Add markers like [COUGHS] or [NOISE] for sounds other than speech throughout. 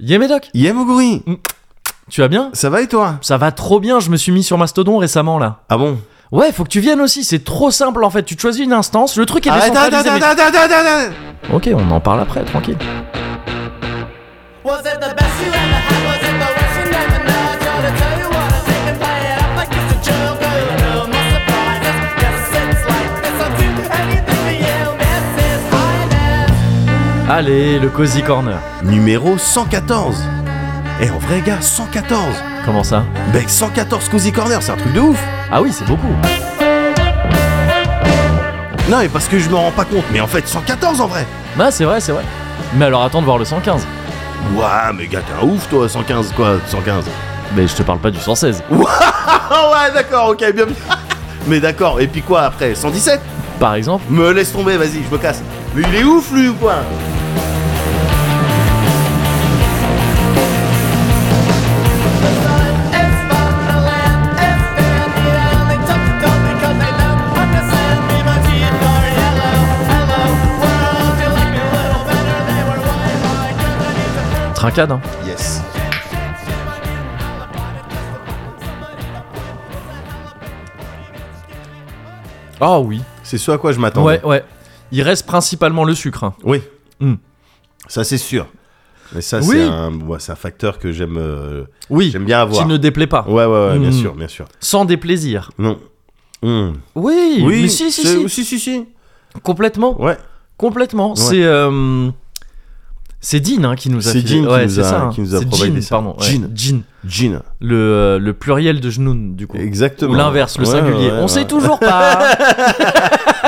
Yé Médoc, Yamoguri, tu vas bien ça va et toi Ça va trop bien, je me suis mis sur Mastodon récemment là. Ah bon Ouais, faut que tu viennes aussi, c'est trop simple en fait, tu choisis une instance, le truc est Arrête, arrête, décentralisé. arrête, arrête, arrête, arrête, arrête mais- Ok, on en parle après, tranquille. Was it the best you ever had? Was it the worst you never know? Try to tell you what I think and play it up like it's a joke. Oh, no more surprises. Yes, it's like this. I'll do anything for you, Mrs. Highness. Allez, le Cozy Corner. Numéro 114 Eh en vrai gars, 114 Comment ça Mec, 114 Cozy Corner, c'est un truc de ouf Ah oui, c'est beaucoup. Non mais parce que je m'en rends pas compte, mais en fait 114 en vrai Bah, c'est vrai, c'est vrai. Mais alors attends de voir le 115. Ouah, mais gars, t'es un ouf toi, 115 quoi, 115 Mais je te parle pas du 116. [LAUGHS] Ah ouais, d'accord, ok, bien [LAUGHS] Mais d'accord, et puis quoi après 117 Par exemple, Me laisse tomber, vas-y, je me casse Mais il est ouf lui ou quoi It's fun, the land, it's been here. They took the gold because they don't understand. Me, my teeth are yellow. Hello, world, you like me a little better. They were white, my good, I need to trincade. Hein. Yes Ah oui. C'est ce à quoi je m'attendais. Ouais, ouais. Il reste principalement le sucre. hein. Oui. Hmm. Ça, c'est sûr. Mais ça, Oui. c'est un, ouais, c'est un facteur que j'aime euh, Oui. j'aime bien Qui avoir. ne déplaît pas. Ouais, ouais, ouais, bien Hmm. sûr, bien sûr. Sans déplaisir. Non. Hmm. Oui, Oui, mais si, si, c'est- si. si, si, si. Complètement. Ouais, Complètement. C'est. euh, c'est Dean hein, qui nous a C'est filé- Dean qui ouais, nous c'est a- ça, hein. qui nous a C'est providé Jean, ça. pardon, ouais. Jean. Jean. Jean. Le, euh, le pluriel de Jnoun, du coup. Exactement. Ou l'inverse, le Ouais, singulier. ouais, on ouais. sait toujours [LAUGHS] pas.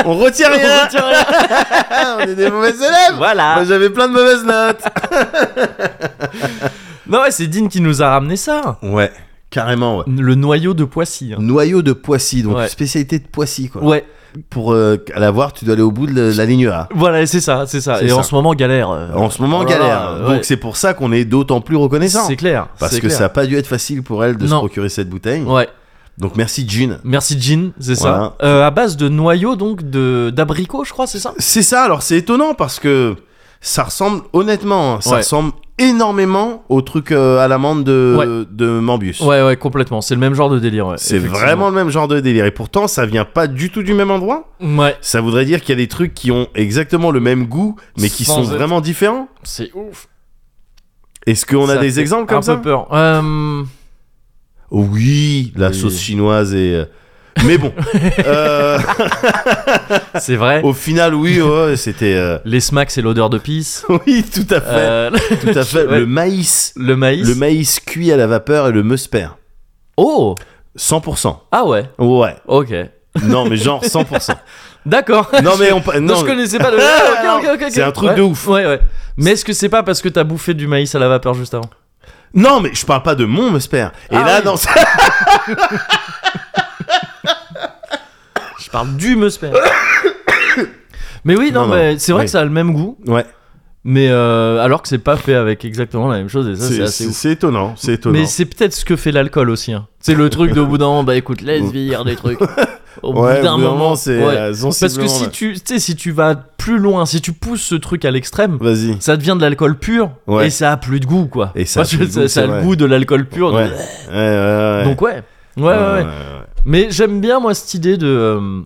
On retient [LAUGHS] On [LAUGHS] rien. Ah, retient rien. on est des mauvais élèves. voilà. Moi, j'avais plein de mauvaises notes. Non, ouais, c'est Dean qui nous a ramené ça. ouais, carrément, ouais. Le noyau de Poissy. hein. Noyau de Poissy, donc Ouais. spécialité de Poissy, quoi. Ouais, Pour euh, l'avoir, tu dois aller au bout de la ligne A. voilà, c'est ça, c'est ça. C'est Et en ça. ce moment, galère. euh, En ce moment, oh là galère. là, Donc, ouais. c'est pour ça qu'on est d'autant plus reconnaissant. C'est clair. Parce c'est que clair. ça n'a pas dû être facile pour elle de Non. se procurer cette bouteille. Ouais, Donc merci Jean. merci Jean, c'est Voilà. ça. Euh, à base de noyaux, donc de d'abricots, je crois, c'est ça C'est ça, alors c'est étonnant parce que ça ressemble, honnêtement, hein, ça Ouais. ressemble énormément au truc euh, à l'amande de, de Mambius. Ouais, ouais, complètement. C'est le même genre de délire. ouais, C'est effectivement. vraiment le même genre de délire. Et pourtant, ça vient pas du tout du même endroit. Ouais, Ça voudrait dire qu'il y a des trucs qui ont exactement le même goût, mais qui Sans sont être- vraiment différents. c'est ouf. Est-ce qu'on a Ça des fait exemples comme un ça peu peur. Euh, Oui, la Oui. sauce chinoise et. euh, [LAUGHS] Mais bon, euh, c'est vrai. au final, oui, ouais, c'était. euh, [LAUGHS] Les smacks, c'est l'odeur de pisse. Oui, tout à fait. Euh, [LAUGHS] Tout à fait. Ouais. Le maïs. le maïs. Le maïs cuit à la vapeur et le musper. Oh 100%. Ah ouais, Ouais. ok. Non, mais genre 100%. D'accord. [LAUGHS] non, mais on. [LAUGHS] pa- Non, Non, je connaissais pas le. [LAUGHS] Ah, Ok, ok, ok, ok. c'est un truc Ouais. de ouf. Ouais, ouais. Mais est-ce que c'est pas parce que t'as bouffé du maïs à la vapeur juste avant non, mais je parle pas de mon musper. Et Ah là, oui. [LAUGHS] dans ça. Je parle du Musper. [COUGHS] mais oui, non, Non, non. mais c'est vrai Oui. que ça a le même goût, Ouais. mais euh, alors que c'est pas fait avec exactement la même chose, et ça, c'est C'est assez c'est- ouf. c'est étonnant. C'est étonnant. Mais c'est peut-être ce que fait l'alcool aussi. hein. C'est le truc de au bout d'un moment, bah écoute, laisse vieillir des [LAUGHS] trucs. Au ouais, bout d'un moment, c'est. ouais. euh, Parce que sensiblement, si là. tu, tu sais, si tu vas plus loin, si tu pousses ce truc à l'extrême, Vas-y. ça devient de l'alcool pur Ouais. et ça a plus de goût quoi. Et ça a Parce que plus de goût, ça a c'est le vrai. goût de l'alcool pur. Ouais. de- Ouais, ouais, ouais. Oh, Donc ouais. Ouais, ouais, ouais. Mais j'aime bien moi cette idée de euh,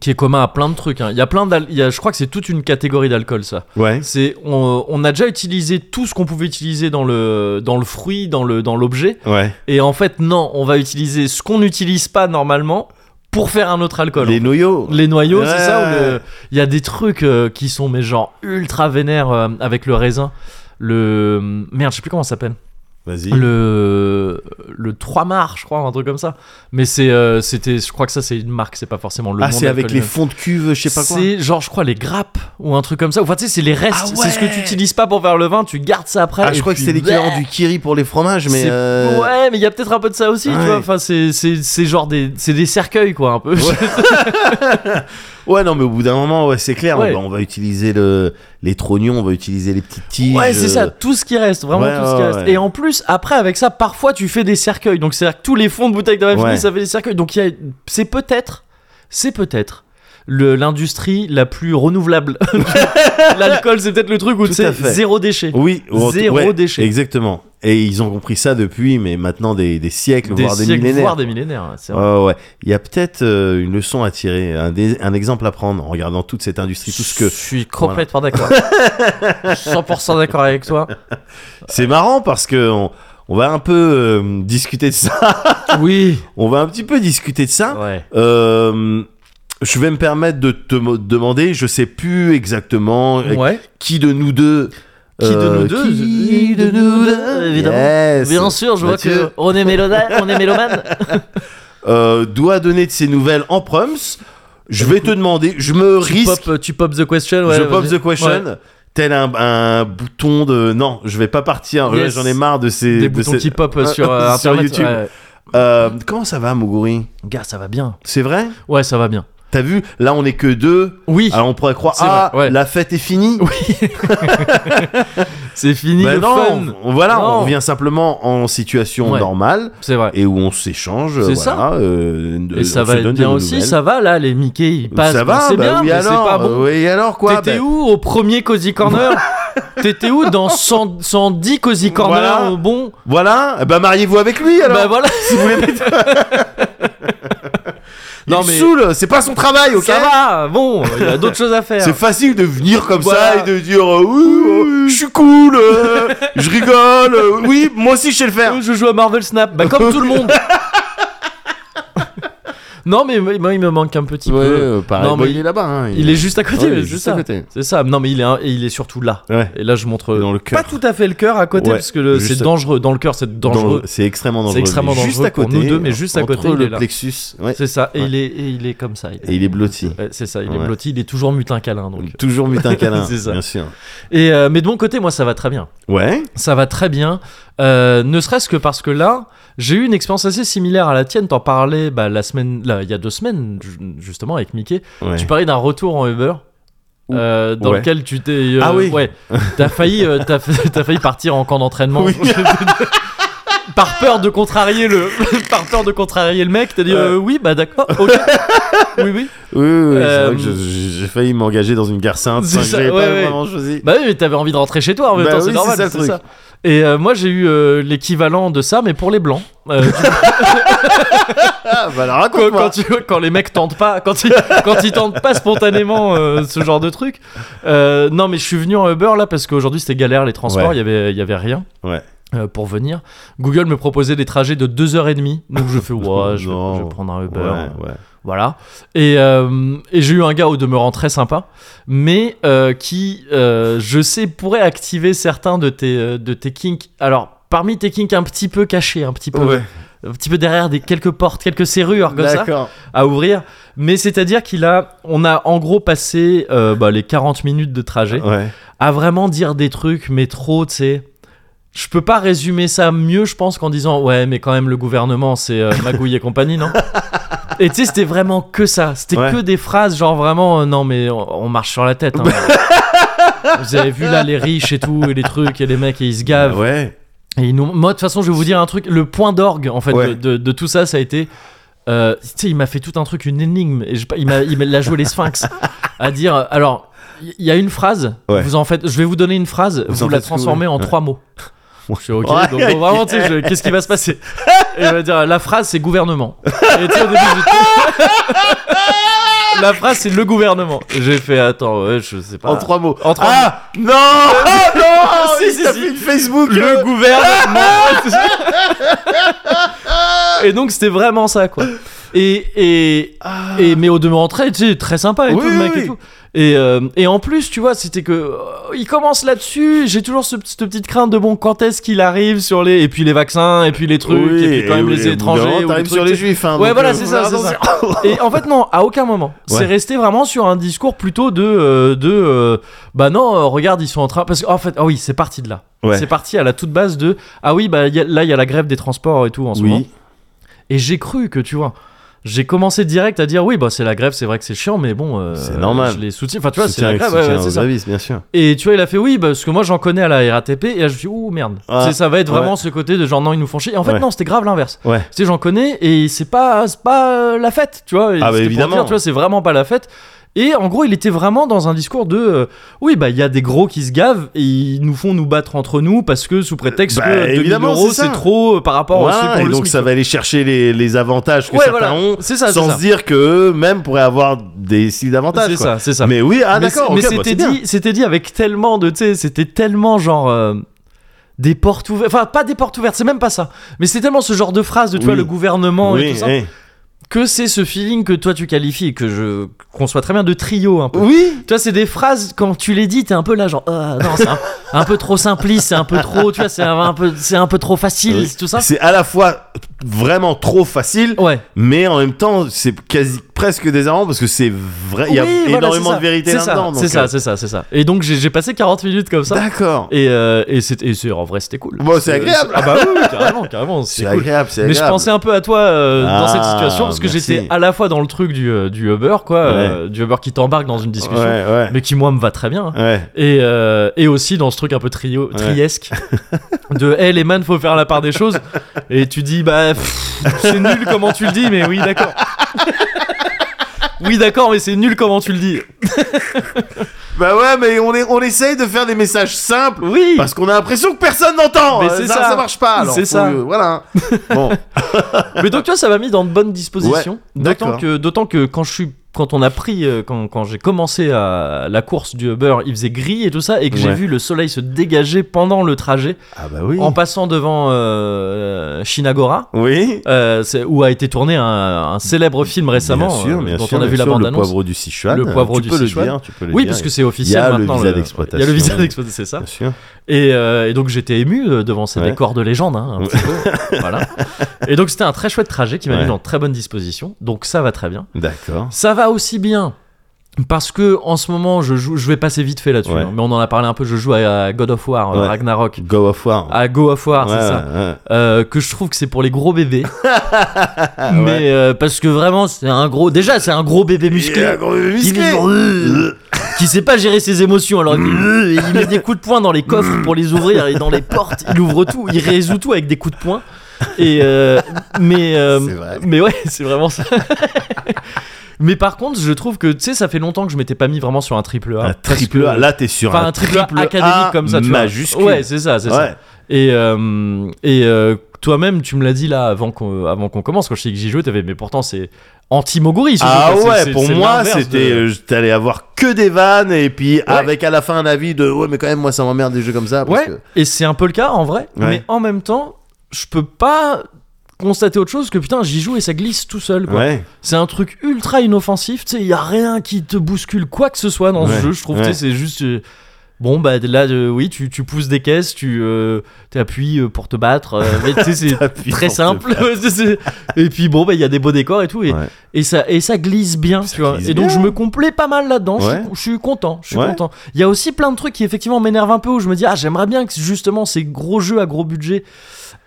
qui est commun à plein de trucs. hein. Il y a plein d'al- il y a- je crois que c'est toute une catégorie d'alcool ça. Ouais. C'est on, on a déjà utilisé tout ce qu'on pouvait utiliser dans le dans le fruit, dans le dans l'objet. Ouais. Et en fait non, on va utiliser ce qu'on n'utilise pas normalement pour faire un autre alcool. Les en noyaux. fait. Les noyaux, Ouais. c'est ça ou le- Il y a des trucs euh, qui sont mais genre ultra vénères euh, avec le raisin. Le merde, je sais plus comment ça s'appelle Vas-y. le le 3 mars je crois un truc comme ça mais c'est euh, c'était je crois que ça c'est une marque c'est pas forcément le Ah, nom c'est avec d'alcool les lui-même. fonds de cuve, je sais pas quoi. c'est genre je crois les grappes ou un truc comme ça enfin tu sais c'est les restes Ah c'est ce que ouais tu utilises pas pour faire le vin tu gardes ça après Ah, et je crois que puis, c'était l'équivalent bleh, du kiri pour les fromages, mais. c'est- euh, ouais mais il y a peut-être un peu de ça aussi tu Ouais. vois enfin c'est c'est c'est genre des c'est des cercueils quoi un peu [LAUGHS] Ouais, non, mais au bout d'un moment, ouais, c'est clair. Ouais. On, va, on va utiliser le, les trognons, on va utiliser les petites tiges. Ouais, c'est ça, euh, tout ce qui reste, vraiment Ouais, tout ce qui ouais, reste. ouais. Et en plus, après, avec ça, parfois tu fais des cercueils. Donc, c'est-à-dire que tous les fonds de bouteilles de la Ouais. ça fait des cercueils. Donc, il y a... c'est peut-être, c'est peut-être le- l'industrie la plus [LAUGHS] renouvelable. L'alcool, c'est peut-être le truc où Tout tu sais, à fait. zéro déchet. Oui, ou en tout- Zéro déchet. Exactement. Et ils ont compris ça depuis, mais maintenant des, des siècles, Des voire des siècles, millénaires. voire des millénaires. c'est vrai. Ouais, ouais. Il y a peut-être euh, une leçon à tirer, un, dé- un exemple à prendre en regardant toute cette industrie, tout ce que. Je suis complètement [LAUGHS] d'accord. 100% d'accord avec toi. C'est marrant parce que on, on va un peu euh, discuter de ça. [LAUGHS] Oui. On va un petit peu discuter de ça. Ouais. Euh, je vais me permettre de te mo- demander, je sais plus exactement euh, Ouais. qui de nous deux. euh, Qui de nous deux Qui de nous deux Évidemment. Yes. Bien sûr, je vois Mathieu. que on est méloda- on est [LAUGHS] mélomane. Euh, doit donner de ses nouvelles en proms. Je vais te demander, je me Tu risque, pop, tu pop the question. Ouais, je pop vas-y. the question, Ouais. tel un, un bouton de non, je vais pas partir. Là, Yes. J'en ai marre de ces Des de boutons ces- qui pop euh, [LAUGHS] sur, euh, sur Internet, YouTube. ouais. Euh, comment ça va, Moguri Gars, ça va bien. C'est vrai Ouais, ça va bien. T'as vu Là, on est [LAUGHS] que deux. Oui, Alors on pourrait croire C'est ah vrai, ouais. la fête est finie. c'est fini Bah le non, fun. on- voilà, Non. on revient simplement en situation Ouais. normale C'est vrai. et où on s'échange. C'est voilà, ça. euh, Et, on ça se va être donne bien des aussi. nouvelles. Ça va là, les Mickey, ils passent. ça va c'est bah bien, oui, mais alors, c'est pas bon. euh, oui, alors quoi T'étais bah, où au premier Cozy [LAUGHS] Corner T'étais où dans 100 110 Cozy Corner Voilà. au bon Voilà, bah mariez-vous avec lui alors. Bah voilà. si vous voulez mettre- Non, Il mais- saoule, c'est pas son travail, ok Ça va, bon, il y a d'autres choses à faire. C'est facile de venir comme Voilà. ça et de dire euh, Ouh, je suis [LAUGHS] cool, euh, je rigole, euh, oui, moi aussi je sais le faire. Euh, Je joue à Marvel Snap, bah comme tout le monde. non mais moi il me manque un petit peu. euh, Non, mais il, là-bas. il est juste à côté, Ouais, il est c'est juste ça. à côté. C'est ça. Non mais il est un- et il est surtout là. Ouais. Et là je montre euh, Dans le pas cœur. tout à fait le cœur à côté Ouais, parce que le- juste- c'est dangereux dans le cœur c'est dangereux. Dangereux. C'est extrêmement dangereux. C'est extrêmement mais Juste dangereux à pour côté. nous deux, mais juste à entre côté, il le est là. plexus. ouais. C'est ça. Et Ouais. il est et il est comme ça. Et il est blotti. Ouais, c'est ça, il est Ouais. blotti, il est toujours mutin câlin donc. Toujours mutin câlin. C'est ça. Bien sûr. Et euh, mais de mon côté moi ça va très bien. Ouais. Ça va très bien. Euh, ne serait-ce que parce que là, j'ai eu une expérience assez similaire à la tienne. T'en parlais bah, la semaine, là, il y a deux semaines, ju- justement, avec Mickey. ouais. Tu parlais d'un retour en Uber. Ouh. euh, dans Ouais. lequel tu t'es euh, Ah oui. ouais t'as failli euh, t'as, t'as failli partir en camp d'entraînement Oui. par peur de contrarier le [LAUGHS] par peur de contrarier le mec t'as dit euh, oui bah d'accord ok oui oui Oui, oui, oui, Euh, c'est vrai que je- je- j'ai failli m'engager dans une gare sainte. C'est enfin, que ça, J'avais pas ouais, ouais. vraiment choisi. Bah oui, mais t'avais envie de rentrer chez toi en même Bah temps, oui, c'est c'est normal, ça, le c'est truc. ça. Et euh, moi j'ai eu euh, l'équivalent de ça, mais pour les blancs. Euh, du coup, Ah, bah alors quand, raconte-moi. quand tu- quand les mecs tentent pas, quand ils, quand ils tentent pas spontanément euh, ce genre de truc. Euh, non, mais je suis venu en Uber là parce qu'aujourd'hui c'était galère les transports, Ouais. il y avait, il y avait rien. Ouais. euh, pour venir, Google me proposait des trajets de 2h30, donc je [LAUGHS] fais ouais, je, vais- Non. je vais prendre un Uber, Ouais, ouais. Voilà. Et, euh, et j'ai eu un gars au demeurant très sympa, mais euh, qui, euh, je sais, pourrait activer certains de tes, euh, de tes kinks. Alors, parmi tes kinks un petit peu cachés, un petit peu, Ouais. un petit peu derrière des, quelques portes, quelques serrures comme ça, D'accord. à ouvrir. Mais c'est-à-dire qu'il a, on a en gros passé euh, bah, les 40 minutes de trajet Ouais. à vraiment dire des trucs, mais trop, tu sais. Je peux pas résumer ça mieux, je pense, qu'en disant ouais, mais quand même le gouvernement, c'est euh, magouille et compagnie, non Et tu sais, c'était vraiment que ça. C'était Ouais. que des phrases genre vraiment euh, non, mais on, on marche sur la tête. hein. [LAUGHS] vous avez vu là les riches et tout et les trucs et les mecs et ils se gavent. Ouais. Et ils nous... Moi, de toute façon, je vais vous dire un truc. Le point d'orgue, en fait, Ouais. de, de- de tout ça, ça a été. euh, tu sais, il m'a fait tout un truc, une énigme. Et je- il m'a il m'a- il a joué les sphinx. à dire. euh, Alors, il y, y a une phrase. Ouais. Vous en faites. Je vais vous donner une phrase. Vous, en la faites ce que vous transformez en voulez. trois mots. Je suis ok. Ouais, donc, bon, vraiment, tu sais, je- qu'est-ce qui va se [LAUGHS] passer Et il va dire la phrase, c'est gouvernement. Et tu sais, au début, j'étais- [LAUGHS] La phrase, c'est le gouvernement. Et J'ai fait attends, ouais, je sais pas. En trois mots. En trois ah non Ah non Si, Il si, t'a si. fait une Facebook. euh, le gouvernement. [LAUGHS] et donc c'était vraiment ça quoi. Et et, Ah. et mais au demeurant très tu sais, très sympa et Oui, tout le oui, mec oui. et tout. Et, euh, et en plus tu vois c'était que euh, il commence là-dessus. J'ai toujours ce, cette petite crainte de bon quand est-ce qu'il arrive sur les et puis les vaccins et puis les trucs oui, et puis quand même oui, les au bout d'un moment, étrangers. ou les T'arrives trucs, sur tu les sais. juifs. hein, Ouais, donc, voilà, euh, c'est ça, c'est attention. [LAUGHS] Et en fait non, à aucun moment. C'est Ouais. resté vraiment sur un discours plutôt de euh, de euh, bah non euh, regarde ils sont en train parce qu'en fait ah oui c'est parti de là. Ouais. C'est parti à la toute base de Ah oui, bah, y a- là, il y a la grève des transports et tout en ce moment. Oui. Et j'ai cru que, tu vois, j'ai commencé direct à dire oui, bah c'est la grève, c'est vrai que c'est chiant, mais bon, euh, C'est normal. Je les soutiens. Enfin, tu vois, c'est Soutien la avec grève, soutien ouais, ouais, c'est aux ça. avis, bien sûr. Et tu vois, il a fait oui, bah, parce que moi j'en connais à la RATP, et là, je me suis dit, ouh merde. Ah, Tu sais, ça va être ouais. vraiment ce côté de genre non, ils nous font chier. Et en fait, Ouais. non, c'était grave l'inverse. Ouais. Tu sais, j'en connais, et c'est pas, c'est pas euh, la fête, tu vois. Et Ah, bah, c'était pour évidemment. dire, tu vois, c'est vraiment pas la fête. Et en gros, il était vraiment dans un discours de euh, oui, bah il y a des gros qui se gavent et ils nous font nous battre entre nous parce que sous prétexte Bah, que 2000 évidemment, euros c'est ça. c'est trop euh, par rapport à ceux Voilà, qui ont et le donc SMIC, ça va aller chercher les, les avantages que Ouais, certains voilà. ont, C'est ça, c'est sans ça. se dire que eux-mêmes pourraient avoir des styles quoi. d'avantages. C'est quoi. ça, c'est ça. Mais oui, ah mais d'accord, c'est- mais ok, bah, c'est c'était bien. dit, c'était dit avec tellement de, tu sais, c'était tellement genre euh, des portes ouvertes, enfin pas des portes ouvertes, c'est même pas ça. Mais c'est tellement ce genre de phrase de, tu Oui. vois, le gouvernement et Oui, tout ça, eh. que c'est ce feeling que toi tu qualifies, que je qu'on soit très bien de trio un peu. oui, Tu vois, c'est des phrases quand tu les dis, t'es un peu là genre, Ah, non, c'est un, [LAUGHS] un peu trop simpliste, c'est un peu trop, tu vois, c'est un, un peu, c'est un peu trop facile, Oui. c'est tout ça. c'est à la fois vraiment trop facile, Ouais. mais en même temps c'est quasi presque désarmant parce que c'est vrai, il y a Oui, voilà, énormément c'est ça. de vérité C'est ça, là-dedans. C'est donc, ça, euh, c'est ça, c'est ça. Et donc j'ai j'ai passé 40 minutes comme ça. D'accord. Et, euh, et, c'est- et c'est- en vrai, c'était cool. Bon, c'est agréable. Ah bah oui, oui, carrément, carrément, c'est C'est cool. agréable, c'est Mais je agréable. pensais un peu à toi euh, dans cette Ah, situation parce que merci. j'étais à la fois dans le truc du, euh, du Uber, quoi, euh, du Uber qui t'embarque dans une discussion, Ouais, ouais. mais qui moi me va très bien. hein. Ouais. Et, euh, et aussi dans ce truc un peu trio, Ouais. [LAUGHS] triesque de hey les man, faut faire la part des choses. Et tu dis, bah, pff, c'est nul comment tu le dis, mais oui, d'accord. [LAUGHS] oui, d'accord, mais c'est nul comment tu le dis. Bah ouais, mais on, est, on essaye de faire des messages simples Oui! parce qu'on a l'impression que personne n'entend. Mais Euh, c'est ça, ça. marche pas. alors C'est faut- ça. euh, voilà. [LAUGHS] Bon, Mais donc, tu vois, ça m'a mis dans de bonnes dispositions. Ouais, d'autant d'accord. que, d'autant que quand je suis, quand on a pris, euh, quand, quand j'ai commencé à la course du Uber, il faisait gris et tout ça, et que j'ai Ouais. vu le soleil se dégager pendant le trajet, ah bah oui. en passant devant euh, Shinagora. Oui. euh, c'est- où a été tourné un, un célèbre film récemment bien sûr, euh, bien dont sûr, on a bien vu la sûr, bande le annonce. poivre du Sichuan. Le poivre tu du peux Sichuan. Le dire, tu peux le Oui, dire. parce que c'est officiel Il y a le maintenant. visa Il y a le visa d'exploitation. d'exploitation, c'est ça. Bien sûr. Et, euh, et donc j'étais ému euh, devant ces Ouais. décors de légende, hein, un petit peu. voilà. Et donc c'était un très chouette trajet qui m'a mis Ouais. dans de très bonne disposition. Donc ça va très bien. D'accord. Ça va aussi bien parce que en ce moment je joue, je vais passer vite fait là-dessus. Ouais. hein, mais on en a parlé un peu. Je joue à, à God of War, euh, Ouais. Ragnarok, Go of War. à Go of War, Ouais, Ah, c'est ça. ouais. Euh, que je trouve que c'est pour les gros [LAUGHS] bébés. Mais euh, parce que vraiment c'est un gros. Déjà c'est un gros bébé musclé. Il y a un gros Qui, musclé. qui sait pas gérer ses émotions alors il, Mm. il met des coups de poing dans les coffres pour les ouvrir et dans les portes il ouvre tout il résout tout avec des coups de poing et euh, mais euh, C'est vrai. mais ouais [LAUGHS] c'est vraiment ça mais par contre je trouve que tu sais ça fait longtemps que je m'étais pas mis vraiment sur un triple A Un parce triple que- A. Là, t'es sur Enfin, un un triple, A triple académique A comme ça, tu vois. majuscule. Ouais, c'est ça, c'est ça. Ouais. Et, euh, et euh, toi-même, tu me l'as dit là avant qu'on avant qu'on commence, quand je sais que j'y jouais, t'avais, mais pourtant c'est anti-Moguri. surtout, Ah quoi. C'est- ouais, c'est- pour c'est moi, l'inverse de- c'était. euh, T'allais avoir que des vannes et puis avec à la fin un avis de ouais, mais quand même, moi, ça m'emmerde des jeux comme ça. parce Ouais, que- et c'est un peu le cas en vrai, Ouais. mais en même temps, je peux pas constater autre chose que putain, j'y joue et ça glisse tout seul quoi. Ouais. C'est un truc ultra inoffensif, tu sais, y a rien qui te bouscule quoi que ce soit dans Ouais, ce jeu, je trouve, ouais. tu sais, c'est juste. euh, Bon bah là euh, oui tu, tu pousses des caisses tu euh, t'appuies euh, pour te battre euh, mais tu sais c'est [LAUGHS] T'appuies très pour te simple [LAUGHS] C'est- c'est- et puis bon bah il y a des beaux décors et tout et, Ouais. et ça et ça glisse bien tu vois glisse et donc bien. je me complais pas mal là-dedans je suis- Ouais. je, suis content je suis Ouais. content il y a aussi plein de trucs qui effectivement m'énervent un peu où je me dis ah j'aimerais bien que justement ces gros jeux à gros budget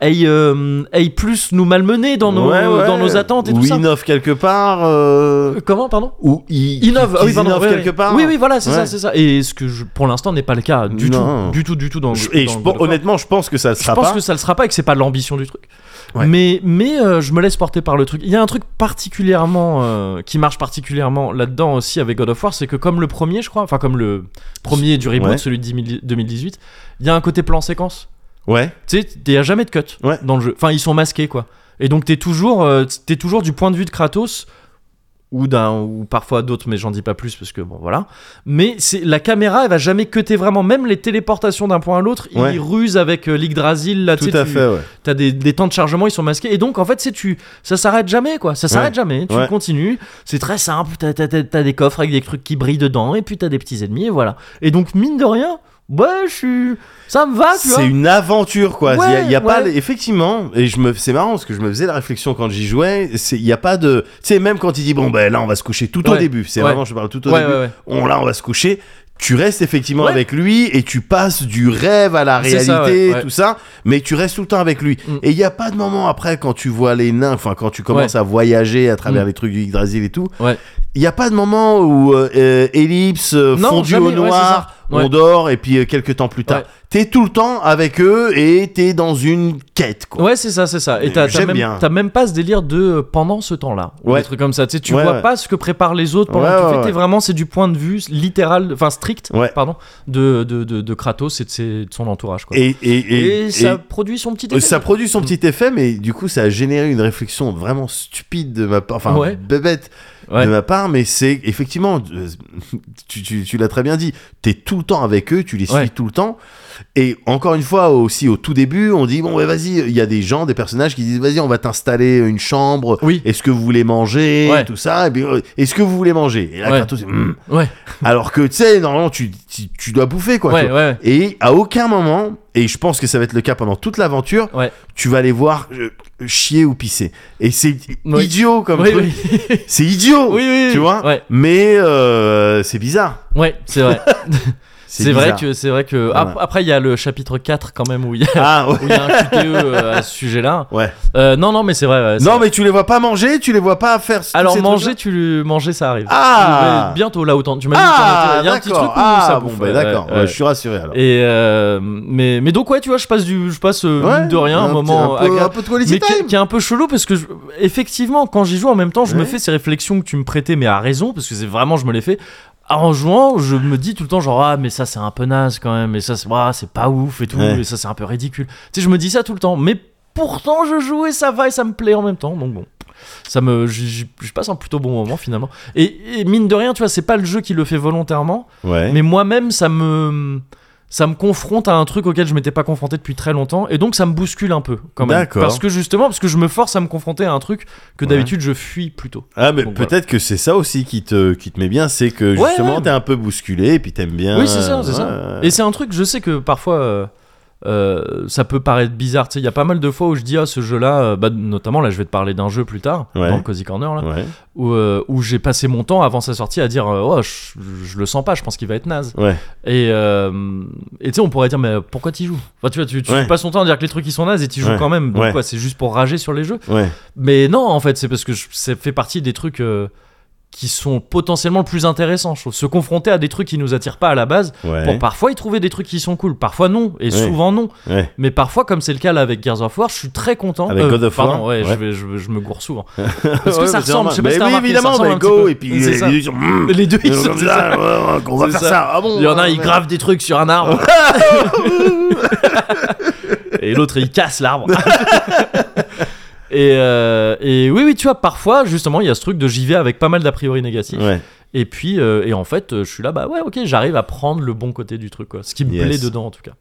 aillent, euh, aillent plus nous malmener dans nos Ouais, ouais. dans nos attentes et Ou tout ça innove quelque part. euh, Euh, comment pardon Ou i- Innove, ah oui, qu'ils pardon, innovent ouais, quelque ouais. part. Oui, oui, voilà, c'est Ouais. ça, c'est ça. Et ce que je, pour l'instant n'est pas le cas du Non. tout, du tout, du tout dans. Je- Et dans je God pense- of War. honnêtement, je pense que ça Je sera pense pas. que ça le sera pas et que c'est pas l'ambition du truc. Ouais. Mais, mais euh, je me laisse porter par le truc. Il y a un truc particulièrement euh, qui marche particulièrement là-dedans aussi avec God of War, c'est que comme le premier, je crois, enfin comme le premier du reboot, Ouais. celui de 10 2018, il y a un côté plan séquence. Ouais. Tu sais, il y a jamais de cut Ouais. dans le jeu. Enfin, ils sont masqués quoi. Et donc t'es toujours, euh, t'es toujours du point de vue de Kratos ou d'un ou parfois d'autres, mais j'en dis pas plus parce que bon voilà. Mais c'est la caméra, elle va jamais cutter vraiment. Même les téléportations d'un point à l'autre, Ouais. ils rusent avec euh, l'Yggdrasil là. tu Tout sais, à tu- fait, ouais. T'as des, des temps de chargement, ils sont masqués. Et donc, en fait, c'est tu, ça s'arrête jamais, quoi. Ça s'arrête Ouais. jamais. Tu Ouais. continues. C'est très simple. T'as, t'as- t'as- t'as des coffres avec des trucs qui brillent dedans. Et puis, t'as des petits ennemis. Et voilà. Et donc, mine de rien, bah, je suis. Ça me va, Ah, tu vois. C'est une aventure, quoi. Il y a, il y a Ouais, pas, ouais. les- effectivement, et je me, c'est marrant parce que je me faisais la réflexion quand j'y jouais. C'est, il y a pas de, tu sais, même quand il dit bon ben là on va se coucher tout au Ouais. début. C'est Ouais. vraiment, je parle tout au Ouais, début. ouais, ouais. On là on va se coucher. Tu- tu restes effectivement Ouais. avec lui et tu passes du rêve à la C'est réalité, ça, ouais, ouais. tout ça, mais tu restes tout le temps avec lui. Mm. Et il n'y a pas de moment après quand tu vois les nains, enfin quand tu commences à voyager à travers Mm. les trucs du Yggdrasil et tout, il Ouais. n'y a pas de moment où euh, euh, ellipse, euh, Non, fondu jamais, au ouais, c'est noir, ça. Ouais. on dort et puis euh, quelques temps plus tard. Ouais. T'es tout le temps avec eux et t'es dans une quête, quoi. Ouais, c'est ça, c'est ça. Mais Et t'as, t'as j'aime même, bien. t'as même pas ce délire de euh, pendant ce temps-là. Ou Ouais. des trucs comme ça. Tu sais, tu Ouais, vois ouais. pas ce que préparent les autres pendant Ouais, que tu ouais, fais. T'es ouais. vraiment, c'est du point de vue littéral, enfin strict, Ouais. pardon, de, de, de, de Kratos et de, ses- de son entourage. Quoi. Et, et, et- Et ça et- produit son petit Euh, effet. Mm. Ça produit son petit effet, mais du coup, ça a généré une réflexion vraiment stupide de ma part, enfin, Ouais. bébête Ouais. de ma part, mais c'est effectivement, euh, tu, tu- tu l'as très bien dit, t'es tout le temps avec eux, tu les suis Ouais. tout le temps, et encore une fois, aussi au tout début, on dit, bon, ouais, vas-y, il y a des gens, des personnages qui disent, vas-y, on va t'installer une chambre, Oui. est-ce que vous voulez manger, Ouais. tout ça, et puis, euh, est-ce que vous voulez manger Et là, Ouais. Kratos, Hum. Ouais. alors que, tu sais, normalement, tu, tu, tu dois bouffer, quoi. tu ouais, vois. ouais. Et à aucun moment, et je pense que ça va être le cas pendant toute l'aventure, Ouais. tu vas les voir euh, chier ou pisser. Et c'est Oui. idiot comme Oui, truc. oui. [LAUGHS] C'est idiot. Oui, oui, Tu vois Ouais, Mais euh, c'est bizarre. ouais c'est [LAUGHS] vrai. c'est, vrai bizarre. que. C'est vrai que... Voilà. ap- Après, il y a le chapitre 4 quand même où il y a, [LAUGHS] Ah ouais. où il y a un QTE euh, à ce sujet-là. Ouais. Euh, non, non, mais c'est vrai. ouais, c'est Non, vrai. mais tu les vois pas manger, tu les vois pas faire. tous Alors ces manger, tu trucs-là. le- manger, ça arrive. Ah Mais bientôt là autant. Tu m'as dit que t'en Ah étais- Il y a un petit truc d'accord. où ça Ah bouffe. bon, bah ouais, d'accord. ouais, Ouais, ouais. Je suis rassuré alors. Et euh, mais mais donc ouais, tu vois, je passe du, je passe euh, Ouais, mine de rien un, petit- moment un peu, un agréable. peu de quality Mais qui, time. qui est un peu chelou parce que je- effectivement quand j'y joue en même temps je me Ouais. fais ces réflexions que tu me prêtais mais à raison parce que c'est vraiment je me les fais Ah, en jouant je me dis tout le temps genre ah mais ça c'est un peu naze quand même et ça c'est ouah, c'est pas ouf et tout Ouais. et ça c'est un peu ridicule tu sais je me dis ça tout le temps mais pourtant je joue et ça va et ça me plaît en même temps donc bon ça me j'y- j'y- je passe un plutôt bon moment finalement et, et mine de rien tu vois c'est pas le jeu qui le fait volontairement Ouais. mais moi-même ça me ça me confronte à un truc auquel je m'étais pas confronté depuis très longtemps et donc ça me bouscule un peu quand même D'accord. parce que justement parce que je me force à me confronter à un truc que Ouais. d'habitude je fuis plutôt Ah mais Donc, peut-être que c'est ça aussi qui te qui te met bien, c'est que Ouais, justement ouais. t'es un peu bousculé et puis t'aimes bien. Oui, c'est ça, c'est ouais, ça. ouais. et c'est un truc je sais que parfois euh, euh, ça peut paraître bizarre, tu sais, il y a pas mal de fois où je dis ah ce jeu-là, euh, bah, notamment là je vais te parler d'un jeu plus tard, Ouais. dans le Cozy Corner là, Ouais. où, euh, où j'ai passé mon temps avant sa sortie à dire euh, oh je, je le sens pas, je pense qu'il va être naze. Ouais. Et euh, et tu sais on pourrait dire mais pourquoi t'y joues Enfin tu vois tu, tu Ouais. passes ton temps à dire que les trucs ils sont nazes et t'y joues Ouais. quand même. Donc Ouais. quoi c'est juste pour rager sur les jeux. Ouais. Mais non en fait c'est parce que je- ça fait partie des trucs euh, qui sont potentiellement le plus intéressants. Je trouve. Se confronter à des trucs qui nous attirent pas à la base Ouais. pour parfois y trouver des trucs qui sont cool, parfois non et Ouais. souvent non. Ouais. Mais parfois, comme c'est le cas là avec Gears of War, je suis très content. Euh, Avec God of War, pardon, ouais, ouais. Je, vais- je- je me gourre souvent. [LAUGHS] [LAUGHS] Parce que Ouais, ça mais c'est normal. ressemble, je sais pas Mais si t'as oui, remarqué, évidemment, ça ressemble mais un go petit et peu. puis C'est les ça. les gens, [LAUGHS] mm, Les deux, ils ils sont se- comme ça, ouais, ouais, on va C'est faire ça. ça. Ah bon Il y en a, ouais, il ouais. grave des trucs sur un [LAUGHS] arbre. et l'autre, il casse [LAUGHS] l'arbre. et, euh, et oui, oui, tu vois, parfois, justement, il y a ce truc de j'y vais avec pas mal d'a priori négatif. Ouais. Et puis, euh, et en fait, euh, je suis là, bah ouais, ok, j'arrive à prendre le bon côté du truc, quoi. Ce qui me Yes. plaît dedans, en tout cas.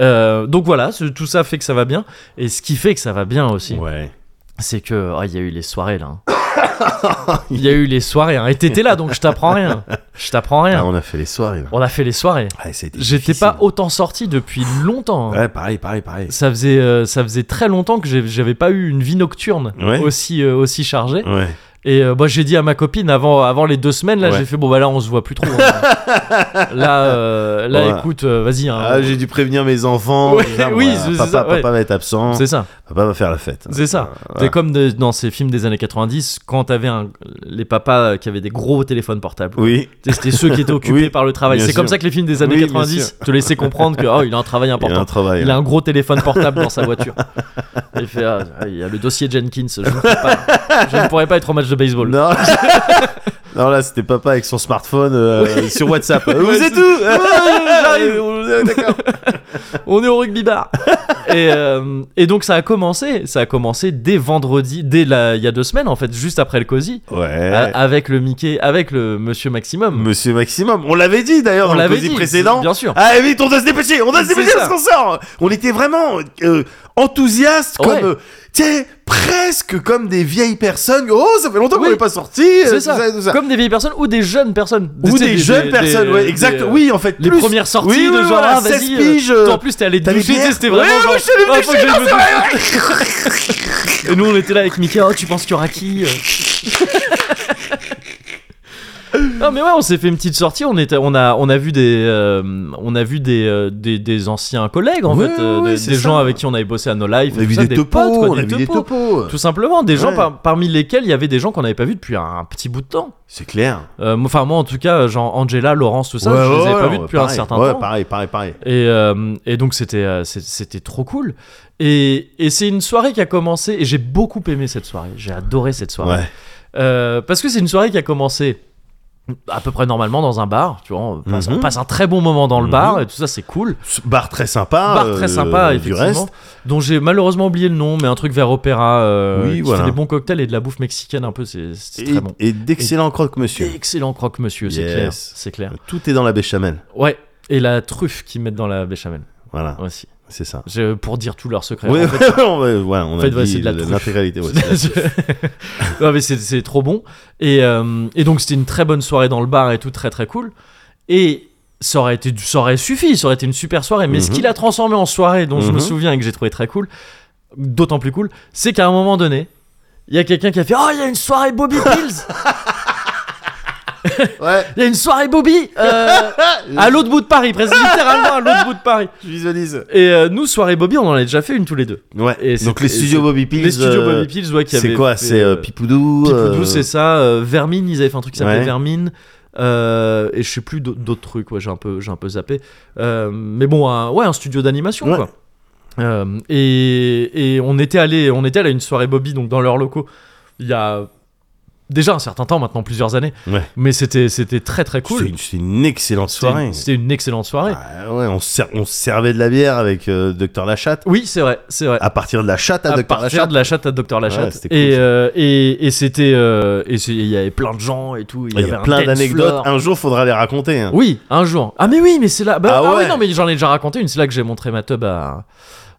Euh, donc voilà, ce- tout ça fait que ça va bien. Et ce qui fait que ça va bien aussi, Ouais. c'est que. ah, il y a eu les soirées, là. [COUGHS] hein. Il y a eu les soirées. hein. Et t'étais là, donc je t'apprends rien. Je t'apprends rien. Ah, on a fait les soirées. là. On a fait les soirées. Ah, c'était J'étais difficile. pas autant sorti depuis longtemps. hein. Ouais, pareil, pareil, pareil. Ça faisait, euh, ça faisait très longtemps que j'ai- j'avais pas eu une vie nocturne Ouais. aussi, euh, aussi chargée. Ouais. Et euh, moi, j'ai dit à ma copine avant, avant les deux semaines, là, Ouais. j'ai fait bon, bah là, on se voit plus trop. [LAUGHS] hein. là, euh, là, Ouais. écoute, euh, vas-y. hein. Ah, j'ai dû prévenir mes enfants. Ouais, tout ça, oui, voilà. c'est papa, ça, ouais. papa va être absent. c'est ça, Papa va faire la fête. c'est ça. Voilà. C'est comme de- dans ces films des années 90, quand t'avais un- les papas euh, qui avaient des gros téléphones portables. Oui. Tu sais, C'était ceux [LAUGHS] qui étaient occupés Oui, par le travail. bien C'est comme sûr. ça que les films des années Oui, bien 90 te laissaient comprendre que oh, il a un travail Il y important. a un travail. hein. Il a là. un gros téléphone portable dans sa voiture. Il fait ah, il y a le dossier Jenkins. Je ne, peux pas- je ne pourrais pas être au match de [LAUGHS] baseball. [LAUGHS] Non. non, là, c'était papa avec son smartphone euh, [LAUGHS] sur WhatsApp. Vous Ouais, êtes c'est- où j'arrive. [LAUGHS] Ouais, D'accord. On est au rugby bar. et, euh, et donc ça a commencé. Ça a commencé dès vendredi, dès la, il y a deux semaines en fait, juste après le cosy, Ouais. a- avec le Mickey, avec le Monsieur Maximum. Monsieur Maximum, on l'avait dit On d'ailleurs dans le l'avait cosy dit, précédent. bien sûr. Ah vite, on doit se dépêcher, on doit se C'est dépêcher ça. parce qu'on sort. On était vraiment euh, enthousiastes, Ouais. comme, euh, tiens, presque comme des vieilles personnes. Oh, ça fait longtemps Oui. qu'on n'est pas sortis. C'est euh, ça. tout tout ça. Comme des vieilles personnes ou des jeunes personnes. Ou Tu sais, des, jeunes des- personnes, des- ouais, exact. des, euh, oui, en fait, les plus. premières sorties Oui, de oui, genre voilà, ah, 16 vas-y euh, piges, euh, toi, en plus t'es allé te T'avais doucher bien- tu sais, c'était vraiment Ouais, genre ouais, je suis allé ah, me faut que doucher, j'aille non, me c'est vrai, doucher. et nous on était là avec Mickey oh tu penses qu'il y aura qui euh Non mais ouais, on s'est fait une petite sortie. On était, on a, on a vu des, euh, on a vu des, euh, des, des anciens collègues en Ouais, fait, euh, ouais, des, c'est des ça. gens avec qui on avait bossé à No Life, On et a tout vu ça, des topos, potes, quoi, on a vu des topos. Tout simplement, des gens Ouais. par- parmi lesquels il y avait des gens qu'on n'avait pas vus depuis un petit bout de temps. C'est clair. Euh, moi- Enfin, moi en tout cas, genre Angela, Laurence, tout ça, Ouais, je les ouais, avais pas ouais, vus ouais, depuis un pareil. certain Ouais, temps. pareil, pareil, pareil. Et, euh, et donc c'était euh, c'est- c'était trop cool. Et, et c'est une soirée qui a commencé et j'ai beaucoup aimé cette soirée. J'ai adoré cette soirée Ouais. Euh, parce que c'est une soirée qui a commencé à peu près normalement dans un bar. Tu vois, on passe, Mhm. on passe un très bon moment dans le Mhm. bar et tout ça c'est cool. Ce Bar très sympa. bar très euh, sympa Du effectivement. reste. Dont j'ai malheureusement oublié le nom, mais un truc vers opéra euh, Oui, qui voilà. fait des bons cocktails et de la bouffe mexicaine un peu. C'est c'est Et, très bon. et d'excellents croque-monsieur. Excellent croque monsieur, c'est Yes. clair, c'est clair. Tout est dans la béchamel. Ouais. Et la truffe qu'ils mettent dans la béchamel Voilà, aussi. c'est ça. Je- pour dire tous leurs secrets. Ah. Oui, En fait, [LAUGHS] on, va- voilà, on en a fait, voilà, dit c'est de la le- truffe. l'intégralité. ouais, c'est la truffe. Je- [LAUGHS] non mais c'est- c'est trop bon. Et, euh, et donc c'était une très bonne soirée dans le bar et tout, très très cool. Et ça aurait, été, du- ça aurait suffi, ça aurait été une super soirée. Mais ce Mhm. qu'il a transformé en soirée, dont je me Mhm. souviens et que j'ai trouvé très cool, d'autant plus cool, c'est qu'à un moment donné, il y a quelqu'un qui a fait Oh, il y a une soirée [LAUGHS] Bobby Pills [LAUGHS] ouais, Il y a une soirée Bobby euh, À l'autre bout de Paris, presque littéralement à l'autre bout de Paris. je visualise. Et euh, nous, soirée Bobby, on en a déjà fait une tous les deux. Ouais. Et Donc c'est- les et studios c'est- Bobby Pills. Les studios euh, Bobby Pills, ouais, qui C'est avaient quoi fait, C'est euh, euh, Pipoudou. Pipoudou, euh, c'est ça. euh, Vermine, ils avaient fait un truc qui s'appelait Ouais. Vermine. euh, et je sais plus d'au- d'autres trucs, ouais, j'ai un peu, j'ai un peu zappé. Euh, mais bon, un, ouais, un studio d'animation, Ouais. quoi. Euh, et, et on était allé, on était allé à une soirée Bobby, donc dans leurs locaux, il y a déjà un certain temps, maintenant plusieurs années. Ouais. Mais c'était, c'était très très C'est cool. une- C'est une excellente C'était soirée. une- C'était une excellente soirée. Ah ouais, on, se ser- on se servait de la bière avec euh, Docteur Lachatte. Oui, c'est vrai, c'est vrai. À partir de la chatte à, à Ah, Docteur partir Lachatte. de la chatte à Docteur Ouais, Lachatte c'était cool, et, ça. euh, et et c'était euh, et c'est- il y avait plein de gens et tout il y, Il y avait a un plein dance floor. d'anecdotes. Un jour, faudra les raconter. hein. Oui, un jour. Ah mais oui, mais c'est là. Bah, Ah ah, oui, ouais. non, mais j'en ai déjà raconté une. C'est là que j'ai montré ma tub à,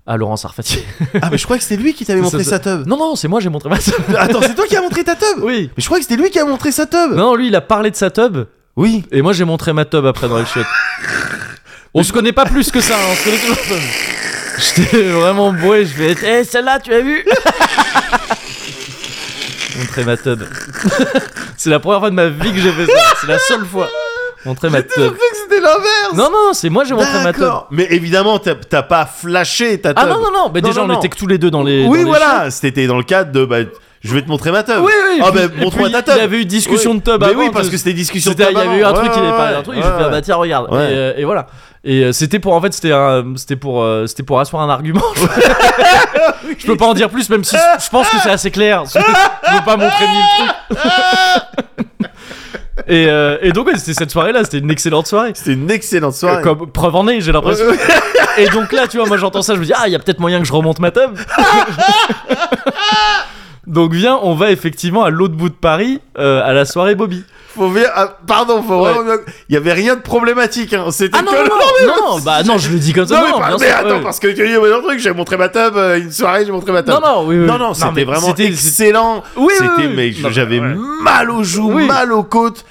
à Laurence Arfati. Ah, mais je crois que c'était lui qui t'avait Ça, montré ça- sa tub. [LAUGHS] non, non, c'est moi j'ai montré ma [LAUGHS] tub. Attends, c'est toi qui as montré ta [LAUGHS] tub Oui. Mais je crois que c'était lui qui a montré sa tub. Non, lui il a parlé de sa tub Oui. et moi j'ai montré ma tub après dans les [LAUGHS] chiottes. On se connaît pas plus que ça. hein, on se connaît toujours pas. J'étais vraiment bourré. Je vais être. Eh, celle-là, tu as vu [LAUGHS] Montrer ma tub. [LAUGHS] c'est la première fois de ma vie que j'ai fait ça. C'est la seule fois. Montrer ma tub. que c'était l'inverse. Non, non, c'est moi j'ai montré ma tub. D'accord. Mais évidemment, t'as- t'as pas flashé ta tub. Ah non, non, non, mais Non, déjà non, on non. était que tous les deux dans les. oui, dans les voilà. C'était dans le cadre de. Bah, je vais te montrer ma tub. chiottes. Oui, oui. Ah, et puis- bah, et montre-moi puis, ta tub. Il y avait eu discussion de tub Mais avant, oui, parce de- que c'était discussion de c'était tub. il y avait eu un avant. truc il Ouais, avait ouais, parlé d'un truc ouais, je fais ah ouais. bah tiens regarde Ouais. et, euh, et voilà et euh, c'était pour en fait c'était un- c'était pour euh, c'était pour asseoir un argument [LAUGHS] je peux pas en dire plus même si je pense que c'est assez clair je veux pas montrer mille [LAUGHS] trucs et, euh, et donc ouais, c'était cette soirée là c'était une excellente soirée C'était une excellente soirée. Euh, comme preuve en est j'ai l'impression et donc là, tu vois, moi j'entends ça, je me dis, ah, il y a peut-être moyen que je remonte ma [LAUGHS] table. donc viens, on va effectivement à l'autre bout de Paris, euh, à la soirée Bobby. Faut bien. ah, pardon, faut Ouais. vraiment. bien- Il y avait rien de problématique. Hein. C'était Ah non, que- non, non, mais- non, non, bah non, je le dis comme ça. Non, mais, non, par- bien mais sûr, attends, ouais. parce que tu dis au même truc, j'ai montré ma table, euh, une soirée, j'ai montré ma table. Non, non, oui, oui. Non, non, c'était mais vraiment c'était- c'était- excellent. Oui, oui, c'était, oui. mais Non, j'avais ouais. mal aux joues, Oui. mal aux côtes.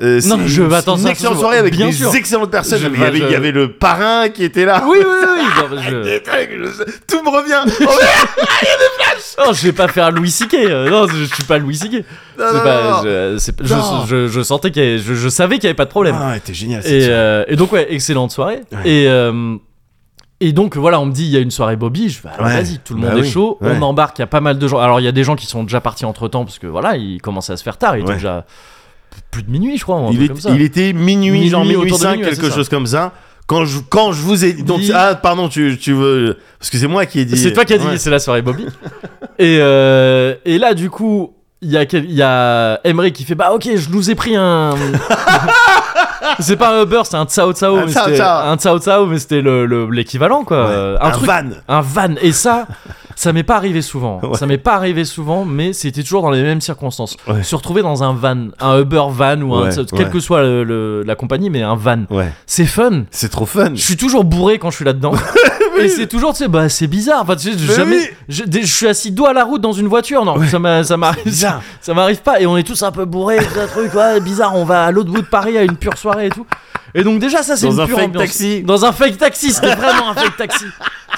Euh, Non, c'est- je- c'est attends, une ça, excellente ça, soirée avec bien des sûr. excellentes personnes. Je- il, y avait, je- il y avait le parrain qui était là. [LAUGHS] Oui, oui, oui. oui, non, je... Et tac, je- Tout [LAUGHS] me revient. Oh, Oh, je vais pas faire Louis Sique. Non, je, je suis pas Louis Sique. Non, non, non. je, c'est- je- Non. je- je sentais qu'il y avait- je, je savais qu'il y avait pas de problème. Ah, t'es génial. cette Et, soirée. euh, et donc ouais, excellente soirée. Ouais. Et euh, et donc voilà, on me dit il y a une soirée Bobby, je vais alors Ouais. vas-y, tout le Bah monde est oui, chaud, ouais. on embarque, il y a pas mal de gens. Alors il y a des gens qui sont déjà partis entre temps parce que voilà, il commençait à se faire tard, il était Ouais. déjà p- plus de minuit je crois, ou un Il, truc est- comme ça. il était minuit, Minuit, genre autour de minuit 5, minuit, ouais, quelque c'est ça. chose comme ça. Quand je, quand je vous ai donc Dis- ah pardon tu, tu veux parce que c'est moi qui ai dit C'est toi qui as dit Ouais. c'est la soirée Bobby. et, euh, et là du coup, il y a quel- il y a Emery qui fait bah OK, je nous ai pris [LAUGHS] un C'est pas un Uber, c'est un Tsao Tsao, Un mais Tsao c'était- Tsao. un Tsao Tsao, mais c'était le- le- l'équivalent quoi, Euh, un, truc van un van et ça ça m'est pas arrivé souvent Ouais. ça m'est pas arrivé souvent mais c'était toujours dans les mêmes circonstances Ouais. se retrouver dans un van un Uber van ou un Ouais, quelle ouais. que soit le- le- la compagnie mais un van ouais c'est fun c'est trop fun je suis toujours bourré quand je suis [LAUGHS] là-dedans et c'est toujours tu sais bah c'est bizarre enfin tu sais Mais jamais oui. je, dès- je suis assis dos à la route dans une voiture non ça m'a- ça m'arrive bizarre [LAUGHS] ça m'arrive pas et on est tous un peu bourrés un truc ouais, bizarre on va à l'autre bout de Paris à une pure soirée et tout et donc déjà ça c'est Dans une un pure fake ambiance. taxi. dans un fake taxi c'était vraiment un fake taxi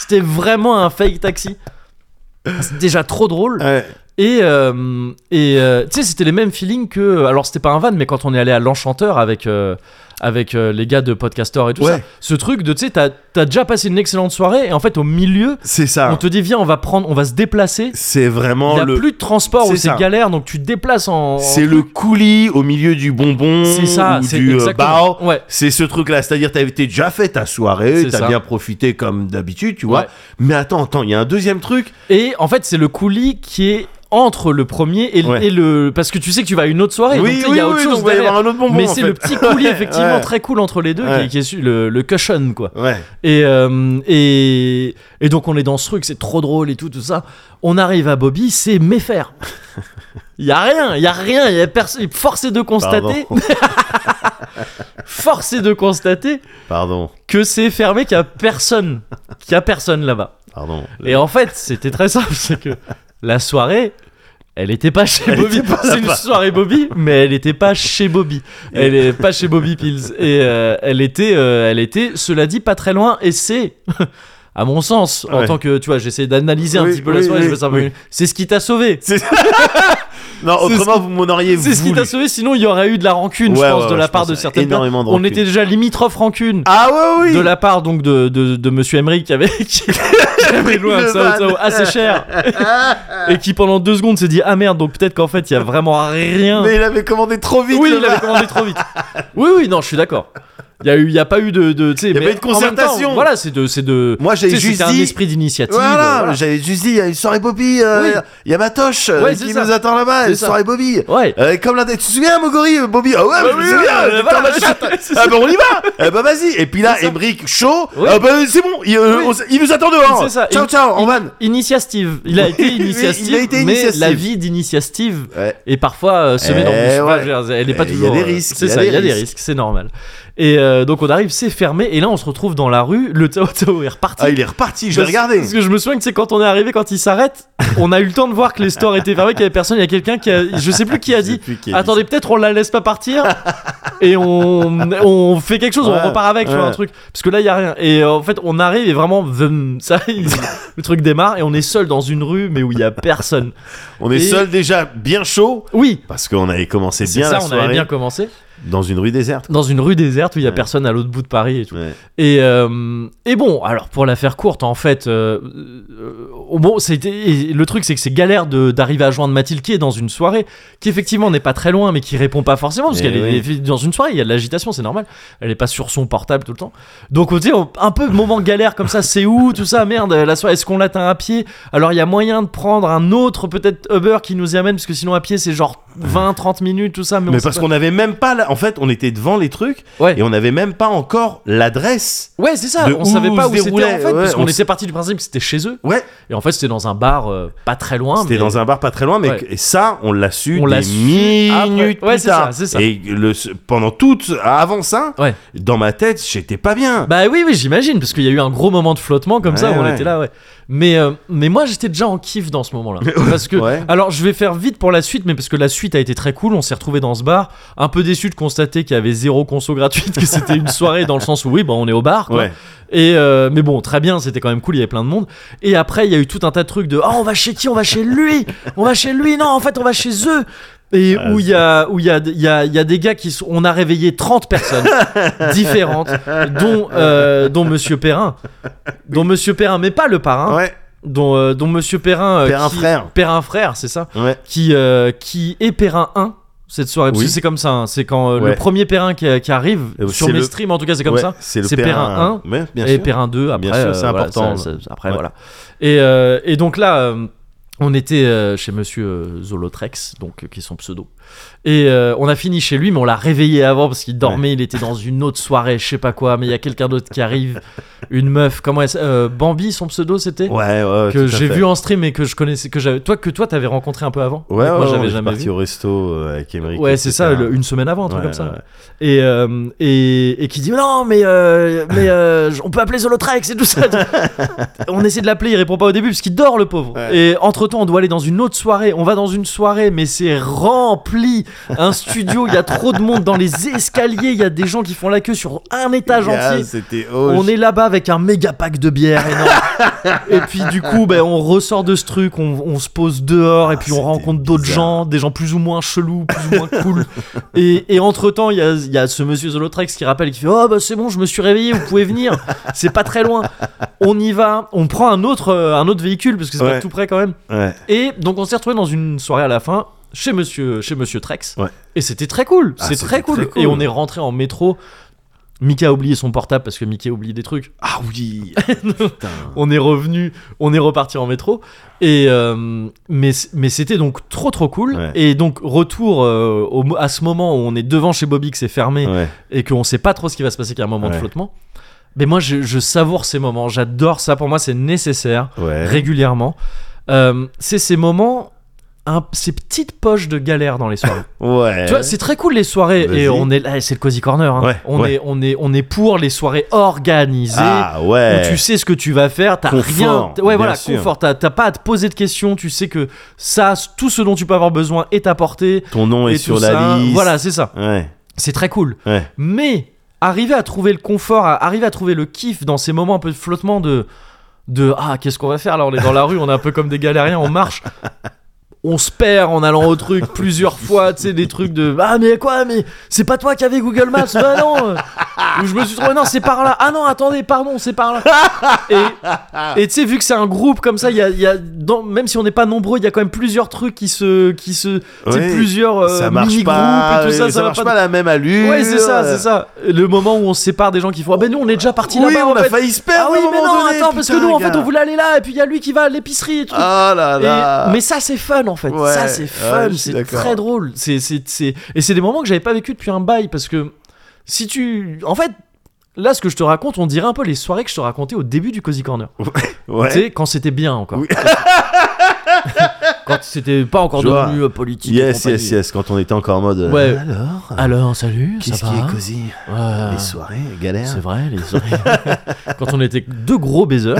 c'était vraiment un fake taxi c'est déjà trop drôle Ouais. Et, euh, et euh, tu sais, c'était les mêmes feelings que. Alors, c'était pas un van, mais quand on est allé à l'Enchanteur avec, euh, avec euh, les gars de Podcaster et tout Ouais. ça, ce truc de, tu sais, t'as t'as déjà passé une excellente soirée et en fait, au milieu, C'est on ça. te dit, viens, on va, prendre, on va se déplacer. Ah. C'est Il vraiment n'y a le. plus de transport ou C'est c'est ça. galère, donc tu te déplaces en. C'est le coulis au milieu du bonbon. C'est ça, ou c'est du euh, exactement. bao. Ouais. C'est ce truc-là, c'est-à-dire t'as t'as déjà fait ta soirée, C'est ça. t'as bien profité comme d'habitude, tu vois. Ouais. Mais attends, attends, il y a un deuxième truc. Et en fait, c'est le coulis qui est entre le premier et, le- Ouais. et le. Parce que tu sais que tu vas à une autre soirée, donc tu sais, il y a autre chose donc il va y derrière. avoir un autre bonbon. Mais en c'est fait. le petit coulis, effectivement, [LAUGHS] Ouais. très cool entre les deux, qui est- Ouais. qui est, su- le, le cushion, quoi. Ouais. Et, euh, et, et donc on est dans ce truc, c'est trop drôle et tout, tout ça. On arrive à Bobby, c'est méfaire. Il y a rien, il y a rien, il y a personne. Force est de constater, Pardon. [LAUGHS] force est de constater Pardon. que c'est fermé, qu'il y a personne, qu'il y a personne là-bas. Pardon. Et en fait, c'était très simple, c'est que la soirée, elle était pas chez Elle Bobby. était pas C'est une là-bas. soirée Bobby, mais elle était pas chez Bobby. Elle est pas chez Bobby Pills. Et euh, elle était, euh, elle était, cela dit, pas très loin. Et c'est, à mon sens, en Ouais. tant que, tu vois, j'essaie d'analyser un Oui, petit peu la oui, soirée. oui, je fais ça un peu- oui. C'est ce qui t'a sauvé. C'est- non, C'est ce autrement, vous m'en auriez C'est ce qui voulu. t'a sauvé. Sinon, il y aurait eu de la rancune, Ouais, je pense, ouais, de ouais, la je part pense de à certaines. énormément de On rancune. était déjà limitrophe rancune. Ah ouais, oui. de la part donc de, de, de monsieur Emery qui avait qui [LAUGHS] avait loué un Le Sao van. Sao assez cher et qui pendant deux secondes s'est dit ah merde donc peut-être qu'en fait il y a vraiment rien Mais il avait commandé trop vite. oui le il avait gars. commandé trop vite oui oui non je suis d'accord il y a eu il y a pas eu de, de tu sais y a mais pas eu de en même temps, concertation. voilà c'est de c'est de Moi, tu j'avais sais, juste c'était un dit- esprit d'initiative Voilà, euh, j'avais juste dit, il y a une soirée Bobby, euh, il Oui. y a Matoche euh, Ouais, c'est qui ça. nous attend là-bas, C'est une ça. soirée Bobby. voilà. ouais Euh, comme la tu te souviens Mogori euh, Bobby ah ouais Bah je me oui, souviens euh, t'étais voilà, en mode c'est chatte. [LAUGHS] ça. ah bah on y va ah bah vas-y et puis là C'est ça. Emric chaud Oui. ah bah c'est bon il, euh, Oui. on s- il nous attend dehors C'est ça. ciao Il- ciao en van Initiative, il a Oui, été oui, initiative, il a été mais initiative. la vie d'initiative Ouais. est parfois euh, semée Eh d'embûches. Enfin, ouais. je veux dire, elle n'est pas Eh, il y a toujours. des euh, risques, C'est il y a ça, des il y a des risques. risques, c'est normal. Et euh, donc on arrive, c'est fermé, et là on se retrouve dans la rue, le Tao Tao est reparti. ah il est reparti je l'ai Parce- regardé Parce que je me souviens que c'est quand on est arrivé, quand il s'arrête, on a eu le temps de voir que les stores étaient fermés, qu'il y avait personne, il y a quelqu'un qui a. Je sais plus qui a Je sais dit. plus qui a dit Attendez, peut-être on la laisse pas partir et on, on fait quelque chose, Ouais, on repart avec, tu vois, ouais. un truc. Parce que là, il y a rien. Et euh, en fait, on arrive et vraiment, [LAUGHS] vum, ça, il- le truc démarre et on est seul dans une rue, mais où il y a personne. on est Et- seul déjà bien chaud Oui, parce qu'on avait commencé c'est bien ça, la on avait soirée bien commencé. dans une rue déserte Dans une rue déserte où il y a Ouais. personne à l'autre bout de Paris et tout. ouais. Et, euh, et bon, alors pour la faire courte, en fait, euh, euh, bon, c'était et le truc, c'est que c'est galère de- d'arriver à joindre Mathilde qui est dans une soirée, qui effectivement n'est pas très loin, mais qui répond pas forcément parce Eh qu'elle est dans une soirée, il y a de l'agitation, c'est normal. Elle est pas sur son portable tout le temps. Donc on dit on- un peu moment galère comme ça, c'est où tout ça, merde, la soirée, est-ce qu'on l'atteint à pied Alors il y a moyen de prendre un autre peut-être Uber qui nous y amène parce que sinon à pied c'est genre 20-30 minutes tout ça. Mais, on mais sait parce pas. qu'on avait même pas la- en fait on était devant les trucs Ouais. et on avait même pas encore l'adresse Ouais, c'est ça. de On où savait pas se où c'était en déroulait, fait, parce ouais, qu'on on s- était parti du principe que c'était chez eux. ouais Et en fait, c'était dans un bar euh, pas très loin. C'était mais- dans un bar pas très loin, mais Ouais. que- et ça, on l'a su On des l'a su minutes après. Ouais, plus c'est tard. ça, c'est ça. Et le, pendant tout, avant ça, Ouais. dans ma tête, j'étais pas bien. Bah oui, oui, j'imagine, parce qu'il y a eu un gros moment de flottement comme ça, où Ouais, on ouais. était là, ouais. Mais, euh, mais moi, j'étais déjà en kiff dans ce moment-là. Parce que. [LAUGHS] Ouais. Alors, je vais faire vite pour la suite, mais parce que la suite a été très cool. On s'est retrouvé dans ce bar, un peu déçu de constater qu'il y avait zéro conso [LAUGHS] gratuite, que c'était une soirée dans le sens où, oui, bon, on est au bar, quoi. Ouais. Et euh, mais bon, très bien, c'était quand même cool, il y avait plein de monde. Et après, il y a eu tout un tas de trucs de ah on va chez qui On va chez lui On va chez lui Non, en fait, on va chez eux et Ouais, où il y a où il y a il y a, il y a des gars qui sont, on a réveillé 30 [LAUGHS] personnes différentes dont euh, dont monsieur Perrin dont monsieur Perrin mais pas le parrain ouais. dont euh, dont monsieur Perrin euh, Perrin qui- frère. Perrin frère c'est ça Ouais. qui euh, qui est Perrin 1 cette soirée parce Oui. que c'est comme ça hein, c'est quand euh, le Ouais. premier Perrin qui, qui arrive Euh, sur c'est mes le- streams en tout cas c'est comme Ouais, ça C'est le c'est Perrin 1. Ouais, bien et sûr. Perrin 2 après Bien sûr, c'est euh, voilà, important. ça- ça- après Ouais. voilà et, euh, et donc là euh, on était euh, chez monsieur euh, Zolotrex donc euh, qui est son pseudo et euh, on a fini chez lui mais on l'a réveillé avant parce qu'il dormait il était dans une autre soirée je sais pas quoi mais il y a quelqu'un d'autre qui [LAUGHS] arrive une meuf comment elle s- euh, Bambi son pseudo c'était Ouais, ouais, que tout à j'ai fait. vu en stream et que je connaissais que j'avais toi que toi t'avais rencontré un peu avant mais Ouais, que ouais, moi ouais, on j'avais est jamais parti vu au resto euh, avec Emmerich. Ouais, c'est ça, etc. le- une semaine avant, un truc Ouais, comme ça. ouais. Et, euh, et, et qui dit non, mais, euh, mais [LAUGHS] euh, j- on peut appeler Zolotrex et tout ça. on essaie de l'appeler, il répond pas au début parce qu'il dort, le pauvre. Ouais. Et entre temps, on doit aller dans une autre soirée. On va dans une soirée, mais c'est rempli rempli, un studio, il y a trop de monde dans les escaliers, il y a des gens qui font la queue sur un étage Gars, entier. C'était On est là-bas avec un méga pack de bière énorme. et puis du coup, ben, on ressort de ce truc, on, on se pose dehors et puis on Ah, c'était rencontre d'autres bizarre. gens, des gens plus ou moins chelous, plus ou moins cool. et, et entre-temps, il y a, il y a ce monsieur Zolotrex qui rappelle, qui fait Oh bah c'est bon, je me suis réveillé, vous pouvez venir, c'est pas très loin. On y va, on prend un autre, euh, un autre véhicule parce que c'est Ouais. pas tout près quand même. Ouais. Et donc on s'est retrouvé dans une soirée à la fin chez monsieur chez monsieur Trex. Ouais. Et c'était très cool, Ah, c'est c'était très cool. très cool. Et on est rentré en métro. Mickey a oublié son portable parce que Mickey oublie des trucs. Ah oui. Putain. On est revenu, on est reparti en métro. Et euh, mais mais c'était donc trop trop cool. Ouais. Et donc retour euh, au mo- à ce moment où on est devant chez Bobby que c'est fermé Ouais. et qu'on sait pas trop ce qui va se passer qu'il y a un moment de Ouais. flottement. Mais moi je, je savoure ces moments, j'adore ça. Pour moi c'est nécessaire Ouais. régulièrement. Euh, c'est ces moments, un- ces petites poches de galère dans les soirées. [LAUGHS] Ouais. tu vois, c'est très cool les soirées Vas-y. et on est là, c'est le cozy corner. hein. Ouais, on ouais. est, on est, on est pour les soirées organisées. Ah Où ouais. tu sais ce que tu vas faire, t'as Confort, rien. t'as- Ouais, bien voilà, sûr. confort. T'as t'as pas à te poser de questions. Tu sais que ça, tout ce dont tu peux avoir besoin est à portée. Ton nom et est tout sur ça. la liste. Voilà, c'est ça. Ouais. C'est très cool. Ouais. Mais arriver à trouver le confort, à- arriver à trouver le kiff dans ces moments un peu de flottement de de ah qu'est-ce qu'on va faire là on est dans la rue on est un peu comme des galériens on marche on se perd en allant au truc plusieurs fois tu sais des trucs de ah mais quoi mais c'est pas toi qui avais Google Maps bah non euh, ou je me suis trouvé non c'est par là ah non attendez pardon c'est par là et et tu sais vu que c'est un groupe comme ça il y a, il y a dans- même si on n'est pas nombreux il y a quand même plusieurs trucs qui se qui se tu sais, Ouais, plusieurs euh, ça marche mini-groupes pas. et tout ça ça, ça, va marche pas pas la même allure. Ouais, c'est ça, c'est ça. Le moment où on se sépare des gens qui font Ah, ben nous, on est déjà parti Oui, là-bas. on en a fait. failli se Ah perdre. oui, à un mais moment non, donné, attends, parce que putain, nous, en gars. fait, on voulait aller là, et puis il y a lui qui va à l'épicerie et tout. Ah là là. Et- mais ça c'est fun en fait, Ouais, ça c'est fun, ouais, je suis c'est d'accord. très drôle. C'est, c'est, c'est- Et c'est des moments que j'avais pas vécu depuis un bail parce que si tu. En fait, là ce que je te raconte, on dirait un peu les soirées que je te racontais au début du Cozy Corner. Tu Ouais. sais, quand c'était bien encore. Oui. quand c'était pas encore Je vois. devenu euh, politique. et Yes, compagnie. yes, yes. Quand on était encore en mode. euh, Ouais. Alors. Alors, salut, Qu'est-ce ça qui va est cosy Ouais. Les soirées, galère. C'est vrai, les oreilles. [LAUGHS] quand on était deux gros [LAUGHS] baiseurs.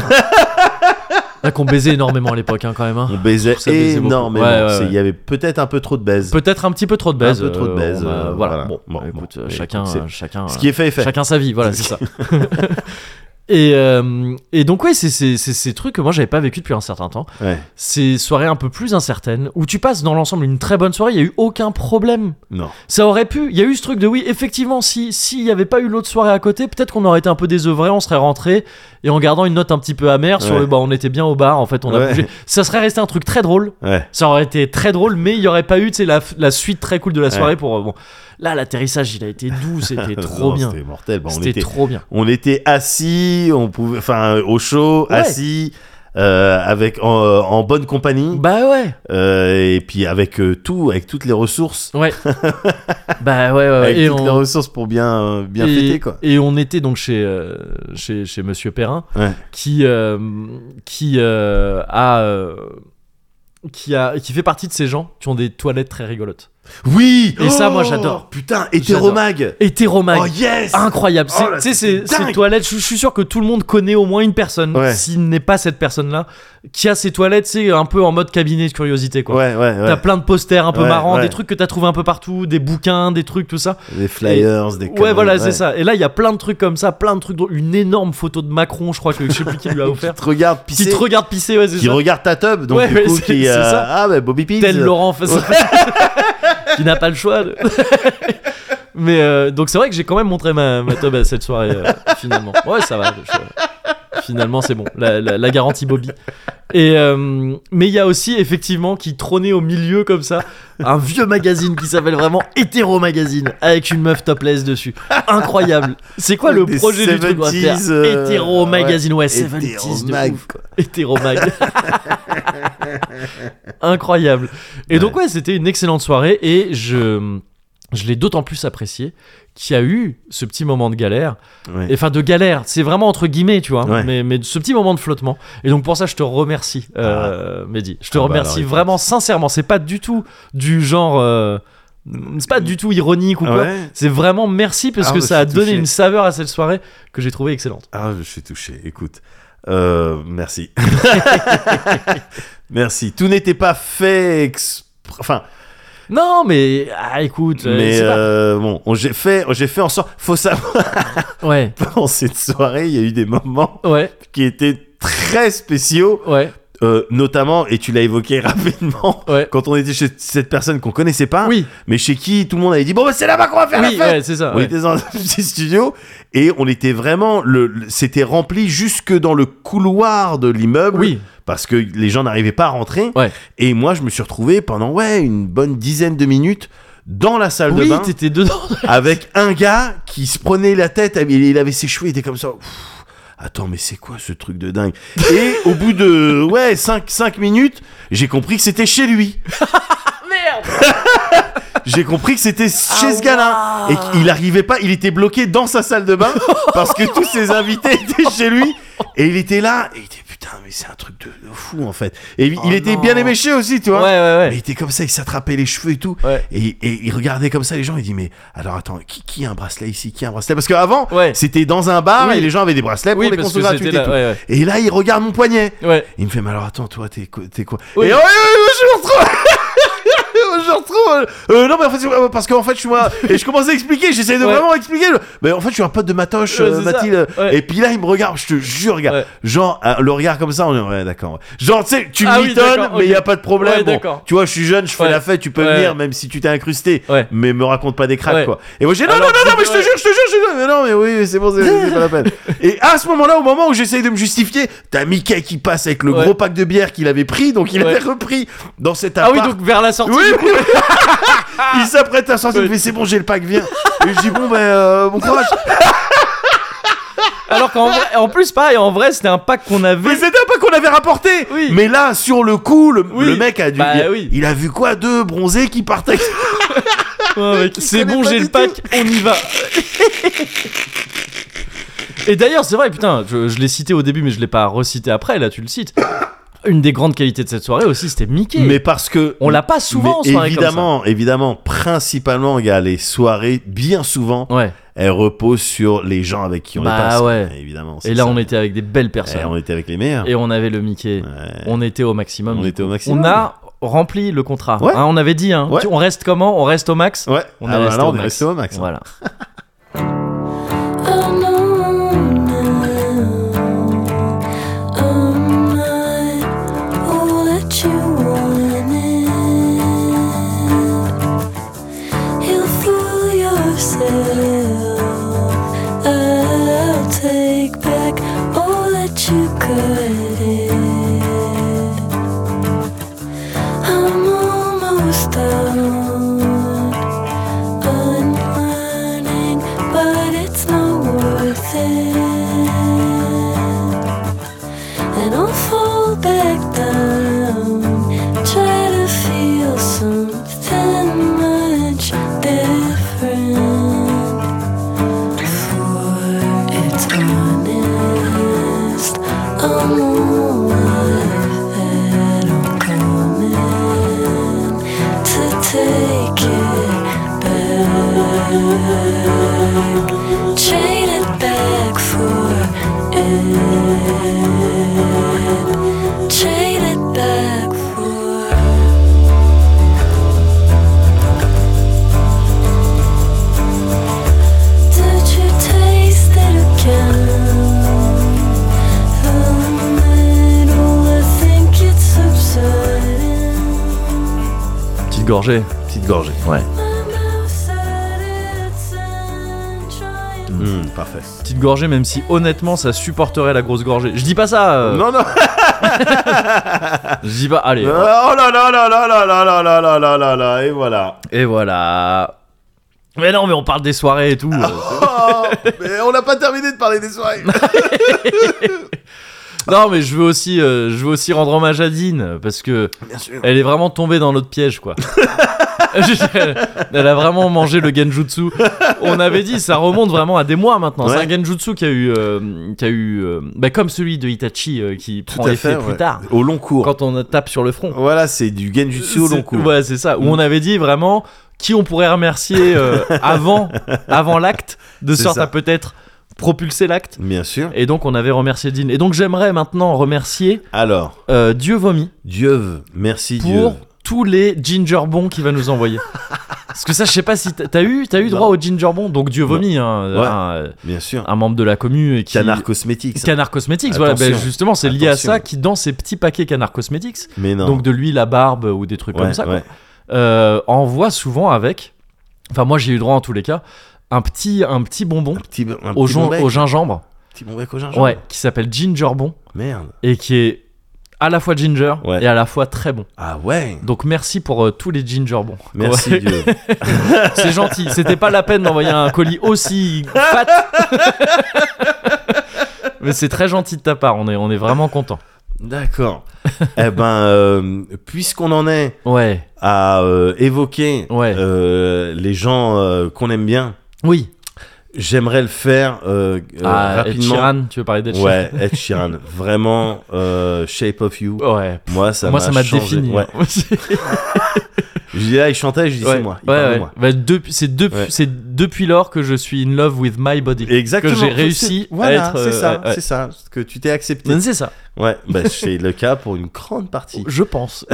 Là, qu'on baisait énormément à l'époque, hein, quand même. hein. On baisait Ça baisait beaucoup. énormément. Ouais, ouais, C'est- ouais. Il y avait peut-être un peu trop de baise. Peut-être un petit peu trop de baise. Un peu trop de euh, baise, on a- euh, voilà. voilà. Bon, Bon, écoute, bon, euh, mais chacun, écoute, c'est- euh, chacun, Ce euh, qui est fait est fait. chacun sa vie. Voilà, c'est ça. [LAUGHS] Et, euh, et donc, ouais, c'est c'est- c'est ces trucs que moi j'avais pas vécu depuis un certain temps. Ouais. Ces soirées un peu plus incertaines où tu passes dans l'ensemble une très bonne soirée, il y a eu aucun problème. Non. Ça aurait pu. Il y a eu ce truc de oui, effectivement, si s'il n'y avait pas eu l'autre soirée à côté, peut-être qu'on aurait été un peu désœuvré, on serait rentré et en gardant une note un petit peu amère sur Ouais. le bah on était bien au bar en fait, on a Ouais. bougé. Ça serait resté un truc très drôle. Ouais. Ça aurait été très drôle, mais il n'y aurait pas eu tu sais, la, la suite très cool de la soirée pour euh, bon. Là, l'atterrissage, il a été [LAUGHS] doux, c'était trop Non, bien. C'était mortel. Bon, on C'était était trop bien. on était assis, on pouvait, enfin, au chaud, Ouais. assis, euh, avec en, en bonne compagnie, Bah ouais, euh, et puis avec euh, tout, avec toutes les ressources, ouais. [LAUGHS] bah ouais, ouais, ouais. avec Et toutes on- les ressources pour bien, euh, bien et, fêter quoi. et on était donc chez, euh, chez, chez Monsieur Perrin, Ouais. qui, euh, qui, euh, a, euh, qui a. qui fait partie de ces gens qui ont des toilettes très rigolotes. Oui. Oh, Et ça, moi, j'adore. Putain, hétéromag. Hétéromag. Oh yes. Incroyable. Oh C'est- là, tu sais, c'était c'est- ces dingue. toilettes, je je suis sûr que tout le monde connaît au moins une personne, Ouais. s'il n'est pas cette personne-là, qui a ces toilettes, c'est un peu en mode cabinet de curiosité, quoi. Ouais, ouais, T'as ouais. plein de posters un peu Ouais, marrants, ouais. des trucs que t'as trouvé un peu partout, des bouquins, des trucs, tout ça. Des flyers, des. Ouais, conneries, voilà, c'est ça. Et là, il y a plein de trucs comme ça, plein de trucs. drôles. Une énorme photo de Macron, je crois que je sais plus qui [LAUGHS] lui a offert. Qui te regarde Qui pisser. te regarde pisser, ouais, c'est qui ça. regarde ta tub, donc Ouais, du ouais, coup c'est- qui c'est euh, ça. ah bah Bobby Pins. Tel Laurent face [LAUGHS] qui n'a pas le choix. de- [LAUGHS] Mais euh, donc c'est vrai que j'ai quand même montré ma, ma teub à cette soirée euh, finalement. Ouais, ça va. je- Finalement, c'est bon. La, la- la garantie Bobby. Et euh, mais il y a aussi effectivement qui trônait au milieu comme ça un vieux magazine qui s'appelle vraiment Hétéro Magazine avec une meuf topless dessus. Incroyable. C'est quoi le Des projet du truc on va faire 70s, euh, Hétéro Magazine ouais, Hétéro 70s de mag, ouf. [LAUGHS] quoi. Hétéromag. Incroyable. Et donc ouais, c'était une excellente soirée et je je l'ai d'autant plus apprécié qu'il y a eu ce petit moment de galère. Ouais. Et Enfin de galère, c'est vraiment entre guillemets, tu vois. Ouais. Mais mais ce petit moment de flottement. Et donc pour ça, je te remercie, euh, Mehdi. Je te Ah bah remercie alors, vraiment sincèrement. C'est pas du tout du genre, euh, c'est pas du tout ironique ou Ah quoi. ouais C'est vraiment merci parce Ah, que bah, ça je a suis donné touché. une saveur à cette soirée que j'ai trouvée excellente. Ah, je suis touché, écoute. Euh, [LAUGHS] merci. merci. Tout n'était pas fait exprès. Enfin, Non, mais ah, écoute, euh, Mais c'est pas- euh, bon, on- j'ai fait, j'ai fait en sorte. Faut savoir, ouais, [LAUGHS] pendant cette soirée, il y a eu des moments ouais, qui étaient très spéciaux, ouais, euh, notamment, et tu l'as évoqué [LAUGHS] rapidement, ouais. quand on était chez cette personne qu'on connaissait pas, Oui, mais chez qui tout le monde avait dit Bon, bah, c'est là-bas qu'on va faire oui, Ah, la fête ouais, c'est ça. On ouais. était dans un [LAUGHS] petit studio et on était vraiment. Le, le- C'était rempli jusque dans le couloir de l'immeuble Oui, parce que les gens n'arrivaient pas à rentrer. Ouais. Et moi, je me suis retrouvé pendant ouais, une bonne dizaine de minutes dans la salle de oui, bain t'étais [LAUGHS] dedans. avec un gars qui se prenait la tête, il, il avait ses cheveux, il était comme ça. Pff, Attends, mais c'est quoi ce truc de dingue Et au bout de ouais 5, minutes, j'ai compris que c'était chez lui. Merde. J'ai compris que c'était chez Ah, ce gars-là. waouh. Et qu'il arrivait pas, il était bloqué dans sa salle [LAUGHS] de bain parce que tous ses invités étaient chez lui. Et il était là, et il était putain, mais c'est un truc de, de fou en fait. Et il Oh était non. bien éméché aussi, tu Ouais, vois. ouais, Mais il ouais. était comme ça, il s'attrapait les cheveux et tout. Ouais. Et, et il regardait comme ça les gens, il dit mais alors attends, qui, qui a un bracelet ici Qui a un bracelet Parce qu'avant, Ouais. c'était dans un bar Oui. et les gens avaient des bracelets pour Oui, les parce consos que gratuites c'était et là. tout. Ouais, Et là, il regarde mon poignet. ouais. ouais. Il me fait mais alors attends, toi t'es quoi, t'es quoi Oui. Et oh, oui, oui, je me retrouve [LAUGHS] Je me retrouve euh, euh, non mais en fait c'est- euh, parce qu'en fait je suis moi et je commençais à expliquer j'essayais de Ouais. vraiment expliquer je- mais en fait je suis un pote de Matoche Ouais, euh, c'est ça. Mathilde Ouais. et puis là il me regarde je te jure regarde Ouais. genre euh, le regard comme ça on est ouais d'accord ouais. genre tu sais tu Ah oui, mitonnes d'accord, mais il ok. y a pas de problème Ouais, Bon, d'accord. tu vois je suis jeune je fais Ouais. la fête tu peux Ouais. venir même si tu t'es incrusté Ouais. mais me raconte pas des cracks Ouais. quoi et moi j'ai non non Alors, non non mais je te ouais. jure je te jure je te jure mais non mais oui c'est bon c'est c'est pas la peine et à ce moment là au moment où j'essaye de me justifier t'as Mickey qui passe avec le Ouais. gros pack de bière qu'il avait pris donc il Ouais. avait repris dans cet Ah appart oui, donc vers la sortie. [LAUGHS] oui, du [LAUGHS] coup. oui. il s'apprête à sortir Oui. mais c'est bon j'ai le pack viens et je dis bon ben euh, [LAUGHS] bon courage Alors qu'en vrai- en plus, pareil, en vrai, c'était un pack qu'on mais avait. c'était un pack qu'on avait rapporté Oui. mais là sur le coup le, Oui. le mec a dû Bah il, oui. il a vu quoi deux bronzés qui partaient Ouais, mec, C'est connaît bon, pas j'ai du le pack, on y va. Et d'ailleurs, c'est vrai, putain, je, je l'ai cité au début, mais je l'ai pas recité après, là tu le cites. Une des grandes qualités de cette soirée aussi, c'était Mickey. mais parce que on l'a pas souvent en mais soirée évidemment évidemment principalement il y a les soirées bien souvent comme ça. Ouais. elle repose sur les gens avec qui on Bah est passé. ouais. Évidemment. c'est Et là, ça. on était avec des belles personnes. Eh, on était avec les meilleurs. Et on avait le Mickey. Ouais. On était au maximum. On, du était au On maximum. a rempli le contrat. Ouais. Hein, on avait dit, hein. Ouais. Tu- on reste comment On reste au max Ouais. On Ah, est bah, resté là, au on est max. resté au max. Voilà. I'll take back all that you could. I'm almost done unlearning, but it's not worth it. And I'll fall back down, try to feel something much different. For it's honest, I'm alive and I'm coming to take it back. Trade it back for it. Trade it back for. Did you taste it again? The middle, I think it's subsiding. Petite gorgée. Petite gorgée. Ouais. My mouth said it's in trying. Mm, parfait. Petite gorgée, même si honnêtement, ça supporterait la grosse gorgée. Je dis pas ça. euh, Non, non. Je dis pas. Allez. oh là là là là là là là là là là là là. [LAUGHS] Et voilà. Et voilà. Mais non, mais on parle des soirées et tout. euh. Oh, mais on n'a pas terminé de parler des soirées. [LAUGHS] non, mais je veux aussi, euh, je veux aussi rendre hommage à Dean parce que Bien sûr. elle est vraiment tombée dans notre piège, [LAUGHS] quoi. elle a vraiment mangé le genjutsu. On avait dit, ça remonte vraiment à des mois maintenant. Ouais. C'est un genjutsu qui a eu, euh, qui a eu, euh, bah, comme celui de Itachi euh, qui prend effet plus ouais. tard Au long cours. quand on tape sur le front. Voilà, c'est du genjutsu au C'est- long cours. Ouais, c'est ça. Où on avait dit vraiment qui on pourrait remercier euh, avant, avant l'acte, de C'est sorte ça. à peut-être propulser l'acte. Bien sûr. Et donc on avait remercié Dean. Et donc j'aimerais maintenant remercier Alors, euh, Dieu Vomi Dieu, merci pour Dieu. tous les ginger bons qu'il va nous [LAUGHS] envoyer. Parce que ça, je sais pas si t'as- t'as eu, t'as eu droit au Non. ginger bon, donc Dieu vomi, hein, Ouais. un, Bien sûr. un membre de la commu et qui. Canard cosmétique. ça. Canard Cosmetics, voilà, ben, Attention. justement, c'est lié à ça Attention. qui, dans ces petits paquets Canard Cosmetics, Mais non. donc de l'huile à barbe ou des trucs Ouais, comme ça, quoi, ouais. euh, envoie souvent avec, enfin, moi j'ai eu droit en tous les cas, un petit, un petit bonbon Un petit, un au, petit gin- bon bec. au gingembre, Petit bon bec au gingembre. ouais, qui s'appelle Ginger Bon Merde. et qui est à la fois ginger Ouais. et à la fois très bon. Ah ouais. Donc merci pour euh, tous les ginger bons. Merci Ouais. Dieu. C'est gentil. C'était pas la peine d'envoyer un colis aussi [LAUGHS] fat. Mais c'est très gentil de ta part. On est, on est vraiment content. D'accord. [LAUGHS] eh ben, euh, puisqu'on en est Ouais. à euh, évoquer Ouais. euh, les gens euh, qu'on aime bien, Oui. j'aimerais le faire euh, euh, Ah, Ed rapidement. Sheeran, tu veux parler d'Ed Ouais, Ed Sheeran, vraiment euh, Shape [LAUGHS] of You. Sheeran Ouais. Moi, ça moi, ça m'a changé. défini. [LAUGHS] hein. Ouais. Je dis là, il chantait, je dis c'est Ouais. moi. Il Ouais, parle de ouais. moi. Bah, depuis- c'est depuis, Ouais. c'est depuis lors que je suis in love with my body. Exactement. Que j'ai réussi C'est- voilà, à être, euh, c'est ça, ouais, Mmh. ouais. c'est ça. Que tu t'es accepté. Mais C'est ça. Ouais, bah, c'est le cas pour une [LAUGHS] grande partie Je [LAUGHS] pense.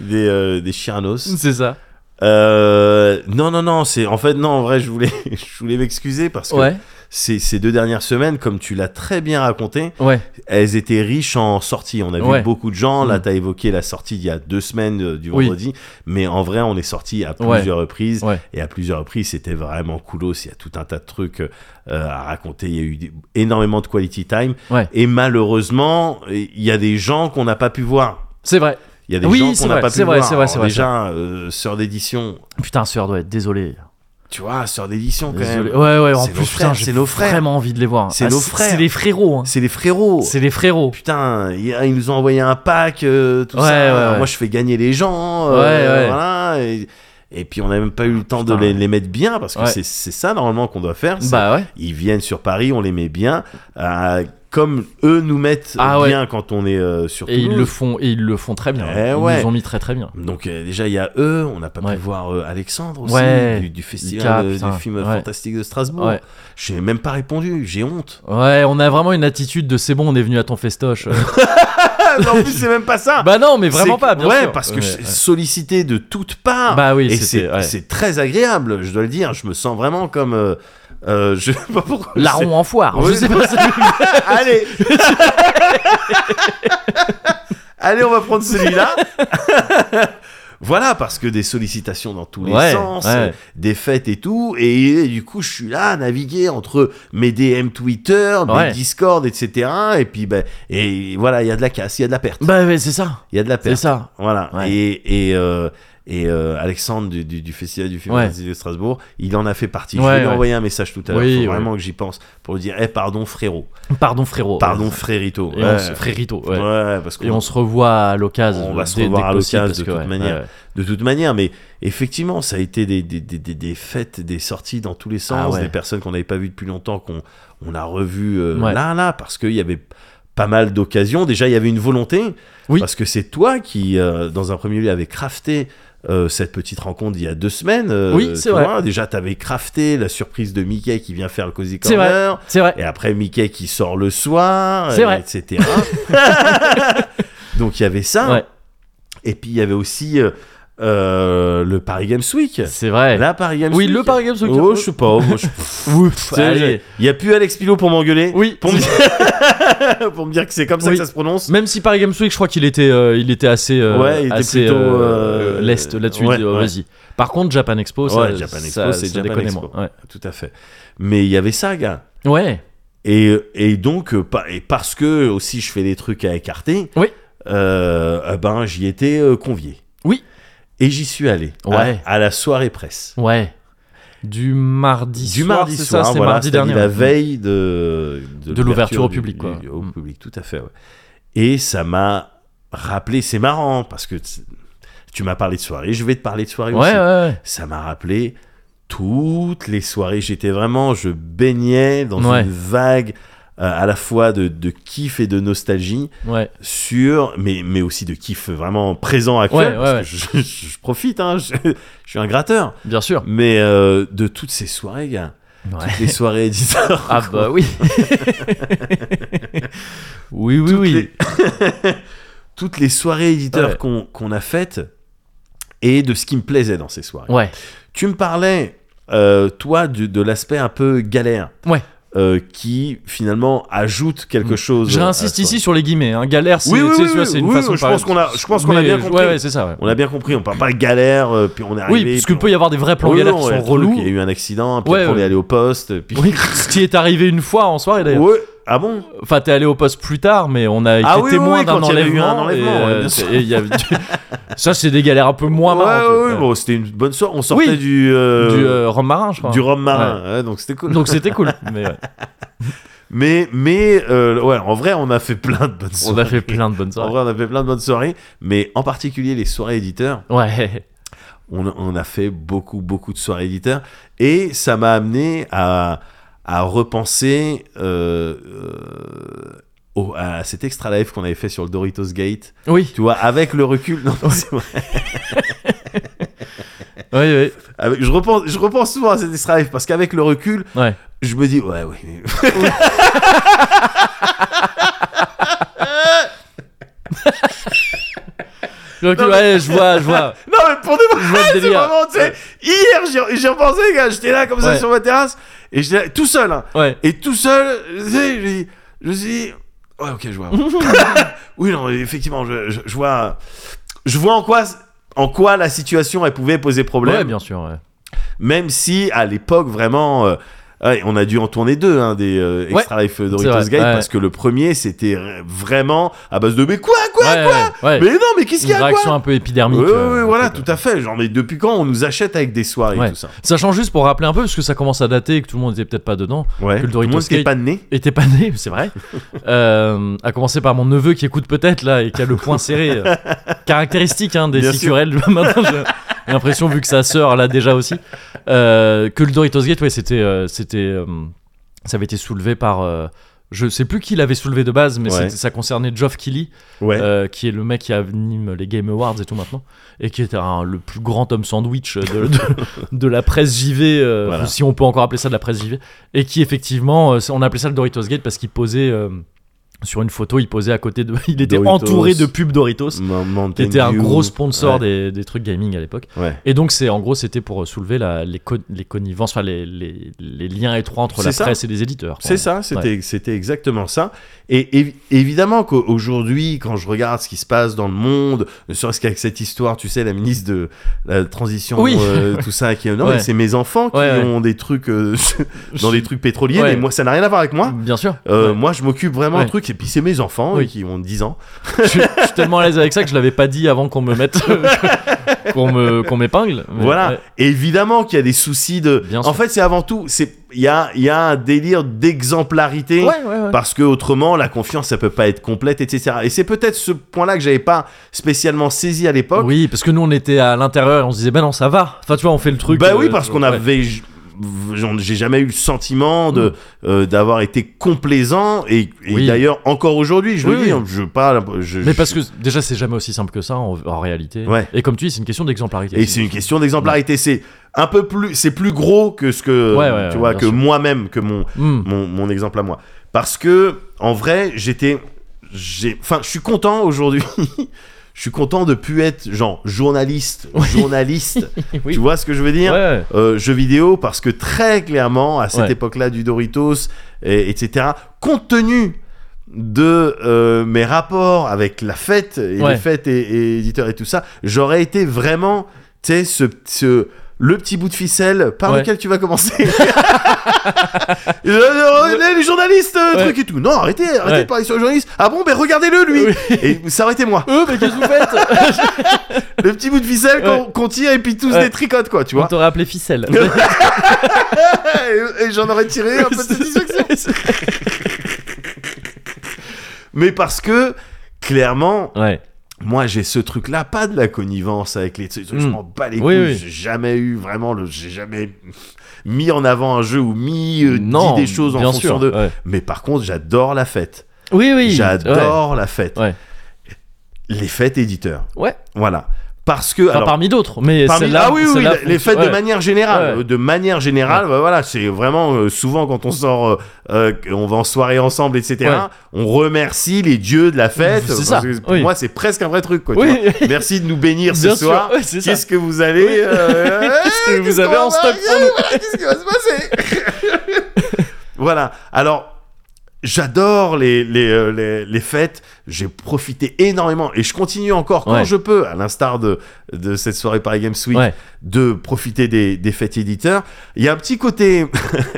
des, euh, des Chiranos. c'est ça. Euh, non, non, non, c'est en fait, non, en vrai, je voulais, [LAUGHS] je voulais m'excuser parce que Ouais. ces, ces deux dernières semaines, comme tu l'as très bien raconté, Ouais. elles étaient riches en sorties. On a Ouais. vu beaucoup de gens. Là, Mm. tu as évoqué la sortie il y a deux semaines euh, du Oui. vendredi, mais en vrai, on est sorti à Ouais. plusieurs reprises Ouais. et à plusieurs reprises, c'était vraiment coolos. Il y a tout un tas de trucs euh, à raconter. Il y a eu des- énormément de quality time Ouais. et malheureusement, il y a des gens qu'on n'a pas pu voir. C'est vrai. Il y a des Oui, gens c'est qu'on n'a vrai, pas pu c'est vrai, voir. c'est vrai, c'est Alors, vrai, Déjà, euh, sœur d'édition, Putain, sœur, doit être désolé. tu vois, sœur d'édition quand Désolé. même. Ouais, ouais, en C'est nos plus, frères, putain, j'ai c'est nos frères. vraiment envie de les voir. Ah, C'est nos frères. C'est les frérots. hein. C'est les frérots. C'est les frérots. Putain, il- ils nous ont envoyé un pack, euh, tout Ouais, ça. ouais, ouais. Moi, je fais gagner les gens. euh, Ouais, ouais. Voilà. Et, et puis, on n'a même pas eu le temps Putain. de les, les mettre bien parce que Ouais. c'est c'est ça normalement qu'on doit faire. c'est- Bah ouais. Ils viennent sur Paris, on les met bien, euh, comme eux nous mettent Ah ouais. bien quand on est euh, sur Et ils Toulouse. le font, et ils le font très bien. Eh ils ouais. nous ont mis très très bien. Donc euh, déjà il y a eux, on n'a pas Ouais. pu voir euh, Alexandre aussi Ouais. du, du festival Lucas, euh, putain. du film Ouais. fantastique de Strasbourg. Ouais. J'ai même pas répondu, j'ai honte. Ouais, on a vraiment une attitude de c'est bon, on est venu à ton [LAUGHS] festoche. Euh, Ah, mais en [LAUGHS] plus c'est même pas ça. bah non, mais vraiment C'est- pas, bien ouais, sûr. parce que Ouais, je- ouais. sollicité de toutes parts. Bah oui, et c'était- c'est ouais. c'est très agréable, je dois le dire. Je me sens vraiment comme. Euh, euh, je sais pas pourquoi. Larron en foire. Ouais. Je sais pas. C'est- [LAUGHS] Allez [LAUGHS] Allez, on va prendre celui-là. [LAUGHS] voilà, parce que des sollicitations dans tous les [LAUGHS] Ouais, sens, ouais. euh, des fêtes et tout. Et, du coup, je suis là à naviguer entre mes DM Twitter, mes Ouais. Discord, etc. Et puis, ben, et voilà, il y a de la casse, il y a de la perte. bah ouais, c'est ça. Il y a de la perte. C'est ça. Voilà. Ouais. Et, et, euh, et euh, Alexandre du, du, du Festival du film Ouais. fantastique de Strasbourg, il en a fait partie. Ouais, je vais lui ouais. envoyer un message tout à l'heure. Oui, Faut ouais. vraiment que j'y pense pour lui dire Eh, pardon, frérot. Pardon frérot. Pardon, frérito. Et on se- Oh. Frérito. ouais. Ouais, parce Et qu'on on se revoit à l'occasion. On va se dès- dès revoir que à possible, l'occasion, parce de que, toute ouais, manière. ouais. de toute manière, mais effectivement, ça a été des, des, des, des- des fêtes, des sorties dans tous les sens, Ah ouais. des personnes qu'on n'avait pas vues depuis longtemps, qu'on on a revues euh, Ouais. là, là, parce qu'il y avait pas mal d'occasions. Déjà, il y avait une volonté, Oui. parce que c'est toi qui, euh, dans un premier lieu, avait crafté euh, cette petite rencontre il y a deux semaines. euh, Oui, c'est tu vrai. vois. déjà, tu avais crafté la surprise de Mickey qui vient faire le Cozy C'est vrai. Corner. C'est vrai. Et après Mickey qui sort le soir, C'est euh, vrai. etc. [LAUGHS] Donc il y avait ça. Ouais. Et puis il y avait aussi euh, euh, le Paris Games Week. C'est vrai. La Paris Games Oui, Week. le Paris Games Week. Oh, je sais pas. moi, [LAUGHS] je- Pff, Ouf, tu sais, allez. Il y a plus Alex Pilot pour m'engueuler. Oui. [LAUGHS] Pour me dire, pour me [LAUGHS] dire que c'est comme ça Oui. que ça se prononce. Même si Paris Games Week, je crois qu'il était, euh, il était assez, euh, Ouais, il était assez, plutôt, euh, euh, lest là-dessus. ouais, il dit, oh, ouais. Vas-y. Par contre, Japan Expo, ça, Ouais, Japan Expo, ça- c'est ça Japan déconne Expo. moins. Tout à fait. Mais il y avait ça, gars. Ouais. ouais. Et, et donc, euh, pa- et parce que aussi je fais des trucs à écarter, Oui. euh, euh, ben, j'y étais euh, convié. Oui. Et j'y suis allé à- Ouais. à, la soirée presse. Ouais. Du mardi Du soir. mardi c'est soir, ça, c'est voilà, mardi c'est-à-dire dernier. la veille de, De l'ouverture au du- public, quoi. du- au Mm. public, tout à fait. ouais. Et ça m'a rappelé, c'est marrant, parce que t- tu m'as parlé de soirée, je vais te parler de soirée Ouais, aussi. ouais, ouais. ça m'a rappelé toutes les soirées. J'étais vraiment, je baignais dans Ouais. une vague euh, à la fois de, de kiff et de nostalgie ouais. sur, mais, mais aussi de kiff vraiment présent actuel. Ouais, ouais, parce que je, je profite, hein, je, je suis un gratteur. Bien sûr. Mais euh, de toutes ces soirées, gars, Ouais. toutes les soirées éditeurs. [LAUGHS] Ah [LAUGHS] bah oui. oui, oui, oui. toutes les soirées éditeurs Ouais. qu'on qu'on a faites et de ce qui me plaisait dans ces soirées. Ouais. Tu me parlais, euh, toi, du- de l'aspect un peu galère. Ouais. Euh, qui finalement ajoute quelque Mm. chose. Je à réinsiste ça. ici sur les guillemets. Hein. Galère, c'est Oui, oui, tu sais, oui, tu vois, c'est une oui, façon je pense qu'on a- je pense qu'on a Mais, bien compris. Ouais, ouais, c'est ça. ouais. On a bien compris, on parle pas de galère, euh, puis on est arrivé. Oui, parce que puis on- peut y avoir des vrais plans Oui, galères non, qui il y sont a le truc, relous. Il y a eu un accident, puis Ouais, après, on ouais. est allé au poste. Puis... Oui, ce qui est arrivé une fois en soirée d'ailleurs. Ouais. Ah bon Enfin, t'es allé au poste plus tard, mais on a été Ah oui, oui, témoin oui, d'un quand il y avait eu enlèvement. un enlèvement, et, ouais, euh, bien sûr. et il y avait du- [LAUGHS] Ça, c'est des galères un peu moins Ouais, marrantes. ouais, euh, bon, c'était une bonne soirée. On sortait Oui. du, euh, du euh, rhum marin, je crois. du rhum marin, ouais, donc c'était cool. Donc c'était cool. Mais [LAUGHS] ouais, Mais, mais euh, ouais, en vrai, on a fait plein de bonnes on soirées. a fait plein de bonnes En soirées. vrai, on a fait plein de bonnes soirées, mais en particulier les soirées éditeurs. Ouais. On, on a fait beaucoup, beaucoup de soirées éditeurs. Et ça m'a amené à, à repenser euh, euh, au- à cet extra live qu'on avait fait sur le Doritos Gate. Oui, Tu vois, avec le recul. Non, c'est vrai. oui, oui. Avec- je, repense, je repense souvent à cet extra live parce qu'avec le recul, Ouais. je me dis, ouais, oui. mais- Donc, Non, mais- ouais, je vois, Ah, je [LAUGHS] vois. Non, mais pour de vrai, Je vois le c'est délire. vraiment, tu sais, hier, j'y- j'y repensais, gars, j'étais là comme ça Ouais. sur ma terrasse, et j'étais là, tout seul, hein. Ouais. et tout seul, tu sais, je, dis- je me suis dit, ouais, ok, [LAUGHS] je vois. oui, non, mais effectivement, je, je, je vois, je vois en quoi, en quoi la situation, elle pouvait poser Ouais, problème, bien sûr. ouais. même si à l'époque, vraiment, euh, ouais, on a dû en tourner deux, hein, des euh, Ouais. Extra Life Doritos vrai, Guide, ouais. parce que le premier, c'était vraiment à base de, mais quoi, quoi, Ouais, quoi ouais, ouais. Mais non, mais qu'est-ce Une qu'il y a, quoi réaction un peu épidermique. oui, euh, un voilà, peu, tout à fait. Genre, mais depuis quand on nous achète avec des soirées Ouais. et tout ça Sachant juste pour rappeler un peu, parce que ça commence à dater et que tout le monde n'était peut-être pas dedans, Ouais. Que le Tout le Doritos monde qui est Gate- pas né. était pas né, [LAUGHS] c'est vrai. Euh, à commencer par mon neveu qui écoute peut-être là et qui a le poing serré, euh, caractéristique hein, des Bien sicurelles. [LAUGHS] Maintenant, j'ai j'ai l'impression, vu que sa sœur l'a déjà aussi, euh, que le Doritos Gate, ouais, c'était, euh, c'était, euh, ça avait été soulevé par. euh, je sais plus qui l'avait soulevé de base, mais Ouais. c'était- ça concernait Geoff Keighley, Ouais. euh, qui est le mec qui anime les Game Awards et tout maintenant, et qui était un- le plus grand homme sandwich de, [LAUGHS] de, de la presse JV, euh, Voilà. si on peut encore appeler ça de la presse JV, et qui effectivement, euh, on appelait ça le Doritos Gate parce qu'il posait, euh, sur une photo, il posait à côté de. [LAUGHS] Il était Doritos. entouré de pubs Doritos, Ma- Mountain qui était un Dew. gros sponsor Ouais. des, des trucs gaming à l'époque. Ouais. Et donc, c'est en gros, c'était pour euh, soulever la- les, co- les connivences, enfin, les, les- les liens étroits entre C'est la ça. presse et les éditeurs. quoi. C'est ça, c'était c'était exactement ça. Et évi- évidemment qu'aujourd'hui, quand je regarde ce qui se passe dans le monde, ne serait-ce qu'avec cette histoire, tu sais, la ministre de la transition, Oui. euh, tout ça, qui non, Ouais. mais c'est mes enfants qui Ouais, ouais. ont des trucs euh, [LAUGHS] dans des trucs pétroliers, Ouais. mais moi, ça n'a rien à voir avec moi. Bien sûr. Euh, Ouais. Moi, je m'occupe vraiment Ouais. de trucs, et puis c'est mes enfants Oui. euh, qui ont 10 ans. je, suis- je suis tellement à l'aise avec ça que je l'avais pas dit avant qu'on me [LAUGHS] mette qu'on me qu'on m'épingle Mais Voilà. ouais. Évidemment qu'il y a des soucis de. Bien en sûr. fait, c'est avant tout. C'est il y a il y a un délire d'exemplarité. ouais ouais ouais Parce que autrement, la confiance, ça peut pas être complète, etc. Et c'est peut-être ce point-là que j'avais pas spécialement saisi à l'époque. oui parce que nous on était à l'intérieur et on se disait ben non ça va enfin tu vois on fait le truc bah euh, oui, parce qu'on ouais. avait, j- j'en- j'ai jamais eu le sentiment de euh, d'avoir été complaisant et, et Mm. Oui. d'ailleurs encore aujourd'hui, je Oui, le dis, hein, oui. je parle, je, mais parce je- que déjà c'est jamais aussi simple que ça en, en réalité Ouais. et comme tu dis c'est une question d'exemplarité Et c'est une question d'exemplarité. C'est un peu plus, c'est plus gros que ce que Ouais, ouais, tu ouais, vois bien que sûr. moi-même, que mon Hmm. mon, mon exemple à moi. Parce que, en vrai, j'étais. j'ai- Enfin, je suis content aujourd'hui. [LAUGHS] Je suis content de pu être, genre, journaliste. Journaliste. [LAUGHS] Oui. Tu vois ce que je veux ouais dire ouais. Euh, Jeux vidéo, parce que très clairement, à cette Ouais. époque-là du Doritos, et, etc., compte tenu de euh, mes rapports avec la fête, et Ouais. les fêtes et, et éditeurs et tout ça, j'aurais été vraiment, tu sais, ce. ce- le petit bout de ficelle par Ouais. lequel tu vas commencer. [LAUGHS] Je- je- les- les journalistes, euh, Ouais. truc et tout. Non, arrêtez, arrêtez Ouais. de parler sur le journaliste. Ah bon, ben regardez-le lui. [LAUGHS] Et ça aurait été moi. Euh, mais qu'est-ce que vous faites Le petit bout de ficelle qu'on Ouais. qu'on tire et puis tous Ouais. des tricotes quoi, [LAUGHS] tu On vois. t'aurait appelé ficelle. [LAUGHS] et et j'en aurais tiré [LAUGHS] un peu de [LAUGHS] satisfaction. Mais parce que, clairement, ouais. moi j'ai ce truc là, pas de la connivence avec les trucs. Je Mm. m'en bats les Oui, couilles. oui. J'ai jamais eu vraiment le. J'ai jamais mis en avant un jeu ou mis euh, non. dit des choses en bien fonction sûr, de. ouais. Mais par contre, j'adore la fête. Oui oui. J'adore la fête. Ouais. Les fêtes éditeurs. Ouais. Voilà. parce que Enfin, alors, parmi d'autres, mais Parmi- celle-là. ah oui, oui, celle-là oui, les fonctionne- fêtes de ouais. manière générale. Ouais. De manière générale, bah voilà, c'est vraiment euh, souvent quand on sort, euh, euh, on va en soirée ensemble, etc. Ouais. On remercie les dieux de la fête. C'est parce ça, que Pour oui. moi, c'est presque un vrai truc. Quoi, tu Oui. [LAUGHS] vois. Merci de nous bénir Bien ce sûr, soir. ouais, c'est ça. Qu'est-ce que vous [LAUGHS] allez. Oui. euh, Qu'est-ce que vous qu'est-ce avez qu'on en va- stock pour Qu'est-ce qui va se passer [LAUGHS] Voilà. Alors. J'adore les, les, euh, les, les fêtes, j'ai profité énormément et je continue encore quand Ouais. je peux, à l'instar de, de cette soirée Paris Games Week, Ouais. de profiter des, des fêtes éditeurs. Il y a un petit côté.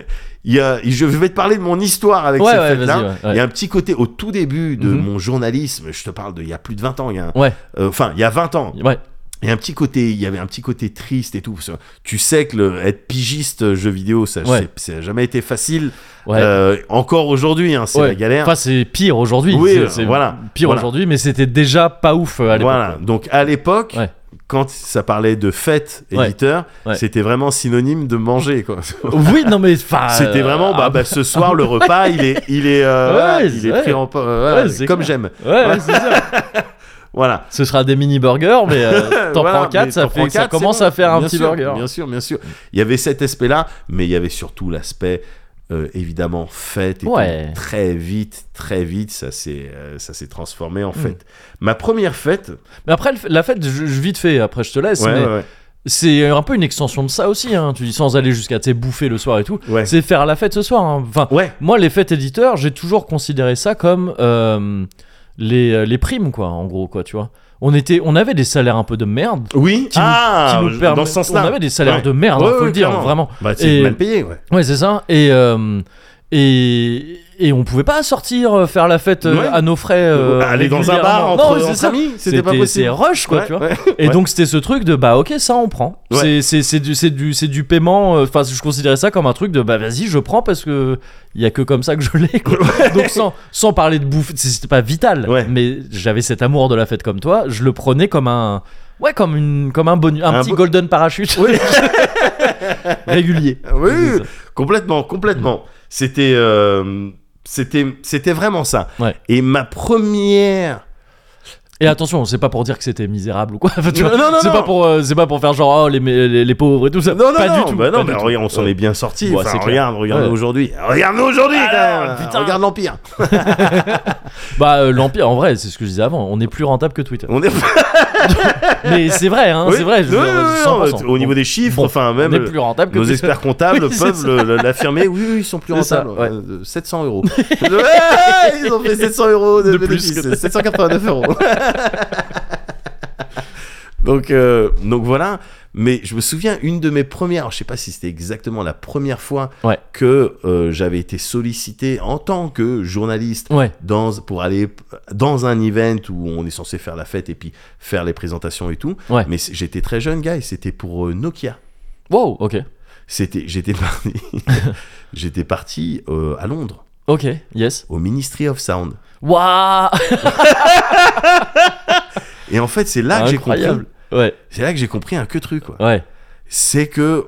[LAUGHS] il y a, je vais te parler de mon histoire avec Ouais, ces ouais, fêtes-là. vas-y, ouais, ouais. Il y a un petit côté au tout début de Mhm. mon journalisme. Je te parle de il y a plus de 20 ans. Il y a un- Ouais. euh, enfin, il y a 20 ans. Ouais. Il y a un petit côté. Il y avait un petit côté triste et tout. parce que tu sais que le, être pigiste euh, jeu vidéo, ça, Ouais. c'est- ça a jamais été facile. Ouais. Euh, encore aujourd'hui, hein, c'est Ouais. la galère. Enfin, c'est pire aujourd'hui. Oui, C'est- euh, c'est voilà. Pire Voilà. aujourd'hui, mais c'était déjà pas ouf euh, à l'époque. Voilà. Donc à l'époque, Ouais. quand ça parlait de fête Ouais. éditeur, Ouais. c'était vraiment synonyme de manger. Quoi. [LAUGHS] Oui, non, mais enfin. [LAUGHS] C'était euh, vraiment bah, ah, bah, ce soir le repas il est il est euh, [LAUGHS] Ouais, voilà, il est ouais. pris en po- euh, voilà, Ouais, c'est comme clair. j'aime ah, Ouais, ouais, c'est ça. voilà Ce sera des mini burgers, mais [LAUGHS] euh, t'en Voilà, prends mais 4, ça, t'en fait, prends ça quatre, commence c'est à faire bon. un Bien petit sûr, burger. bien sûr bien sûr il y avait cet aspect là mais il y avait surtout l'aspect euh, évidemment fête et tout. Ouais. très vite très vite ça s'est euh, ça s'est transformé Hmm. en fête ma première fête Mais après, le- la fête, je, je- vite fait, après je te laisse, ouais, mais ouais, c'est un peu une extension de ça aussi, hein, tu dis, sans aller jusqu'à t'es bouffer le soir et tout. ouais. C'est faire la fête ce soir. hein. Enfin, ouais moi, les fêtes éditeurs, j'ai toujours considéré ça comme euh, les, les primes, quoi, en gros, quoi, tu vois. On, était, on avait des salaires un peu de merde. oui Qui nous- ah qui nous permet- dans ce sens on là avait des salaires Ouais. de merde, hein, Ouais, faut ouais, le dire, clairement. vraiment. bah c'est Et- mal payé ouais Ouais, c'est ça. Et, euh, et, et on pouvait pas sortir euh, faire la fête euh, Ouais. à nos frais. euh, aller dans un bar régulièrement. entre, Non, c'est entre ça. amis c'était pas C'est possible rush, quoi, Ouais, tu vois. ouais. [LAUGHS] Et Ouais. donc, c'était ce truc de bah, ok, ça on prend. Ouais. C'est- C'est c'est du, c'est du, c'est du paiement. euh, Enfin, je considérais ça comme un truc de bah, vas-y, je prends parce que il y a que comme ça que je l'ai, [LAUGHS] quoi. Donc, sans, sans parler de bouffe, c'est- c'était pas vital, Ouais. mais j'avais cet amour de la fête comme toi, je le prenais comme un. Ouais, comme, une, comme un, bonus, un, Un petit bo- golden parachute Oui. [LAUGHS] régulier. [LAUGHS] Oui, C'est oui, ça. complètement, complètement. C'était, euh, c'était, c'était vraiment ça. Ouais. Et ma première. Et attention, c'est pas pour dire que c'était misérable ou quoi. [LAUGHS] Enfin, tu Non, vois, non, non, c'est non. pas pour, euh, c'est pas pour faire genre oh, les, les, les pauvres et tout ça. Non, non, pas non, du tout. bah non, pas mais du tout. regarde, on s'en Ouais. est bien sorti. Ouais, Enfin, c'est clair. regarde, regarde Ouais. aujourd'hui. Regarde aujourd'hui. Ah, quand même. putain. regarde l'empire. Bah euh, l'empire, en vrai, c'est ce que je disais avant. On est plus rentable que Twitter. On est. mais c'est vrai, hein, Oui, c'est vrai. je veux non, dire, non, non, 100%. Au niveau des chiffres, Bon, enfin même. on est euh, plus rentable que Nos Twitter. experts [LAUGHS] comptables Oui, c'est peuvent le- le- l'affirmer. Oui, oui, ils sont plus C'est ça, rentables. ouais. Euh, [LAUGHS] 700 euros. [LAUGHS] Ouais, ils ont fait 700 euros de, De plus bénéfices. que- 789 euros. [LAUGHS] donc, euh, donc voilà. Mais je me souviens, une de mes premières, je sais pas si c'était exactement la première fois Ouais. que euh, j'avais été sollicité en tant que journaliste Ouais. dans, pour aller p- dans un event où on est censé faire la fête et puis faire les présentations et tout. Ouais. Mais c'est- j'étais très jeune, gars, et c'était pour euh, Nokia Wow. Ok. c'était j'étais [LAUGHS] parti j'étais parti euh, à Londres Ok. Yes. au Ministry of Sound Waouh. et en fait c'est là que j'ai compris Incroyable. Ouais. c'est là que j'ai compris un que truc quoi Ouais. c'est que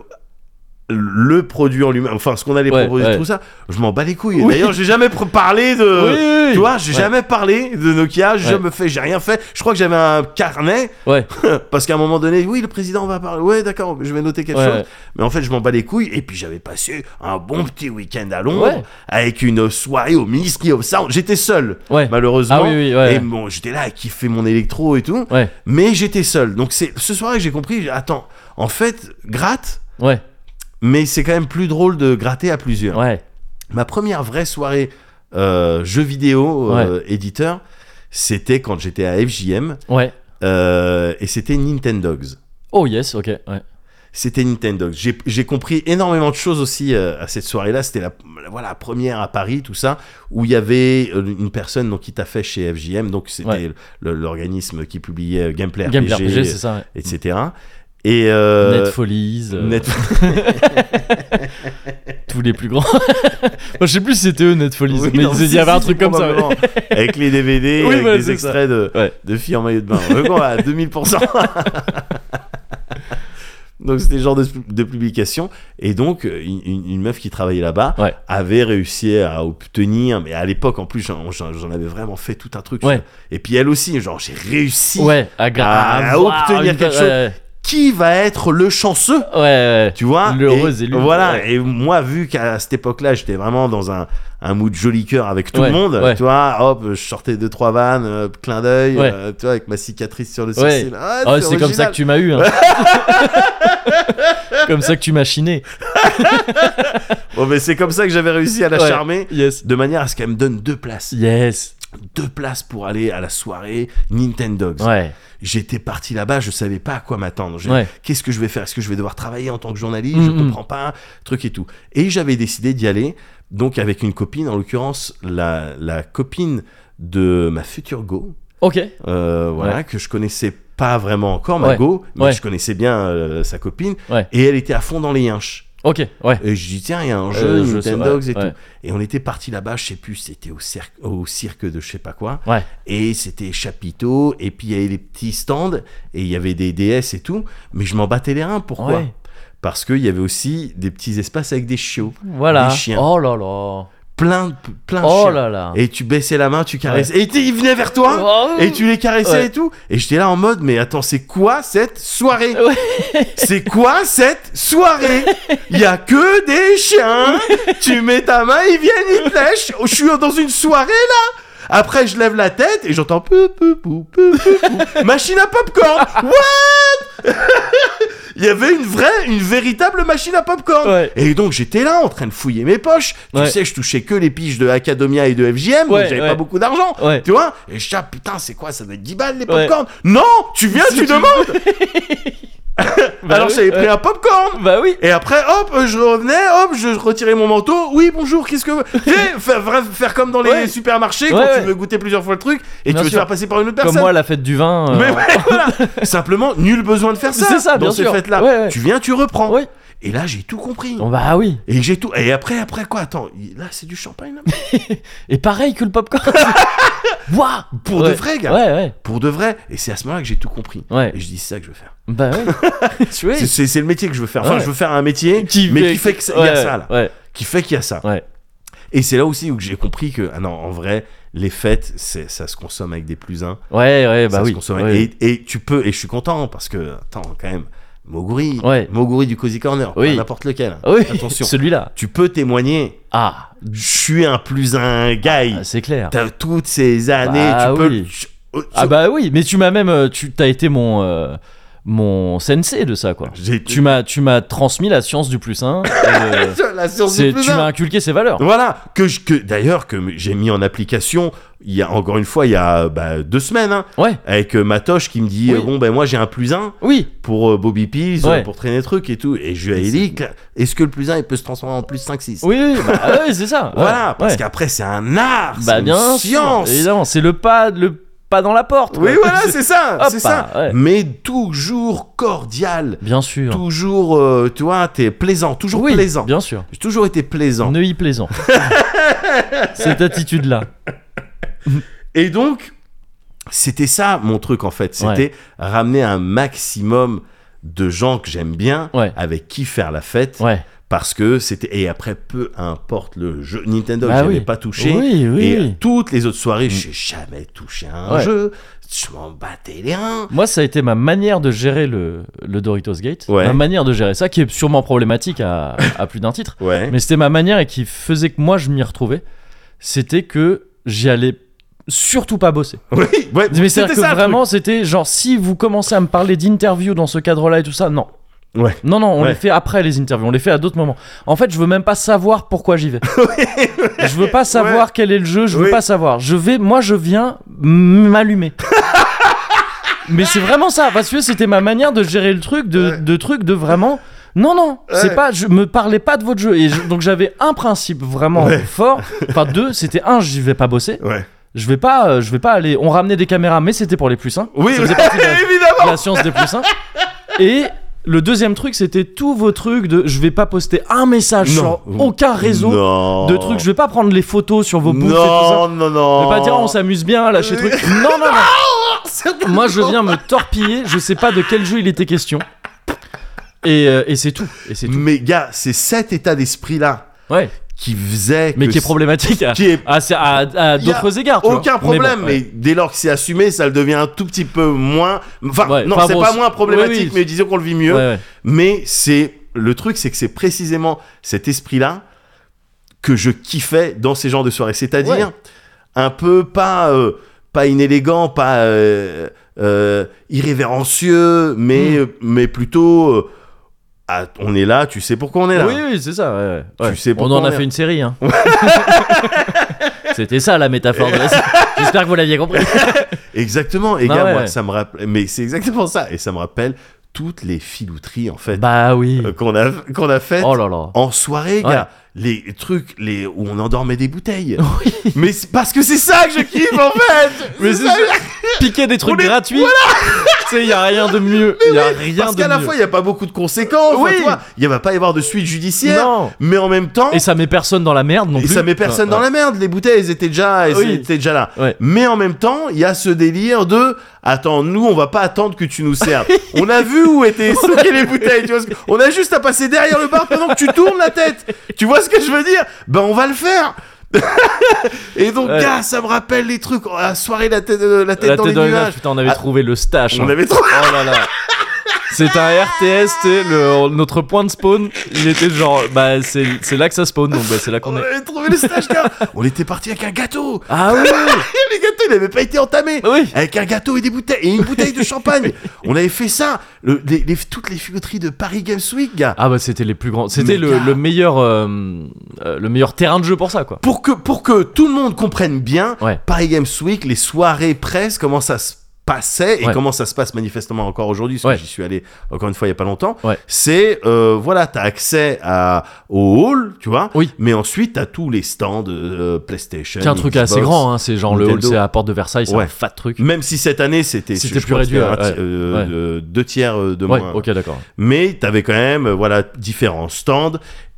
le produit en lui-même enfin ce qu'on allait Ouais, proposer ouais. tout ça je m'en bats les couilles Et Oui. d'ailleurs j'ai [LAUGHS] jamais pr- parlé de Oui, oui, oui. Euh, tu vois j'ai Ouais. jamais parlé de Nokia j'ai Ouais. jamais fait j'ai rien fait je crois que j'avais un carnet Ouais. [LAUGHS] parce qu'à un moment donné oui le président va parler ouais d'accord je vais noter quelque Ouais. chose mais en fait je m'en bats les couilles et puis j'avais passé un bon petit week-end à Londres Ouais. avec une soirée au Ministry of Sound j'étais seul Ouais. malheureusement Ah oui, oui. Ouais. et bon j'étais là à kiffer mon électro et tout Ouais. mais j'étais seul donc c'est ce soir que j'ai compris attends en fait gratte Ouais. mais c'est quand même plus drôle de gratter à plusieurs Ouais. ma première vraie soirée euh, jeux vidéo euh, éditeur c'était quand j'étais à FJM Ouais. euh, et c'était Nintendogs Oh yes. Ok. Ouais. c'était Nintendo. J'ai j'ai compris énormément de choses aussi euh, à cette soirée-là. C'était la, la- voilà, la première à Paris, tout ça, où il y avait euh, une personne donc, qui t'a fait chez FJM, donc c'était Ouais. le- l'organisme qui publiait euh, Gameplay RPG, Game RPG, c'est ça. ouais. etc. Et euh, Net Folies. euh, Net- tous les plus grands. [LAUGHS] Moi, je sais plus si c'était eux Net Folies, Oui, mais non, il si, y avait un si, truc si, comme ça. ouais. probablement. [LAUGHS] Avec les DVD, Oui, avec voilà, les c'est ça. extraits de, Ouais. [LAUGHS] de filles en maillot de bain. Donc on va à 2000%. [LAUGHS] Donc c'était le genre de, de publication. Et donc, euh, une, une- une meuf qui travaillait là-bas Ouais. avait réussi à obtenir, mais à l'époque en plus, j'en j'en- j'en avais vraiment fait tout un truc. Ouais. Et puis elle aussi, genre j'ai réussi. Ouais, à, gra- à- Ah, à avoir obtenir une- quelque ouais, Qui va être le chanceux Ouais, ouais. tu vois L'heureuse et, élue, Voilà, ouais. et moi, vu qu'à cette époque-là, j'étais vraiment dans un, un mood joli cœur avec tout Ouais, le monde, ouais. tu vois, hop, je sortais deux, trois vannes, euh, clin d'œil, Ouais. euh, tu vois, avec ma cicatrice sur le Ouais. sourcil. Ah, Ah, c'est comme ça que tu m'as [LAUGHS] eu. hein. comme ça que tu m'as chiné. Bon, mais c'est comme ça que j'avais réussi à la Ouais. charmer, Yes. de manière à ce qu'elle me donne deux places. Yes. Deux places pour aller à la soirée Nintendogs. Ouais. J'étais parti là-bas, je savais pas à quoi m'attendre. Je- Ouais. Qu'est-ce que je vais faire Est-ce que je vais devoir travailler en tant que journaliste Je Mm, mm. comprends pas, truc et tout. Et j'avais décidé d'y aller, donc avec une copine, en l'occurrence la, la copine de ma future Go, Ok. euh, voilà, que je connaissais pas vraiment encore, ma Ouais. Go, mais Ouais. je connaissais bien euh, sa copine, Ouais. et elle était à fond dans les hinches. Ok. Ouais. Et je dis, tiens, il y a un Euh, jeu, je sais, Nintendogs ouais, et ouais. tout. Et on était parti là-bas, je sais plus, c'était au, cer- au cirque de je sais pas quoi. Ouais. Et c'était chapiteau, et puis il y avait les petits stands, et il y avait des DS et tout. Mais je m'en battais les reins, pourquoi Ouais. Parce qu'il y avait aussi des petits espaces avec des chiots. Voilà. Des chiens. Oh là là. Plein de, plein de Oh chiens. là là. Et tu baissais la main, tu caressais. Et t- ils venaient vers toi Oh. et tu les caressais Ouais. et tout. Et j'étais là en mode, mais attends, c'est quoi cette soirée Ouais. [LAUGHS] C'est quoi cette [LAUGHS] soirée Il y a que des chiens. tu mets ta main, ils viennent, ils te lèchent. Je suis dans une soirée là. Après, je lève la tête et j'entends pou, pou, pou, pou, pou, pou. machine à popcorn. What [LAUGHS] Il y avait une vraie, une véritable machine à popcorn. Ouais. Et donc j'étais là en train de fouiller mes poches. Ouais. Tu sais, je touchais que les piges de Academia et de FGM, Ouais, donc j'avais ouais. pas beaucoup d'argent. oh. Ouais. Tu vois Et je dis, ah, putain, c'est quoi Ça doit être 10 balles les Ouais. popcorn Non Tu viens, tu demandes Bah Alors oui, j'avais pris ouais. un popcorn Bah oui. et après, hop, euh, je revenais, hop, je retirais mon manteau. Oui, bonjour, [LAUGHS] qu'est-ce que. Tu sais, faire, faire- faire comme dans les Ouais. supermarchés Ouais, quand ouais. tu veux goûter plusieurs fois le truc et Bien tu veux te sûr. faire passer par une autre Comme personne. moi, la fête du vin. euh, [LAUGHS] Mais [LAUGHS] ouais, voilà. Simplement, nul besoin de faire ça. C'est ça, dans bien ces sûr. fêtes-là. Ouais, ouais. Tu viens, tu reprends. Oui. Et là, j'ai tout compris. Bon, bah oui. Et j'ai tout. Et après, après quoi Attends, il- là, c'est du champagne [LAUGHS] là Et pareil que le [LAUGHS] popcorn. Waouh. Pour Ouais. de vrai, gars. Ouais, ouais. Pour de vrai. Et c'est à ce moment-là que j'ai tout compris. Ouais. Et je dis c'est ça que je veux faire. Bah [LAUGHS] oui. tu vois. C'est- C'est c'est le métier que je veux faire. Enfin, Ouais. je veux faire un métier, mais qui fait qu'il y Ouais, a ouais, ça là. Ouais. Qui fait qu'il y a ça. Ouais. Et c'est là aussi où que j'ai compris que, ah non, en vrai, les fêtes, c'est- ça se consomme avec des plus uns. Ouais, ouais, bah ça oui. se consomme ouais. avec- et, et tu peux, et je suis content hein, parce que, attends, quand même, Moguri, Ouais. Moguri du Cozy Corner, Oui. pas n'importe lequel. Ah Oui, [LAUGHS] Attention. Celui-là. Tu peux témoigner, Ah, je suis un plus un guy. ah, c'est clair. T'as toutes ces années, Bah tu peux. oui. tu- oh, tu- Ah bah oui, mais tu m'as même, euh, tu t'as été mon euh, mon sensei de ça quoi. j'ai- Tu m'as tu m'as transmis la science du plus 1 [LAUGHS] La science du tu plus un. m'as inculqué ses valeurs. Voilà, que, je- que d'ailleurs que j'ai mis en application, il y a encore une fois, il y a bah, deux semaines, hein, Ouais. avec euh, Matoche qui me dit Oui. euh, Bon, ben moi j'ai un plus un Oui. pour euh, Bobby Pease, Ouais. euh, pour traîner truc et tout. Et je lui ai dit Cla- Est-ce que le plus un il peut se transformer en plus 5-6 Oui, oui, bah, ah oui, c'est ça. Voilà, ouais, parce ouais. qu'après c'est un art, c'est bah une bien sûr, science. évidemment, c'est le pas le pas dans la porte. quoi. oui, [LAUGHS] voilà, c'est ça, Hop, c'est ça. ah, ouais. Mais toujours cordial, Bien sûr. toujours, euh, tu vois, t'es plaisant, toujours oui, plaisant. Bien sûr. J'ai toujours été plaisant. Neuilly [LAUGHS] plaisant. Cette attitude là. Et donc, c'était ça mon truc en fait. C'était Ouais. ramener un maximum de gens que j'aime bien, Ouais. avec qui faire la fête, Ouais. parce que c'était. Et après, peu importe le jeu. Nintendo, Bah je oui. n'avais pas touché. Oui, oui. Mm. Et toutes les autres soirées, j'ai jamais touché à un Ouais. jeu. Je m'en battais les reins. Moi, ça a été ma manière de gérer le, le Doritos Gate. Ouais. Ma manière de gérer ça, qui est sûrement problématique à, à plus d'un titre. Ouais. Mais c'était ma manière et qui faisait que moi, je m'y retrouvais. C'était que j'y allais surtout pas bosser. [LAUGHS] Oui, ouais, Mais c'est c'était que ça. le vraiment, c'était genre, si vous commencez à me parler d'interviews dans ce cadre-là et tout ça, non. Ouais. Non, non, on Ouais. les fait après les interviews, on les fait à d'autres moments. En fait, je veux même pas savoir pourquoi j'y vais. [LAUGHS] je veux pas savoir quel est le jeu, je veux Oui. pas savoir. Je vais, moi, je viens [LAUGHS] m'allumer. Mais c'est vraiment ça, parce que c'était ma manière de gérer le truc, de, Ouais. de truc, de vraiment. Non, non, c'est Ouais. pas, je me parlais pas de votre jeu. Et je- donc j'avais un principe vraiment Ouais. fort. Enfin, deux, c'était un, j'y vais pas bosser. truc. Ouais. Je vais pas, euh, je vais pas aller. On ramenait des caméras, mais c'était pour les plus sains. Oui, Ça faisait partie [LAUGHS] de la, évidemment. de la science des plus sains. Et le deuxième truc, c'était tous vos trucs de. Je vais pas poster un message Non. sur aucun réseau Non. de trucs. Je vais pas prendre les photos sur vos non, bouffes et tout ça. non, Je non. vais pas dire on s'amuse bien là chez truc. [LAUGHS] Non, non, non. Moi, je viens me torpiller. Je sais pas de quel jeu il était question. Et, euh, et c'est tout. Et c'est tout. Mais gars, c'est cet état d'esprit-là Ouais. qui faisait. Mais que qui est problématique à, Qui est à- c'est- à- à Y a d'autres égards. Ah, tu vois. aucun Mais bon, problème, mais, ouais. dès lors que c'est assumé, ça le devient un tout petit peu moins. Enfin, Ouais, non, enfin, c'est bon, pas c'est- moins problématique, oui, oui. mais disons qu'on le vit mieux. Ouais, ouais. Mais c'est le truc, c'est que c'est précisément cet esprit-là que je kiffais dans ces genres de soirées. C'est-à-dire Ouais. un peu pas euh, pas inélégant, pas euh, euh, irrévérencieux, mais Hmm. mais plutôt euh, ah, on est là, tu sais pourquoi on est là. Oui, oui, c'est ça. ouais, ouais. Tu Ouais. sais on pourquoi en a on est- fait une série. [LAUGHS] hein. C'était ça la métaphore de la série. J'espère que vous l'aviez compris. Exactement. Et Ah gars, ouais. moi, ça me rappelle. Mais c'est exactement ça, et ça me rappelle toutes les filouteries en fait Bah oui. euh, qu'on a qu'on a faites. Oh là là. en soirée, Ouais. gars, les trucs les, où on endormait [LAUGHS] des bouteilles. Mais c'est parce que c'est ça que je kiffe en fait. Mais C'est c'est ça, ça. Piquer des trucs On est- gratuits. [LAUGHS] tu sais, y a rien de mieux. Y a rien Parce de qu'à la mieux. fois, il n'y a pas beaucoup de conséquences. Oui. enfin, tu vois. Il ne va pas y avoir de suite judiciaire. Non. Mais en même temps, Et ça met personne dans la merde non et plus. ça met personne dans la merde. Les bouteilles, elles étaient déjà, elles Oui. étaient déjà là. Ouais. Mais en même temps, il y a ce délire de attends, nous, on va pas attendre que tu [LAUGHS] nous serves. on a vu où étaient stockées les bouteilles. Tu vois ce que- On a juste à passer derrière le bar pendant que tu tournes la tête. Tu vois ce que je veux dire Ben, on va le faire. [LAUGHS] Et donc, Ouais. gars, ça me rappelle les trucs. Oh, la soirée, la tête, euh, la tête La dans tête les dans les nuages. nuages. Putain, on avait Ah. trouvé le stache. On hein. avait trop. Oh là là. C'est un RTS, c'est le, notre point de spawn. Il était genre, bah c'est c'est là que ça spawn, donc bah, c'est là On qu'on est. avait trouvé le stage, gars. On était parti avec un gâteau. [LAUGHS] Ah oui, Les gâteaux, ils n'avaient pas été entamés. oui. avec un gâteau et des bouteilles et une bouteille [LAUGHS] de champagne. On avait fait ça, Le- les- les- toutes les figoteries de Paris Games Week, gars. Ah bah c'était les plus grands, c'était Mais le, gars. le meilleur, euh, euh, le meilleur terrain de jeu pour ça quoi. Pour que, pour que tout le monde comprenne bien, Ouais. Paris Games Week, les soirées presse, comment ça se passait et Ouais. comment ça se passe manifestement encore aujourd'hui, parce Ouais. que j'y suis allé encore une fois il y a pas longtemps, Ouais. c'est, euh, voilà, t'as accès à, au hall, tu vois, Oui. mais ensuite t'as tous les stands euh, PlayStation. C'est un truc Xbox. assez grand, hein. c'est genre le hall, Nintendo. c'est à Porte de Versailles, c'est Ouais. un fat truc. Même si cette année c'était C'était je- je plus pense qu'il y a réduit, un ouais, ti- euh, ouais. euh, deux tiers euh, de Ouais, moins. ok d'accord. mais t'avais quand même euh, voilà différents stands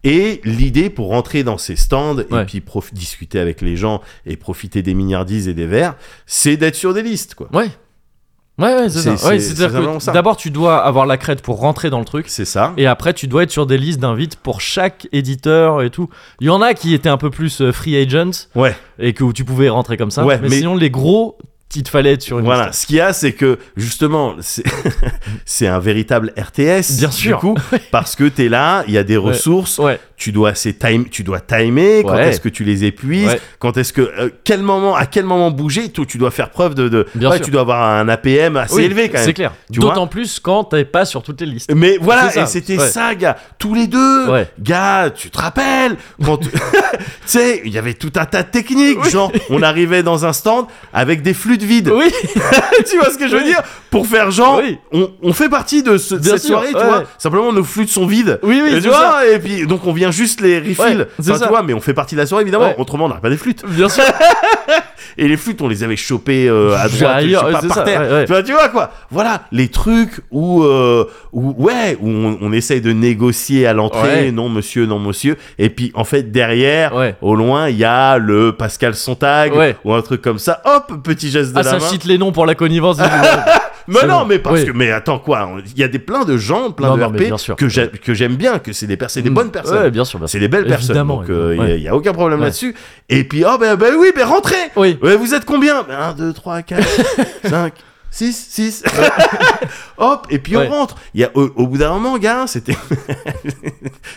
et l'idée pour rentrer dans ces stands et Ouais. puis prof- discuter avec les gens et profiter des mignardises et des verres c'est d'être sur des listes quoi Ouais, ouais, ouais, c'est C'est- ça. Ouais, c'est- C'est-à-dire c'est vraiment que ça. d'abord tu dois avoir la crête pour rentrer dans le truc. c'est ça Et après, tu dois être sur des listes d'invites pour chaque éditeur et tout. Il y en a qui étaient un peu plus euh, free agent ouais et que où tu pouvais rentrer comme ça. Ouais, mais, mais- sinon, les gros, il te fallait être sur une voilà liste. ce qu'il y a c'est que justement c'est [LAUGHS] c'est un véritable RTS Bien du sûr. [LAUGHS] coup parce que t'es là il y a des ressources Ouais, tu dois c'est time tu dois timer quand Ouais. est-ce que tu les épuises Ouais. quand est-ce que euh, quel moment à quel moment bouger tu, tu dois faire preuve de, de- Bien ouais, sûr. tu dois avoir un APM assez Oui, élevé quand même C'est clair. Tu vois D'autant plus quand t'es pas sur toutes les listes. Mais voilà, C'est ça, et c'était ouais. ça, gars. Tous les deux, Ouais. gars, tu te rappelles quand tu [LAUGHS] tu sais, il y avait tout un tas de techniques. Genre, on arrivait dans un stand avec des flûtes vides. Oui, [LAUGHS] tu vois ce que je veux Oui. dire Pour faire genre, Oui. on, on fait partie de ce- Bien cette sûr, soirée, tu ouais. vois. Simplement, nos flûtes sont vides. oui, oui, et, c'est tu ça. vois, et puis donc on vient juste les refill. Ouais, c'est Enfin, ça. tu vois, mais on fait partie de la soirée évidemment. Ouais. Autrement, on n'aurait pas des flûtes. Bien [LAUGHS] sûr. Et les flûtes, on les avait chopées euh, à droite, Ailleurs, je sais ouais, pas, c'est par ça, terre. ouais, ouais. Enfin, tu vois quoi Voilà les trucs où, euh, où ouais, où on, on essaye de négocier à l'entrée, Ouais. non monsieur, non monsieur. Et puis en fait derrière, Ouais. au loin, il y a le Pascal Sontag Ouais. ou un truc comme ça. Hop, petit geste de Ah, la ça main. cite les noms pour la connivence. Ah, du gouvernement. Mais c'est non, bon. mais parce Oui. que mais attends quoi on- Il y a des plein de gens, plein Non, de non, mais RP bien sûr. Mm. que j'aime que j'aime bien, que c'est des personnes, des bonnes personnes. Ouais, bien sûr. bien sûr. C'est des belles personnes, Évidemment, donc il évidemment. n'y a, aucun problème Ouais. là-dessus. Et puis, oh ben, ben oui, ben rentrez Oui. Ouais, Vous êtes combien Ben, 1, 2, [LAUGHS] 3, 4, 5, 6, 6. Hop, et puis Ouais. on rentre. Il Y a, au, au bout d'un moment, gars, c'était... [LAUGHS]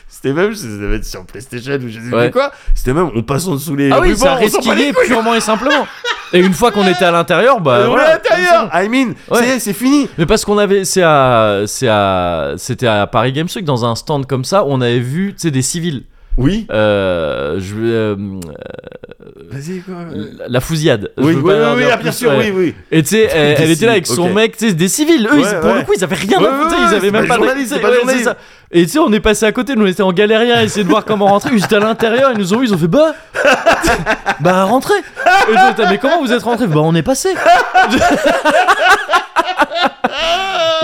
c'était même, ça devait être sur PlayStation ou je sais Ouais. plus quoi, c'était même, on passe en dessous les Ah oui, rubans, ça on s'en bat les resquillait couilles. purement et [LAUGHS] simplement. Et une fois qu'on était à l'intérieur, bah on est voilà, à l'intérieur I mean, Ouais. c'est- c'est fini Mais parce qu'on avait, c'est à, c'est à, c'était à Paris Games Week dans un stand comme ça, on avait vu, tu sais, des civils. Oui Euh, je, vais, euh, Vas-y, quoi euh, la, la fusillade. Je Oui, veux oui, pas oui, en oui, dire ah, plus, bien sûr, ouais. oui, oui. Et tu sais, elle, Des elle était là avec civils, son ok. mec, tu sais, des civils. Eux, ils- Ouais, pour le ouais. coup, ils avaient rien Ouais, à foutre, ouais, ils ouais, avaient c'est même pas pas des journalistes, c'est pas des ouais, journalistes. ça. Et tu sais, on est passé à côté, nous on était en galérien, à essayer de voir comment rentrer. Ils étaient à l'intérieur, ils nous ont vu, ils ont fait bah, [LAUGHS] bah rentrez. Et nous, on était, mais comment vous êtes rentrés Bah on est [LAUGHS] passé.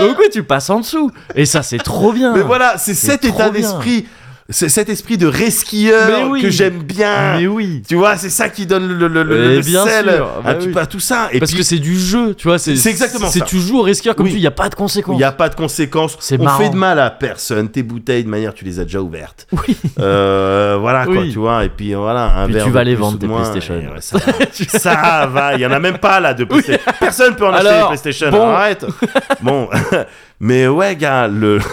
Donc ouais, tu passes en dessous. Et ça, c'est trop bien. Mais voilà, c'est C'est cet Ah. trop état bien. d'esprit c'est cet esprit de resquilleur Mais oui. que j'aime bien. Mais oui. Tu vois, c'est ça qui donne le, le, le- Et le bien sel sûr, à, bah tout, oui. à tout ça. Et Parce puis, que c'est du jeu, tu vois. C'est exactement C'est ça. tu joues au risqueur comme Oui. tu, il n'y a pas de il conséquences. n'y a pas de conséquences. C'est On marrant. fait de mal à personne. Tes bouteilles, de manière, tu les as déjà ouvertes. Oui. Euh, [LAUGHS] voilà quoi, Oui. tu vois. Et puis voilà, un Puis verre tu de vas les plus ou vendre, de tes moins, PlayStation. et ouais, [LAUGHS] ça, va. Ça va, il y en a même pas là de PlayStation. Personne peut en acheter des Alors, PlayStation. bon. Arrête. Bon, [LAUGHS] mais ouais, gars, le [LAUGHS]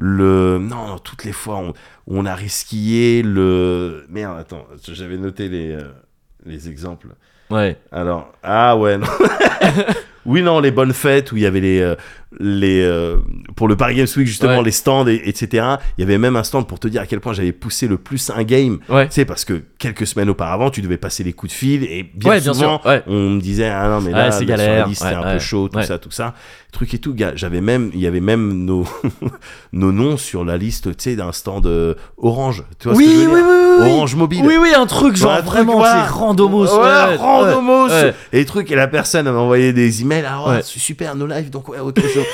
le non, non, toutes les fois on, on a risqué le merde. Attends, j'avais noté les euh, les exemples. Ouais. Alors, [LAUGHS] ah ouais. non. oui, non, les bonnes fêtes où il y avait les. euh, les euh, pour le Paris Games Week, justement, Ouais. les stands, et- etc. Il y avait même un stand pour te dire à quel point j'avais poussé le plus un game. Ouais. Tu sais, parce que quelques semaines auparavant, tu devais passer les coups de fil et bien Ouais, bien souvent. sûr. Ouais. On me disait, ah non, mais là, Ouais, c'est là, sur la galère. liste, Ouais, c'est un peu ouais. chaud, tout Ouais. ça, tout ça. Truc et tout, gars, j'avais même, il y avait même nos, [LAUGHS] nos noms sur la liste, tu sais, d'un stand euh, Orange. Tu vois ce que je Oui, oui, oui, veux dire oui. Orange Mobile. Oui, oui, un truc genre Ouais, Bah, un truc, vraiment, voilà. c'est randomos. Ouais, ouais, randomos. ouais. Et truc, et la personne m'a envoyé des emails. Ah ouais, Ouais. c'est super, nos lives, donc ouais, ok. [LAUGHS]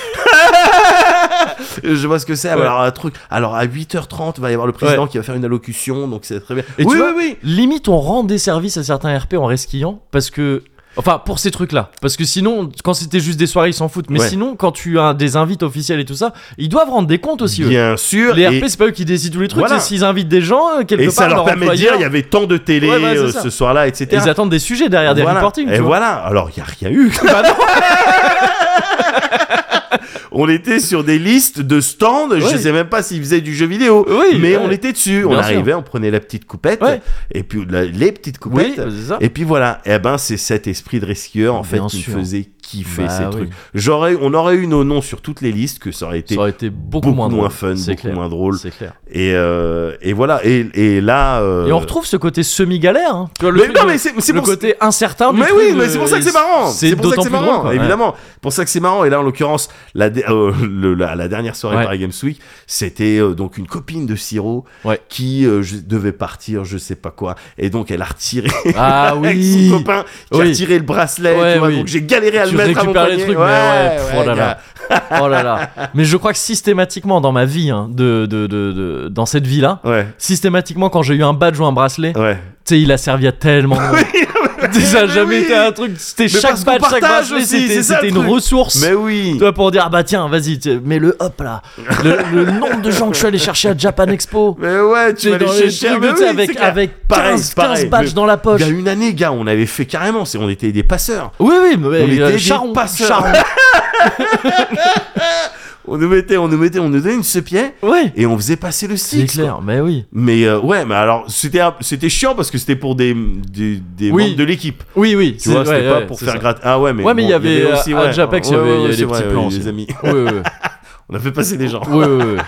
je- Je vois ce que c'est. Ouais. Alors, un truc. Alors, à 8h30, va y avoir le président qui va faire une allocution, donc c'est très bien. Et oui, tu oui, vois, oui. Limite, on rend des services à certains RP en resquillant parce que. Enfin, pour ces trucs-là. Parce que sinon, quand c'était juste des soirées, ils s'en foutent. Mais Ouais. sinon, quand tu as des invites officielles et tout ça, ils doivent rendre des comptes aussi. eux. Bien sûr. Les et- RP, c'est pas eux qui décident tous les trucs. Voilà. C'est s'ils invitent des gens, euh, quelque et part, ça leur permet de dire, il y employeur, avait tant de télé Ouais, ouais, c'est euh, ça. ce soir-là, etc. Ils attendent des sujets derrière des Voilà. reportings. Et tu vois. Bah voilà, alors il n'y a [LAUGHS] rien eu. [LAUGHS] on était sur des listes de stands, je Oui. sais même pas s'ils faisaient du jeu vidéo, Oui, mais ouais. on était dessus. on Bien sûr. arrivait, on prenait la petite coupette, Ouais. et puis la- les petites Oui, coupettes. c'est ça. Et puis voilà, et ben c'est cet esprit de rescueur en fait Bien qui sûr. me faisait kiffer Bah ces oui. trucs. J'aurais, on aurait eu nos noms sur toutes les listes que ça aurait été Ça aurait été beaucoup, moins, drôle. fun, C'est beaucoup clair. moins drôle. C'est clair. Et, euh, et voilà, et, et là. euh, Et on retrouve ce côté semi-galère. hein. Tu vois, le, Mais truc non, de- mais c'est c'est le pour côté incertain. du mais truc oui, de- mais c'est pour ça que c'est marrant. C'est pour ça que d'autant c'est plus marrant, drôle. quoi. évidemment. Pour ça que c'est marrant. Et là, en l'occurrence, la, dé- euh, [LAUGHS] le- la, la dernière soirée Ouais. Paris Games Week, c'était euh, donc une copine de Siro Ouais. qui euh, je- devait partir, je sais pas quoi. Et donc, elle a retiré Ah [LAUGHS] avec oui. son copain qui a Oui. retiré le bracelet. Ouais, tu vois, oui. Donc, j'ai galéré à Tu le mettre à mon récupères les poignet. trucs, mais ouais, pff, oh là là. Oh là [LAUGHS] là. Mais je crois que systématiquement dans ma vie, hein, de, de, de, de- dans cette vie-là, gars. Ouais, systématiquement quand j'ai eu un badge ou un bracelet, tu ouais. sais, il a servi à [LAUGHS] tellement de monde. Ça a mais jamais oui. été un truc. C'était Mais chaque parce qu'on badge, chaque partage bracelet, aussi, c'était c'est ça, c'était le une truc. ressource. Mais oui. Tu vois, pour dire, ah bah tiens, vas-y, tu- mets-le hop là. Le, le nombre de gens que je suis allé chercher à Japan Expo. Mais ouais, Tu sais, tu vas dans les les chercher. trucs, Mais tu sais, oui, c'est avec, clair. avec Pareil, 15, pareil. 15 badges dans la poche. Il y a une année, gars, on avait fait carrément, c'est- on était des passeurs. Oui, oui, mais On euh, était des charron, passeurs. charron. [LAUGHS] On nous mettait, on nous mettait, on nous donnait une sepier Ouais, et on faisait passer le c'est stick. clair, mais oui. Mais euh, ouais, mais alors c'était un- c'était chiant parce que c'était pour des des, des Oui. membres de l'équipe. Oui, oui, Tu vois, ouais, c'était pas ouais, pour c'est faire ça. gratter. Ah ouais, mais Ouais, mais bon, il y avait, euh, aussi, à ouais. Japex, il y Ouais, avait- ouais, il y avait c'est des vrai, petits ouais, plans les aussi. amis. Oui, oui, oui. On a fait passer des gens. Oui, oui, [LAUGHS] oui.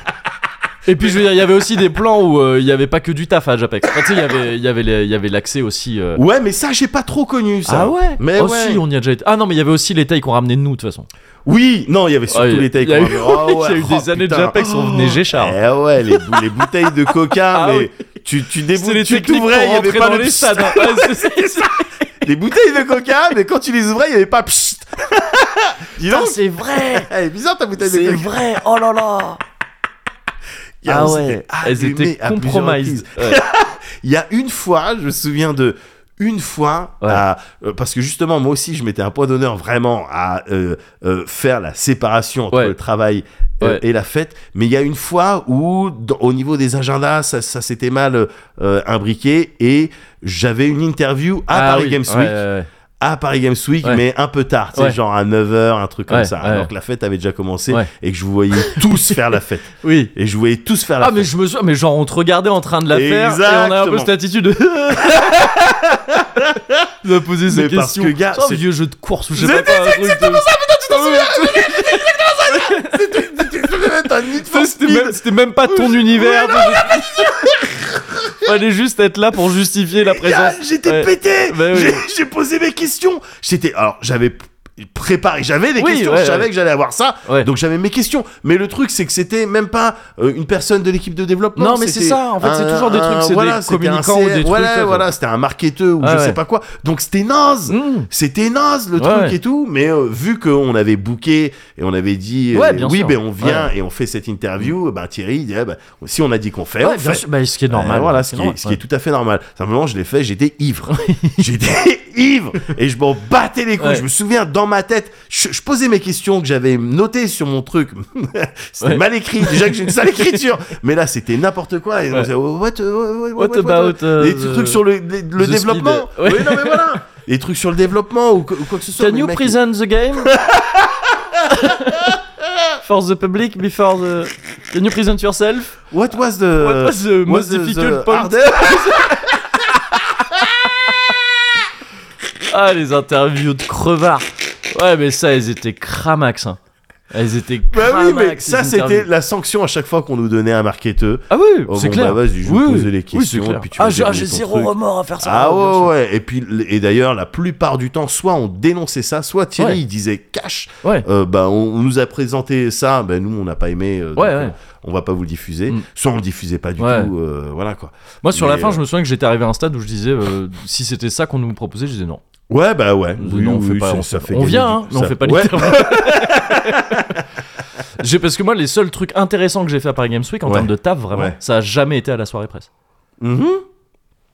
Et puis je veux dire, il y avait aussi des plans où euh, il y avait pas que du taf à Japex. Enfin, tu sais, il y avait, il y avait, les- il y avait l'accès aussi. euh, Ouais, mais ça j'ai pas trop connu ça. Ah ouais Mais Oh ouais. si, on y a déjà été. Ah non, mais il y avait aussi les tailles qu'on ramenait de nous de toute façon. Oui, non, il y avait surtout Ah, il- les tailles. il y a qu'on eu- avait. Ah ouais, [LAUGHS] il y a eu oh, des années de putain. Japex, on venait Géchard. Eh ouais, les, bou- les bouteilles de coca, Ah mais tu tu C'est déboules, les tu techniques pour t'ouvrais, il y avait rentrer pas dans le [LAUGHS] les pssst. stades. hein. [LAUGHS] Ouais, c'est- c'est- c'est- Les bouteilles de coca, mais quand tu les ouvrais, il y avait pas [LAUGHS] pssst. Dis Putain, donc, c'est vrai elle est bizarre ta bouteille de C'est coca. vrai Oh là là Ah Ah ouais, ouais, elles étaient compromises. compromises. Ouais. [LAUGHS] Il y a une fois, je me souviens de une fois, Ouais. à- euh, parce que justement, moi aussi, je mettais un point d'honneur vraiment à euh, euh, faire la séparation entre Ouais. le travail euh, Ouais. et la fête. Mais il y a une fois où, dans- au niveau des agendas, ça, ça s'était mal euh, imbriqué et j'avais une interview à Ah Paris oui, Games ouais, Week. ouais, À Paris Games Week, Ouais. mais un peu tard, tu sais, Ouais. genre à 9h, un truc comme Ouais, ça, ouais. alors que la fête avait déjà commencé Ouais. et que je [LAUGHS] vous voyais tous faire la fête. ouais. Oui. Et je vous voyais tous faire la Ah fête. mais je me souviens, mais genre on te regardait en train de la faire et on a un Exactement. peu cette attitude [LAUGHS] de... Il a posé Mais cette parce question. que, gars, c'est c'est- un vieux jeu de course ou je sais C'est- pas quoi. un truc de- Ah T'as une nuit de Ça, C'était même, c'était même pas ton univers. [LAUGHS] Fallait juste être là pour justifier la Gars, présence. J'étais Ouais. pété. Bah oui. J'ai- J'ai posé mes questions. J'étais alors j'avais préparé. J'avais des Oui, questions, ouais, je savais ouais. que j'allais avoir ça, Ouais. donc j'avais mes questions. Mais le truc, c'est que c'était même pas euh, une personne de l'équipe de développement. Non, mais c'est c'était ça, en fait, c'est un- toujours des trucs, un- c'est des voilà, c'était un communicants ou CR, des trucs, Voilà, ouais, voilà, c'était un marketeur ou Ah je ouais. sais pas quoi. Donc c'était naze. Mmh. C'était naze le Ouais, truc ouais. et tout, mais euh, vu qu'on avait booké et on avait dit euh, Ouais, bien oui, sûr. ben on vient et on fait cette interview, bah Thierry, il dit, ah, bah, si on a dit qu'on fait, Ouais, on bien fait. sûr. Bah, ce qui est Euh, normal. voilà, ce, qui, normal, est, ce ouais. qui est tout à fait normal. Simplement, je l'ai fait, j'étais ivre. [LAUGHS] j'étais ivre et je m'en battais les couilles. Ouais. Je me souviens dans ma tête, je, je posais mes questions que j'avais notées sur mon truc. [LAUGHS] c'était Ouais. mal écrit, déjà que j'ai une [LAUGHS] sale écriture. Mais là, c'était n'importe quoi. Et on Ouais. faisait, what, what, what, What what, what, about, euh, les the- trucs sur le, le- le the développement. speed, [LAUGHS] ouais. Oui, non, mais voilà. Les trucs sur le développement ou, quoi- ou quoi que ce soit. Can mais you le mec, present the [LAUGHS] game For the public before the. Can you present yourself What was the, What was the most Euh, the- difficult the point hardest- [LAUGHS] Ah, les interviews de crevards Ouais, mais ça, elles étaient cramax. Hein. Elles étaient cramax. Bah oui, mais ça, ces c'était interviews. la sanction à chaque fois qu'on nous donnait un marketeur. Ah oui, Oh, c'est bon, clair. bah, vas-y, je vais oui, poser oui. les Oui, c'est questions, clair. puis tu vas ah, j'ai ah, dérouler j'ai ton zéro truc. remords à faire ça. Ah bien sûr. ouais, ouais. Et puis et d'ailleurs la plupart du temps, soit on dénonçait ça, soit Thierry Ouais. il disait cash. Ouais. Euh, bah on, on nous a présenté ça, ben nous on n'a pas aimé. euh, donc, Ouais, euh, ouais. On va pas vous le diffuser. Mm. Soit on le diffusait pas du Ouais. tout. euh, voilà quoi. Moi, sur la Mais, fin, euh, je me souviens que j'étais arrivé à un stade où je disais euh, si c'était ça qu'on nous proposait, je disais non. Ouais bah ouais. Je disais, non, on fait pas. ça- on, ça fait- fait on gagner vient, du- hein, mais on ça- fait pas ouais. l'interview. [LAUGHS] J'ai parce que moi, les seuls trucs intéressants que j'ai fait à Paris Games Week en Ouais. termes de taf, vraiment, Ouais. ça a jamais été à la soirée presse. Mhm.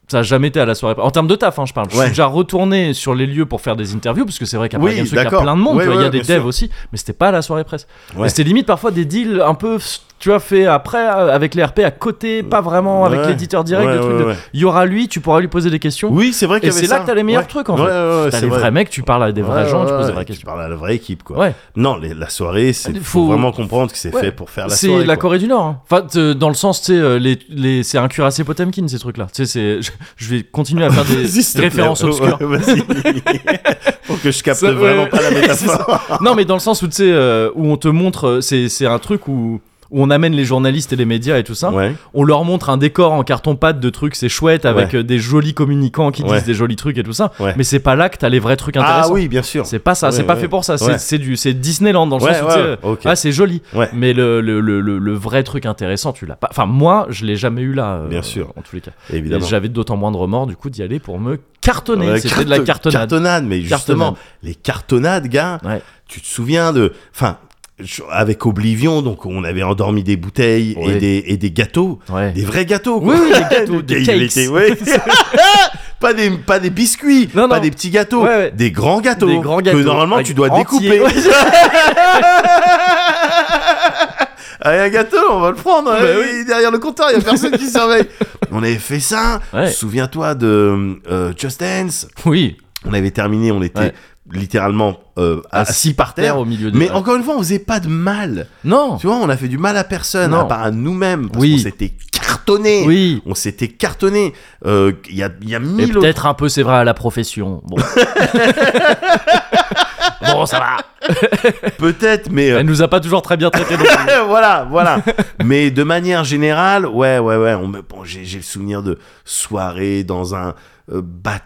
Ça a jamais été à la soirée. En termes de taf, hein, je parle. Je suis Ouais. déjà retourné sur les lieux pour faire des interviews, parce que c'est vrai qu'à Paris Oui, Games Week, il y a d'accord. plein de monde. Ouais, tu vois, il y a ouais, des bien devs sûr. aussi, mais c'était pas à la soirée presse. Ouais. Et c'était limite parfois des deals un peu, tu vois, fait après euh, avec les RP à côté, pas vraiment avec Ouais. l'éditeur direct. Ouais, des trucs ouais, de- ouais. Il y aura lui, tu pourras lui poser des questions. Oui c'est vrai qu'il Et y avait c'est là ça. que t'as les meilleurs Ouais. trucs en Ouais, fait. ouais, T'as ouais, c'est les vrai. vrais mecs, tu parles à des vrais Ouais, gens, tu ouais, poses des ouais, vraies tu questions. parles à la vraie équipe quoi. Ouais. Non, les- la soirée, c'est Faut- faut vraiment comprendre que c'est Ouais. fait pour faire la C'est soirée. la quoi. Corée du Nord. hein. Enfin, t- dans le sens, tu sais, euh, les, les, c'est un cuirassé Potemkin ces trucs-là. Tu sais, c'est- [LAUGHS] je, je vais continuer à faire des [LAUGHS] Vas-y, s'il te plaît. références Ouais, obscures. ouais, vas-y. [LAUGHS] Pour que je capte Ça, ouais, vraiment ouais. pas la métaphore. Non, mais dans le sens où tu sais, euh, où on te montre, euh, c'est c'est un truc où, où on amène les journalistes et les médias et tout ça. ouais. On leur montre un décor en carton-pâte de trucs, c'est chouette, avec Ouais. euh, des jolis communicants qui Ouais. disent des jolis trucs et tout ça. Ouais. Mais c'est pas là que t'as les vrais trucs intéressants. Ah oui, bien sûr. C'est pas ça, Ouais, c'est pas ouais. fait pour ça. C'est- Ouais. C'est du, c'est Disneyland dans le Ouais, sens où ouais, tu sais, euh, ok. ah, c'est joli. Ouais. Mais le, le, le, le- le vrai truc intéressant, tu l'as pas. Enfin, moi, je l'ai jamais eu là. euh, Bien sûr. En tous les cas. Et Évidemment. J'avais d'autant moins de remords du coup d'y aller pour me cartonner. Ouais, C'était carte- de la cartonnade. Cartonnade, mais justement, les cartonnades, gars, Ouais. tu te souviens de. Enfin, je- avec Oblivion, donc on avait endormi des bouteilles Ouais. et, des, et des gâteaux. Ouais. [LAUGHS] Des vrais gâteaux, Oui, quoi. oui, des gâteaux, des il cakes. était- [LAUGHS] ouais. [LAUGHS] pas, des, pas des biscuits, Non, pas non. des petits gâteaux, Ouais, ouais. des grands gâteaux. Des grands gâteaux. Que normalement, Ouais, tu dois entiers. découper. [LAUGHS] Allez, un gâteau, on va le prendre. Bah hein. oui. Il est Derrière le compteur, il y a personne qui [LAUGHS] surveille. On avait fait ça. Ouais. Souviens-toi de euh, Just Dance. Oui. On avait terminé, on était Ouais. littéralement euh, assis par terre. Ah, Terre au milieu de. Mais encore une fois, on faisait pas de mal. Non. Tu vois, on a fait du mal à personne, Non. à part à nous-mêmes. Parce Oui. qu'on s'était cartonné. Oui. On s'était cartonné. Euh, Il y, a, il y a Et mille autres. peut-être un peu, c'est vrai, à la profession. [LAUGHS] Bon. bon, ça va. Peut-être, mais. euh, Elle nous a pas toujours très bien traités. [LAUGHS] non plus. voilà, voilà. Mais de manière générale, ouais, ouais, ouais. On me, bon, j'ai, j'ai le souvenir de soirées dans un euh, bateau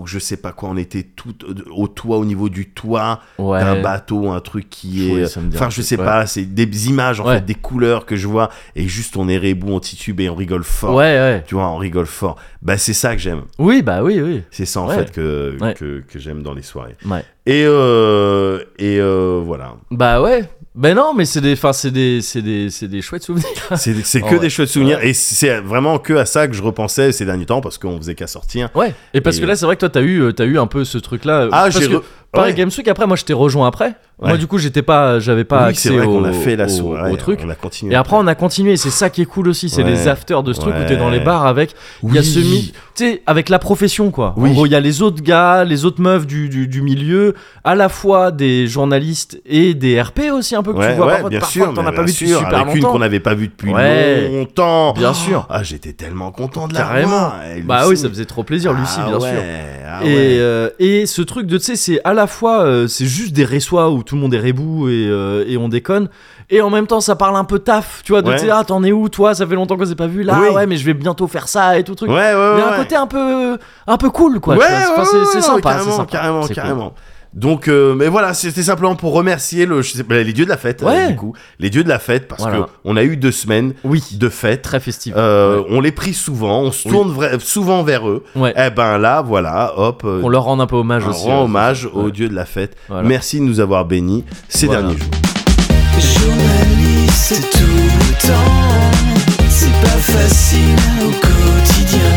ou je sais pas quoi. On était tout euh, au toit, au niveau du toit [LAUGHS] Ouais. d'un bateau, un truc qui Oui, est. ça me dit un Enfin, je truc, sais ouais. pas. C'est des images en Ouais. fait, des couleurs que je vois et juste on est rebou, on titube et on rigole Ouais, fort. ouais. Tu vois, on rigole fort. Bah, c'est ça que j'aime. Oui, bah oui, oui. C'est ça en Ouais. fait que, Ouais. que, que j'aime dans les soirées. Ouais. Et euh, et euh, voilà. Bah ouais. Ben non, mais c'est des, enfin, c'est des, c'est des, c'est des chouettes souvenirs. [LAUGHS] C'est c'est Ah que ouais. des chouettes souvenirs et c'est vraiment que à ça que je repensais ces derniers temps parce qu'on faisait qu'à sortir. Ouais. Et parce Et- que là, c'est vrai que toi, t'as eu, euh, t'as eu un peu ce truc-là. euh, Ah, parce j'ai que re- Pareil, ouais. Games Week. Après, moi, je t'ai rejoint après. Moi, Ouais. du coup, j'étais pas, j'avais pas oui, c'est accès vrai au, qu'on a fait la au- soirée, au truc. on a continué. Et après, on a continué. C'est ça qui est cool aussi. C'est Ouais. les afters de ce truc où t'es dans les Ouais. bars avec. Il y a Oui. ce mi- Tu sais, avec la profession, quoi. Oui. En gros, il y a les autres gars, les autres meufs du, du, du milieu, à la fois des journalistes et des RP aussi, un peu que Ouais, tu vois ouais, parfois, bien parfois sûr, que t'en mais as pas bien vu depuis sûr, super avec une longtemps. qu'on n'avait pas vue depuis Ouais. longtemps. Bien sûr. Ah, j'étais tellement content de la Carrément. voir. Et Bah Lucie. oui, ça faisait trop plaisir, Lucie, Ah bien ouais, sûr. ah et, ouais. euh, et ce truc de, tu sais, c'est à la fois, euh, c'est juste des réçois où tout le monde est rebou et, euh, et on déconne, et en même temps, ça parle un peu taf, tu vois, de, Ouais. tu sais, ah, t'en es où, toi, ça fait longtemps qu'on s'est pas vu, là, Oui. ouais, mais je vais bientôt faire ça et tout truc. Ouais, ouais, Il y a ouais, un Euh, ouais. côté un peu, un peu cool, quoi. Ouais, tu vois, c'est- ouais, enfin, c'est- ouais, c'est ouais, sympa, c'est carrément, sympa. carrément, C'est cool. carrément. Donc, euh, mais voilà, c'était simplement pour remercier le, je sais pas, les dieux de la fête, Ouais. euh, du coup. Les dieux de la fête, parce Voilà. que on a eu deux semaines Oui, de fête. très festif. Euh, On les prie souvent, on se Oui. tourne vra- souvent vers eux. ouais. Eh ben là, voilà, hop, euh, On leur rend un peu hommage on aussi. rend euh, hommage aux ouais. dieux de la fête. Voilà. Merci de nous avoir bénis ces Voilà. derniers jours. Journaliste tout le temps, c'est pas facile au quotidien.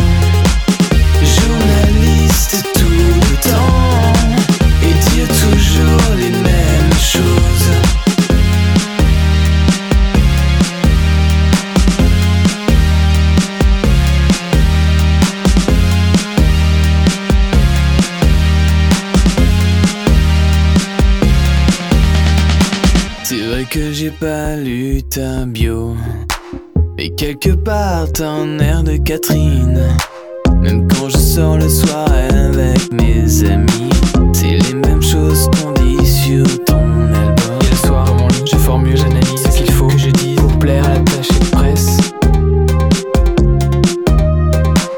Journaliste tout le temps, et dire toujours les mêmes choses. C'est vrai que j'ai pas lu ta bio. Mais quelque part t'as un air de Catherine. Même quand je sors le soir avec mes amis, c'est les mêmes choses qu'on dit sur ton album. Et le soir avant lit, je formule, j'analyse ce qu'il faut que je dise pour plaire à l'attaché de presse.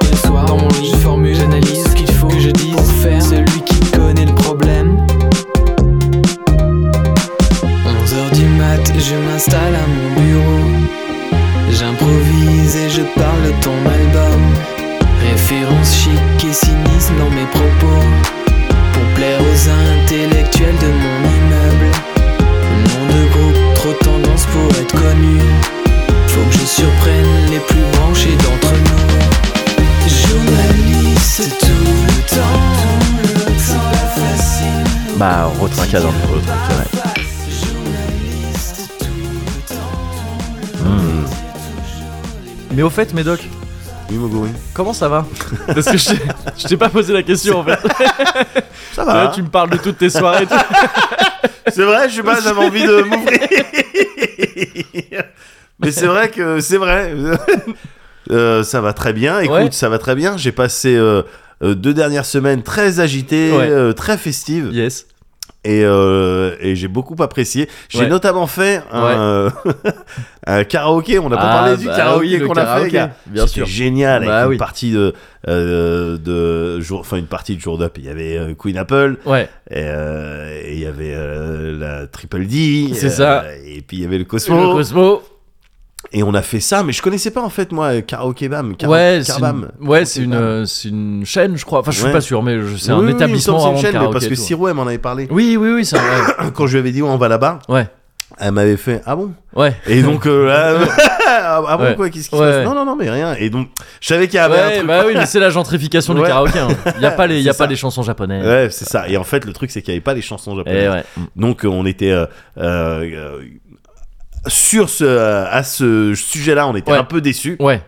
Et le soir dans mon lit, je formule, j'analyse ce qu'il faut que je dise pour faire celui qui connaît le problème. 11h du mat, je m'installe à mon bureau. J'improvise et je parle de ton album. Référence chic et cynisme dans mes propos. Pour plaire aux intellectuels de mon immeuble. Nom de groupe, trop tendance pour être connu. Faut que je surprenne les plus branchés d'entre nous. Journaliste tout le temps. C'est pas facile. Bah, retrincade. hein. Journaliste tout le temps. Mais au fait, Médoc, Oui, Moguri. comment ça [LAUGHS] va Parce que je t'ai- je t'ai pas posé la question en fait. Ça Là, va. tu me parles de toutes tes soirées. tout. [LAUGHS] C'est vrai, je sais pas, j'avais envie de m'ouvrir. Mais c'est vrai que c'est vrai. [LAUGHS] Euh, ça va très bien. Écoute, Ouais. ça va très bien. J'ai passé euh, euh, deux dernières semaines très agitées, Ouais. euh, très festives, Yes. et, euh, et j'ai beaucoup apprécié. J'ai Ouais. notamment fait un, Ouais. euh, [LAUGHS] un karaoké. On n'a pas Ah, parlé du bah karaoké oui, le qu'on a fait. karaoké, gars. bien C'était sûr. Génial. Bah avec une oui. partie de, euh, de jour, enfin une partie de jour d'up. Il y avait euh, Queen Apple. Ouais. Et euh, et il y avait euh, la Triple D. C'est euh, ça. Et puis il y avait le Cosmo. Le Cosmo. Et on a fait ça, mais je connaissais pas en fait moi Karaoke Bam. Kara- ouais, c'est Karbam. une... ouais, c'est une, Karbam. euh, c'est une chaîne, je crois. Enfin, je suis Ouais. pas sûr, mais je- c'est Oui, un oui, oui, établissement il me semble que c'est vraiment de une chaîne, mais karaoké Parce et que tout. Sirou, elle m'en avait parlé. Oui, oui, oui, c'est vrai. [LAUGHS] Quand je lui avais dit on va là-bas, Ouais, elle m'avait fait ah bon. ouais. Et donc [LAUGHS] euh, là, ah bon Ouais. quoi qu'est-ce qui se Ouais, passe ouais. Non non non mais rien. Et donc je savais qu'il y avait Ah, un ouais, truc. bah [LAUGHS] oui, mais c'est la gentrification du Ouais. karaoké. hein. Il y [LAUGHS] a pas les, il y a C'est pas ça. les chansons japonaises. Ouais, c'est ça. Et en fait, le truc, c'est qu'il n'y avait pas les chansons japonaises. Et Eh ouais. Donc euh, on était euh, euh, euh, sur ce euh, à ce sujet-là, on était Ouais. un peu déçus. Ouais.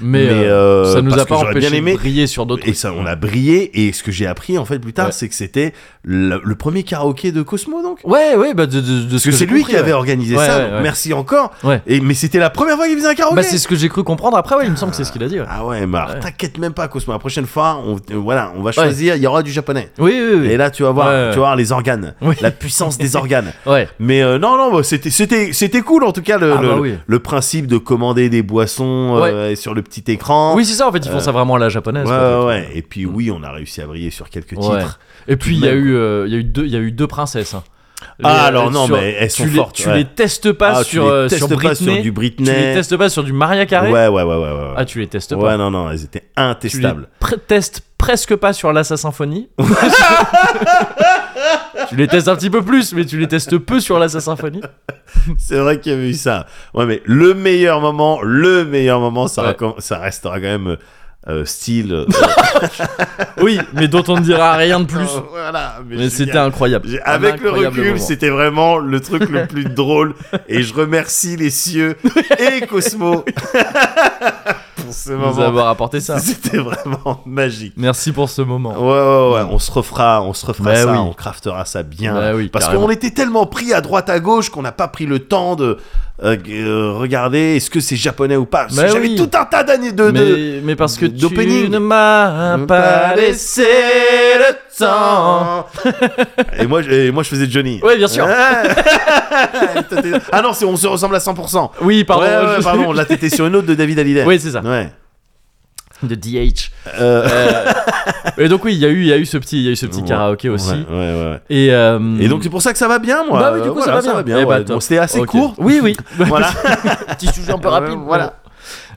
Mais, euh, euh, ça nous parce a que pas j'aurais empêché bien aimé de briller sur d'autres et trucs. ça on a brillé et ce que j'ai appris en fait plus tard Ouais. c'est que c'était le, le premier karaoké de Cosmo donc Ouais, ouais, bah de, de, de parce ce que, que c'est j'ai lui compris, qui avait ouais. organisé Ouais, ça ouais, donc ouais. merci encore Ouais. et mais c'était la première fois qu'il faisait un karaoké Bah, c'est ce que j'ai cru comprendre après, ouais, il me semble que c'est ce qu'il a dit. ouais. ah ouais mais alors Ouais. t'inquiète même pas Cosmo la prochaine fois on euh, voilà on va choisir il y aura du japonais Oui, oui, oui. et là tu vas voir Ouais, ouais. tu vas voir les organes Oui. la puissance des [LAUGHS] organes Ouais. mais euh, non non bah, c'était c'était c'était cool en tout cas le, Ah bah le- oui. le principe de commander des boissons euh, sur le petit écran Oui, c'est ça, en fait, ils font Euh, ça vraiment à la ouais, japonaise. quoi. ouais, ouais. et puis oui on a réussi à briller sur quelques Mm. Ouais. titres Et puis, il y, a Même, eu, euh, il y, a eu deux- il y a eu deux princesses. hein. Ah, Les- alors non, sur- mais elles sont tu les, fortes, Tu ouais. les testes pas Ah, tu sur, les euh, testes sur pas Britney. sur du Britney. Tu les testes pas sur du Maria Carey. Ouais, ouais, ouais, ouais, ouais. ouais. Ah, tu les testes pas. ouais, non, non, elles étaient tu les [LAUGHS] intestables. pre- testes presque pas sur l'Assa [LAUGHS] Symphonie. tu les testes un petit peu plus, mais tu les testes peu sur l'Assa Symphonie. C'est vrai qu'il y avait eu ça. Ouais, mais le meilleur moment, le meilleur moment, ça, Ouais. racon- ça restera quand même [LAUGHS] euh, style. euh, Oui, mais dont on ne dira rien de plus. [LAUGHS] voilà, mais Mais génial. c'était incroyable. J'ai- Un Avec le incroyable recul, moment. c'était vraiment le truc le [LAUGHS] plus drôle. Et je remercie les cieux et Cosmo [LAUGHS] [LAUGHS] pour ce de nous moment. avoir apporté ça. [LAUGHS] C'était vraiment magique. Merci pour ce moment. Ouais, ouais, ouais, on se refera, on se refera Bah ça, oui. on craftera ça bien. Bah oui, Parce carrément. qu'on était tellement pris à droite à gauche qu'on n'a pas pris le temps de euh, euh, regarder est-ce que c'est japonais ou pas. Parce que Bah J'avais oui. tout un tas d'années de. de- mais, mais parce que d'opening. tu ne m'as pas laissé le temps. [LAUGHS] et, moi, je- et moi je faisais Johnny. Ouais, bien sûr. Ouais. [LAUGHS] Toi, t'es- ah non, c'est on se ressemble à 100%. Oui, pardon. Ouais, ouais, je- [LAUGHS] pardon, là t'étais sur une autre de David Hallyday. Oui, c'est ça. Ouais. de DH. Euh, [LAUGHS] Euh, et donc oui, il y a eu, il y a eu ce petit, il y a eu ce petit Ouais, karaoké aussi. ouais, ouais, ouais. Et, euh, Et donc c'est pour ça que ça va bien, moi. Bah oui, du coup, Voilà, ça va bien. Eh bah, ouais. Bon, top. c'était assez ok. [LAUGHS] court. Oui, oui. [LAUGHS] Voilà. Petit sujet un peu rapide. Euh, voilà.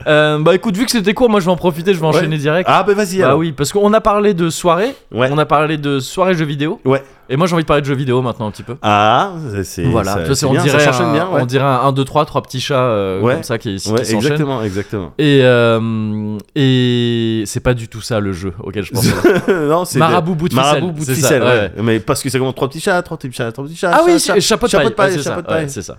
Euh, bah écoute, vu que c'était court, moi je vais en profiter, je vais Ouais. enchaîner direct. Ah bah vas-y. Bah alors. oui, parce qu'on a parlé de soirée, Ouais. on a parlé de soirée jeux vidéo, Ouais. et moi j'ai envie de parler de jeux vidéo maintenant un petit peu. Ah, c'est voilà, ça- Tu sais, c'est on, bien, ça dirait s'enchaîne un, bien, ouais. on dirait un 1, 2, 3, trois petits chats euh, Ouais. comme ça qui, qui Ouais, s'enchaînent. [LAUGHS] exactement, exactement. Et, euh, et c'est pas du tout ça le jeu auquel je pensais. non, c'est Marabout bout de ficelle. Marabout bout de c'est ça, ficelle, ouais, ouais. ouais. Mais parce que ça commence trois petits chats, trois petits chats, trois petits chats. Ah oui, chat, c'est- chat. chapeau de chapeau paille, de paille, ouais, c'est ça. chapeau de paille. ouais, c'est ça.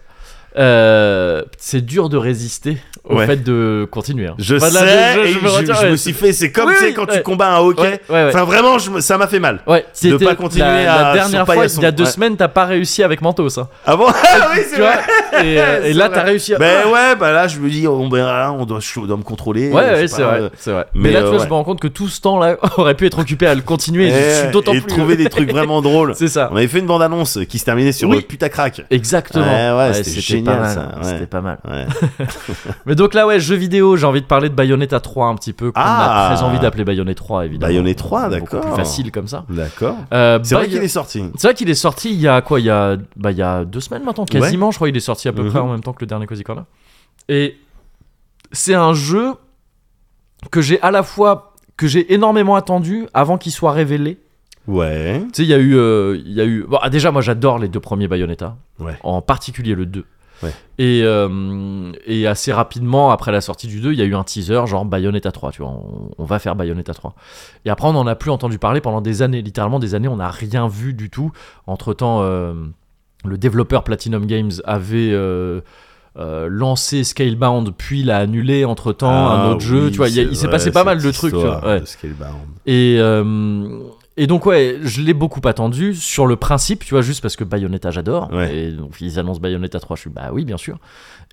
Euh, c'est dur de résister au Ouais. fait de continuer. hein. Je Enfin, là, sais, je- et je- je me retire, ouais, suis fait. C'est comme Oui, tu sais, oui, quand tu ouais. combats un hockey. Ouais, ouais, ouais. Enfin, vraiment, je me- ça m'a fait mal. Ouais, de c'était pas continuer la, la à dernière surpailler fois, son- il y a deux ouais. semaines, t'as pas réussi avec Mantos. hein. Ah bon [LAUGHS] Ah oui, c'est Tu vois vrai. Et, euh, et C'est là, vrai. t'as réussi à. Ben ouais, bah là, je me dis, on verra, on doit, je dois me contrôler. Ouais, je ouais, sais c'est pas, vrai, euh, c'est vrai. mais, Mais, là, euh, tu vois, ouais. je me rends compte que tout ce temps-là [LAUGHS] aurait pu être occupé à le continuer. Et je suis eh, d'autant et plus. euh, trouver des trucs [LAUGHS] vraiment drôles. C'est ça. On avait fait une bande-annonce qui se terminait sur Oui. euh, Putacrac. Exactement. Ouais, ouais, c'était génial, pas mal, ça, ouais. C'était pas mal. Ouais. Mais donc là, ouais, jeux vidéo, j'ai envie de parler de Bayonetta 3 un petit peu. Qu'on Ah. a très envie d'appeler Bayonetta 3, évidemment. Bayonetta 3, Beaucoup d'accord. plus facile comme ça. D'accord. Euh, C'est vrai Bayo- qu'il est sorti. C'est vrai qu'il est sorti il y a quoi il y a, bah, il y a deux semaines maintenant, quasiment. Je crois qu'il est sorti à peu Mhm. près en même temps que le dernier Cozy Corner. Et c'est un jeu que j'ai à la fois que j'ai énormément attendu avant qu'il soit révélé. Ouais. Tu sais, il y a eu, euh, il y a eu. bon, ah, déjà, moi, j'adore les deux premiers Bayonetta, Ouais. en particulier le 2. Ouais. Et, euh, et assez rapidement après la sortie du 2, il y a eu un teaser genre Bayonetta 3, tu vois, on, on va faire Bayonetta 3. Et après, on n'en a plus entendu parler pendant des années, littéralement des années, on n'a rien vu du tout. Entre temps, le développeur Platinum Games avait euh, euh, lancé Scalebound, puis l'a annulé entre temps, Ah, un autre jeu, oui, tu vois, il y a- c'est il s'est vrai, passé pas mal cette de trucs, tu histoire vois. ouais. de Scalebound. Et, euh, et donc, ouais, je l'ai beaucoup attendu sur le principe, tu vois, juste parce que Bayonetta, j'adore. Ouais. Et donc, ils annoncent Bayonetta 3, je suis bah oui, bien sûr.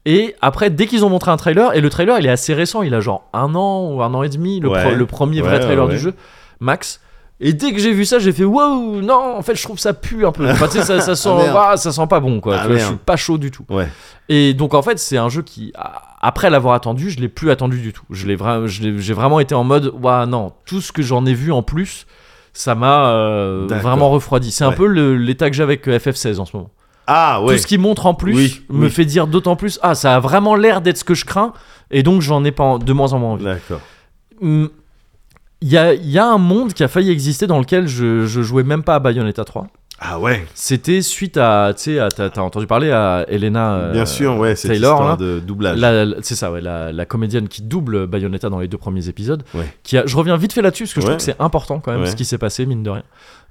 Et après, dès qu'ils ont montré un trailer, et le trailer, il est assez récent, il a genre un an ou un an et demi, le, Ouais. pro- le premier Ouais, vrai trailer ouais, du ouais. jeu, max. Et dès que j'ai vu ça, j'ai fait waouh, non, en fait, je trouve ça pue un peu. Enfin, tu sais, ça, ça sent, [LAUGHS] Ah, merde. ah, ça sent pas bon, quoi. Ah, Tu vois, je merde. suis pas chaud du tout. Ouais. Et donc en fait, c'est un jeu qui, a- après l'avoir attendu, je l'ai plus attendu du tout. Je l'ai vra- je l'ai- j'ai vraiment été en mode, ouah non, tout ce que j'en ai vu en plus, ça m'a euh, D'accord. vraiment refroidi. C'est un Ouais. peu le- l'état que j'ai avec euh, FF16 en ce moment. Ah ouais. Tout ce qui montre en plus Oui, me oui. fait dire d'autant plus, ah ça a vraiment l'air d'être ce que je crains, et donc j'en ai pas en- de moins en moins envie. D'accord. Hum, Il y a, il y a un monde qui a failli exister dans lequel je, je jouais même pas à Bayonetta 3. Ah ouais. C'était suite à, tu sais, à- t'as t'as entendu parler à Elena. euh, Bien sûr, ouais, c'est Taylor, histoire là. de doublage. La- la- c'est ça, ouais, la, la comédienne qui double Bayonetta dans les deux premiers épisodes. Ouais. Qui a, je reviens vite fait là-dessus parce que je Ouais. trouve que c'est important quand même Ouais. ce qui s'est passé, mine de rien.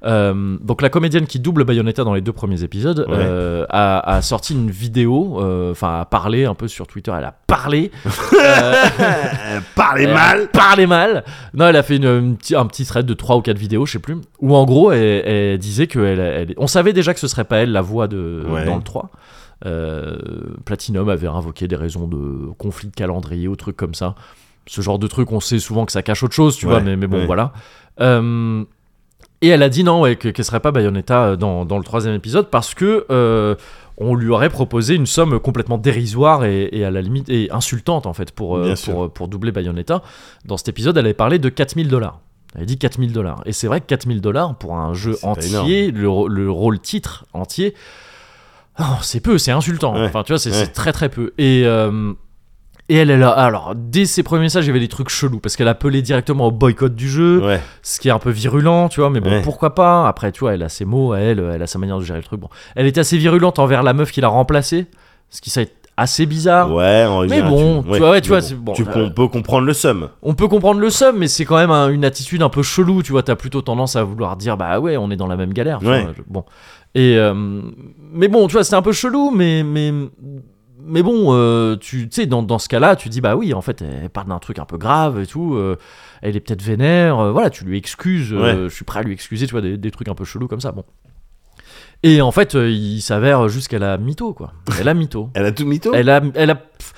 Euh, donc la comédienne qui double Bayonetta dans les deux premiers épisodes Ouais. euh, a, a sorti une vidéo, euh, enfin a parlé un peu sur Twitter, elle a parlé. euh, Euh, parlez elle a mal. parlé mal Non, elle a fait une, une petit- un petit thread de 3 ou 4 vidéos, je sais plus, où en gros, elle, elle disait que. Elle, elle- on savait déjà que ce serait pas elle la voix de, Ouais. dans le 3. Euh, Platinum avait invoqué des raisons de conflit de calendrier ou trucs comme ça. Ce genre de truc, on sait souvent que ça cache autre chose, tu Ouais, vois, mais, mais bon, ouais. voilà. Euh, et elle a dit non, ouais, que- qu'elle serait pas Bayonetta euh, dans, dans le troisième épisode parce que. euh, on lui aurait proposé une somme complètement dérisoire et, et à la limite et insultante en fait pour, euh, Bien sûr. pour, euh, pour doubler Bayonetta. Dans cet épisode, elle avait parlé de 4000 dollars. Elle dit 4000 dollars. Et c'est vrai que 4000 dollars pour un jeu C'est pas entier, le, ro- le rôle titre entier, oh, c'est peu, c'est insultant. Ouais. Enfin, tu vois, c'est c'est Ouais. très très peu. Et. euh, et elle, elle a, alors, dès ses premiers messages, il y avait des trucs chelous, parce qu'elle appelait directement au boycott du jeu, Ouais. ce qui est un peu virulent, tu vois, mais bon, Ouais. pourquoi pas Après, tu vois, elle a ses mots, à elle, elle a sa manière de gérer le truc. Bon, elle était assez virulente envers la meuf qui l'a remplacée, ce qui ça est assez bizarre. Ouais, Ah. en Mais général, bon, tu vois, ouais, tu mais vois, bon, c'est- bon, tu euh, com- peux comprendre le somme. On peut comprendre le somme, mais c'est quand même un- une attitude un peu chelou, tu vois. T'as plutôt tendance à vouloir dire, bah ouais, on est dans la même galère. tu Ouais. vois, je- bon. Et, euh, mais bon, tu vois, c'est un peu chelou, mais, mais, mais bon, euh, tu tu sais, dans, dans ce cas-là, tu dis, bah oui, en fait, elle parle d'un truc un peu grave et tout. euh, elle est peut-être vénère. euh, voilà, tu lui excuses. euh, Je suis prêt à lui excuser, tu vois, des, des trucs un peu chelous comme ça. Bon. Et en fait, euh, il s'avère juste qu'elle a mytho, quoi. Elle a mytho. Elle a tout mytho. Elle a, elle a. pff,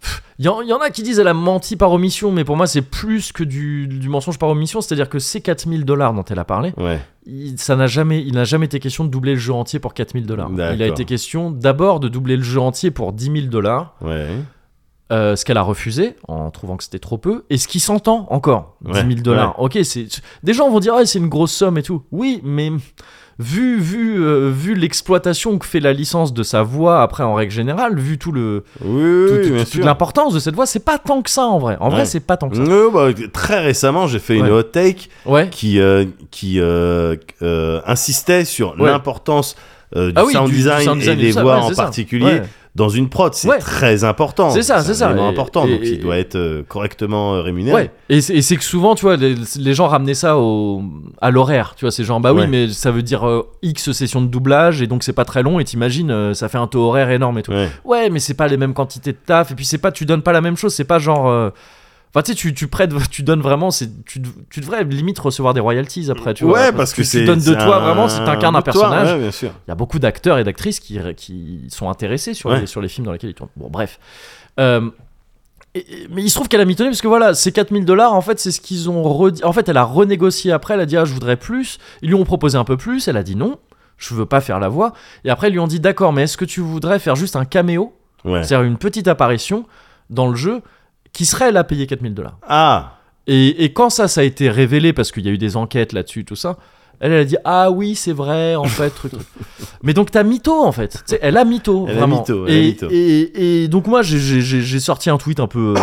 pff, Il y, en- il y en a qui disent elle a menti par omission, mais pour moi c'est plus que du, du mensonge par omission, c'est-à-dire que ces 4000 dollars dont elle a parlé, Ouais. il, ça n'a jamais, il n'a jamais été question de doubler le jeu entier pour 4000 dollars. Il a D'accord. été question d'abord de doubler le jeu entier pour 10 000 dollars, Ouais. euh, ce qu'elle a refusé en trouvant que c'était trop peu et ce qui s'entend encore, 10 000 Ouais, dollars. Ok, c'est des gens vont dire ah, c'est une grosse somme et tout. Oui, mais vu vu euh, vu l'exploitation que fait la licence de sa voix après en règle générale, vu tout le Oui, tout- oui, tout- bien toute sûr. l'importance de cette voix, c'est pas tant que ça en vrai. En Ouais. vrai, c'est pas tant que ça. Non, bah, très récemment, j'ai fait une Ouais. hot take Ouais. qui, euh, qui euh, euh, insistait sur Ouais. l'importance euh, du, Ah oui, sound du- du design sound design, et des tout ça, voix ouais, en c'est ça. particulier Ouais. dans une prod. C'est Ouais. très important. C'est ça, c'est un ça. élément Et- important, donc et- il doit être euh, correctement euh, rémunéré. Ouais, et c'est et c'est que souvent, tu vois, les, les gens ramenaient ça au, à l'horaire, tu vois, c'est genre, bah oui, Ouais. mais ça veut dire euh, X sessions de doublage, et donc c'est pas très long, et t'imagines, euh, ça fait un taux horaire énorme et tout. Ouais. Ouais, mais c'est pas les mêmes quantités de taf, et puis c'est pas, tu donnes pas la même chose, c'est pas genre... euh, Enfin, tu sais, tu, tu prêtes, [LAUGHS] tu donnes vraiment, c'est, tu, dev- tu devrais limite recevoir des royalties après, tu vois. Ouais, parce que tu, c'est. tu donnes de c'est toi vraiment, si t'incarnes un de toi, personnage, ouais, bien sûr. il y a beaucoup d'acteurs et d'actrices qui, qui sont intéressés sur, Ouais. les, sur les films dans lesquels ils tournent. Bon, bref. Euh, et- et- mais il se trouve qu'elle a mitonné parce que voilà, ces 4000 dollars, en fait, c'est ce qu'ils ont redit. En fait, elle a renégocié après, elle a dit Ah, je voudrais plus. Ils lui ont proposé un peu plus, elle a dit non, je veux pas faire la voix. Et après, ils lui ont dit D'accord, mais est-ce que tu voudrais faire juste un caméo Ouais. C'est-à-dire une petite apparition dans le jeu qui serait elle à payer 4000 dollars. Ah, Et, et quand ça, ça a été révélé, parce qu'il y a eu des enquêtes là-dessus, tout ça, elle, elle a dit Ah oui, c'est vrai, en fait, truc. [LAUGHS] truc. Mais donc, t'as mytho, en fait. Tu sais, elle a mytho, Elle a vraiment. mytho, elle a et, mytho. Et, et donc, moi, j'ai- j'ai j'ai- j'ai sorti un tweet un peu, euh,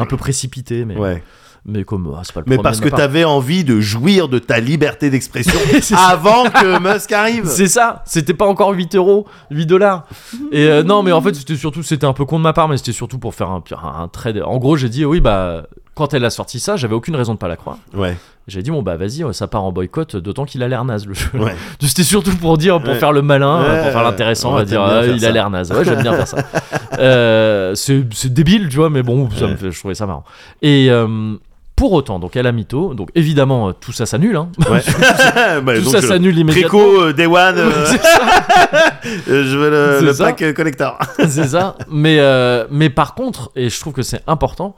un peu précipité, mais, ouais. mais comme ah, c'est pas le Mais premier parce de ma que part. t'avais envie de jouir de ta liberté d'expression [LAUGHS] C'est ça. avant que Musk arrive. C'est ça, c'était pas encore 8 euros, 8 dollars. Et euh, non, mais en fait, c'était surtout, c'était un peu con de ma part, mais c'était surtout pour faire un, un, un trade. En gros, j'ai dit, oui, bah, quand elle a sorti ça, j'avais aucune raison de pas la croire. Ouais. J'ai dit, bon, bah, vas-y, ça part en boycott, d'autant qu'il a l'air naze, le jeu. Ouais. [LAUGHS] C'était surtout pour dire, pour Ouais. faire le malin, Ouais, pour faire ouais. l'intéressant, on Ouais, va t'aimes dire, bien ah, faire il ça. a l'air naze. Ouais, j'aime bien faire [LAUGHS] ça. Euh, c'est c'est débile, tu vois, mais bon, ça me Ouais. fait- je trouvais ça marrant. Et euh, pour autant, donc elle a mytho, donc évidemment, euh, tout ça s'annule. Hein. Ouais. [LAUGHS] Bah, tout donc, ça je- s'annule immédiatement. Préco, euh, Day One, euh, C'est euh, [LAUGHS] je veux le, C'est le ça. pack euh, collector. [LAUGHS] c'est ça. Mais, euh, mais par contre, et je trouve que c'est important,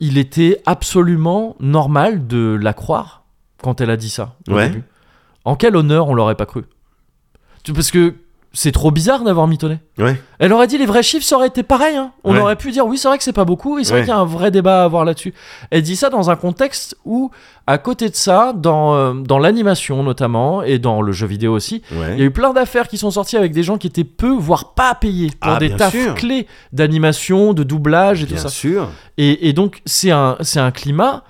il était absolument normal de la croire quand elle a dit ça. au Ouais. début. En quel honneur on l'aurait pas cru Tu- Parce que c'est trop bizarre d'avoir mitonné. Ouais. Elle aurait dit les vrais chiffres, ça aurait été pareil. hein. On Ouais. aurait pu dire oui, c'est vrai que c'est pas beaucoup, et c'est Ouais. vrai qu'il y a un vrai débat à avoir là-dessus. Elle dit ça dans un contexte où, à côté de ça, dans, euh, dans l'animation notamment, et dans le jeu vidéo aussi, Hein il y a eu plein d'affaires qui sont sorties avec des gens qui étaient peu, voire pas payés pour Ah, des bien tafs sûr. clés d'animation, de doublage et Bien tout ça. sûr. Et, et donc, c'est un, c'est un climat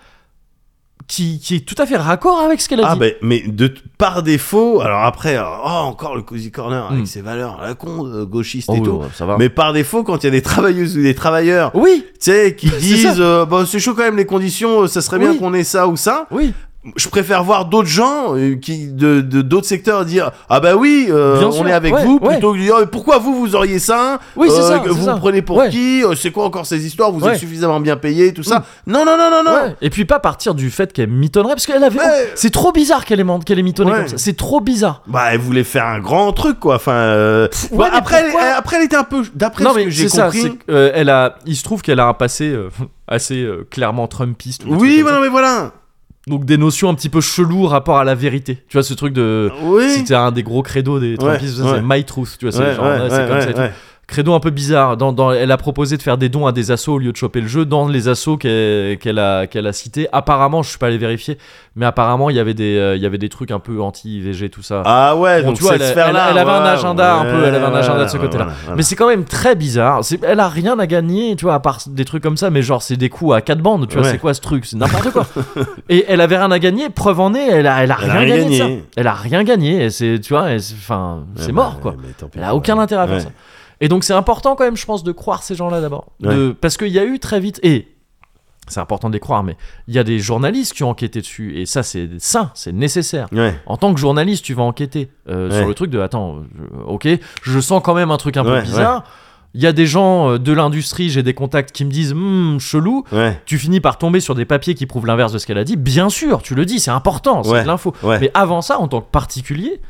qui, qui est tout à fait raccord avec ce qu'elle a Ah dit. ben, mais de par défaut, alors après, euh, oh, encore le cozy corner avec Hmm. ses valeurs, à la con, euh, gauchiste Oh, et tout. ouais, ça va. Mais par défaut, quand il y a des travailleuses ou des travailleurs, Oui, tu sais, qui ça. disent, euh, bah, c'est chaud quand même les conditions, euh, ça serait bien Oui. qu'on ait ça ou ça. oui, je préfère voir d'autres gens euh, qui de de- d'autres secteurs dire ah bah oui euh, Bien on sûr, est avec ouais, vous ouais. plutôt que de dire pourquoi vous vous auriez ça Oui, c'est Euh, ça, que c'est vous ça. me prenez pour Ouais. qui Euh, c'est quoi encore ces histoires vous Ouais. Hmm. êtes suffisamment bien payé tout ça non non non non non ouais. Et puis pas partir du fait qu'elle mitonnerait, parce qu'elle avait. Ouais. C'est trop bizarre qu'elle ait, man- qu'elle ait mitonné Ouais. comme ça. C'est trop bizarre. bah elle voulait faire un grand truc quoi enfin euh, ouais, bah, mais après elle, pourquoi elle- après elle était un peu d'après non, ce mais que j'ai c'est ça. compris c'est que, euh, elle a, il se trouve qu'elle a un passé euh, [LAUGHS] assez euh, clairement Trumpiste. ou des trucs oui comme voilà mais voilà ça. Donc des notions un petit peu cheloues rapport à la vérité. Tu vois, ce truc de. oui C'était un des gros credos des Trumpistes, ouais. c'est My Truth, tu vois, c'est Ouais, genre, ouais, ouais, c'est ouais, comme ça et ouais, tout. ouais. Credo un peu bizarre. Dans, dans- elle a proposé de faire des dons à des assos au lieu de choper le jeu. Dans les assos qu'elle qu'elle a, qu'elle a cités, apparemment, je suis pas allé vérifier, mais apparemment, il y avait des, euh, il y avait des trucs un peu anti-IVG, tout ça. ah ouais Bon, donc tu vois, cette elle- sphère-là, elle- elle avait un voilà, agenda un ouais, peu, elle avait un agenda de ce voilà, côté-là. voilà, voilà. Mais c'est quand même très bizarre. C'est- Elle a rien à gagner, tu vois, à part des trucs comme ça. Mais genre, c'est des coups à quatre bandes. Tu vois, Ouais. c'est quoi ce truc C'est n'importe [LAUGHS] quoi. et elle avait rien à gagner. Preuve en est, elle a, elle a rien gagné. de gagné. ça. Elle a rien gagné. Et c'est, tu vois, et c'est- enfin, Ouais, c'est bah, mort quoi. mais tant pis, Elle a aucun ouais. intérêt à faire Ouais. ça. Et donc c'est important quand même, je pense, de croire ces gens-là d'abord. De- Parce qu'il y a eu très vite, et c'est important de les croire, mais il y a des journalistes qui ont enquêté dessus, et ça c'est sain, c'est nécessaire. ouais En tant que journaliste, tu vas enquêter euh, Ouais. sur le truc de, attends, je- ok, je sens quand même un truc un peu Ouais, bizarre. Il y a des gens euh, de l'industrie, j'ai des contacts qui me disent, Hmm, chelou, ouais tu finis par tomber sur des papiers qui prouvent l'inverse de ce qu'elle a dit. Bien sûr, tu le dis, c'est important, c'est Ouais, de l'info. ouais. Mais avant ça, en tant que particulier,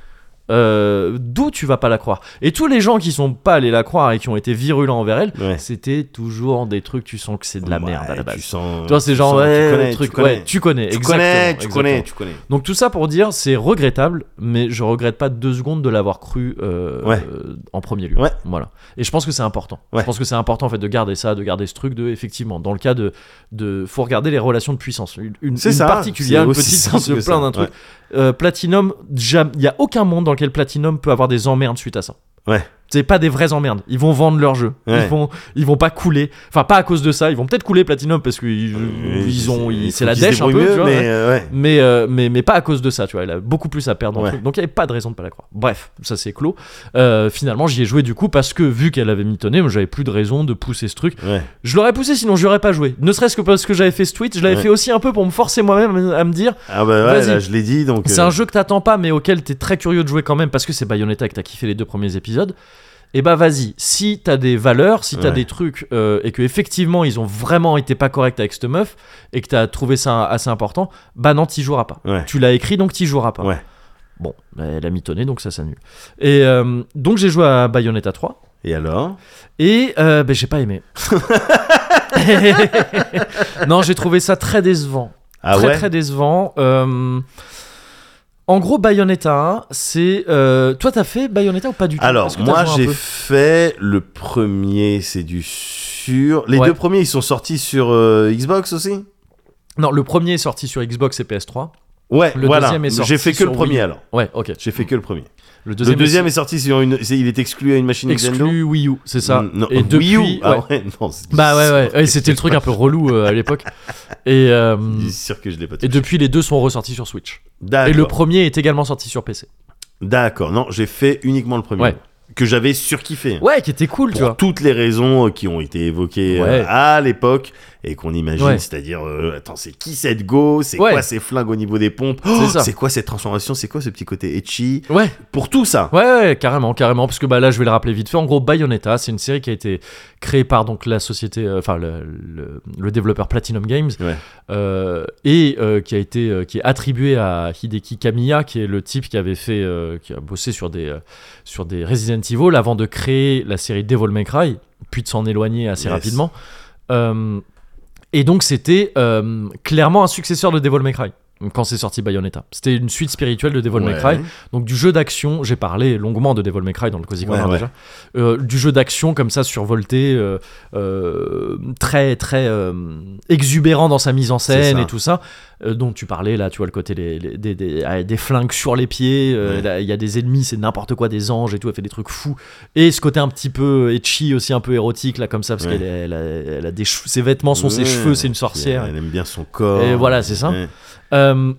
euh, d'où tu vas pas la croire Et tous les gens qui sont pas allés la croire et qui ont été virulents envers elle, Ouais. c'était toujours des trucs, tu sens que c'est de la Ouais, merde à la base. Tu sens. Tu vois, c'est tu genre, sens, ouais, tu connais, le truc, tu connais. ouais, tu connais, Tu exactement, connais, tu exactement. connais, tu connais. Donc tout ça pour dire, c'est regrettable, mais je regrette pas deux secondes de l'avoir cru euh, Ouais. euh, en premier lieu. Ouais. Voilà. Et je pense que c'est important. Ouais. Je pense que c'est important en fait de garder ça, de garder ce truc de effectivement, dans le cas de, de faut regarder les relations de puissance. Une, une, C'est une ça, particulière, c'est une aussi petite, simple se que ça, plaint d'un truc. Euh, Platinum, jam- il y a aucun monde dans lequel Platinum peut avoir des emmerdes suite à ça. Ouais. C'est pas des vraies emmerdes. Ils vont vendre leur jeu. Ouais. Ils vont, ils vont pas couler. Enfin, pas à cause de ça. Ils vont peut-être couler Platinum parce qu'ils Euh, ils ont, ils- c'est la Mm, Ils se dèche un peu. débrouillent tu mieux, vois, mais euh, ouais. mais, euh, mais, mais pas à cause de ça, tu vois. Elle a beaucoup plus à perdre dans le Ouais. truc. Donc il n'y avait pas de raison de pas la croire. Bref, ça c'est clos. Euh, finalement, j'y ai joué du coup parce que vu qu'elle avait mitonné, moi, j'avais plus de raison de pousser ce truc. Ouais. Je l'aurais poussé sinon je l'aurais pas joué. Ne serait-ce que parce que j'avais fait ce tweet, je l'avais Ouais. fait aussi un peu pour me forcer moi-même à me dire Ah bah ouais, Vas-y. là, je l'ai dit donc. c'est euh, un jeu que t'attends pas mais auquel t'es très curieux de jouer quand même parce que c'est Bayonetta et que t'as kiffé les deux premiers épisodes. Et bah vas-y, si t'as des valeurs, si t'as Ouais. des trucs euh, et que effectivement ils ont vraiment été pas corrects avec cette meuf et que t'as trouvé ça assez important, bah non t'y joueras pas. Ouais. Tu l'as écrit donc t'y joueras pas. Ouais. Bon, bah, elle a mitonné donc ça s'annule. Et euh, donc j'ai joué à Bayonetta 3. Et alors Et euh, ben, j'ai pas [LAUGHS] aimé. [LAUGHS] non, j'ai trouvé ça très décevant. Ah très ouais. très décevant. Euh, en gros, Bayonetta 1, c'est. euh, Toi, t'as fait Bayonetta ou pas du tout Est-ce Alors que t'as moi joué un j'ai peu fait le premier, c'est du sur. Les Ouais. deux premiers ils sont sortis sur euh, Xbox aussi. Non, le premier est sorti sur Xbox et PS3. Ouais. Le voilà. deuxième est sorti J'ai fait que sur le premier Wii. alors. Ouais, ok. J'ai fait que le premier. Le deuxième, le deuxième est, sorti sur une. c'est- Il est exclu à une machine est exclu Wii U, c'est ça. Nintendo. Mm, non, et depuis, Wii U. ouais. Ah ouais. Non. c'est- Bah ouais, [LAUGHS] ouais. ouais, C'était le truc un peu relou euh, à l'époque. Et, euh, Je suis sûr que je l'ai pas. et depuis, les deux sont ressortis sur Switch. D'accord. Et le premier est également sorti sur PC. D'accord. Non, j'ai fait uniquement le premier Ouais. que j'avais surkiffé. Ouais, qui était cool, tu pour vois. toutes les raisons euh, qui ont été évoquées euh, Ouais. à l'époque et qu'on imagine, Ouais. c'est-à-dire, euh, attends, c'est qui cette go C'est Ouais. quoi ces flingues au niveau des pompes Oh, C'est ça. C'est quoi cette transformation C'est quoi ce petit côté etchi Ouais. Pour tout ça Ouais, ouais, carrément, carrément, parce que bah, là, je vais le rappeler vite fait. En gros, Bayonetta, c'est une série qui a été créée par donc la société, euh, enfin le, le- le développeur Platinum Games, Ouais. euh, et euh, qui a été, euh, qui est attribuée à Hideki Kamiya, qui est le type qui avait fait, euh, qui a bossé sur des, euh, sur des Resident Evil avant de créer la série Devil May Cry, puis de s'en éloigner assez Yes. rapidement. Euh, et donc, c'était euh, clairement un successeur de Devil May Cry quand c'est sorti Bayonetta. C'était une suite spirituelle de Devil May Ouais. Cry. Donc du jeu d'action, j'ai parlé longuement de Devil May Cry dans le Cozy Corner Ouais, ouais. déjà. Euh, du jeu d'action comme ça survolté, euh, euh, très très euh, exubérant dans sa mise en C'est scène ça. et tout ça, euh, dont tu parlais là, tu vois le côté les- les- des, des- ah, des flingues sur les pieds, euh, Ouais. là, il y a des ennemis, c'est n'importe quoi, des anges et tout, elle fait des trucs fous. Et ce côté un petit peu etchi aussi, un peu érotique là comme ça, parce Ouais. qu'elle a- elle a, elle a des cheveux- ses vêtements sont ses Ouais. euh, cheveux, c'est une sorcière. Elle aime bien son corps. Et voilà, c'est ça. Ouais. Euh,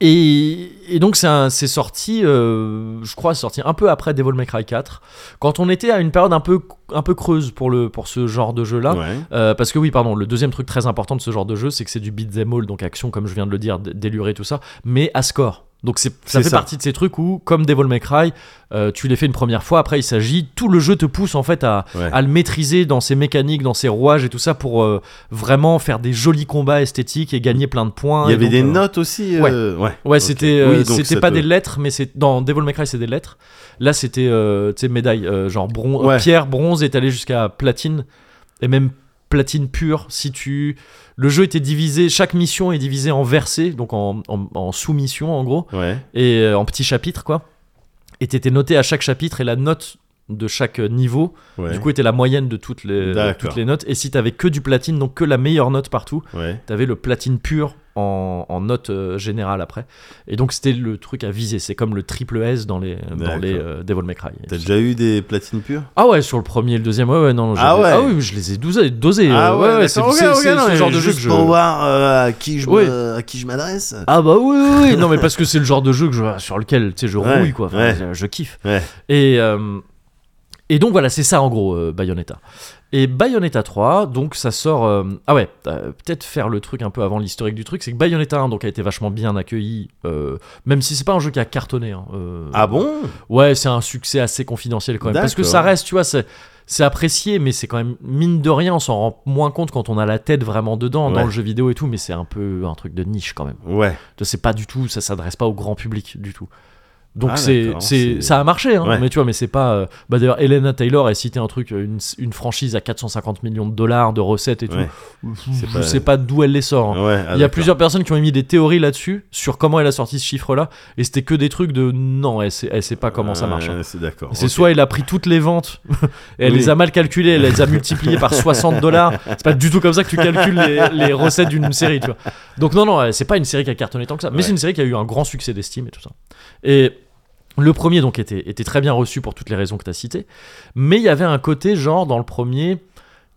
et, et donc c'est un- c'est sorti, euh, je crois, c'est sorti un peu après Devil May Cry 4, quand on était à une période un peu, un peu creuse pour, le, pour ce genre de jeu-là. Ouais. Euh, parce que oui, pardon, le deuxième truc très important de ce genre de jeu, c'est que c'est du beat them all, donc action, comme je viens de le dire, d- déluré, tout ça, mais à score. Donc c'est- ça C'est fait ça. partie de ces trucs où, comme Devil May Cry, euh, tu les fais une première fois, après il s'agit, tout le jeu te pousse en fait à, Ouais. à le maîtriser dans ses mécaniques, dans ses rouages et tout ça pour euh, vraiment faire des jolis combats esthétiques et gagner plein de points. Il y Et avait donc, des euh, notes aussi. euh, Ouais. Ouais, Ok. c'était euh, Oui, donc c'était ça pas peut- des lettres, mais c'est dans Devil May Cry c'est des lettres. Là c'était euh, tu sais médaille euh, genre bron- euh, Ouais. pierre, bronze est allé jusqu'à platine et même platine pure si tu le jeu était divisé chaque mission est divisée en versets donc en, en, en sous-missions en gros Ouais. et euh, en petits chapitres quoi et t'étais noté à chaque chapitre et la note de chaque niveau Ouais. du coup était la moyenne de toutes les de D'accord. toutes les notes et si t'avais que du platine donc que la meilleure note partout Ouais. T'avais le platine pur en, en note euh, générale après. Et donc c'était le truc à viser. C'est comme le triple S dans les, dans D'accord. les euh, Devil May Cry. T'as déjà eu des platines pures Ah ouais, sur le premier et le deuxième, ouais, ouais, non. j'ai- Ah ouais. Ah oui, je les ai dosés. dosés, euh, d'accord. c'est Ok, c'est- ok, c'est non, ce mais genre de jeu juste que je. Pour voir euh, à qui je me- Ouais. à qui je m'adresse. Ah bah oui, oui, [LAUGHS] oui. non mais parce que c'est le genre de jeu que je, sur lequel tu sais, je Ouais, rouille quoi, Enfin, ouais. je, je kiffe. Ouais. Et, euh, et donc voilà, c'est ça en gros euh, Bayonetta. Et Bayonetta 3, donc ça sort... euh, ah ouais, euh, peut-être faire le truc un peu avant l'historique du truc, c'est que Bayonetta 1 donc, a été vachement bien accueilli, euh, même si c'est pas un jeu qui a cartonné. hein, euh, Ah bon Ouais, c'est un succès assez confidentiel quand même. Parce que D'accord. ça reste, tu vois, c'est. C'est apprécié, mais c'est quand même mine de rien, on s'en rend moins compte quand on a la tête vraiment dedans dans Ouais. le jeu vidéo et tout, mais c'est un peu un truc de niche quand même. Ouais. Tu vois, C'est pas du tout, ça s'adresse pas au grand public du tout. Donc Ah, c'est, d'accord, c'est, c'est- ça a marché, hein, Ouais. mais tu vois, mais c'est pas. euh, Bah d'ailleurs, Elena Taylor a cité un truc, euh, une, une franchise à 450 millions de dollars de recettes et tout. Ouais. Je C'est pas- sais pas d'où elle les sort. hein. Ouais, ah, Il y a d'accord. plusieurs personnes qui ont émis des théories là-dessus sur comment elle a sorti ce chiffre-là, et c'était que des trucs de non, elle sait, elle sait pas comment ça marche. hein. Ouais, C'est d'accord. C'est ok. soit elle a pris toutes les ventes, [LAUGHS] et elle Oui. les a mal calculées, elle les a multipliées par 60 dollars. C'est pas du tout comme ça que tu calcules les, les recettes d'une série, tu vois. Donc non, non, euh, c'est pas une série qui a cartonné tant que ça, mais Ouais. c'est une série qui a eu un grand succès d'estime et tout ça. Et le premier donc était, était très bien reçu pour toutes les raisons que tu as citées, mais il y avait un côté genre dans le premier,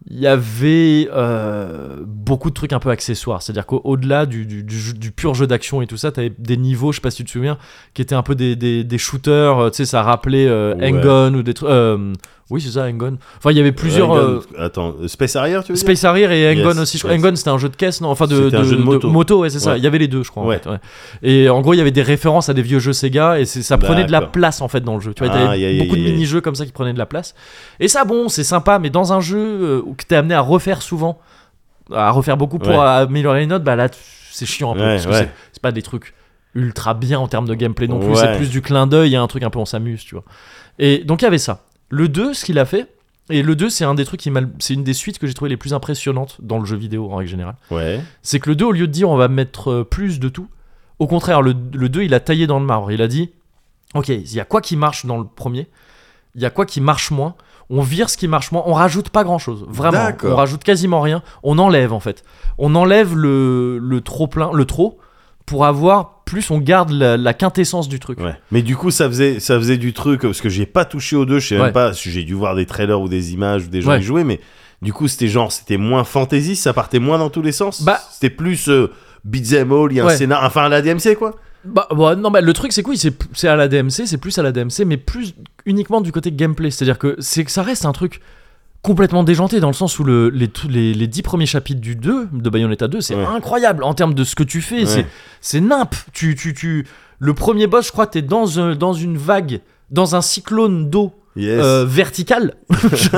il y avait euh, beaucoup de trucs un peu accessoires, c'est-à-dire qu'au-delà du, du- du jeu- du pur jeu d'action et tout ça, tu avais des niveaux, je sais pas si tu te souviens, qui étaient un peu des, des, des shooters, euh, tu sais, ça rappelait euh, Ouais. Hang-On ou des trucs... euh, oui, c'est ça, Hang-On. Enfin, il y avait plusieurs... Hang euh, On- Attends, euh, Space Harrier, tu veux dire Space Harrier et Hang-On Yes, aussi. je crois. yes. Hang-On, c'était un jeu de caisse, non Enfin, de, C'était un jeu de moto. ouais, c'est ça. Ouais. Il y avait les deux, je crois. en Ouais. fait, ouais. Et en gros, il y avait des références à des vieux jeux Sega et c'est- ça prenait de la D'accord. place en fait dans le jeu. Tu vois, Ah, t'avais aïe, aïe, beaucoup de aïe, aïe. mini-jeux comme ça qui prenaient de la place. Et ça, bon, c'est sympa, mais dans un jeu euh, où- que t'es amené à refaire souvent, à refaire beaucoup pour Ouais. améliorer les notes, bah là, tu- c'est chiant un peu Ouais, parce que ouais. c'est- c'est pas des trucs ultra bien en termes de gameplay non plus. Ouais. C'est plus du clin d'œil, il y a un truc un peu on s'amuse, tu vois. Et donc il y avait ça. Le 2, ce qu'il a fait, et le 2, c'est un des trucs qui m'a- c'est une des suites que j'ai trouvé les plus impressionnantes dans le jeu vidéo en règle générale. Ouais. C'est que le 2, au lieu de dire on va mettre euh, plus de tout, au contraire, le, le 2, il a taillé dans le marbre. Il a dit Ok, il y a quoi qui marche dans le premier Il y a quoi qui marche moins On vire ce qui marche moins, on rajoute pas grand chose. Vraiment, D'accord. on rajoute quasiment rien. On enlève en fait. On enlève le, le trop plein, le trop, pour avoir plus, on garde la, la quintessence du truc. Ouais. Mais du coup, ça faisait, ça faisait du truc, parce que j'ai pas touché aux deux, je sais Ouais. même pas, j'ai dû voir des trailers ou des images ou des gens Ouais. qui jouaient, mais du coup, c'était genre, c'était moins fantaisiste, ça partait moins dans tous les sens. Bah- C'était plus euh, beat'em all, il y a Ouais. un scénar, enfin la DMC quoi. Bah, bah, non, bah, le truc c'est que oui, c'est c'est à la DMC, c'est plus à la DMC, mais plus uniquement du côté gameplay. C'est-à-dire que, c'est que ça reste un truc complètement déjanté dans le sens où le, les, tous les, les 10 premiers chapitres du 2, de Bayonetta 2, c'est Ouais. incroyable en termes de ce que tu fais. Ouais. C'est c'est nimp. Tu, tu, tu, le premier boss, je crois, t'es dans, un- dans une vague, dans un cyclone d'eau Yes. euh, verticale. [LAUGHS]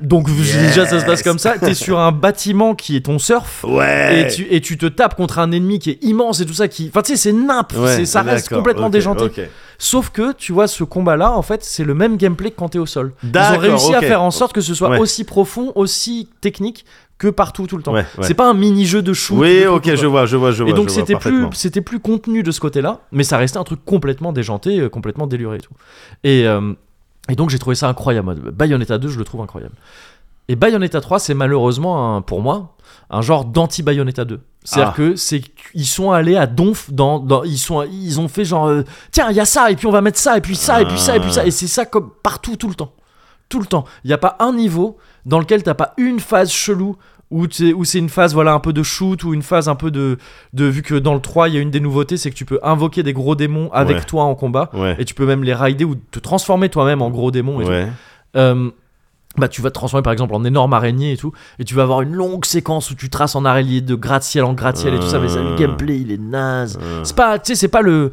Donc déjà, ça se passe comme ça. T'es sur un bâtiment qui est ton surf. ouais. Et tu, et tu te tapes contre un ennemi qui est immense et tout ça qui enfin tu sais c'est nimp Ouais, c'est ça reste d'accord, complètement ok, déjanté ok. sauf que tu vois ce combat là en fait c'est le même gameplay que quand t'es au sol ils ont D'accord, réussi à ok. faire en sorte que ce soit Ouais. aussi profond aussi technique que partout tout le temps Ouais, ouais. c'est pas un mini jeu de shoot de Oui, trucs ok, ou quoi. je vois, je vois, je vois. et donc je vois c'était plus parfaitement. c'était plus contenu de ce côté là mais ça restait un truc complètement déjanté euh, complètement déluré et tout et euh, et donc j'ai trouvé ça incroyable Bayonetta 2 je le trouve incroyable et Bayonetta 3 c'est malheureusement un- pour moi un genre d'anti Bayonetta 2 c'est-à-dire Ah. que c'est ils sont allés à donf dans, dans- ils sont ils ont fait genre euh, tiens il y a ça et puis on va mettre ça et puis ça et puis ça et puis ça Ah. et c'est ça comme partout tout le temps tout le temps. Il n'y a pas un niveau dans lequel t'as pas une phase chelou où, t'es- où c'est une phase voilà un peu de shoot ou une phase un peu de, de vu que dans le 3 il y a une des nouveautés c'est que tu peux invoquer des gros démons avec Ouais. toi en combat Ouais. et tu peux même les rider ou te transformer toi-même en gros démon et tout. Ouais. Euh, bah, tu vas te transformer par exemple en énorme araignée et tout, et tu vas avoir une longue séquence où tu traces en araignée de gratte-ciel en gratte-ciel et tout ça, mais ça, le Euh. gameplay il est naze. Euh. C'est pas, tu sais, c'est pas le.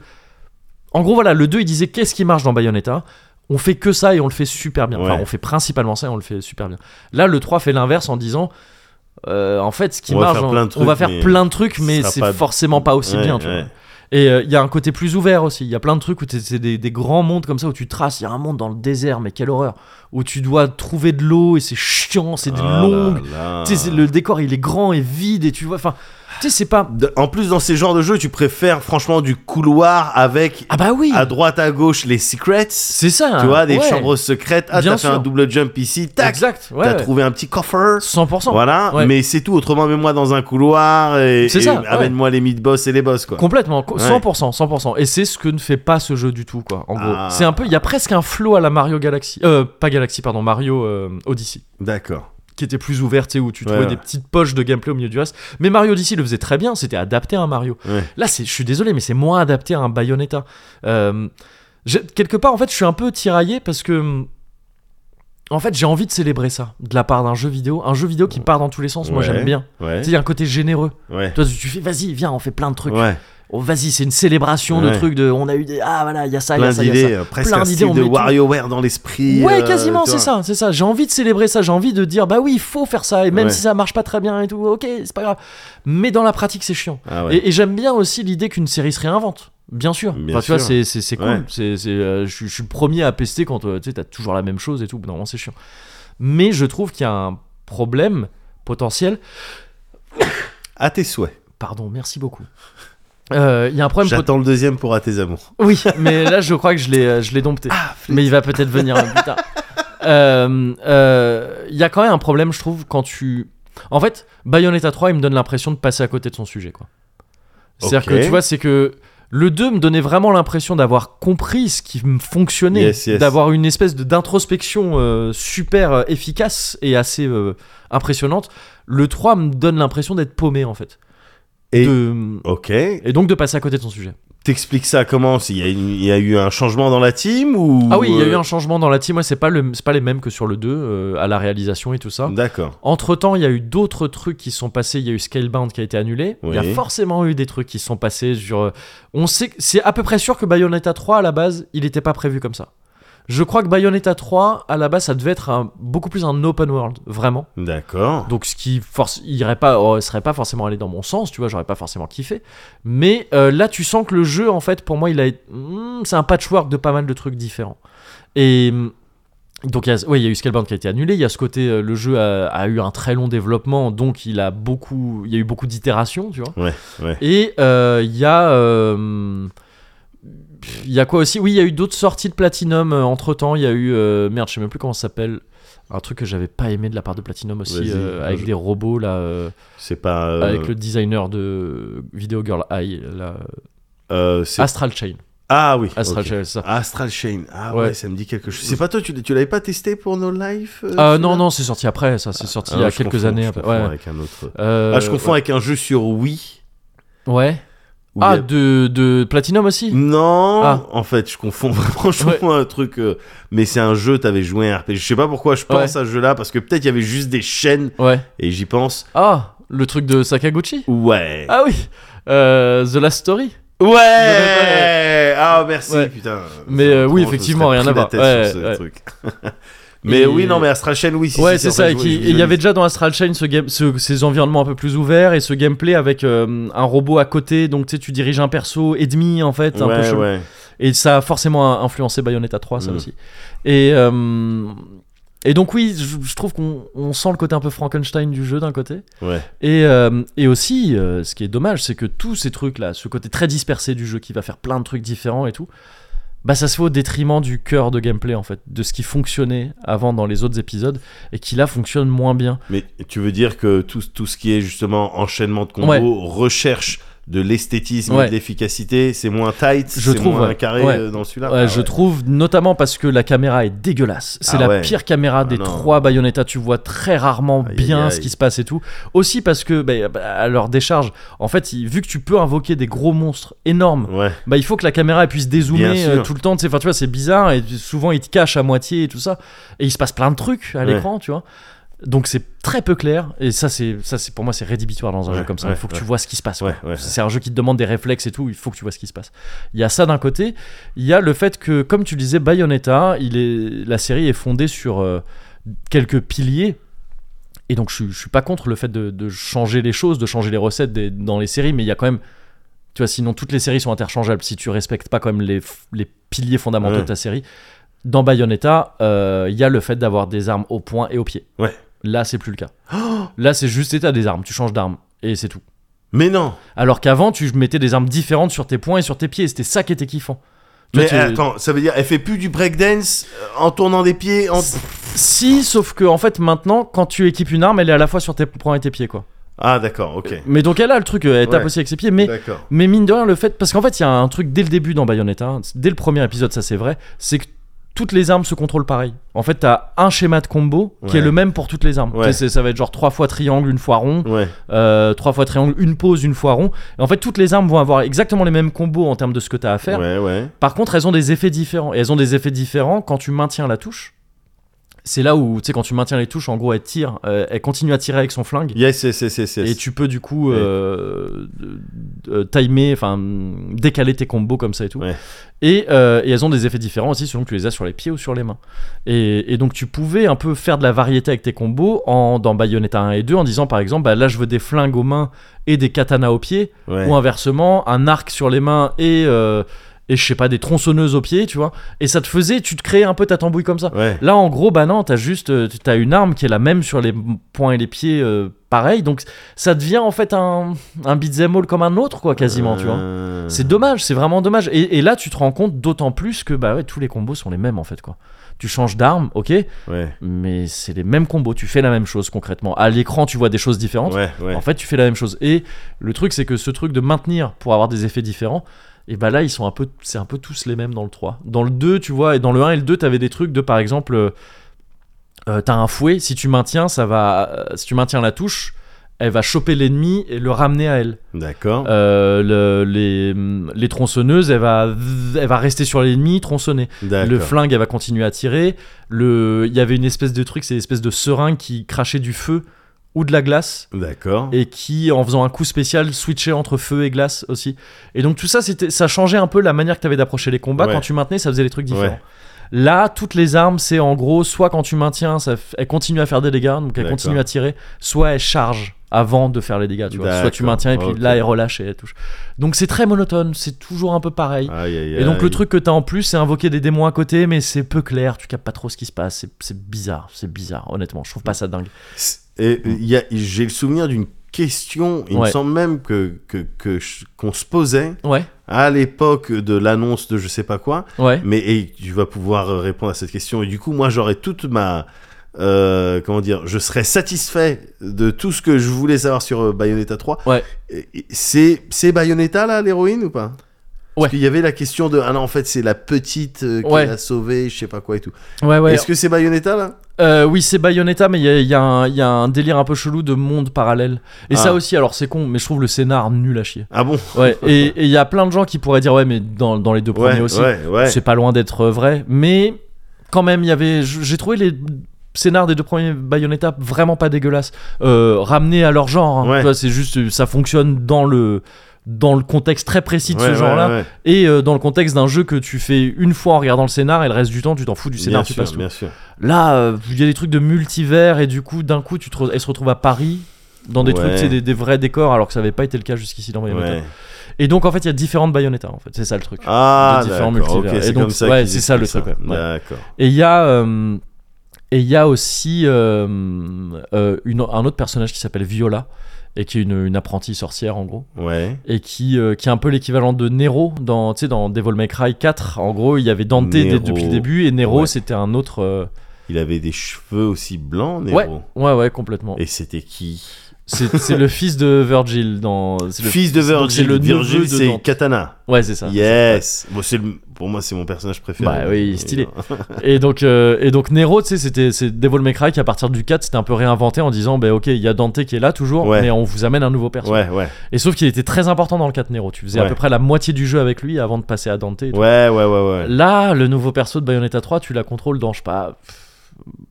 En gros, voilà, le 2 il disait qu'est-ce qui marche dans Bayonetta On fait que ça et on le fait super bien. Enfin, Ouais. on fait principalement ça et on le fait super bien. Là, le 3 fait l'inverse en disant. euh, en fait, ce qui On va marche, faire on, plein de on va trucs, faire mais plein de trucs, ce mais sera c'est pas- forcément pas aussi Ouais, bien. Tu ouais. vois. Et euh, il y a un côté plus ouvert aussi. Il y a plein de trucs où t'es- c'est des, des grands mondes comme ça où tu traces. Il y a un monde dans le désert, mais quelle horreur! Où tu dois trouver de l'eau et c'est chiant, c'est des Ah là longues. là. Tu sais, c'est- le décor il est grand et vide et tu vois. Enfin, tu sais, c'est pas. De- En plus, dans ces genres de jeux, tu préfères franchement du couloir avec Ah bah oui! à droite à gauche les secrets. C'est ça! Tu vois, des ouais. chambres secrètes. Ah, Bien t'as fait sûr. un double jump ici, tac, Exact, ouais. t'as ouais. trouvé un petit coffre. 100%. Voilà, Ouais. mais c'est tout. Autrement, mets-moi dans un couloir et, C'est et ça, ouais. amène-moi les mid-boss et les boss, quoi. Complètement, co- Ouais. 100%, 100%. Et c'est ce que ne fait pas ce jeu du tout, quoi. En gros, Ah. c'est un peu, il y a presque un flow à la Mario Galaxy, euh, pas Galaxy, pardon, Mario euh, Odyssey. D'accord. qui était plus ouverte et où tu Ouais, trouvais ouais. des petites poches de gameplay au milieu du reste. Mais Mario Odyssey le faisait très bien, c'était adapté à un Mario. Ouais. Là, c'est, je suis désolé, mais c'est moins adapté à un Bayonetta. Euh, j'ai- quelque part, en fait, je suis un peu tiraillé parce que. hum, En fait, j'ai envie de célébrer ça de la part d'un jeu vidéo. Un jeu vidéo qui part dans tous les sens, moi Ouais. j'aime bien. Ouais. Tu sais, il y a un côté généreux. Ouais. Toi, tu fais, vas-y, viens, on fait plein de trucs. Ouais. Oh, vas-y, c'est une célébration de Ouais. trucs. De, on a eu des. Ah, voilà, il y a ça, il y Plein a ça, il y a ça. d'idées, euh, presque Plein un d'idées, style on de met tout. WarioWare dans l'esprit. Ouais, euh, quasiment, tu c'est vois. ça, c'est ça. J'ai envie de célébrer ça, j'ai envie de dire, bah oui, il faut faire ça, et même Ouais. si ça marche pas très bien et tout, ok, c'est pas grave. Mais dans la pratique, c'est chiant. Ah ouais. Et, et j'aime bien aussi l'idée qu'une série se réinvente. Bien sûr. Bien Enfin, tu vois, sûr. c'est- c'est c'est cool. Ouais. C'est- c'est, euh, je suis- je suis le premier à pester quand euh, tu sais, t'as toujours la même chose et tout. Normalement, c'est chiant. Mais je trouve qu'il y a un problème potentiel. À tes souhaits. Pardon, merci beaucoup. Euh, Il y a un problème potentiel. J'attends le deuxième pour à tes amours. Oui, [LAUGHS] mais là, je crois que je l'ai euh, je l'ai dompté. mais il va peut-être venir hein, plus tard. Euh, euh, Il y a quand même un problème, je trouve, quand tu. En fait, Bayonetta 3, il me donne l'impression de passer à côté de son sujet, quoi. C'est-à-dire Ok. que tu vois, c'est que le 2 me donnait vraiment l'impression d'avoir compris ce qui me fonctionnait, Yes, yes. d'avoir une espèce de- d'introspection euh, super euh, efficace et assez euh, impressionnante. Le 3 me donne l'impression d'être paumé, en fait. Et- De- Ok. et donc de passer à côté de son sujet. T'expliques ça comment Il y, a une- il y a eu un changement dans la team ou euh, Ah oui, il y a eu un changement dans la team. Ouais, c'est pas, le, c'est pas les mêmes que sur le 2, euh, à la réalisation et tout ça. D'accord. Entre temps, il y a eu d'autres trucs qui sont passés. Il y a eu Scalebound qui a été annulé. Il y Oui. a forcément eu des trucs qui sont passés. Sur... euh, On sait, que- c'est à peu près sûr que Bayonetta 3 à la base, il n'était pas prévu comme ça. Je crois que Bayonetta 3 à la base, ça devait être un- beaucoup plus un open world, vraiment. D'accord. Donc ce qui force, irait pas, oh, serait pas forcément allé dans mon sens, tu vois, j'aurais pas forcément kiffé. Mais euh, là, tu sens que le jeu, en fait, pour moi, il a, Hmm, c'est un patchwork de pas mal de trucs différents. Et hum, donc, il y a- ouais, il y a eu Scalebound qui a été annulé. Il y a ce côté, euh, le jeu a, a eu un très long développement, donc il a beaucoup, il y a eu beaucoup d'itérations, tu vois. Ouais, ouais. Et euh, il y a euh, pff, il y a quoi aussi Oui, il y a eu d'autres sorties de Platinum entre temps. Il y a eu. euh, merde, je sais même plus comment ça s'appelle. Un truc que j'avais pas aimé de la part de Platinum aussi, Vas-y, euh, je- avec des robots là. euh, C'est pas. euh, Avec le designer de Video Girl Eye, là, euh, c'est- Astral Chain. Ah oui. Astral ok. Chain, c'est ça. Astral Chain. Ah ouais. Ouais. ça me dit quelque chose. C'est pas toi, tu, tu l'avais pas testé pour No Life euh, Ah celui-là non, non, c'est sorti après, ça. C'est sorti il y Ah, a je quelques confonds, années. Je après. confonds ouais. avec un autre. Euh, ah, je confonds avec un jeu sur Wii. Ouais. Ouais. où il Ah, y a- Mm. de, de Platinum aussi Non, Ah. en fait, je confonds [LAUGHS] vraiment, je confonds un truc. euh, mais c'est un jeu, t'avais joué à un RPG. Je sais pas pourquoi je pense à ce jeu-là, parce que peut-être il y avait juste des chaînes, Ouais. et j'y pense. Ah, le truc de Sakaguchi Ouais. Ah oui Euh, The Last Story Ouais Ah, merci, Ouais. putain. Mais, Ça, euh, oui, autrement, je effectivement, serais rien pris à la voir. tête Ouais, sur ce ouais. truc. [LAUGHS] mais Et- oui, non, mais Astral Chain, oui, si, ouais, si, c'est en ça. fait, et je qui- vois, et il y avait déjà dans Astral Chain ce game, ce- ces environnements un peu plus ouverts et ce gameplay avec euh, un robot à côté. Donc tu sais, tu diriges un perso et demi en fait, un peu Ouais, chelou. ouais. Et ça a forcément in- influencé Bayonetta 3, ça Mm. aussi. Et, euh, et donc, oui, je, je trouve qu'on on sent le côté un peu Frankenstein du jeu d'un côté. Ouais. Et, euh, et aussi, euh, ce qui est dommage, c'est que tous ces trucs-là, ce côté très dispersé du jeu qui va faire plein de trucs différents et tout, bah ça se fait au détriment du cœur de gameplay, en fait, de ce qui fonctionnait avant dans les autres épisodes et qui là fonctionne moins bien. Mais tu veux dire que tout, tout ce qui est justement enchaînement de combos, Ouais. recherche de l'esthétisme et Ouais. de l'efficacité, c'est moins tight, Je c'est trouve, moins ouais. carré Ouais. euh, dans celui-là. Ouais, Ah je ouais. trouve notamment parce que la caméra est dégueulasse. C'est Ah la ouais. pire caméra des non. trois Bayonetta. Tu vois très rarement Aïe, bien aïe, ce aïe. qui se passe et tout. Aussi parce que, bah, bah, à leur décharge, en fait, il- vu que tu peux invoquer des gros monstres énormes, Ouais, bah, il faut que la caméra elle puisse dézoomer Bien euh, sûr. tout le temps. tu sais. Enfin, tu vois, c'est bizarre et souvent ils te cachent à moitié et tout ça. Et il se passe plein de trucs à Ouais. l'écran, tu vois. Donc c'est très peu clair et ça c'est ça c'est pour moi c'est rédhibitoire dans un Ouais, jeu comme ça. ouais, il faut que ouais. tu vois ce qui se passe. ouais, quoi. ouais. C'est un jeu qui te demande des réflexes et tout, il faut que tu vois ce qui se passe. Il y a ça d'un côté, il y a le fait que, comme tu disais, Bayonetta, il est, la série est fondée sur euh, quelques piliers. Et donc, je, suis- je suis pas contre le fait de, de changer les choses, de changer les recettes des- dans les séries, mais il y a quand même. Tu vois, sinon, toutes les séries sont interchangeables si tu respectes pas quand même les, f- les piliers fondamentaux Ouais. de ta série. Dans Bayonetta, euh, il y a le fait d'avoir des armes au poing et au pied. Ouais. Là, c'est plus le cas. [GASPS] Là, c'est juste et t'as des armes, tu changes d'arme et c'est tout. Mais non Alors qu'avant, tu mettais des armes différentes sur tes poings et sur tes pieds. et C'était ça qui était kiffant. Tu Mais euh, vois, tu- attends, ça veut dire, elle fait plus du breakdance euh, en tournant des pieds en... Si, sauf que en fait, maintenant, quand tu équipes une arme, elle est à la fois sur tes poings et tes pieds, quoi. Ah, d'accord, ok. Mais donc elle a le truc, euh, elle tape Ouais. aussi avec ses pieds, mais. D'accord. Mais mine de rien, le fait. Parce qu'en fait, il y a un truc dès le début dans Bayonetta, hein, dès le premier épisode, ça c'est vrai, c'est que toutes les armes se contrôlent pareil. En fait, t'as un schéma de combo qui Ouais. est le même pour toutes les armes. Ouais. Tu sais, c'est- Ça va être genre 3 fois triangle, une fois rond, Ouais, euh, 3 fois triangle, une pause, une fois rond. Et en fait, toutes les armes vont avoir exactement les mêmes combos en termes de ce que t'as à faire. ouais, ouais. Par contre, elles ont des effets différents. Et elles ont des effets différents quand tu maintiens la touche C'est là où, tu sais, quand tu maintiens les touches, en gros, elle tire, euh, elle continue à tirer avec son flingue. Yes, yes, yes, yes, yes. Et tu peux du coup Ouais. euh, de- de- timer, enfin décaler tes combos comme ça et tout. Ouais. Et, euh, et elles ont des effets différents aussi selon que tu les as sur les pieds ou sur les mains. Et, et donc tu pouvais un peu faire de la variété avec tes combos en, dans Bayonetta 1 et 2 en disant par exemple bah, là je veux des flingues aux mains et des katanas aux pieds Ouais. ou inversement un arc sur les mains et, euh, et je sais pas des tronçonneuses aux pieds tu vois. Et ça te faisait, tu te créais un peu ta tambouille comme ça. Ouais. Là, en gros, bah non, t'as juste, euh, t'as une arme qui est la même sur les poings et les pieds, euh, pareil. Donc, ça devient en fait un, un beat'em all comme un autre, quoi, quasiment, tu vois. Euh, C'est dommage, c'est vraiment dommage. Et, et là, tu te rends compte d'autant plus que bah ouais, tous les combos sont les mêmes en fait, quoi. Tu changes d'arme, ok, Ouais. mais c'est les mêmes combos. Tu fais la même chose concrètement. À l'écran, tu vois des choses différentes. Ouais, ouais. En fait, tu fais la même chose. Et le truc, c'est que ce truc de maintenir pour avoir des effets différents, et bah là, ils sont un peu, c'est un peu tous les mêmes dans le 3. Dans le 2, tu vois, et dans le 1 et le 2, t'avais des trucs de, par exemple, euh, euh, t'as un fouet, si tu maintiens, ça va, euh, si tu maintiens la touche, elle va choper l'ennemi et le ramener à elle. D'accord. Euh, le- les, les tronçonneuses, elle va, elle va rester sur l'ennemi, tronçonner. D'accord. Le flingue, elle va continuer à tirer. Le, il y avait une espèce de truc, c'est une espèce de seringue qui crachait du feu ou de la glace D'accord. et qui en faisant un coup spécial switchait entre feu et glace aussi et donc tout ça c'était ça changeait un peu la manière que tu avais d'approcher les combats Ouais. quand tu maintenais ça faisait les trucs différents Ouais. là toutes les armes c'est en gros soit quand tu maintiens ça f- elle continue à faire des dégâts donc elle D'accord. continue à tirer soit elle charge avant de faire les dégâts tu vois soit tu D'accord. maintiens et puis Ok. là elle relâche et elle touche donc c'est très monotone c'est toujours un peu pareil Aïe, aïe, et donc le aïe. truc que t'as en plus, c'est invoquer des démons à côté, mais c'est peu clair, tu captes pas trop ce qui se passe, c'est- c'est bizarre, c'est bizarre, honnêtement, je trouve pas ça dingue. Et euh, il y a- j'ai le souvenir d'une question, il me Ouais. semble même que que- que je- qu'on se posait Ouais, à l'époque de l'annonce de je sais pas quoi. ouais. Mais et tu vas pouvoir euh, répondre à cette question. Et du coup, moi, j'aurais toute ma euh, comment dire, je serais satisfait de tout ce que je voulais savoir sur euh, Bayonetta 3. Ouais. Et- et C'est c'est Bayonetta là l'héroïne ou pas Ouais. Parce qu'il y avait la question de ah non en fait c'est la petite euh, qui Ouais. l'a sauvée, je sais pas quoi et tout. Ouais, ouais. Est-ce que c'est Bayonetta là Euh, oui, c'est Bayonetta, mais il y a, il y a un- il y a un délire un peu chelou de monde parallèle. Et Ah. ça aussi, alors c'est con, mais je trouve le scénar nul à chier. Ah bon Ouais, et et il y a plein de gens qui pourraient dire, ouais, mais dans, dans les deux Ouais, premiers aussi, ouais, ouais. c'est pas loin d'être vrai. Mais quand même, il y avait. j- J'ai trouvé les scénars des deux premiers Bayonetta vraiment pas dégueulasses. Euh, ramenés à leur genre, hein. Ouais. Tu vois, c'est juste. Ça fonctionne dans le. Dans le contexte très précis de Ouais, ce ouais, genre-là, ouais. et euh, dans le contexte d'un jeu que tu fais une fois en regardant le scénar, et le reste du temps, tu t'en fous du scénar, Bien tu sûr, passes tout. bien sûr. Là, euh, il y a des trucs de multivers et du coup, d'un coup, tu te re- elle se retrouve à Paris dans des Ouais. trucs, tu sais, des, des vrais décors, alors que ça n'avait pas été le cas jusqu'ici dans Bayonetta. Ouais. Et donc, en fait, il y a différentes Bayonetta, en fait, c'est ça le truc. Ah, de différents d'accord, multivers. ok, Et c'est donc, comme ça. ouais, qu'ils c'est ça, le expliquent truc, ouais. Ouais. D'accord. Et il y a, euh, et il y a aussi euh, euh, une- un autre personnage qui s'appelle Viola et qui est une, une apprentie sorcière en gros Ouais. et qui, euh, qui est un peu l'équivalent de Nero dans, tu sais, dans Devil May Cry 4 en gros il y avait Dante dès- Nero. depuis le début et Nero Ouais. c'était un autre euh, Il avait des cheveux aussi blancs, Nero. ouais ouais complètement Et c'était qui C'est c'est le fils de Virgil dans. c'est le- Fils de donc c'est Virgil. le neveu Virgil, de c'est Dante. Katana. Ouais, c'est ça. yes. Bon, c'est le- Pour moi, c'est mon personnage préféré. Bah oui, il est stylé. Et donc, euh, et donc Nero, tu sais, c'était c'est Devil May Cry qui à partir du 4 c'était un peu réinventé en disant, bah ok, il y a Dante qui est là toujours, Ouais. mais on vous amène un nouveau personnage. Ouais, ouais. Et sauf qu'il était très important dans le 4 Nero. Tu faisais Ouais. à peu près la moitié du jeu avec lui avant de passer à Dante. et tout. Ouais, ouais, ouais, ouais. Là, le nouveau perso de Bayonetta 3, tu la contrôles dans je sais pas pff,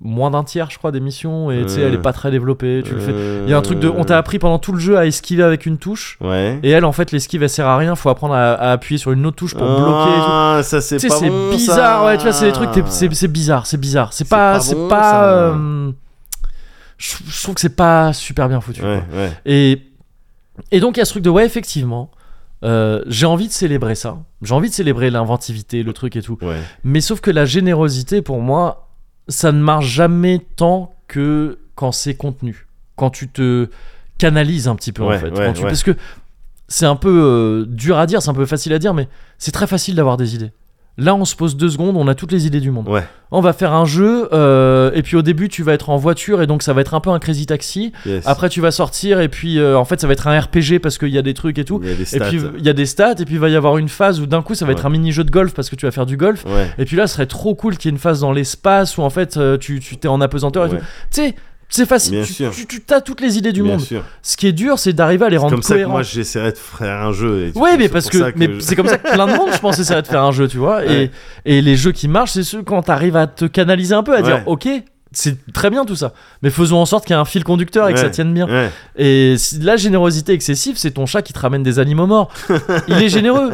moins d'un tiers, je crois, des missions. Et tu sais, Euh. elle est pas très développée. Tu le fais. Il y a un truc de, on t'a appris pendant tout le jeu à esquiver avec une touche. Ouais. Et elle, en fait, l'esquive, elle sert à rien. Faut apprendre à, à appuyer sur une autre touche pour bloquer. et tout. Ah, ça c'est Tu sais, pas c'est bon, bizarre. ça. Ouais, tu vois, c'est des trucs. t'es- C'est c'est bizarre. C'est bizarre. C'est pas. pas C'est bon, pas. ça. euh, je, je trouve que c'est pas super bien foutu. Ouais, quoi. ouais. Et et donc il y a ce truc de ouais, effectivement. euh, j'ai envie de célébrer ça. J'ai envie de célébrer l'inventivité, le truc et tout. Ouais. Mais sauf que la générosité, pour moi, ça ne marche jamais tant que quand c'est contenu. Quand tu te canalises un petit peu, Ouais, en fait. ouais, Quand tu- ouais. Parce que c'est un peu euh, dur à dire, c'est un peu facile à dire, mais c'est très facile d'avoir des idées. Là, on se pose deux secondes, on a toutes les idées du monde. Ouais. On va faire un jeu, euh, et puis au début, tu vas être en voiture, et donc ça va être un peu un crazy taxi. Yes. Après, tu vas sortir, et puis euh, en fait, ça va être un RPG parce qu'il y a des trucs et tout. il y a des Et stats. puis, il y a des stats, et puis il va y avoir une phase où d'un coup, ça va être Ouais. un mini-jeu de golf parce que tu vas faire du golf. Ouais. Et puis là, ce serait trop cool qu'il y ait une phase dans l'espace où en fait euh, tu tu t'es en apesanteur et Ouais. tout. Tu sais, c'est facile. Bien Tu, sûr. tu, tu- t'as toutes les idées du Bien monde. sûr. Ce qui est dur, c'est d'arriver à les C'est rendre comme ça que moi cohérents. j'essaierais de faire un jeu. et du Ouais, coup, mais c'est parce pour que, ça mais je- c'est comme ça que plein de monde, je pense, [LAUGHS] essaierait de faire un jeu, tu vois. Ouais. Et, et les jeux qui marchent, c'est ceux quand t'arrives à te canaliser un peu, à Ouais. dire, ok, c'est très bien tout ça. Mais faisons en sorte qu'il y ait un fil conducteur et que ça Ouais. tienne bien. Ouais. Et si- la générosité excessive, c'est ton chat qui te ramène des animaux [LAUGHS] morts. Il est généreux.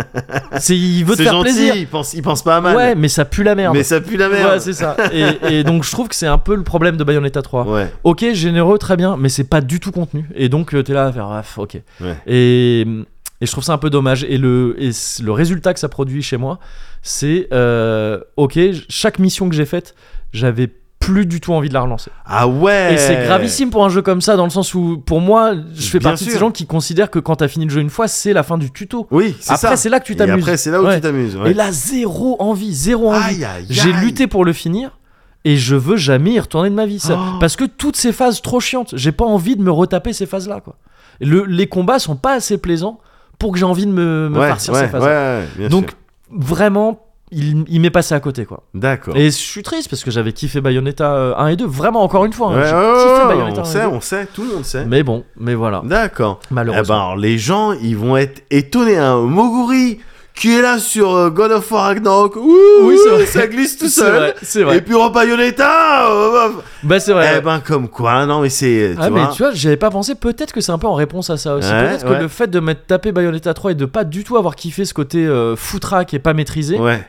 C'est, il veut te C'est faire gentil, plaisir. Il, pense, il pense pas à mal. Ouais, mais ça pue la merde. mais ça pue la Ah, merde. Ouais, c'est ça. Et, et donc je trouve que c'est un peu le problème de Bayonetta 3. Ouais. Ok, généreux, très bien, mais c'est pas du tout contenu. Et donc euh, t'es là à faire, ah, ok. Ouais. Et, et je trouve ça un peu dommage. Et le, et c- le résultat que ça produit chez moi, c'est euh, ok, j- chaque mission que j'ai faite, j'avais plus du tout envie de la relancer. Ah ouais. Et c'est gravissime pour un jeu comme ça, dans le sens où pour moi, je fais Bien partie de ces sûr. gens qui considèrent que quand t'as fini le jeu une fois, c'est la fin du tuto. Oui, c'est ça. Après, c'est là que tu Et t'amuses. après, c'est là où Ouais. tu t'amuses. Et ouais. là, zéro envie, zéro envie. Aïe, aïe, J'ai aïe. lutté pour le finir et je veux jamais y retourner de ma vie. Ça. Oh. Parce que toutes ces phases trop chiantes, j'ai pas envie de me retaper ces phases-là. quoi. Le- les combats sont pas assez plaisants pour que j'ai envie de me, me ouais, farcir ouais, ces phases ouais, ouais, bien Donc sûr. vraiment, il, il m'est passé à côté. quoi. d'accord. Et je suis triste parce que j'avais kiffé Bayonetta euh, 1 et 2. Vraiment, encore une fois. hein, Ouais, j'ai ouais, ouais, kiffé ouais, Bayonetta on 1 et sait, 2. on sait, tout le monde sait. Mais bon, mais voilà. D'accord. Eh ben, Malheureusement. alors, les gens, ils vont être étonnés. Hein. Moguri, qui est là sur euh, God of War Ragnarok, ouh, Oui, c'est vrai. ben, [LAUGHS] ça glisse [LAUGHS] tout C'est seul. vrai, C'est vrai. Et puis en Bayonetta euh, bah, Bah, c'est vrai. Eh ben comme quoi, non mais c'est... Tu Ah vois, mais tu vois, j'avais pas pensé, peut-être que c'est un peu en réponse à ça aussi. Ouais, peut-être ouais. que le fait de m'être tapé Bayonetta 3 et de pas du tout avoir kiffé ce côté euh, foutraque et pas maîtrisé, Ouais,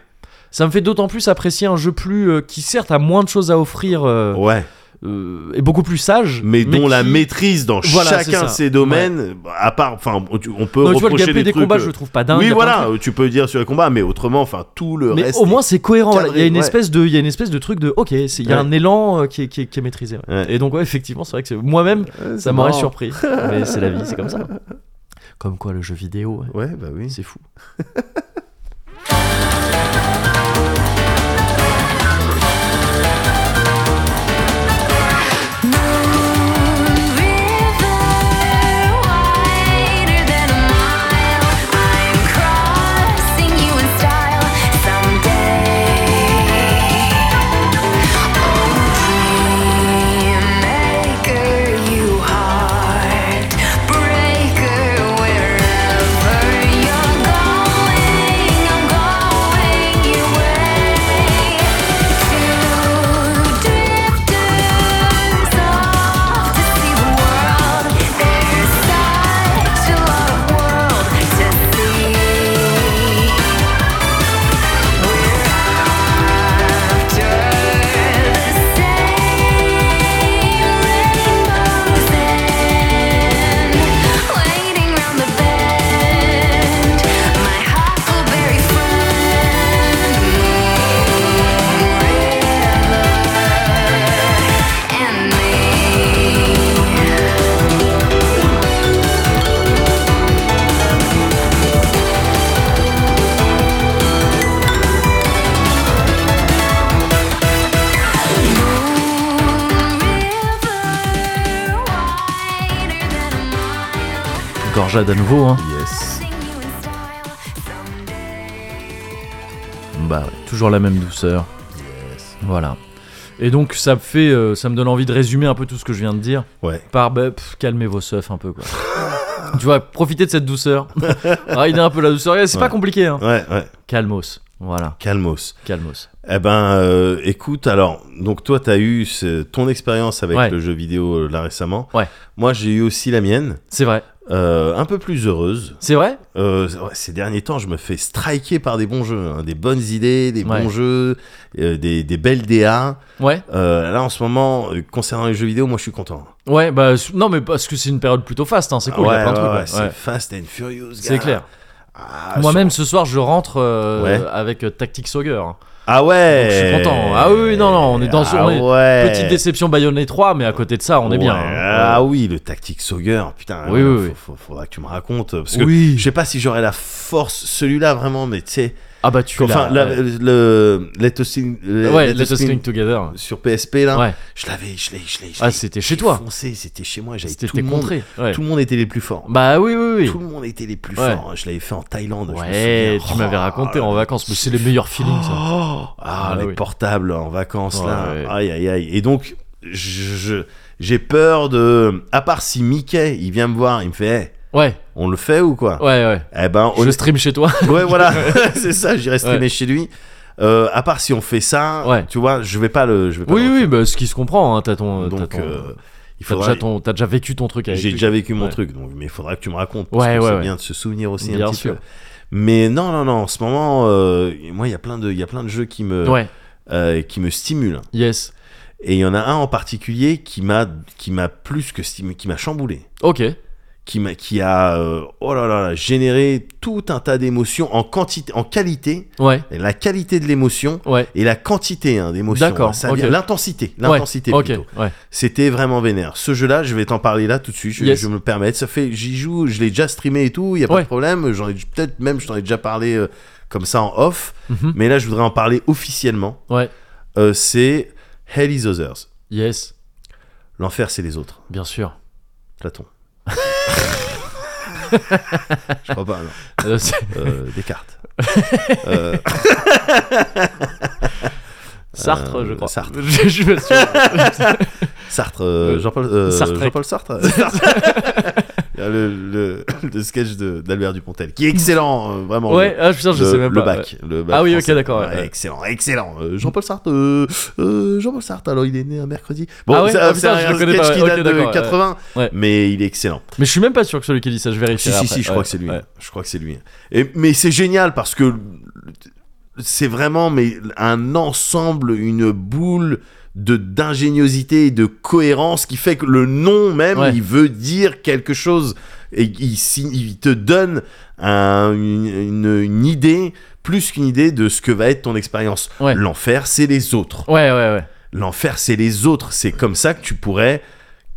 ça me fait d'autant plus apprécier un jeu plus euh, qui certes a moins de choses à offrir euh, ouais. euh, et beaucoup plus sage, Mais, dont la qui- maîtrise dans Voilà, c'est chacun ça. de ces domaines, à part... Enfin, on- tu- on peut Non, tu vois, le reprocher gameplay des trucs... combats, euh, je le trouve pas dingue. oui y a plein de voilà, trucs. tu peux dire sur les combats, mais autrement, enfin tout le Mais reste... au moins c'est cohérent. voilà. Il y a une cadré, ouais. espèce de, il y a une espèce de truc de, ok, c'est- il y a Ouais. un élan euh, qui, est, qui est- qui est maîtrisé. ouais. Ouais. Et donc ouais, effectivement, c'est vrai que c'est- moi-même, Ouais, c'est ça m'aurait marrant. [LAUGHS] surpris. mais c'est la vie, c'est comme ça. Comme quoi le jeu vidéo. ouais. Ouais, bah oui. C'est fou. oh, Waiting round the bend, my huckleberry friend, and me. Gorjade à nouveau, hein. Yes. Bah ouais, toujours la même douceur. Voilà. Et donc ça me fait, euh, ça me donne envie de résumer un peu tout ce que je viens de dire. Ouais. Par bah, pff, calmez vos seufs un peu [LAUGHS] quoi. tu vois, profitez de cette douceur. Rider un peu la douceur. Et C'est pas Ouais. compliqué. Hein. Ouais, ouais. Calmos. Voilà, Calmos. calmos. Eh ben, euh, écoute, alors, donc toi, t'as eu ce- ton expérience avec Ouais. le jeu vidéo euh, là récemment. Ouais. Moi, j'ai eu aussi la mienne, C'est vrai. euh, un peu plus heureuse. C'est vrai Euh, ouais, ces derniers temps, je me fais striker par des bons jeux, hein, des bonnes idées, des Ouais. bons jeux, euh, des, des belles DA. Ouais. Euh, là, en ce moment, euh, concernant les jeux vidéo, moi, je suis content. Ouais, bah s- non, mais parce que c'est une période plutôt faste. Hein. C'est cool, il y Ouais, a plein de ouais, trucs. ouais, ouais. c'est Ouais. Fast and Furious, C'est gars. clair. Ah, Moi-même, ce soir, je rentre euh, Ouais. avec euh, Tactics Ogre. hein. sur- Ah ouais. Donc, je suis content. Ah oui, oui, non, non, on est dans- Ah on est- ouais. Petite déception Bayonetta 3, mais à côté de ça, on est bien. Ouais, hein. Ah oui, le tactique Sauger, putain. Oui, euh, oui, faut- oui. faut- faudra que tu me racontes. Parce que Oui. je sais pas si j'aurais la force, celui-là vraiment, mais tu sais. Ah bah tu Enfin, l'as. la- le Let Us Sing- le- Ouais, Let Let Us Us Sing Sing Together. sur PSP là. Ouais. Je l'avais, je l'ai, je l'ai. je Ah, l'ai- c'était j'ai chez toi. foncé, c'était chez moi, j'avais C'était tout le monde. contré. Ouais. Tout le monde était les plus forts. Bah oui, oui, Tout oui. le monde était les plus Ouais. forts. Je l'avais fait en Thaïlande. je me Ouais, souviens. tu m'avais Oh raconté là en là. vacances, mais c'est les meilleurs feelings ça. Oh, ah, Ah, les oui. portables en vacances là. Ouais. Aïe aïe aïe. Et donc je- je- j'ai peur de à part si Mickey, il vient me voir, il me fait Eh, Ouais, on le Oh. fait ou quoi ouais, ouais. Eh ben [LAUGHS] Je stream chez toi. [LAUGHS] ouais voilà, c'est ça, j'irai streamer chez lui. Euh, à part si on fait ça, Ouais. tu vois, je vais pas le. Je vais pas Oui, le- oui, bah, ce qui se comprend, hein, t'as ton. euh, Donc, t'as ton- euh, il t'as faudra. déjà, ton- t'as déjà vécu ton truc avec J'ai lui. déjà vécu mon Ouais. truc, donc, mais il faudra que tu me racontes. Ouais, parce que ouais, c'est ouais. bien de se souvenir aussi Bien un petit sûr. peu. Mais non, non, non, en ce moment, euh, moi, il y a plein de il y a plein de jeux qui me, Ouais, euh, qui me stimulent. yes. Et il y en a un en particulier qui m'a qui m'a plus que stimulé, qui m'a chamboulé. Ok. Qui m'a- qui a euh, oh là là là, généré tout un tas d'émotions en quantité en qualité Ouais, et la qualité de l'émotion ouais. et la quantité hein, d'émotions D'accord, Ça vient- ok. l'intensité l'intensité ouais, plutôt Ok, ouais. c'était vraiment vénère. Ce jeu-là, je vais t'en parler là tout de suite. Je, Yes. je me le permets. Ça fait, j'y joue, je l'ai déjà streamé et tout. Il y a pas Ouais. de problème. J'en ai peut-être même, je t'en ai déjà parlé euh, comme ça en off. Mhm. Mais là, je voudrais en parler officiellement. Ouais, Euh, c'est Hell is Others. yes, L'enfer, c'est les autres. bien sûr. [LAUGHS] [LAUGHS] Platon. je crois pas. non. [LAUGHS] Euh, c'est- Euh, Descartes. Euh, Sartre, Euh, je crois. Sartre. [LAUGHS] je, je me [LAUGHS] souviens. Sartre, euh, Euh, Jean-Paul euh, [LAUGHS] Sartre. Jean-Paul Sartre. Sartre. Il y a le, le- le sketch de- d'Albert Dupontel, qui est excellent, euh, vraiment. ouais, ah, putain, je le, sais même le pas. bac, le bac Ah oui, français. ok, d'accord, ouais. Excellent, excellent. Euh, Jean-Paul Sartre. euh, euh, Jean-Paul Sartre. Alors, il est né un mercredi. Bon, Ah ouais c'est Ah, un- c'est putain, je un le connais sketch pas, qui ouais. date Ok, de d'accord, 80, ouais. mais il est excellent. Mais je suis même pas sûr que celui qui dit ça, je vérifie. Si, si, si, je crois que c'est lui. Je crois que c'est lui. Et, mais c'est génial parce que c'est vraiment mais un ensemble, une boule de d'ingéniosité et de cohérence qui fait que le nom même Ouais. il veut dire quelque chose et il, signe- il te donne un- une, une- une idée plus qu'une idée de ce que va être ton expérience Ouais. l'enfer c'est les autres Ouais, ouais, ouais. l'enfer c'est les autres c'est comme ça que tu pourrais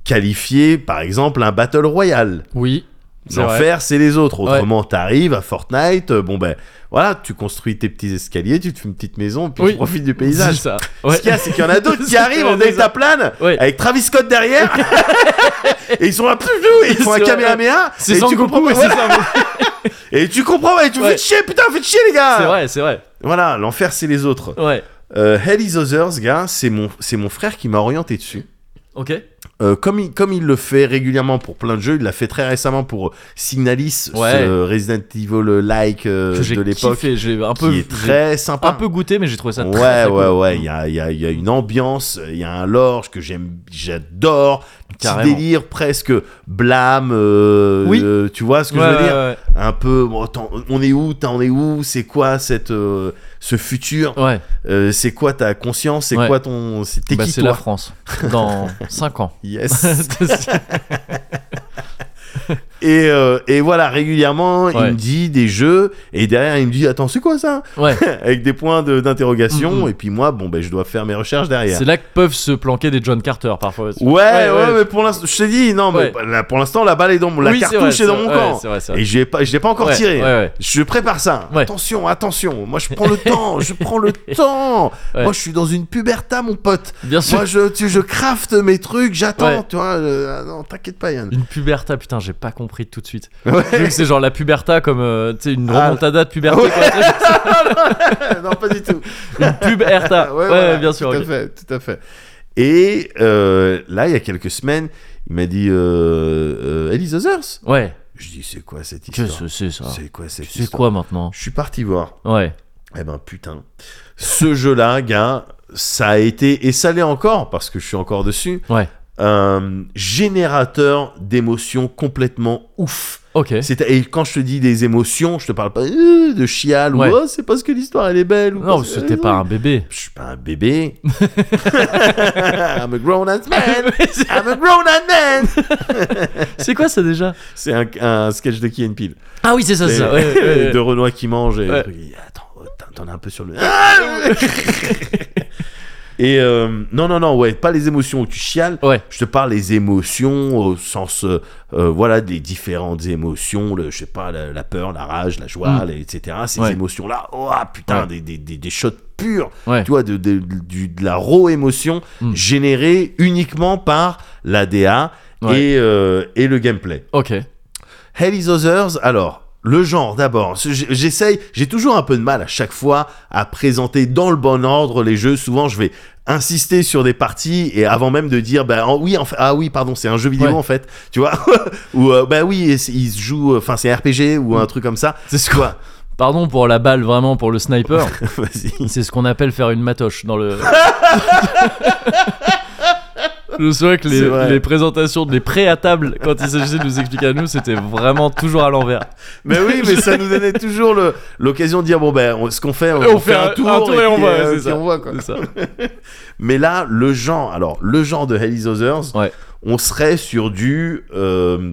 qualifier par exemple un battle royal Oui. C'est L'enfer, c'est les autres. Ouais. Autrement, t'arrives à Fortnite, euh, bon ben, voilà, tu construis tes petits escaliers, tu te fais une petite maison, puis Oui. tu profites [LAUGHS] du C'est paysage. ça. Ouais. Ce qu'il y a, c'est qu'il y en a [LAUGHS] d'autres qui C'est arrivent en ça. deltaplane, Ouais. avec Travis Scott [LAUGHS] derrière, et ils sont là, et ils font un C'est vrai. Kamehameha, C'est et sans tu Goku, comprends, ouais, c'est voilà, ça. [LAUGHS] mais- et tu comprends, et tu vous Ouais. fais chier, putain, vous faites chier les C'est gars vrai, c'est vrai. Voilà, l'enfer, c'est les autres. Ouais. Euh, Hell is Others, gars, c'est mon, c'est mon frère qui m'a orienté dessus. Ok. Euh, comme, il, comme il le fait régulièrement pour plein de jeux, il l'a fait très récemment pour euh, Signalis, Ouais. ce Resident Evil-like euh, Que j'ai de l'époque, kiffé, j'ai un peu. qui est très sympa. Un peu goûté, mais j'ai trouvé ça ouais, très, très cool. ouais, ouais, il y a, il y a- il y a une ambiance, il y a un lore que j'aime, j'adore, petit Carrément. délire presque blâme, euh, Oui. euh, tu vois ce que Ouais, je veux ouais, dire ouais. Un peu, bon, attends, on est où, t'as- on est où, c'est quoi cette, euh, ce futur, Ouais, Euh, c'est quoi ta conscience, c'est Ouais. quoi ton, c'est t'es bah, qui c'est toi la France. Dans [LAUGHS] 5 [LAUGHS] ans. [LAUGHS] Yes. Et, euh, et voilà, régulièrement, Ouais. il me dit des jeux, et derrière, il me dit Attends, c'est quoi ça ouais, Avec des points de- d'interrogation, Mhm. et puis moi, bon, ben, je dois faire mes recherches derrière. c'est là que peuvent se planquer des John Carter parfois. Ouais, ouais, ouais. mais pour l'instant, je t'ai dit, non, mais Ouais. bah, là, pour l'instant, la balle est dans mon, la Oui, c'est vrai, cartouche est, c'est dans vrai, mon ouais, camp. c'est vrai, c'est vrai. et j'ai pas, je l'ai pas encore Ouais, tiré. ouais, ouais. Je prépare ça. Ouais. Attention, attention. Moi, je [LAUGHS] prends le temps. Je prends le temps. Ouais. Moi, je suis dans une puberta, [LAUGHS] mon pote. Bien sûr. Moi, je, tu, je crafte mes trucs. J'attends. Ouais. Tu vois, euh, ah non, t'inquiète pas, Yann. [LAUGHS] Une puberta, putain, j'ai pas compris tout de suite. Ouais. J'ai vu que c'est genre la puberta comme euh, tu sais une Ah. remontada de puberté. Ouais. [LAUGHS] quoi. non, pas du tout. une puberta. Ah, ouais, voilà, bien sûr. Tout ok. à fait, tout à fait. Et euh, là, il y a quelques semaines, il m'a dit euh, euh, Alice Others Ouais. Je dis c'est quoi cette Que histoire ce c'est ça C'est quoi cette C'est histoire quoi maintenant Je suis parti voir. Ouais. Eh ben putain, ce jeu-là, gars, ça a été et ça l'est encore parce que je suis encore dessus. Ouais. Un générateur d'émotions complètement ouf. Ok. C'est- Et quand je te dis des émotions, je te parle pas euh, de chial Ouais. ou oh, c'est parce que l'histoire elle est belle. Ou euh, Non, parce que- c'était pas un bébé. je suis pas un bébé. [LAUGHS] I'm a grown ass Ah man. I'm a grown ass man. c'est quoi ça déjà C'est un, un sketch de Key and Peele. Ah oui, c'est ça, c'est ça. Ouais, Les- ouais, ouais. de Renoir qui mange. Et Ouais. il dit, Attends, oh, t'en- t'en as un peu sur le. [LAUGHS] et euh, non, non, non, ouais, pas les émotions où tu chiales. Ouais. Je te parle des émotions au sens, euh, euh, voilà, des différentes émotions, le, je sais pas, la, la peur, la rage, la joie, Mm. la- etc. Ces Ouais. émotions-là, oh ah, putain, Ouais. des, des, des, des shots purs, Ouais. tu vois, de, de, du- de la raw émotion Mm. générée uniquement par l'ADA Ouais. et, euh, et le gameplay. Ok. Hell is Others, alors, le genre d'abord. Ce- j- J'essaye, j'ai toujours un peu de mal à chaque fois à présenter dans le bon ordre les jeux. Souvent, je vais insister sur des parties et avant même de dire bah en- oui en fait- ah oui pardon c'est un jeu vidéo Ouais. en fait [LAUGHS] ben euh, tu vois ou euh, bah oui et c'est- il se joue enfin c'est un RPG ou un truc comme ça Hmm. C'est ce quoi [LAUGHS] Pardon pour la balle, vraiment, pour le sniper. [LAUGHS] Vas-y. C'est ce qu'on appelle faire une matoche dans le. [LAUGHS] Je me souviens que C'est les, vrai. les présentations, les prêts à table, quand il s'agissait de nous expliquer à nous, c'était vraiment toujours à l'envers. Mais oui, mais ça nous donnait toujours le- l'occasion de dire bon ben on- ce qu'on fait, on, on fait un tour, et on puis, voit, euh, c'est puis ça. on voit, quoi. C'est ça. Mais là, le genre, alors le genre de Hell's Others, Ouais. on serait sur du euh,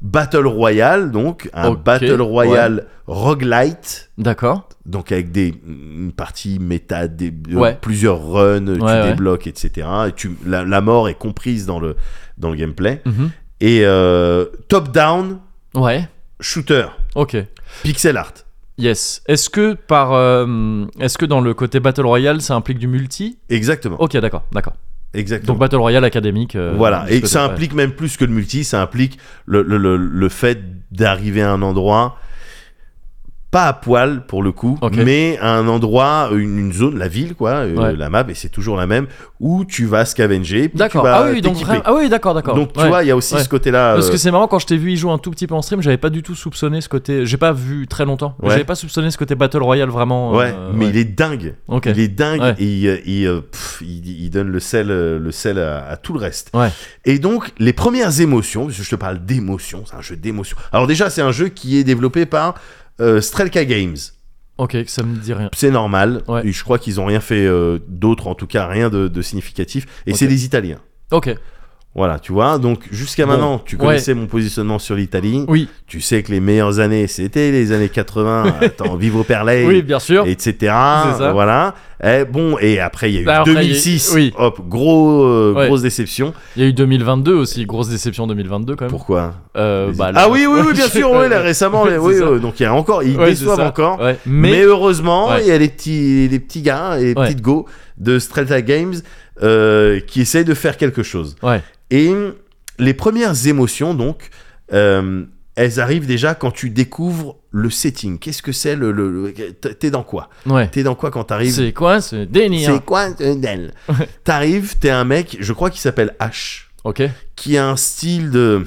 battle royale, donc un Ok, battle royale roguelite, D'accord. donc avec des une partie méta, des, euh, Ouais. plusieurs runs, tu ouais. débloques, etc. Et tu, la, la mort est comprise dans le dans le gameplay Mhm. et euh, top down Ouais. shooter, Ok. pixel art. Yes. Est-ce que par, euh, est-ce que dans le côté battle royale, ça implique du multi Exactement, Ok, d'accord, d'accord. exactement. Donc battle royale académique. euh, voilà, et je- ça ouais. implique même plus que le multi, ça implique le, le- le- le fait d'arriver à un endroit, pas à poil pour le coup, Ok. mais à un endroit, une, une zone, la ville, quoi, euh, Ouais. la map, et c'est toujours la même, où tu vas scavenger, puis D'accord. tu vas Ah oui, donc t'équiper. vraiment- ah oui, d'accord, d'accord. Donc tu Ouais. vois, il y a aussi Ouais. ce côté-là. Parce euh, que c'est marrant quand je t'ai vu y jouer un tout petit peu en stream, j'avais pas du tout soupçonné ce côté. J'ai pas vu très longtemps. mais Ouais. J'avais pas soupçonné ce côté battle royale vraiment. ouais, euh, mais ouais. il est dingue. Ok. Il est dingue Ouais. et il, euh, il, euh, pff, il- il donne le sel, euh, le sel à, à tout le reste. Ouais. Et donc, les premières émotions, parce que je te parle d'émotions, c'est un jeu d'émotions. Alors déjà, c'est un jeu qui est développé par euh, Strelka Games. Ok, ça me dit rien. C'est normal. Ouais. Et je crois qu'ils ont rien fait euh, d'autre, en tout cas rien de, de significatif. Et Ok. c'est des Italiens. Ok. Voilà, tu vois. Donc jusqu'à Bon. maintenant, tu Ouais. connaissais mon positionnement sur l'Italie. Oui. Tu sais que les meilleures années, c'était les [LAUGHS] années 80. Attends, vive au Perlay Oui, bien sûr. etc. ça. Voilà. Et bon, et après, il y a eu Bah, après, 2006. il y a eu- oui. Hop, gros, euh, Ouais. grosse déception. Il y a eu 2022 aussi, grosse déception 2022 quand même. Pourquoi Euh, bah, Ah là- oui, oui, oui, [LAUGHS] bien sûr. ouais, là, récemment, les- C'est oui, ça. euh, donc il y a encore, ils Ouais, déçoivent c'est ça. encore. Ouais. Mais, Mais, heureusement, Ouais. il y a les petits, les petits gars et les Ouais. petites go de Strata Games euh, qui essayent de faire quelque chose. Ouais. Et les premières émotions, donc, euh, elles arrivent déjà quand tu découvres le setting. Qu'est-ce que c'est le, le, le- T'es dans quoi ouais. T'es dans quoi quand t'arrives C'est quoi ce délire C'est quoi un tunnel T'arrives, t'es un mec, je crois qu'il s'appelle H, Ok. qui a un style de.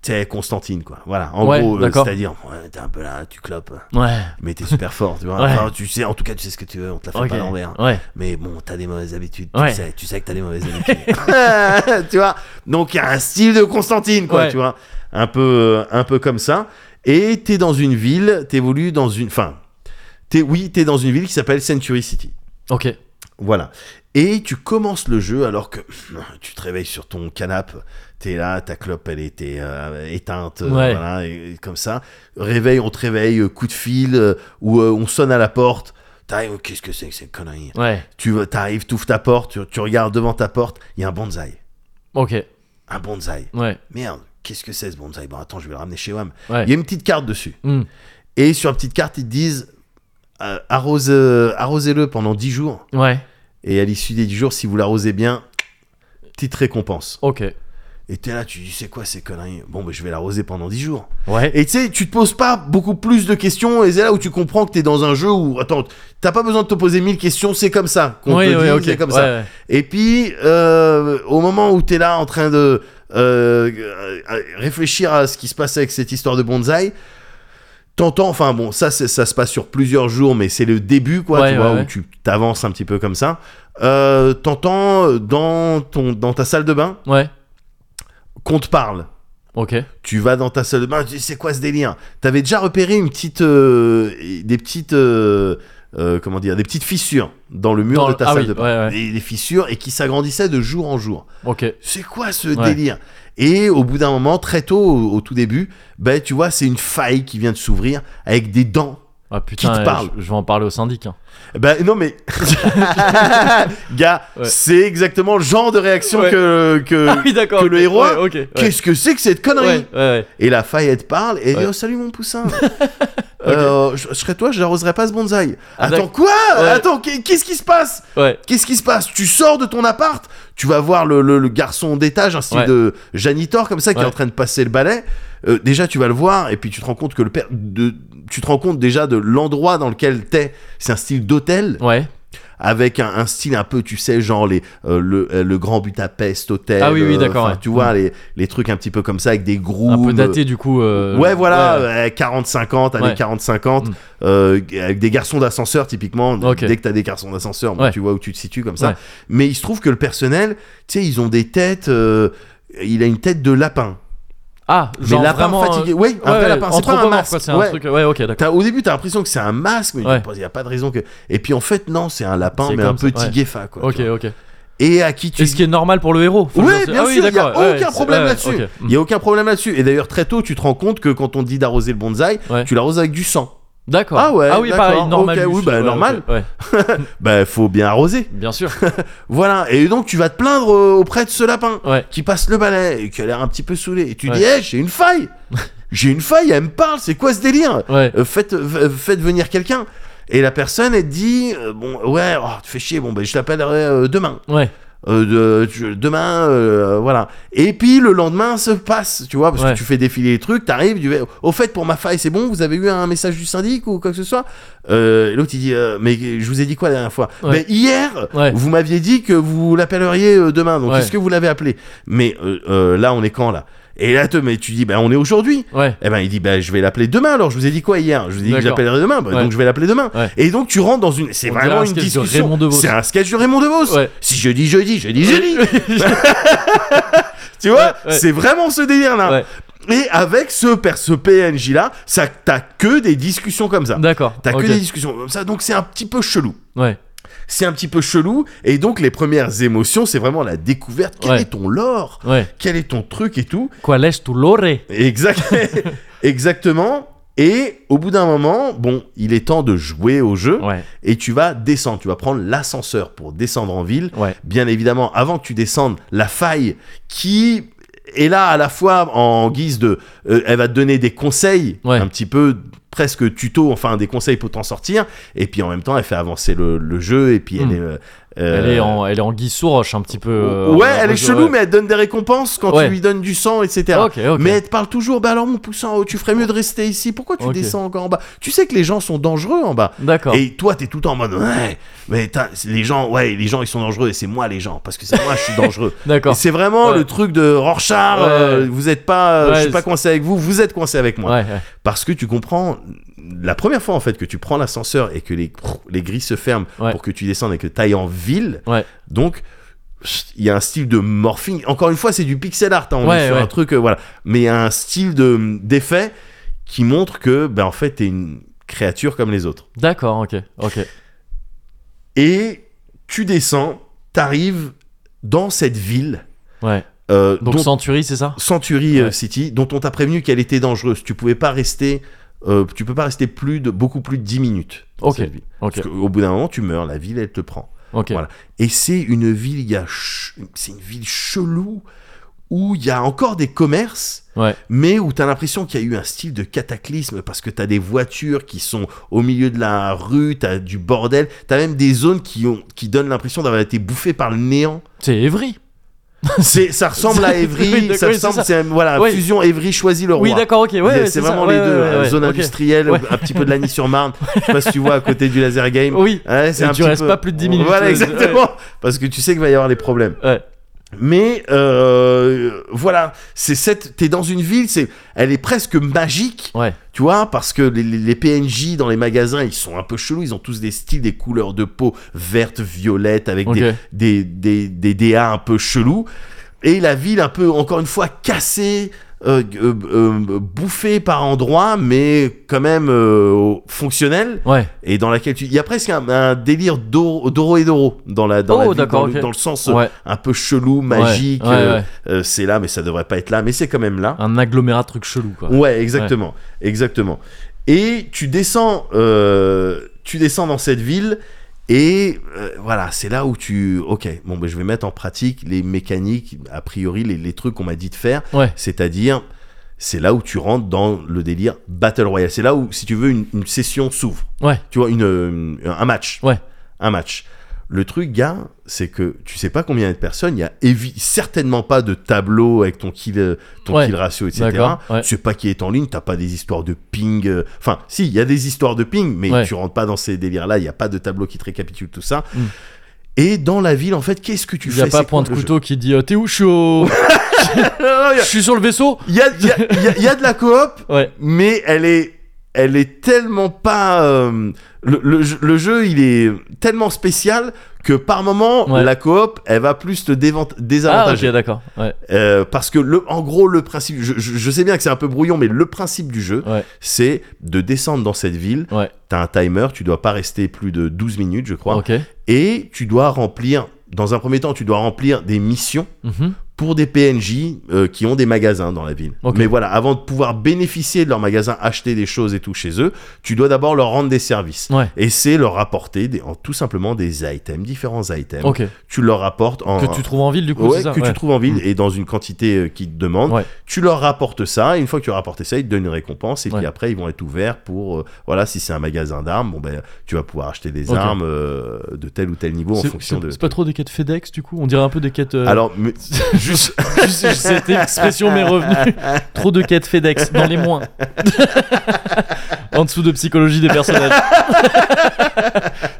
T'es Constantine, quoi. Voilà, en Ouais, gros, euh, d'accord. c'est-à-dire, ouais, t'es un peu là, tu clopes, Ouais. mais t'es super fort, tu vois. Ouais. Enfin, tu sais, en tout cas, tu sais ce que tu veux, on te la fait Ok. pas à l'envers. hein. Ouais. Mais bon, t'as des mauvaises habitudes, Ouais. tu sais, tu sais que t'as des [LAUGHS] mauvaises habitudes. [LAUGHS] tu vois Donc, il y a un style de Constantine, quoi, Ouais. tu vois. Un peu, euh, un peu comme ça. Et t'es dans une ville, t'évolues dans une. Enfin, t'es, oui, t'es dans une ville qui s'appelle Century City. Ok. Voilà. Et tu commences le jeu alors que [CLEARS THROAT] tu te réveilles sur ton canapé, t'es là, ta clope elle était euh, éteinte, euh, Ouais. voilà, et- et comme ça. Réveil, on te réveille, euh, coup de fil, euh, ou euh, on sonne à la porte. T'arrives, oh, qu'est-ce que c'est que cette connerie Ouais. Tu vas- t'arrives, t'ouvres ta porte, tu, tu regardes devant ta porte, il y a un bonsaï. Ok. Un bonsaï. Ouais. Merde, qu'est-ce que c'est ce bonsaï Bon, attends, je vais le ramener chez WAM. Ouais. Il y a une petite carte dessus. Hmm. Et sur la petite carte, ils te disent euh, arrose, euh, arrosez-le pendant 10 jours. Ouais. Et à l'issue des 10 jours, si vous l'arrosez bien, petite récompense. Ok. Et t'es là, tu dis, c'est quoi ces conneries Bon, ben, je vais l'arroser pendant 10 jours. Ouais. Et tu sais, tu te poses pas beaucoup plus de questions, et c'est là où tu comprends que t'es dans un jeu où, attends, t'as pas besoin de te poser 1000 questions, c'est comme ça. Qu'on Ouais, te ouais, dise, ok. c'est comme Ouais, ça. ouais. Et puis, euh, au moment où t'es là en train de euh, euh, réfléchir à ce qui se passe avec cette histoire de bonsaï, t'entends, enfin bon, ça, c'est- ça se passe sur plusieurs jours, mais c'est le début, quoi, Ouais, tu vois, ouais, ouais. où tu t'avances un petit peu comme ça. Euh, t'entends dans, ton, dans ta salle de bain Ouais. qu'on te parle. Ok. Tu vas dans ta salle de bain, tu dis c'est quoi ce délire T'avais déjà repéré une petite, euh, des petites, euh, euh, comment dire, des petites fissures dans le mur Dans de le- ta ah salle oui, de bain, ouais, ouais. Des, des fissures et qui s'agrandissaient de jour en jour. Ok. C'est quoi ce Ouais. délire Et au bout d'un moment, très tôt, au, au tout début, ben tu vois, c'est une faille qui vient de s'ouvrir avec des dents. Ah putain. te euh, parle je, je vais en parler au syndic. hein. Ben [LAUGHS] non mais, gars, Ouais. c'est exactement le genre de [LAUGHS] réaction Ouais. que, que- Ah oui, d'accord. que ok. le héros- Ouais, ok. ouais. Qu'est-ce que c'est que cette connerie Ouais, ouais, ouais. Et la faille, elle te parle et elle dit Ouais. oh, Salut [LAUGHS] mon poussin Euh, je, je serais toi, je n'arroserais pas ce bonsaï. Ah, Attends, d'ac- quoi Ouais. Attends, qu'est- qu'est-ce qui se passe Ouais. Qu'est-ce qui se passe Tu sors de ton appart, tu vas voir le, le- le garçon d'étage, un style Ouais. de janitor comme ça, qui Ouais. est en train de passer le balai. Euh, déjà, tu vas le voir, et puis tu te rends compte que le père. De, tu te rends compte déjà de l'endroit dans lequel t'es. C'est un style d'hôtel Ouais. avec un, un style un peu, tu sais, genre les, euh, le, euh, le Grand Budapest Hotel. Ah oui, oui, euh, d'accord, enfin, ouais. Tu vois, les, les trucs un petit peu comme ça avec des grooves. Un peu daté du coup. euh, ouais, voilà, euh, 40-50, années Ouais. 40-50, Mm. euh, avec des garçons d'ascenseur, typiquement. Ok. Dès que t'as des garçons d'ascenseur, bon, Ouais. tu vois où tu te situes comme ça. Ouais. Mais il se trouve que le personnel, tu sais, ils ont des têtes. euh, il a une tête de lapin. Ah, Mais genre lapin vraiment, fatigué. euh, Oui, un ouais, vrai ouais, lapin. C'est pas un anthropomorphe, masque. quoi, c'est un Ouais. truc. Ouais, ok, T'as- d'accord. Au début, t'as l'impression que c'est un masque, mais tu Ouais. te poses, y a pas de raison que. Et puis en fait, non, c'est un lapin, C'est mais un comme ça, petit ouais. guéfa, quoi. Ok, tu vois. ok. Et à qui tu. Et ce qui est normal pour le héros. faut Oui, le dire- bien ah, oui, sûr, il d'accord, n'y a ouais, aucun c'est- problème ouais, là-dessus. ok. Mm. Il n'y a aucun problème là-dessus. Et d'ailleurs, très tôt, tu te rends compte que quand on dit d'arroser le bonsaï, Ouais. tu l'arroses avec du sang. D'accord. Ah ouais, Ah oui, d'accord, pareil, normal. ok, du oui, sud, bah, ouais, normal. ok, ouais, Bah, faut bien arroser. bien sûr. Voilà. Et donc, tu vas te plaindre euh, auprès de ce lapin Ouais. qui passe le balai et qui a l'air un petit peu saoulé. Et tu Ouais. dis, hé, j'ai [LAUGHS] une faille. j'ai une faille, elle me parle. C'est quoi ce délire Ouais. Euh, faites, euh, faites venir quelqu'un. Et la personne, elle te dit, euh, bon, ouais, oh, tu fais chier, bon, ben, je l'appellerai euh, demain. Ouais. Euh, de- tu- demain, euh, voilà. Et puis le lendemain se passe, tu vois, parce Ouais. que tu fais défiler les trucs, t'arrives, tu fais, au fait, pour ma faille, c'est bon, vous avez eu un message du syndic ou quoi que ce soit euh, et L'autre, il dit, euh, mais je vous ai dit quoi la dernière fois Ouais. Ben, Hier, Ouais. vous m'aviez dit que vous l'appelleriez euh, demain, donc Ouais. est-ce que vous l'avez appelé Mais euh, euh, là, on est quand là Et là, te, mais tu dis, ben, on est aujourd'hui. [LAUGHS] Ouais. Eh ben il dit bah je vais l'appeler demain alors je vous ai dit quoi hier je vous ai dit que D'accord. j'appellerai demain bah, Ouais. donc je vais l'appeler demain Ouais. et donc tu rentres dans une c'est On dirait vraiment un une sketch de discussion Raymond Devos. c'est un sketch de Raymond DeVos Ouais. si je dis jeudi je dis jeudi tu vois Ouais, ouais. c'est vraiment ce délire là Ouais. et avec ce per- ce PNJ là ça t'as que des discussions comme ça [LAUGHS] D'accord. t'as ok. que des discussions comme ça donc c'est un petit peu chelou Ouais. c'est un petit peu chelou et donc les premières émotions c'est vraiment la découverte quel Ouais. est ton lore Ouais. quel est ton truc et tout Quoi lèche tu l'aurais Exact- [LAUGHS] Exactement. Et au bout d'un moment, bon, il est temps de jouer au jeu Ouais. et tu vas descendre. Tu vas prendre l'ascenseur pour descendre en ville. Ouais. Bien évidemment, avant que tu descendes, la faille qui est là à la fois en guise de. euh, elle va te donner des conseils, Ouais. un petit peu presque tuto, enfin des conseils pour t'en sortir. Et puis en même temps, elle fait avancer le, le jeu et puis elle Hmm. est. euh, Elle euh, est en, elle est en Guy Souroche un petit peu. euh, ouais, en- elle en- est chelou, ouais. mais elle te donne des récompenses quand Ouais. tu lui donnes du sang, etc. Ok, ok. Mais elle te parle toujours, bah alors mon poussin, oh, tu ferais mieux de rester ici, pourquoi tu Ok. descends encore en bas Tu sais que les gens sont dangereux en bas. D'accord. Et toi, t'es tout le temps en mode, ouais, mais t'as- les gens, ouais, les gens, ils sont dangereux et c'est moi les gens, parce que c'est moi, je suis dangereux. Et D'accord. C'est vraiment Ouais. le truc de Rorschach, Ouais. euh, vous êtes pas, euh, Ouais, je suis pas c'est- coincé avec vous, vous êtes coincé avec moi. Ouais, ouais. Parce que tu comprends, la première fois en fait que tu prends l'ascenseur et que les, les grilles se ferment Ouais. pour que tu descendes et que t'ailles en ville, Ouais. donc chut, il y a un style de morphing. Encore une fois, c'est du pixel art, hein, on Ouais, est sur ouais. un truc, euh, voilà. Mais il y a un style de- d'effet qui montre que, ben, en fait, t'es une créature comme les autres. D'accord. Ok. Ok. Et tu descends, t'arrives dans cette ville. Ouais. euh, Donc dont- Century, c'est ça Century euh, Ouais. City, dont on t'a prévenu qu'elle était dangereuse. Tu pouvais pas rester, euh, tu peux pas rester plus de beaucoup plus de 10 minutes. dans Ok. cette ville. Ok. Parce qu'au bout d'un moment, tu meurs, la ville, elle te prend. Ok. Voilà. Et c'est une ville, il y a ch- c'est une ville chelou où il y a encore des commerces, Ouais. mais où t'as l'impression qu'il y a eu un style de cataclysme parce que t'as des voitures qui sont au milieu de la rue, t'as du bordel, t'as même des zones qui ont, qui donnent l'impression d'avoir été bouffées par le néant. C'est Evry. C'est, ça [LAUGHS] ressemble à Oui, Evry, d'accord, ça oui, ressemble, c'est ça. c'est- voilà, Oui. fusion Evry choisit le roi. Oui, d'accord. Ok. Ouais. C'est- ouais, c'est ça, vraiment ouais, les deux, ouais, euh, ouais, zone ok. industrielle, Ouais. un petit peu [LAUGHS] de l'Agny-sur-Marne, je sais pas si tu vois à côté du Laser Game. Oui. Ouais, c'est Et un tu petit restes peu- pas plus de 10 minutes. euh, Voilà, Ouais. exactement. Parce que tu sais qu'il va y avoir des problèmes. Ouais. Mais euh, voilà, c'est cette. T'es dans une ville, c'est. Elle est presque magique. Ouais. Tu vois, parce que les, les- les PNJ dans les magasins, ils sont un peu chelous. Ils ont tous des styles, des couleurs de peau vertes, violettes, avec Ok. des, des, des, des DA un peu chelous. Et la ville, un peu, encore une fois, cassée, euh, euh, euh, bouffée par endroits, mais quand même euh, fonctionnelle Ouais. et dans laquelle tu... il y a presque un, un délire d'oro d'oro et d'oro dans la dans, Oh, la ville, d'accord, dans, le, ok. dans le sens euh, Ouais. un peu chelou magique Ouais, ouais, euh, ouais. euh, c'est là mais ça devrait pas être là mais c'est quand même là Un agglomérat de trucs chelous quoi. ouais, exactement exactement et tu descends euh, tu descends dans cette ville et euh, voilà c'est là où tu ok bon ben je vais mettre en pratique les mécaniques a priori les, les trucs qu'on m'a dit de faire Ouais. c'est-à-dire c'est là où tu rentres dans le délire Battle Royale. C'est là où, si tu veux, une, une session s'ouvre. Ouais. Tu vois, une, euh, un match. Ouais. Un match. Le truc, gars, c'est que tu sais pas combien il y a de personnes. Il y a évi- certainement pas de tableau avec ton kill, euh, ton Ouais. kill ratio, etc. D'accord, ouais. Tu sais pas qui est en ligne. T'as pas des histoires de ping. euh, Enfin, si, il y a des histoires de ping, mais Ouais. tu rentres pas dans ces délires-là. Il y a pas de tableau qui te récapitule tout ça. Mm. Et dans la ville, en fait, qu'est-ce que tu Il fais n'y a pas C'est point quoi de le couteau qui dit euh, T'es où Je suis [LAUGHS] au- jeu Non, non, [LAUGHS] Je suis sur le vaisseau Il y a, il y a- il y a- il y a de la coop, Ouais. mais elle est elle est tellement pas euh, le, le jeu- le jeu il est tellement spécial que par moment Ouais. la coop elle va plus te dévant- Ah, ok, désavantager d'accord. Ouais. Euh, parce que le en gros le principe je, je- je sais bien que c'est un peu brouillon mais le principe du jeu Ouais. c'est de descendre dans cette ville Ouais. t'as un timer tu dois pas rester plus de 12 minutes je crois Ok. et tu dois remplir dans un premier temps tu dois remplir des missions Mhm. pour des PNJ euh, qui ont des magasins dans la ville. Ok. Mais voilà, avant de pouvoir bénéficier de leurs magasins, acheter des choses et tout chez eux, tu dois d'abord leur rendre des services. Ouais. Et c'est leur apporter des- en- tout simplement des items, différents items. Ok. Tu leur apportes en... Que tu trouves en ville, du coup, Ouais, c'est ça Mm. que tu trouves en ville et dans une quantité euh, qu'ils te demandent. Ouais. Tu leur rapportes ça, et une fois que tu as rapporté ça, ils te donnent une récompense, et Ouais. puis après, ils vont être ouverts pour, euh, voilà, si c'est un magasin d'armes, bon ben, tu vas pouvoir acheter des Ok. armes euh, de tel ou tel niveau en C'est- fonction c'est- de... c'est pas trop des quêtes FedEx, du coup On dirait un peu des quêtes. euh, [LAUGHS] Alors, mais- juste, Juste, cette expression m'est [LAUGHS] revenue. Trop de quêtes FedEx, dans les moins. en dessous de psychologie des personnages. [LAUGHS]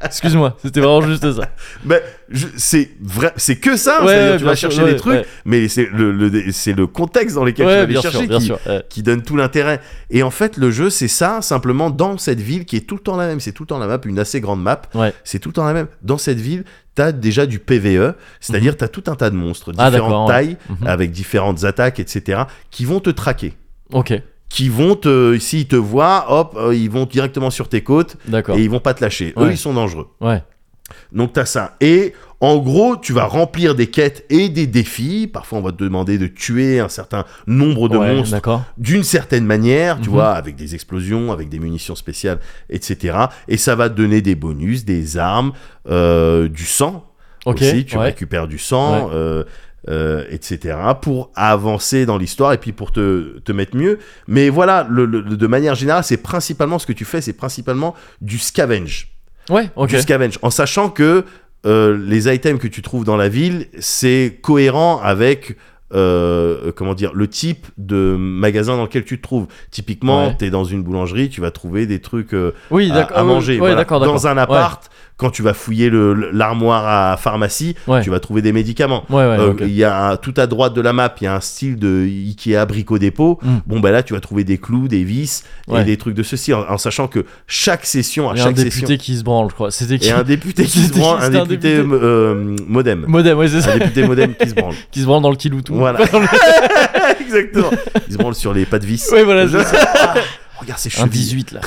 Excuse-moi, c'était vraiment juste ça. Ben, je- c'est vrai, c'est que ça. Ouais, c'est-à-dire ouais, tu bien vas sûr, chercher ouais, des trucs, ouais. mais c'est le, le- c'est le contexte dans lequel tu Ouais, vas les bien sûr, chercher bien qui, sûr. ouais. qui donne tout l'intérêt. Et en fait, le jeu, c'est ça, simplement dans cette ville qui est tout le temps la même. C'est tout le temps la map, une assez grande map. Ouais. C'est tout le temps la même. Dans cette ville, t'as déjà du PVE, c'est-à-dire t'as tout un tas de monstres, Mhm. Ah, d'accord, différentes ouais. tailles, Mhm. avec différentes attaques, etc., qui vont te traquer. Ok, Qui vont te, s'ils te voient, hop, euh, ils vont directement sur tes côtes d'accord. et ils vont pas te lâcher. Eux, Ouais. ils sont dangereux. Ouais, Donc t'as ça. Et en gros, tu vas remplir des quêtes et des défis. Parfois, on va te demander de tuer un certain nombre de ouais, monstres d'accord. d'une certaine manière, tu Mhm. vois, avec des explosions, avec des munitions spéciales, etc. Et ça va te donner des bonus, des armes, euh, du sang Ok, aussi. Tu ouais. récupères du sang, euh, euh, etc. pour avancer dans l'histoire et puis pour te, te mettre mieux. Mais voilà, le- le- de manière générale, c'est principalement ce que tu fais, c'est principalement du scavenge Ouais, ok. du scavenge, en sachant que euh, les items que tu trouves dans la ville, c'est cohérent avec euh, comment dire le type de magasin dans lequel tu te trouves. Typiquement, Ouais. tu es dans une boulangerie, tu vas trouver des trucs euh, Oui, à, d'accord. à ouais, manger. ouais, Voilà. d'accord, d'accord. Dans un appart, quand tu vas fouiller le- l'armoire à pharmacie, Ouais. tu vas trouver des médicaments. Ouais, ouais, Euh, ok. Il y a un- tout à droite de la map, il y a un style de Ikea Brico Dépôt. Mm. Bon, bah là, tu vas trouver des clous, des vis Ouais. et des trucs de ceci, en, en sachant que chaque session, à Il y a un chaque session, député qui se branle, je crois. C'était qui et un député qui se C'était- branle, un c'était un député député. euh, modem. [LAUGHS] Modem, ouais, c'est ça. Un député modem qui se [LAUGHS] branle. Qui se branle dans le Kiloutou. [LAUGHS] Voilà. Exactement. Il se branle sur les pas de vis. Ouais, voilà, c'est ça. Regarde ses Un chevilles. 18, là.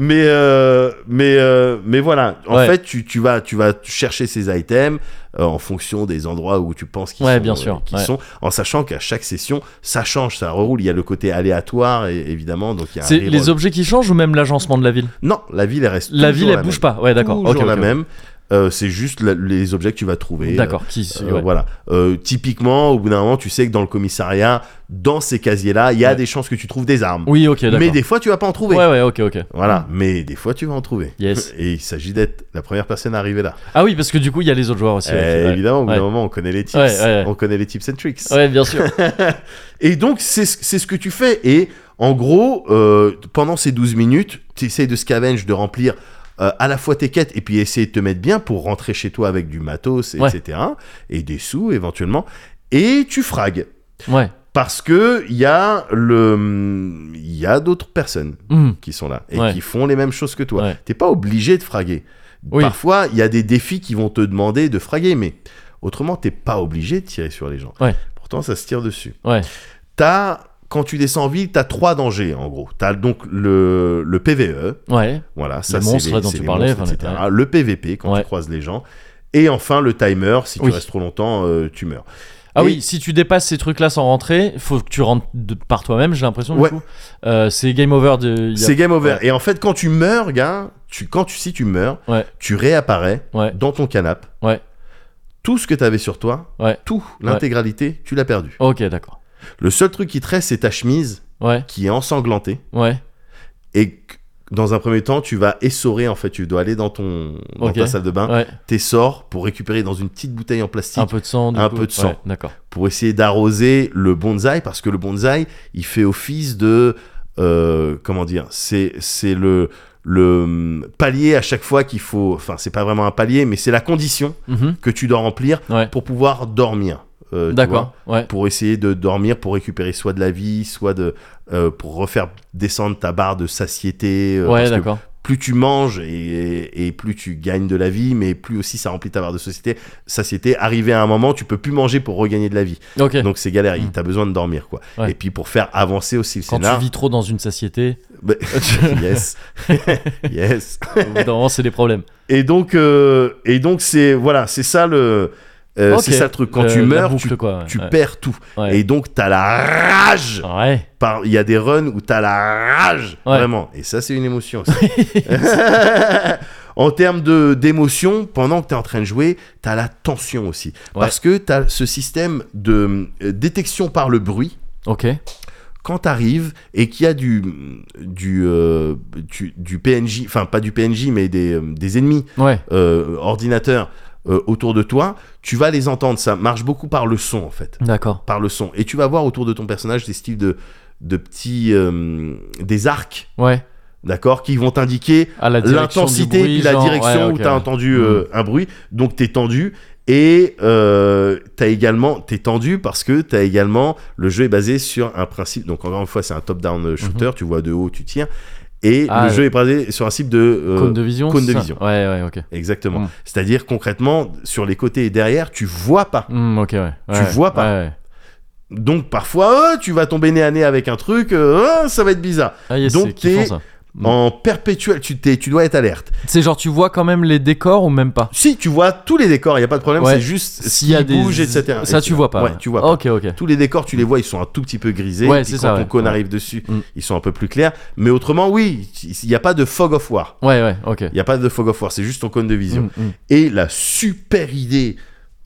Mais, euh, mais, euh, mais voilà. En Ouais. fait, tu, tu, vas, tu vas chercher ces items euh, en fonction des endroits où tu penses qu'ils Ouais, sont, bien euh, sûr, qu'ils ouais. sont, en sachant qu'à chaque session, ça change, ça reroule. Il y a le côté aléatoire, et, évidemment. Donc il y a un C'est reroll. les objets qui changent ou même l'agencement de la ville Non, la ville, elle reste. La ville, toujours elle la bouge même. pas. Ouais, d'accord. Toujours Ok, la ok, ok. même. Euh, c'est juste la- les objets que tu vas trouver. euh, D'accord. Qui Euh, ouais. Voilà. Euh, typiquement, au bout d'un moment, tu sais que dans le commissariat, dans ces casiers-là, il y a Ouais. des chances que tu trouves des armes. Oui, ok, d'accord. mais des fois, tu vas pas en trouver. Ouais, ouais, ok, ok. Voilà. Mais des fois, tu vas en trouver. Yes. Et il s'agit d'être la première personne à arriver là. Ah oui, parce que du coup, il y a les autres joueurs aussi. Euh, ouais. Évidemment, au bout Ouais. d'un moment, on connaît les tips, Ouais, ouais, ouais. on connaît les tips and tricks. Ouais, bien [LAUGHS] sûr. Et donc, c'est ce c'est ce que tu fais. Et en gros, euh, pendant ces 12 minutes, tu essayes de scavenge, de remplir euh, à la fois tes quêtes et puis essayer de te mettre bien pour rentrer chez toi avec du matos, Ouais. etc. Et des sous éventuellement. Et tu fragues. Ouais. Parce que il y a le, il y a d'autres personnes Hmm. qui sont là et Ouais. qui font les mêmes choses que toi. Ouais. T'es pas obligé de fraguer. Oui. Parfois, il y a des défis qui vont te demander de fraguer, mais autrement, t'es pas obligé de tirer sur les gens. Ouais. Pourtant, ça se tire dessus. Ouais. T'as, quand tu descends en ville, t'as trois dangers en gros. T'as donc le, le PVE, Ouais. voilà, ça Les c'est monstres dont c'est tu parlais, monstres, enfin, etc. Ah, ouais. Le PVP quand Ouais. tu croises les gens, et enfin le timer. Si tu Oui. restes trop longtemps, euh, tu meurs. Ah Et- oui, si tu dépasses ces trucs-là sans rentrer, faut que tu rentres de- par toi-même, j'ai l'impression. du Ouais. coup. Euh, c'est game over de. il y a- C'est game over. Ouais. Et en fait, quand tu meurs, gars, tu, quand tu, si tu meurs, Ouais. tu réapparais Ouais. dans ton canapé. Ouais. Tout ce que tu avais sur toi, Ouais. tout, l'intégralité, tu l'as perdu. Ok, d'accord. Le seul truc qui te reste, c'est ta chemise Ouais. qui est ensanglantée Ouais. et que- dans un premier temps, tu vas essorer, en fait, tu dois aller dans, ton, dans Ok. ta salle de bain, Ouais, t'essores pour récupérer dans une petite bouteille en plastique, un peu de sang. du Un coup. peu de sang. Ouais, D'accord. pour essayer d'arroser le bonsaï, parce que le bonsaï, il fait office de... euh, comment dire C'est c'est le, le hum, palier à chaque fois qu'il faut... Enfin, c'est pas vraiment un palier, mais c'est la condition Mhm. que tu dois remplir Ouais. pour pouvoir dormir. euh, tu vois, D'accord. Ouais. Pour essayer de dormir, pour récupérer soit de la vie, soit de euh, pour refaire descendre ta barre de satiété. euh, ouais, parce que d'accord. plus tu manges et, et plus tu gagnes de la vie, mais plus aussi ça remplit ta barre de société. Satiété, arrivé à un moment, tu peux plus manger pour regagner de la vie. Ok. Donc c'est galère, Mm. tu as besoin de dormir. quoi. Ouais. Et puis pour faire avancer aussi le Quand scénar. tu vis trop dans une [LAUGHS] satiété, [LAUGHS] Bah, yes. [LAUGHS] yes. au bout d'un moment, c'est des problèmes. Et donc, euh, et donc c'est voilà, c'est ça le. euh, Ok. C'est ça le truc. Quand Euh, tu la meurs, boucle, tu, quoi, ouais, tu ouais. perds tout. Ouais. Et donc, t'as la rage. Ouais. Par- Il y a des runs où t'as la rage. Ouais. Vraiment. Et ça, c'est une émotion aussi. [LAUGHS] en termes de- d'émotion, pendant que t'es en train de jouer, t'as la tension aussi. Ouais. Parce que t'as ce système de euh, détection par le bruit. Ok. Quand t'arrives et qu'il y a du, du, euh, du, du PNJ, enfin pas du PNJ, mais des, euh, des ennemis Ouais. euh, ordinateurs euh, autour de toi, tu vas les entendre. Ça marche beaucoup par le son, en fait D'accord. par le son. Et tu vas voir autour de ton personnage des styles de, de petits. euh, des arcs, Ouais. d'accord Qui vont t'indiquer À la direction du l'intensité bruit, puis la genre- direction ouais, où ok, Hmm. tu as ouais. entendu euh, un bruit. Donc t'es tendu. Et euh, t'as également, t'es tendu parce que t'as également, le jeu est basé sur un principe, donc encore une fois c'est un top-down euh, shooter, tu vois de haut, tu tires, et Mhm. Ah, le ouais. jeu est basé sur un principe de... euh, Cône de vision. cône de c'est ça vision. Ouais, ouais, ok. Exactement. Mm. C'est-à-dire concrètement, sur les côtés et derrière, tu vois pas. Hmm, ok, ouais. Tu Ouais, vois pas. ouais, ouais. Donc parfois, euh, tu vas tomber nez à nez avec un truc, euh, euh, ça va être bizarre. Ah, yes, Donc, c'est kiffant, t'es- ça. Mm. En perpétuel, tu, t'es- tu dois être alerte. C'est genre, tu vois quand même les décors ou même pas Si tu vois tous les décors, il n'y a pas de problème, Ouais. c'est juste s'il y a des bouge, etc. Ça, Et tu vois pas. Ouais, tu vois pas. Ok, ok. Tous les décors, tu les vois, ils sont un tout petit peu grisés. Ouais, et puis c'est quand ça, ton ouais. cône Ouais. arrive dessus, Mm. ils sont un peu plus clairs. Mais autrement, oui, il n'y a pas de fog of war. Ouais, ouais, ok. Il n'y a pas de fog of war, c'est juste ton cône de vision. Hmm, hmm. Et la super idée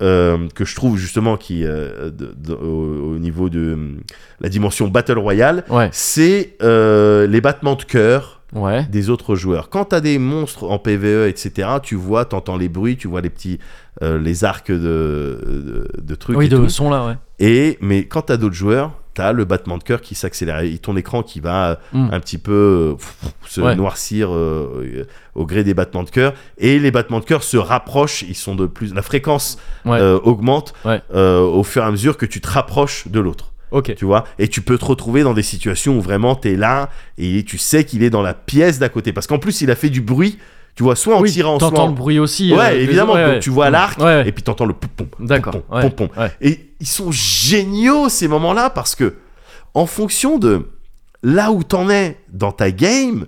euh, que je trouve justement qui, euh, de- de- au, au niveau de hum, la dimension Battle Royale, Ouais, c'est euh, les battements de cœur ouais. des autres joueurs. Quand t'as des monstres en PVE, etc., tu vois, t'entends les bruits, tu vois les petits, euh, les arcs de, de, de trucs Oui, et de tout. son là, ouais. Et mais quand t'as d'autres joueurs, t'as le battement de cœur qui s'accélère, et ton écran qui va euh, Mm. un petit peu euh, pff, pff, se Ouais. noircir euh, euh, au gré des battements de cœur, et les battements de cœur se rapprochent, ils sont de plus, la fréquence Ouais. euh, augmente Ouais. euh, au fur et à mesure que tu te rapproches de l'autre Ok. tu vois et tu peux te retrouver dans des situations où vraiment t'es là et tu sais qu'il est dans la pièce d'à côté parce qu'en plus il a fait du bruit tu vois soit en Oui, tirant soit t'entends le en... bruit aussi. euh, ouais des- évidemment ouais, donc ouais. tu vois Hmm. l'arc Ouais, ouais. et puis t'entends le pom pom pom, D'accord. pom, ouais. pom, pom. Ouais. et ils sont géniaux ces moments là parce que en fonction de là où t'en es dans ta game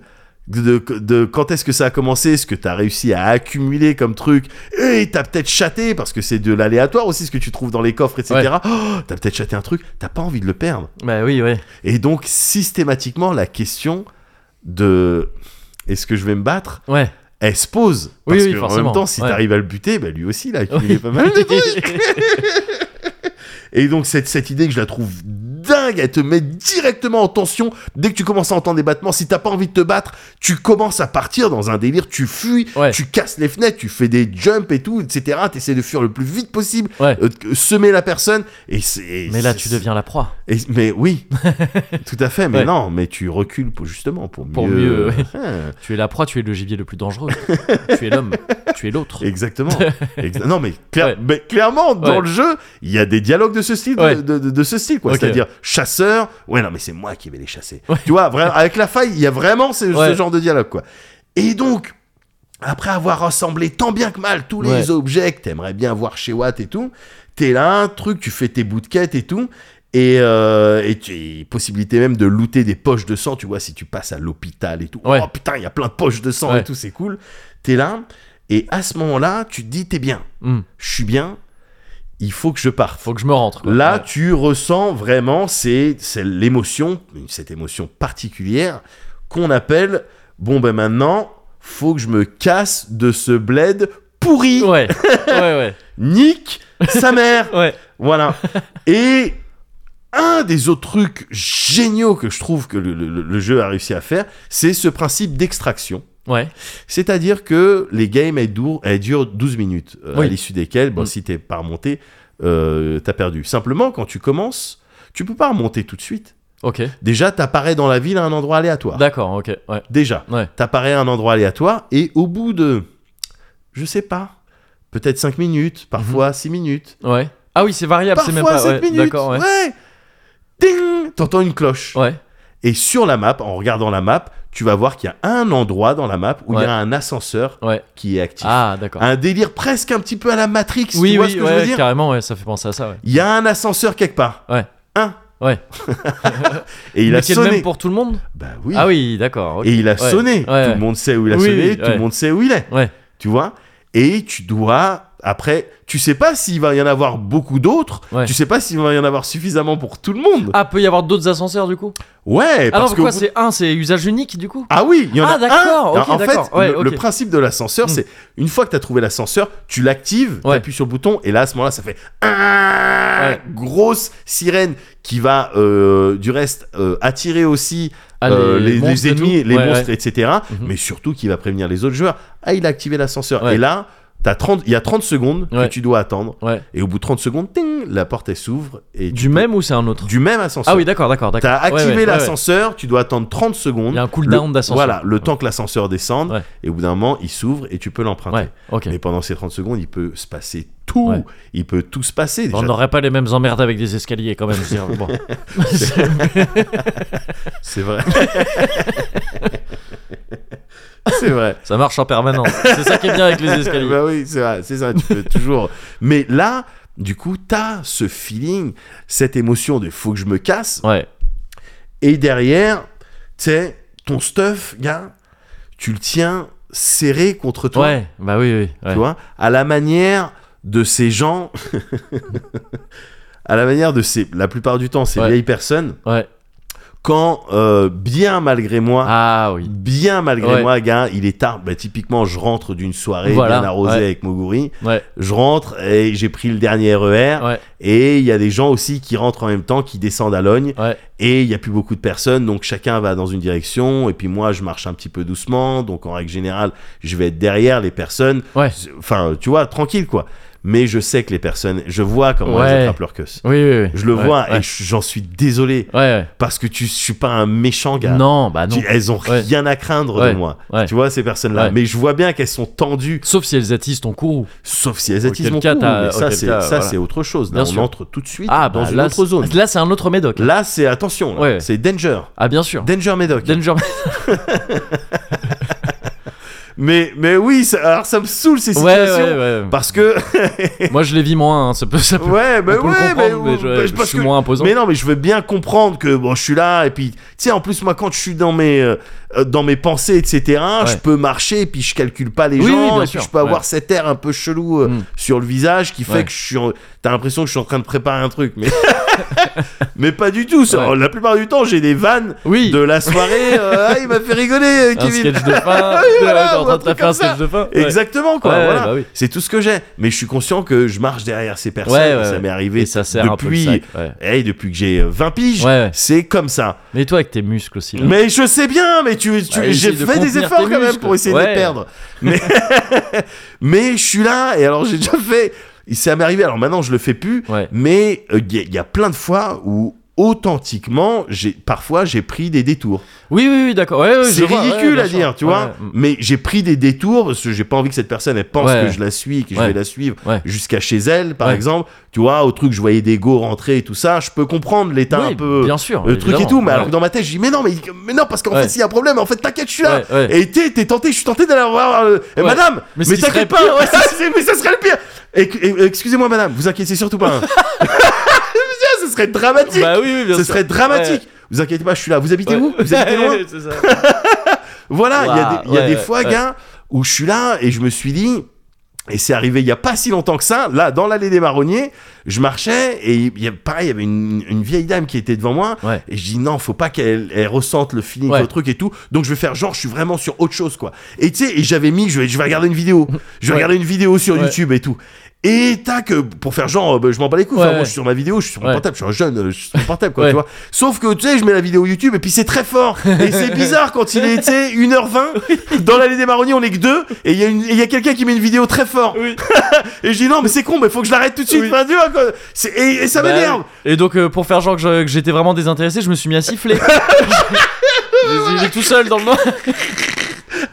de, de quand est-ce que ça a commencé, ce que t'as réussi à accumuler comme truc, et t'as peut-être chaté, parce que c'est de l'aléatoire aussi ce que tu trouves dans les coffres, etc. Oh, t'as peut-être chaté un truc, t'as pas envie de le perdre. Bah oui, ouais. Et donc, systématiquement, la question de est-ce que je vais me battre Ouais. elle se pose. Oui, Parce oui, que, en forcément, même temps, si ouais. t'arrives à le buter, bah, [LAUGHS] lui aussi, il a accumulé Oui. pas mal [LAUGHS] de trucs. Et donc, cette, cette idée que je la trouve dingue, elle te met directement en tension. Dès que tu commences à entendre des battements, si t'as pas envie de te battre, tu commences à partir dans un délire, tu fuis, Ouais. tu casses les fenêtres, tu fais des jumps et tout, etc. T'essaies de fuir le plus vite possible, Ouais. euh, semer la personne. Et c'est. Mais là, c'est- tu deviens la proie. et- mais [LAUGHS] oui, tout à fait. Mais Ouais. non, mais tu recules pour, justement pour mieux. Pour mieux, ouais. Ah, Tu es la proie, tu es le gibier le plus [LAUGHS] dangereux. tu es l'homme, tu es l'autre. [LAUGHS] exactement. Exa- non, mais, clair- Ouais. mais clairement, dans Ouais. le jeu, il y a des dialogues de ce style, de- Ouais. de, de- de ce style, quoi. Ok. C'est-à-dire chasseur. Ouais, non, mais c'est moi qui vais les chasser. Tu vois, vra- avec la faille, il y a vraiment ce, ce Ouais. genre de dialogue, quoi. Et donc. Après avoir rassemblé tant bien que mal tous les Ouais. objets que t'aimerais bien voir chez Watt et tout, t'es là, truc, tu fais tes bouts de quête et tout, et, euh, et tu- et possibilité même de looter des poches de sang, tu vois, si tu passes à l'hôpital et tout. Ouais. Oh putain, il y a plein de poches de sang Ouais. et tout, c'est cool. T'es là, et à ce moment-là, tu te dis, t'es bien, Hmm. je suis bien, il faut que je parte. Faut que je me rentre. quoi. Là, Ouais. tu ressens vraiment, c'est c'est l'émotion, cette émotion particulière qu'on appelle, bon ben maintenant, faut que je me casse de ce bled pourri, Ouais. [LAUGHS] ouais, ouais, nique sa mère. [LAUGHS] ouais. Voilà. Et un des autres trucs géniaux que je trouve que le, le- le jeu a réussi à faire, c'est ce principe d'extraction. Ouais. C'est-à-dire que les games, elles, dou- elles durent 12 minutes, euh, Oui. à l'issue desquelles, bon, Mm. si t'es pas remonté, euh, t'as perdu. Simplement, quand tu commences, tu peux pas remonter tout de suite. Ok. Déjà, t'apparais dans la ville à un endroit aléatoire. D'accord. Ok. Ouais. Déjà, Ouais. t'apparais à un endroit aléatoire et au bout de, je sais pas, peut-être 5 minutes, parfois Mhm. 6 minutes, Ouais. Ah oui, c'est variable. C'est parfois même pas. 7 ouais. minutes, D'accord. Ouais. ouais. Ding T'entends une cloche. Ouais. Et sur la map, en regardant la map, tu vas voir qu'il y a un endroit dans la map où il y Ouais. a un ascenseur Ouais. qui est actif. Ah d'accord. Un délire presque un petit peu à la Matrix, oui, tu vois oui, ce que ouais, je veux dire carrément. Ouais, ça fait penser à ça. Ouais. Il y a un ascenseur quelque part. Ouais. Un. Ouais. [LAUGHS] Et il a Mais qui est le sonné. même pour tout le monde. Bah oui. Ah oui, d'accord. ok. Et il a Ouais. sonné. Ouais, tout ouais. le monde sait où il a Oui, sonné, oui, tout ouais. le monde sait où il est. Ouais. Tu vois Et tu dois après, tu sais pas s'il va y en avoir beaucoup d'autres, Ouais. tu sais pas s'il va y en avoir suffisamment pour tout le monde. Ah, peut y avoir d'autres ascenseurs du coup Ouais, Ah non, parce que pourquoi c'est un, c'est usage unique du coup Ah oui, il y en Ah, a d'accord, un. ok, en fait, d'accord, ouais, le, le ok. principe de l'ascenseur, Mm. c'est une fois que tu as trouvé l'ascenseur, tu l'actives, Ouais. tu appuies sur le bouton, et là, à ce moment-là, ça fait Ah grosse sirène qui va, euh, du reste, euh, attirer aussi Ah, euh, les, les monstres et ennemis, tout les Ouais, monstres, ouais. etc. Mhm. Mais surtout qui va prévenir les autres joueurs. Ah, il a activé l'ascenseur. Ouais. Et là, t'as 30 il y a 30 secondes Ouais. que tu dois attendre. Ouais. Et au bout de 30 secondes, ting, la porte, elle s'ouvre. et tu Du peux- même ou c'est un autre Du même ascenseur. Ah oui, d'accord, d'accord, d'accord. T'as activé Ouais, ouais, ouais, l'ascenseur, tu dois attendre 30 ouais. secondes. Il y a un cooldown Le- d'ascenseur. Voilà, le temps que l'ascenseur descende, Ouais. et au bout d'un moment, il s'ouvre et tu peux l'emprunter. Ouais, ok. Mais pendant ces 30 secondes, il peut se passer tout. Ouais. Il peut tout se passer. On Déjà, n'aurait pas les mêmes emmerdes avec des escaliers quand même. je veux dire, [LAUGHS] bon. c'est vrai. [LAUGHS] c'est vrai. ça marche en permanence. C'est ça qui est bien avec les escaliers. Bah oui, c'est vrai, c'est ça, tu peux toujours. Mais là, du coup, t'as ce feeling, cette émotion de faut que je me casse. Ouais, Et derrière, tu sais, ton stuff, gars, tu le tiens serré contre toi. ouais, bah oui, oui. ouais. tu vois, à la manière de ces gens, [LAUGHS] à la manière de ces, la plupart du temps, ces Ouais. vieilles personnes, Ouais. quand euh, bien malgré moi, Ah oui. bien malgré Ouais. moi, gars, il est tard. Bah, typiquement, je rentre d'une soirée Voilà, bien arrosée ouais. avec Moguri, Ouais, je rentre et j'ai pris le dernier RER. ouais, Et il y a des gens aussi qui rentrent en même temps, qui descendent à Logne. ouais. Et il n'y a plus beaucoup de personnes, donc chacun va dans une direction. Et puis moi, je marche un petit peu doucement. Donc en règle générale, je vais être derrière les personnes. Ouais. Enfin, tu vois, tranquille quoi. Mais je sais que les personnes, je vois comment Ouais. elles attrapent leur queue. Oui, oui, oui. Je le Ouais, vois Ouais, et je- j'en suis désolé. ouais. Parce que tu, je suis pas un méchant ouais. gars. Non, bah non. Tu- elles ont Ouais. rien à craindre Ouais. de moi. Ouais. Tu vois, ces personnes-là. Ouais. Mais je vois bien qu'elles sont tendues, Sauf si elles attisent ton courroux. sauf si elles Auquel attisent mon cas, cou. t'as- Mais ça, auquel c'est cas, ça, voilà. c'est autre chose. Là, Bien on sûr. entre tout de suite Ah, bah dans une là, autre zone. Là, c'est un autre médoc. Là, c'est attention. là. Ouais. C'est danger. hein. Ah, bien sûr. Danger Médoc. Danger. Mais, mais oui, ça, alors ça me saoule ces Ouais, situations. ouais, ouais. Parce que. [LAUGHS] Moi, je les vis moins. hein, Ça peut, ça peut. ouais, mais on peut ouais, le comprendre, mais, mais. je, bah, je parce suis que- moins imposant. Mais non, mais je veux bien comprendre que bon, je suis là et puis tu sais, en plus moi quand je suis dans mes euh, euh, dans mes pensées etc, je Ouais. peux marcher et puis je calcule pas les Oui, oui, gens bien et sûr, puis je peux avoir ouais. cet air un peu chelou euh, Mm. sur le visage qui fait Ouais. que je suis, en- t'as l'impression que je suis en train de préparer un truc, mais [LAUGHS] mais pas du tout. ça. Ouais. La plupart du temps j'ai des vannes Oui. de la soirée. [LAUGHS] euh, ah, il m'a fait rigoler, euh, un Kevin. sketch de [LAUGHS] fin. Oui, ouais, voilà, t'es en ou train un de faire truc un comme ça. sketch de fin. ouais. Exactement quoi, Ouais, ouais, voilà. bah oui. C'est tout ce que j'ai, mais je suis conscient que je marche derrière ces personnes. Ouais, ouais, ça ouais. m'est arrivé Et ça sert un peu le depuis sac, ouais. Hey, depuis que j'ai euh, 20 piges, Ouais, ouais. c'est comme ça. Mais toi avec tes muscles aussi. Là. Mais je sais bien, mais tu, tu- Ouais, j'ai Bah, essaye de fait des contenir efforts tes quand même muscles. pour essayer de Ouais. les perdre. Mais, [LAUGHS] mais je suis là, et alors j'ai déjà fait. Ça m'est arrivé, alors maintenant je le fais plus, Ouais. mais euh, il y, a- y a plein de fois où authentiquement, j'ai parfois j'ai pris des détours. Oui, oui, oui, d'accord. Ouais, ouais, Euh, je c'est vois, ouais, ridicule bien à sûr. dire, tu Ouais, vois, ouais. mais j'ai pris des détours parce que j'ai pas envie que cette personne elle pense Ouais. que je la suis, et que Ouais. je vais la suivre Ouais. jusqu'à chez elle, par Ouais. exemple. Tu vois, au truc, je voyais des go rentrer et tout ça, je peux comprendre l'état Oui, un peu Bien sûr. le truc et évidemment. tout, mais alors Ouais. que dans ma tête, je dis, mais non, mais, mais non, parce qu'en Ouais. fait, s'il y a un problème, en fait, t'inquiète, je suis là. Ouais, ouais. Et t'es, t'es tenté, je suis tenté d'aller voir, euh, eh, Ouais. madame, Mais mais, ce qui t'inquiète pas, serait pire, ouais, [LAUGHS] mais ça serait le pire. Et- et- Excusez-moi, madame, vous inquiétez [LAUGHS] surtout pas. hein. [LAUGHS] Ce serait dramatique. Bah oui, oui, bien Ce sûr. serait dramatique. Vous inquiétez pas, je suis là. Vous habitez Ouais. où Vous [LAUGHS] habitez loin C'est [LAUGHS] ça. Voilà, il y a Waouh, des, il y a ouais, des ouais, fois, ouais. gars, où je suis là et je me suis dit, et c'est arrivé il y a pas si longtemps que ça, là, dans l'allée des marronniers, je marchais et il y a- pareil, il y avait une, une vieille dame qui était devant moi. Ouais. Et je dis, non, faut pas qu'elle elle ressente le feeling, Ouais. le truc et tout. Donc je vais faire genre, je suis [LAUGHS] vraiment sur autre chose, quoi. Et tu sais, et j'avais mis, je vais, je vais regarder une vidéo. Je vais Ouais. regarder une vidéo sur Ouais. YouTube et tout. Et tac, euh, pour faire genre, euh, bah, je m'en bats les couilles. Ouais, enfin, moi, ouais. je suis sur ma vidéo, je suis sur mon Ouais. portable, je suis un jeune, euh, je suis sur mon portable, quoi, Ouais. tu vois. Sauf que, tu sais, je mets la vidéo YouTube et puis c'est très fort. [LAUGHS] Et c'est bizarre quand il est, tu sais, 1h20, dans l'allée des marronniers, on est que deux, et il y a, une- et il y a quelqu'un qui met une vidéo très fort. Oui. [LAUGHS] et je dis, non, mais c'est con, mais faut que je l'arrête tout de suite. Oui. Enfin, tu vois, quoi. C'est- Et, et ça Bah, m'énerve. Et donc, euh, pour faire genre que je- que j'étais vraiment désintéressé, je me suis mis à [LAUGHS] siffler. Je- je- J'étais tout seul dans le noir. Non,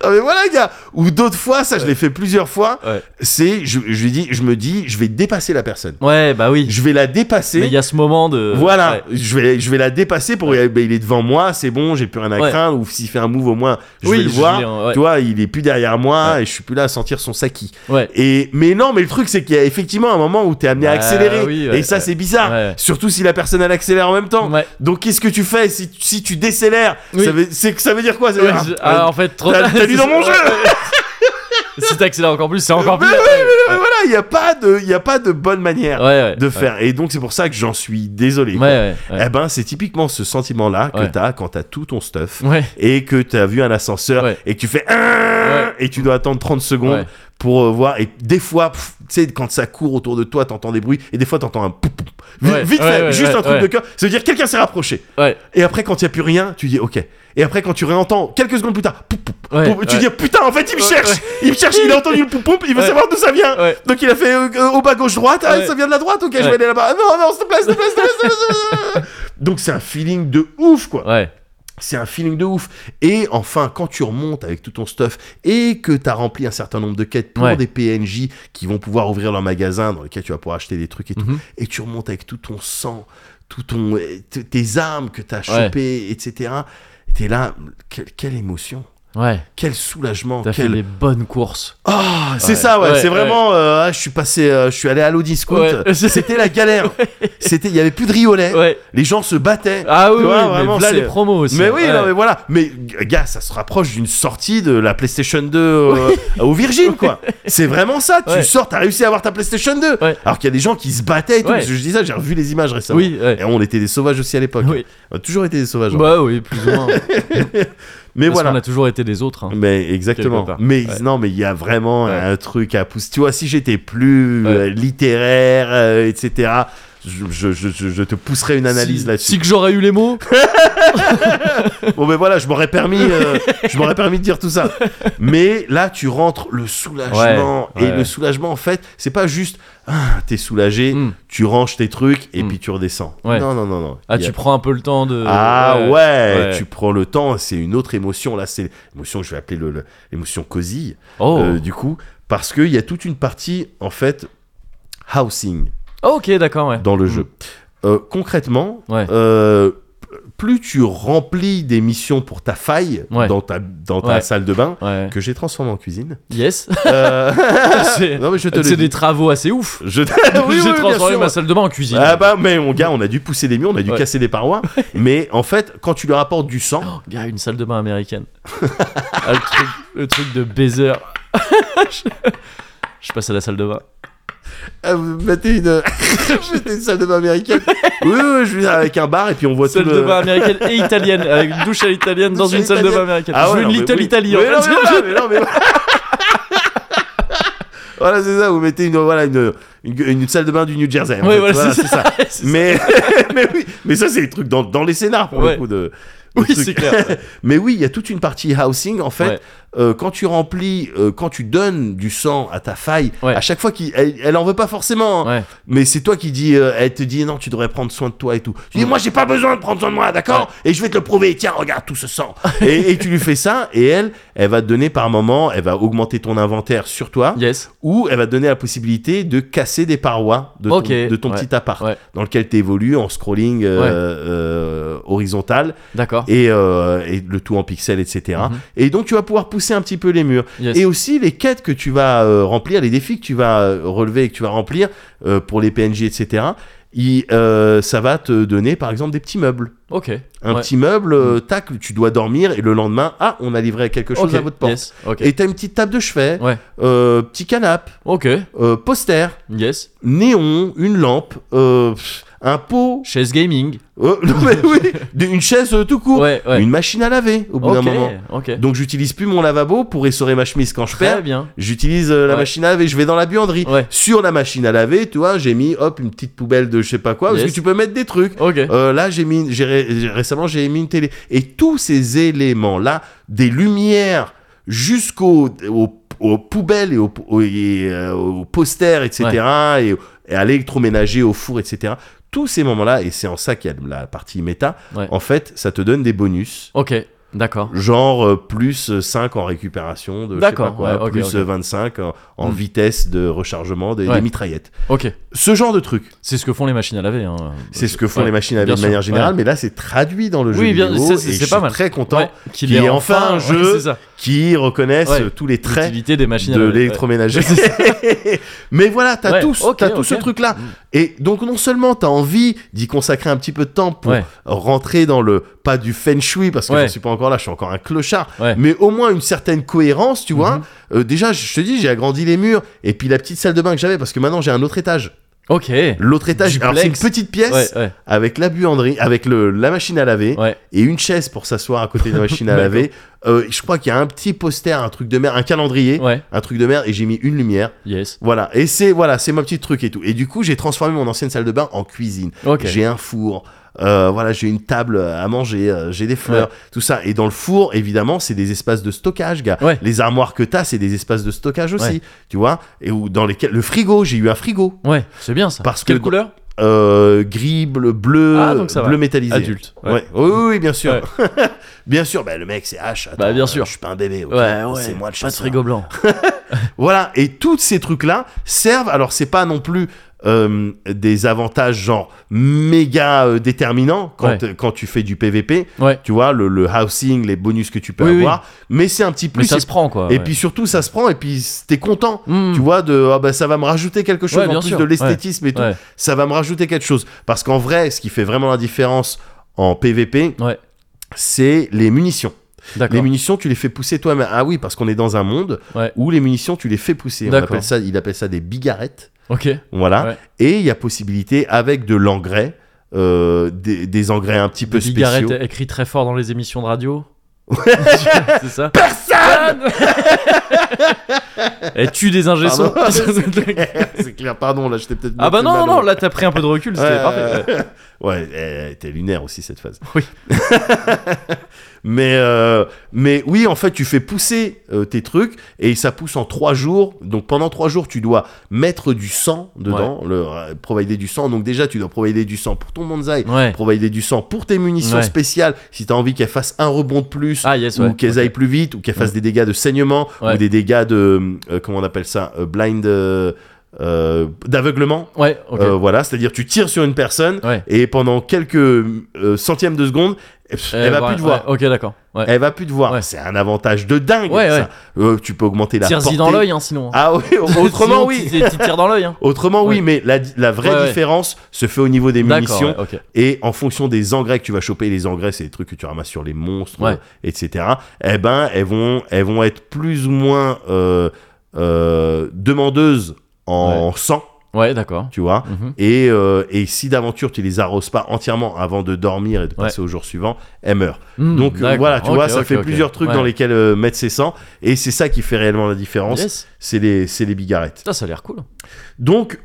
Ah, mais voilà, gars. Ou d'autres fois, ça, je l'ai fait plusieurs fois. Ouais. C'est, je, je lui dis, je me dis, je vais dépasser la personne. Ouais, bah oui. Je vais la Mais dépasser. il y a ce moment de. Voilà, Ouais. je, vais, je vais la dépasser pour. ben, il est devant moi, c'est bon, j'ai plus rien à Ouais. craindre. Ou s'il fait un move, au moins, je Oui, vais le je voir. vais, euh, ouais. Tu vois, il est plus derrière moi et je suis plus là à sentir son saki. Ouais. Et, mais non, mais le truc, c'est qu'il y a effectivement un moment où t'es amené à Bah accélérer. oui, ouais, et ça, ouais. c'est bizarre. Ouais. Surtout si la personne, elle accélère en même temps. Ouais. Donc, qu'est-ce que tu fais si, si tu décélères Oui. ça, veut, c'est, ça veut dire quoi Ça veut Ouais, dire, je- ah, ah, en fait, trop t'as- [LAUGHS] t'as lu dans mon jeu Si t'accélères encore plus, c'est encore Mais plus. oui, Ah, mais voilà, il n'y a, pas de- il y a pas de bonne manière Ouais, ouais. de faire. Et donc, c'est pour ça que j'en suis désolé. Ouais, quoi. ouais. ouais. Eh ben, c'est typiquement ce sentiment-là que Ouais. t'as quand t'as tout ton stuff Ouais. et que t'as vu un ascenseur Ouais. et que tu fais Ah et tu dois attendre 30 secondes Ouais. pour euh, voir. Et des fois, pff, tu sais, quand ça court autour de toi, t'entends des bruits et des fois t'entends un pou pou. Vite, Ouais, vite ouais, fait, ouais, juste ouais, un truc ouais. de cœur. Ça veut dire quelqu'un s'est rapproché. Ouais. Et après, quand il n'y a plus rien, tu dis ok. Et après, quand tu réentends quelques secondes plus tard, pou pou, Ouais, pou, tu ouais. dis putain, en fait, il me Ouais, cherche. ouais. Il me cherche, il a entendu le pou pou, il veut Ouais. savoir d'où ça vient. Ouais. Donc il a fait euh, euh, au bas gauche droite, ah Ouais. ça vient de la droite, ok je vais Ouais. aller là-bas. Ah, Non, non, s'il te plaît, s'il te plaît, s'il te plaît, s'il te plaît, s'il te plaît. [LAUGHS] Donc c'est un feeling de ouf quoi. Ouais. C'est un feeling de ouf. Et enfin, quand tu remontes avec tout ton stuff et que tu as rempli un certain nombre de quêtes pour Ouais. des PNJ qui vont pouvoir ouvrir leur magasin dans lequel tu vas pouvoir acheter des trucs et tout, Mhm. et tu remontes avec tout ton sang, tout ton, euh, t- tes armes que tu as Ouais. chopées, etc. T'es là, quelle, quelle émotion, Ouais. quel soulagement, T'as fait quel, des bonnes courses. ah, c'est Ouais, ça, ouais. ouais, c'est vraiment. euh, ah, je suis passé, euh, je suis allé à l'eau discount. Ouais. [LAUGHS] C'était la [LAUGHS] galère. C'était, il y avait plus de riolet. Ouais. Les gens se battaient. Ah oui, Tu vois, oui, vraiment, mais là c'est- les promos aussi. Mais oui, Ouais. non, mais voilà. Mais g- gars, ça se rapproche d'une sortie de la PlayStation 2 euh, au Virgin, quoi. C'est vraiment ça. Tu Ouais. sors, t'as réussi à avoir ta PlayStation 2. Ouais. Alors qu'il y a des gens qui se battaient et tout. Ouais. Parce que je dis ça, j'ai revu les images récemment. Oui, ouais. Et on était des sauvages aussi à l'époque. Oui. On a toujours été des sauvages. hein. Bah oui, plus ou moins. Parce mais voilà. qu'on a toujours été des autres. hein. Mais exactement. Quelque part. Mais Ouais. non, mais il y a vraiment Ouais. un truc à pousser. Tu vois, si j'étais plus Ouais. euh, littéraire, euh, etc., je, je- je- je- je te pousserais une analyse Si- là-dessus. Si que j'aurais eu les mots. Bon, mais voilà, je m'aurais permis, euh, je m'aurais permis de dire tout ça. Mais là, tu rentres le soulagement. Ouais, et ouais. le soulagement, en fait, c'est pas juste, ah, t'es soulagé, Mm. tu ranges tes trucs et Mm. puis tu redescends. Ouais. Non, non, non, non. Ah, Il y a- tu prends un peu le temps de. Ah ouais, ouais. tu prends le temps, c'est une autre émotion. Là, c'est l'émotion que je vais appeler le- le- l'émotion cosy. Oh. Euh, du coup, parce qu'il y a toute une partie, en fait, housing Oh, Ok, d'accord, ouais. dans le jeu. Euh, concrètement, Mm. Ouais. euh, p- plus tu remplis des missions pour ta faille Ouais. dans ta, dans ta Ouais. salle de bain, [LAUGHS] Ouais. que j'ai transformée en [LAUGHS] cuisine. Yes. euh, C'est non, mais je te le c'est dis. des travaux assez ouf. Je... [LAUGHS] [LAUGHS] Oui, oui, J'ai bien transformé sûr. ma salle de bain en cuisine. Ah bah mais mon gars on a dû pousser des murs, on a [LAUGHS] dû Ouais. casser des parois, mais en fait quand tu leur apportes du sang, Oh, gars, une salle de bain [LAUGHS] américaine. Ah, le, truc, le truc de baiser. [LAUGHS] je... je passe à la salle de bain. Ah, vous mettez une... [LAUGHS] mettez une salle de bain [LAUGHS] américaine. oui, oui, oui, je veux dire, avec un bar et puis on voit salle tout le... de bain américaine et italienne. Avec une douche à l'italienne dans Douche à une salle de bain américaine. je veux Ah non, une mais Little oui. Italy. hein. en Mais non, fait. mais voilà, mais non, [LAUGHS] mais voilà. Voilà, c'est ça, vous mettez une, voilà, une, une, une salle de bain du New Jersey. en Ouais, fait, voilà, c'est c'est ça. [LAUGHS] C'est ça. Mais, [LAUGHS] mais oui, mais ça, c'est les trucs dans, dans les scénars pour Ouais. le coup. De, de Oui, trucs. c'est clair. ouais. [LAUGHS] Mais oui, il y a toute une partie housing en fait. Ouais. euh, quand tu remplis, euh, quand tu donnes du sang à ta faille, Ouais. à chaque fois qu'il, elle, elle en veut pas forcément. hein. Ouais. Mais c'est toi qui dis, euh, elle te dit non, tu devrais prendre soin de toi et tout. Tu dis, moi j'ai pas besoin de prendre soin de moi, d'accord Et je vais te le prouver, tiens, regarde tout [LAUGHS] ce sang. et, et tu lui fais ça, et elle, elle va te donner par moment, elle va augmenter ton inventaire sur toi, Yes. ou elle va te donner la possibilité de casser des parois de Ok, ton, de ton ouais, petit appart, ouais. dans lequel tu évolues en scrolling euh, Ouais. euh, horizontal, D'accord. et, euh, et le tout en pixels, etc. Mhm. Et donc tu vas pouvoir pousser un petit peu les murs. Yes. Et aussi les quêtes que tu vas euh, remplir, les défis que tu vas euh, relever et que tu vas remplir euh, pour les PNJ, etc. il, euh, ça va te donner par exemple des petits meubles. Ok. Un Ouais. Mhm. petit meuble, euh, tac, tu dois dormir et le lendemain, ah, on a livré quelque chose Ok, à votre porte. Yes. Ok. Et t'as une petite table de chevet, Ouais. euh, petit canapé, Ok. euh, poster, Yes. néon, une lampe, euh, pff, un pot. Chaise gaming. Euh, [LAUGHS] non, mais oui, une chaise euh, tout court. Ouais, ouais. Une machine à laver au bout Ok, d'un moment. ok. Donc j'utilise plus mon lavabo pour essorer ma chemise quand je perds. Très bien. J'utilise euh, la Ouais. machine à laver, je vais dans la buanderie. Ouais. Sur la machine à laver, tu vois, j'ai mis hop une petite poubelle de je sais pas quoi parce Yes. que tu peux mettre des trucs. Ok. Euh, là, j'ai mis j'ai ré- j'ai- récemment j'ai mis une télé et tous ces éléments là, des lumières jusqu'aux aux- aux poubelles et aux, aux- et, euh, aux posters, etc. Et, et à l'électroménager, au four, etc. Tous ces moments-là, et c'est en ça qu'il y a la partie méta, Ouais. en fait, ça te donne des bonus Ok. D'accord. genre euh, plus euh, 5 en récupération de je sais D'accord, pas quoi, ouais, ok, plus ok. euh, 25 en, en Mm. vitesse de rechargement des, des Ouais. mitraillettes Ok. ce genre de truc C'est ce que font les machines à laver. hein. c'est ce que font Ouais, les machines à bien laver de sûr, manière générale ouais. mais là c'est traduit dans le Oui, jeu bien, vidéo ça, et c'est- je c'est suis pas mal. très content Ouais, qu'il y ait enfin un jeu ouais, c'est ça. qu'ils reconnaissent Ouais, euh, tous les traits L'utilité des machines à de laver, ouais. l'électroménager [LAUGHS] mais voilà t'as Ouais, tout, ce- ok, t'as tout ok. ce truc là Mm. et donc non seulement t'as envie d'y consacrer un petit peu de temps pour Ouais. rentrer dans le pas du feng shui parce que Ouais. je suis pas encore là je suis encore un clochard Ouais. mais au moins une certaine cohérence tu vois Mhm. Euh, déjà je te dis j'ai agrandi les murs et puis la petite salle de bain que j'avais parce que maintenant j'ai un autre étage Ok. Ouais, l'autre étage alors c'est une Duplex. petite pièce ouais. avec la buanderie avec le, la machine à laver Ouais. et une chaise pour s'asseoir à côté de la [LAUGHS] machine à D'accord. laver Euh, je crois qu'il y a un petit poster un truc de merde un calendrier Ouais. un truc de merde et j'ai mis une lumière Yes. voilà et c'est voilà c'est mon petit truc et tout et du coup j'ai transformé mon ancienne salle de bain en cuisine Ok. j'ai un four. euh, voilà, j'ai une table à manger, euh, j'ai des fleurs, tout ça. Et dans le four, évidemment, c'est des espaces de stockage, gars. Ouais. Les armoires que t'as, c'est des espaces de stockage aussi, Ouais. tu vois. Et où dans lesquels le frigo, j'ai eu un frigo Ouais. C'est bien ça. Parce Quelle que- couleur euh, gris, bleu, bleu, Ah, donc ça va. bleu métallisé. Adulte. Ouais. Ouais. Oui, oui, oui, bien sûr, [LAUGHS] bien sûr. Bah, le mec, c'est H. attends, Bah, bien euh, sûr. Je suis pas un bébé. ok Ouais, ouais. C'est moi le Pas de chasseur. frigo [LAUGHS] blanc. Voilà, et tous ces trucs-là servent, alors c'est pas non plus euh, des avantages genre méga euh, déterminants quand, quand tu fais du PVP, Ouais. tu vois, le, le housing, les bonus que tu peux Oui, oui. avoir, mais c'est un petit Mais plus. ça et- se prend quoi. et ouais. puis surtout, ça se prend, et puis t'es content. Hmm. Tu vois, de ah bah, ça va me rajouter quelque chose Ouais, en bien plus sûr, de l'esthétisme et tout. Ouais. Ça va me rajouter quelque chose. Parce qu'en vrai, ce qui fait vraiment la différence en PVP, Ouais. c'est les munitions. Les D'accord. munitions, tu les fais pousser toi-même. Ah oui, parce qu'on est dans un monde Ouais. où les munitions, tu les fais pousser. On D'accord. appelle ça, il appelle ça des bigarettes. Ok. Voilà. Ouais. Et il y a possibilité, avec de l'engrais, euh, des, des engrais un petit peu Bigarrette spéciaux. écrit très fort dans les émissions de [LAUGHS] radio. c'est ça. Personne. [LAUGHS] Et tue des ingessons. [LAUGHS] Pardon. [LAUGHS] [LAUGHS] C'est clair, pardon, là, j'étais peut-être. ah bah mal non non au- non, là t'as pris un peu de recul, c'était Ouais, parfait. ouais, [LAUGHS] Ouais, euh, t'es lunaire aussi cette phase. Oui. [LAUGHS] mais, euh, mais oui, en fait, tu fais pousser euh, tes trucs et ça pousse en trois jours. Donc pendant trois jours, tu dois mettre du sang dedans, le, euh, provider du sang. Donc déjà, tu dois provider du sang pour ton bonsaï, Ouais. provider du sang pour tes munitions Ouais. spéciales. Si t'as envie qu'elles fassent un rebond de plus. Ah yes ou ouais. qu'elles ok. Mm. aillent plus vite, ou qu'elles fassent des dégâts de saignement, Ouais. ou des dégâts de. euh, comment on appelle ça euh, Blind. euh, euh, d'aveuglement. Ouais, ok. Euh, voilà, c'est-à-dire tu tires sur une personne Ouais. et pendant quelques euh, centièmes de seconde, pff, Euh, elle va ouais, plus te voir. ouais, ok, d'accord. Ouais. Elle va plus te voir. Ouais. C'est un avantage de dingue. Ouais, ça. Euh, tu peux augmenter la Tire-y portée. dans l'œil, hein, sinon. Ah [LAUGHS] oui, autrement Sinon, oui. Tu [LAUGHS] tu tires dans l'œil, hein. Autrement oui, Ouais. mais la, la vraie Ouais, ouais. différence se fait au niveau des D'accord, munitions ouais, ok. et en fonction des engrais que tu vas choper. Les engrais, c'est des trucs que tu ramasses sur les monstres, Ouais. euh, etc. Eh ben, elles vont, elles vont être plus ou moins euh, euh, demandeuses en sang, Ouais, d'accord. tu vois. Mhm. Et, euh, et si d'aventure tu les arroses pas entièrement avant de dormir et de passer au jour suivant, elle meurt. Hmm, Donc euh, d'accord. voilà, tu Ok, vois, ça ok, fait ok. plusieurs trucs Ouais. dans lesquels euh, mettre ses sangs. Et c'est ça qui fait réellement la différence, Yes. c'est les, c'est les bigarettes. Putain, ça a l'air cool. Donc,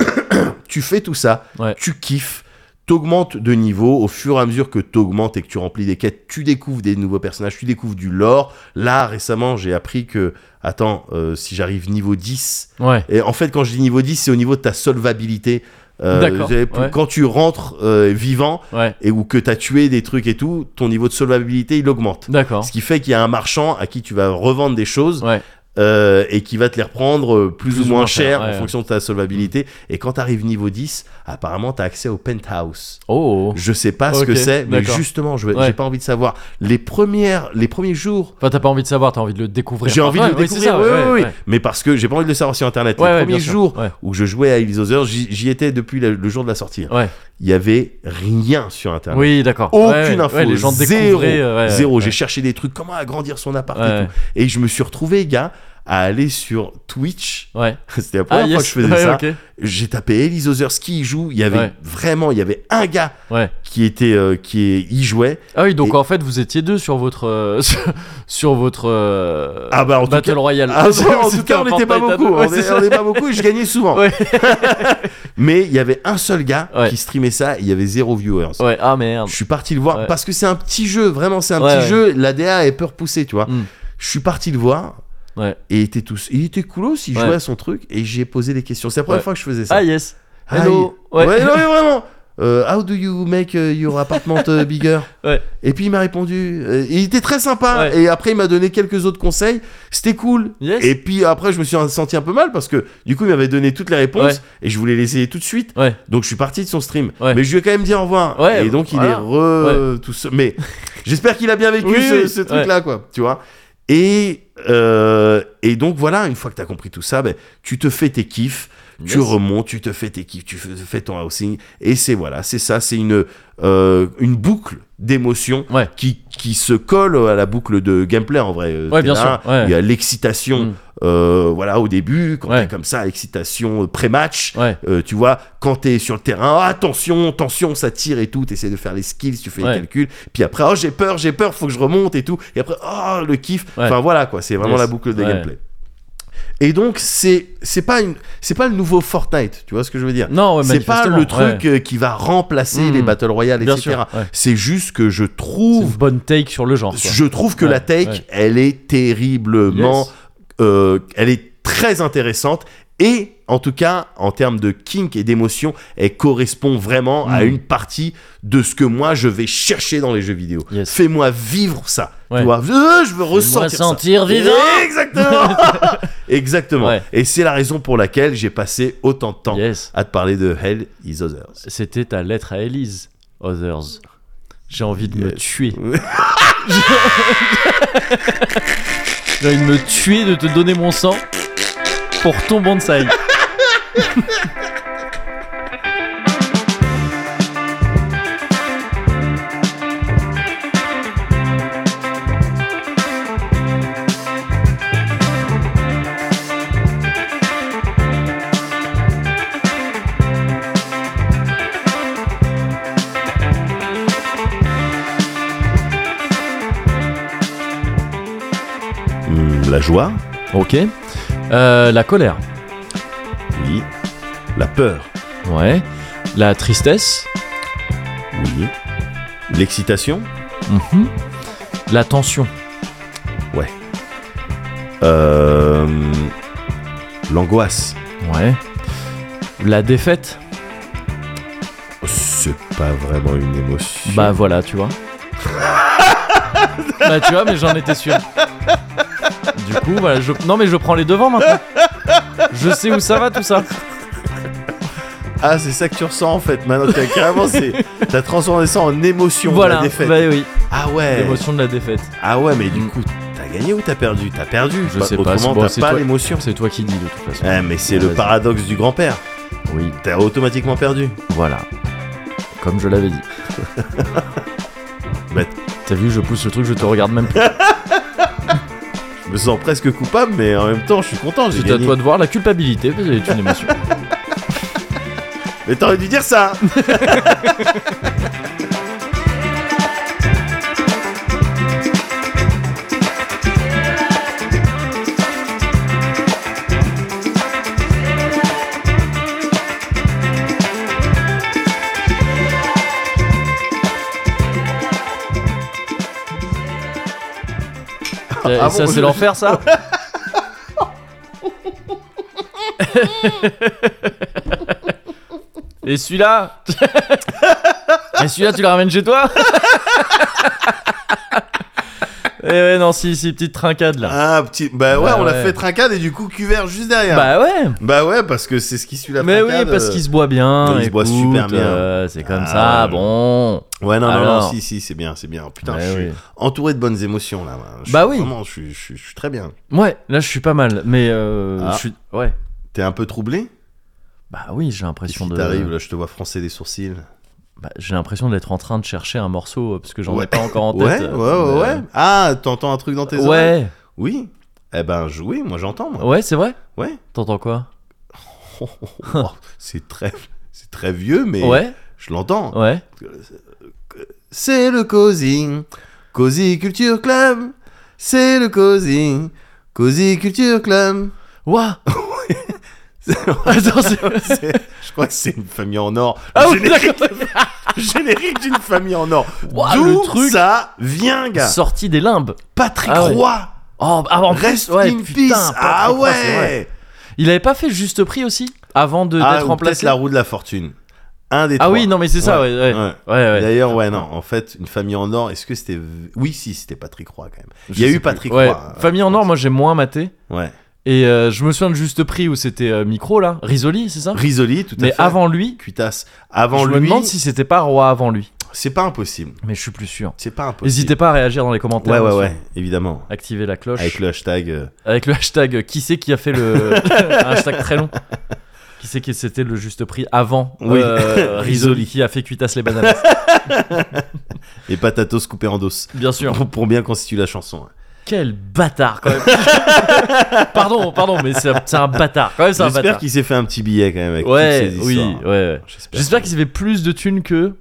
[COUGHS] tu fais tout ça, Ouais. tu kiffes, t'augmentes de niveau au fur et à mesure que t'augmentes et que tu remplis des quêtes, tu découvres des nouveaux personnages, tu découvres du lore. Là, récemment, j'ai appris que, attends, euh, si j'arrive niveau 10, Ouais. et en fait, quand je dis niveau 10, c'est au niveau de ta solvabilité. Euh, D'accord, c'est pour- ouais. Quand tu rentres euh, vivant Ouais. et ou que tu as tué des trucs et tout, ton niveau de solvabilité il augmente. D'accord. Ce qui fait qu'il y a un marchand à qui tu vas revendre des choses Ouais. euh, et qui va te les reprendre euh, plus, ou moins, cher, en ouais. fonction de ta solvabilité. Et quand tu arrives niveau 10, apparemment tu as accès au penthouse. Oh. Je sais pas ce Ok, que c'est, mais d'accord. justement, je- j'ai Ouais. pas envie de savoir. Les, premières, les premiers jours Enfin, t'as pas envie de savoir, t'as envie de le découvrir. j'ai envie de Ouais, le ouais, découvrir, c'est ça, oui, ouais, oui, oui. ouais. Mais parce que j'ai pas envie de le savoir sur Internet. Ouais, le ouais, premier bien sûr. jour Ouais. où je jouais à Evil Other, j'y j'y étais depuis le, le jour de la sortie. Ouais. Il y avait rien sur Internet. Oui, d'accord. Aucune Ouais, ouais, info. ouais, les gens zéro. découvraient, euh, ouais, zéro. ouais. J'ai cherché des trucs, comment agrandir son appart Ouais. et tout. Et je me suis retrouvé, gars, à aller sur Twitch. [LAUGHS] Ouais. Ah, C'était la première fois que je [LAUGHS] faisais ouais, ça. ok. J'ai tapé Elise Ozerski, il joue. Il y avait Ouais. vraiment, il y avait un gars Ouais. qui était, euh, qui y jouait. Ah oui, donc Et- en fait, vous étiez deux sur votre euh, [LAUGHS] sur, sur votre euh, Ah bah, en tout Battle cas- Royale. [LAUGHS] Ah, bon, en tout C'était cas, on un n'était pas portail à deux. beaucoup. Ouais, on c'est est- ça. on n'est pas beaucoup et je gagnais souvent. Ouais. [LAUGHS] Mais il y avait un seul gars Ouais. qui streamait ça et il y avait zéro viewers. Ouais, ah merde. Je suis parti le voir Ouais. parce que c'est un petit jeu, vraiment, c'est un Ouais, petit ouais. jeu. L'ADA est peu repoussée, tu vois. Mm. Je suis parti le voir. Ouais. Et il était tous, il était cool aussi, il Ouais. jouait à son truc et j'ai posé des questions. C'est la première Ouais. fois que je faisais ça. Ah yes. Hi. Hello. Ouais. Ouais, non, [LAUGHS] mais vraiment. Euh, how do you make euh, your apartment euh, bigger Ouais. Et puis il m'a répondu. euh, il était très sympa. Ouais. Et après il m'a donné quelques autres conseils. C'était cool. Yes. Et puis après je me suis senti un peu mal parce que du coup il m'avait donné toutes les réponses Ouais. et je voulais les essayer tout de suite. Ouais. Donc je suis parti de son stream. Ouais. Mais je lui ai quand même dit au revoir. Ouais, et donc il voilà. est re tout seul. Mais [LAUGHS] j'espère qu'il a bien vécu Oui, ce, oui. ce truc-là quoi. Tu vois. Et euh, et donc voilà une fois que t'as compris tout ça, ben, tu te fais tes kiffs. Tu Yes. remontes, tu te fais tes kiffs, tu f- fais ton housing, et c'est voilà, c'est ça, c'est une, euh, une boucle d'émotions Ouais. qui, qui se colle à la boucle de gameplay en vrai. euh, Ouais, bien t'es là, sûr, ouais. Il y a l'excitation, Mm. euh, voilà, au début, quand Ouais. t'es comme ça, excitation euh, pré-match, Ouais. euh, tu vois, quand t'es sur le terrain, ah, attention, tension, ça tire et tout, t'essaies de faire les skills, tu fais Ouais. les calculs, puis après, oh, j'ai peur, j'ai peur, faut que je remonte et tout, et après, oh, le kiff, Ouais. enfin voilà quoi, c'est vraiment Yes. la boucle de Ouais. gameplay. Et donc, c'est c'est pas, une- c'est pas le nouveau Fortnite, tu vois ce que je veux dire Non, ouais, C'est pas manifestement, le truc ouais. euh, qui va remplacer Mmh. les Battle Royale, Bien etc. sûr. ouais. C'est juste que je C'est une trouve, bonne take sur le genre. quoi. je trouve que Ouais, la take, ouais. elle est terriblement Yes. euh, elle est très intéressante et en tout cas en termes de kink et d'émotion elle correspond vraiment à Mm. une partie de ce que moi je vais chercher dans les jeux vidéo Yes. fais-moi vivre ça Ouais. tu vois Euh, je veux ressentir ça. sentir vivant. [LAUGHS] exactement exactement Ouais. et c'est la raison pour laquelle j'ai passé autant de temps Yes. à te parler de Hell is Others C'était ta lettre à Elise. Others. J'ai envie de me Yes. [LAUGHS] tuer. J'ai envie de me tuer, de te donner mon sang pour ton bonsaï. Hmm, la joie Ok. Euh, la colère. oui la peur Ouais. La tristesse. oui l'excitation Mhm. La tension. Euh, L'angoisse. Ouais. La défaite. Oh, C'est pas vraiment une émotion. Bah voilà, tu vois. bah tu vois, mais j'en étais sûr. Du coup, voilà, je... non mais je prends les devants maintenant. Je sais où ça va tout ça. Ah, c'est ça que tu ressens en fait. Maintenant, t'as carrément, [LAUGHS] c'est- t'as transformé ça en émotion. voilà, la défaite. bah oui, Ah ouais. l'émotion de la défaite. Ah ouais, mais du Mm. coup, t'as gagné ou t'as perdu T'as perdu. Je sais pas, c'est Autrement, bon, t'as c'est pas toi- l'émotion. C'est toi qui dis de toute façon. Eh, mais c'est le Vas-y. paradoxe du grand-père. Oui, T'as automatiquement perdu. voilà. Comme je [LAUGHS] l'avais dit. Bête. T'as vu, je pousse le truc, je te regarde même plus. Je me sens presque coupable, mais en même temps, je suis content. J'ai C'est à gagné. toi de voir la culpabilité, c'est une émotion. Mais t'aurais dû [LAUGHS] dire ça. Et Ah ça, bon, c'est je- l'enfer, [LAUGHS] ça Et [LAUGHS] celui-là Et celui-là, tu le ramènes chez toi Eh ouais, non, si, si, petite trincade, là. Ah petit. Bah ouais, Bah on l'a ouais. fait trincade et du coup cuvert juste derrière. Bah ouais Bah ouais, parce que c'est ce qui suit la Mais oui, trincade, parce euh. qu'il se boit bien. il se boit écoute, super bien. euh, c'est comme Ah, ça, bon. Ouais, non, non, non, Alors. si, si, c'est bien, c'est bien. Putain, Ouais, je suis oui. entouré de bonnes émotions là. Je Bah suis oui. Vraiment, je suis, je suis- je suis très bien. Ouais, là, je suis pas mal, mais euh, Ah. je suis... Ouais. T'es un peu troublé Bah oui, j'ai Qu'est-ce l'impression qui de... t'arrive là Je te vois froncer les sourcils. Bah, j'ai l'impression d'être en train de chercher un morceau euh, parce que j'en [LAUGHS] Ouais. ai pas encore en Ouais, tête. euh, ouais, ouais, ouais. Ah, t'entends un truc dans tes ouais. oreilles Ouais. Oui. Eh ben, jouer, moi j'entends, moi. Ouais, c'est vrai Ouais. T'entends quoi Oh, oh, [LAUGHS] oh, c'est très, c'est très vieux, mais Ouais, je l'entends. ouais. C'est le Cozy. Cozy Culture Club. C'est le Cozy. Cozy Culture Club. [LAUGHS] Waouh [LAUGHS] Attends, c'est- C'est- je crois que c'est une famille en or. Ah oui, Géné- d'accord. générique d'une famille en or. Ouah, D'où le truc- ça vient, gars. Sorti des limbes. Patrick Ah ouais. Roy. Oh, ah, en Rest plus, ouais, in putain, peace. Patrick Ah Roy, c'est vrai. ouais. Il avait pas fait juste prix aussi avant de Ah, d'être ou peut-être remplacé. la roue de la fortune. Un des Ah trois. oui, non mais c'est ça, ouais, ouais, ouais. Ouais. ouais. D'ailleurs, ouais, non, en fait, une famille en or, est-ce que c'était. Oui, si, c'était Patrick Roy quand même. Il y Je a sais eu plus. Patrick Ouais. Roy. euh, Famille en or, moi j'ai moins maté. Ouais. Et euh, je me souviens de juste prix où c'était euh, micro là, Risoli, c'est ça Risoli, tout à Mais fait. avant lui, Cuitas. Avant je lui. me demande si c'était pas roi avant lui. C'est pas impossible. Mais je suis plus sûr. C'est pas impossible. N'hésitez pas à réagir dans les commentaires. Ouais, ouais, bien sûr. ouais, évidemment. Activez la cloche Avec le hashtag. euh, Avec le hashtag euh, qui c'est qui a fait [LAUGHS] le un hashtag très long. Qui c'est qui c'était le juste prix avant Oui. [LAUGHS] euh, Risoli Risoli. qui a fait cuitas les bananes. et patatos coupés en dos. Bien sûr. [LAUGHS] Pour, pour bien constituer la chanson. hein. Quel bâtard quand même. [LAUGHS] pardon, pardon, mais c'est c'est un bâtard. Quand même, c'est un J'espère bâtard. qu'il s'est fait un petit billet quand même avec Ouais, toutes ces oui, histoires. ouais. ouais. J'espère qu'il s'est fait plus de thunes que.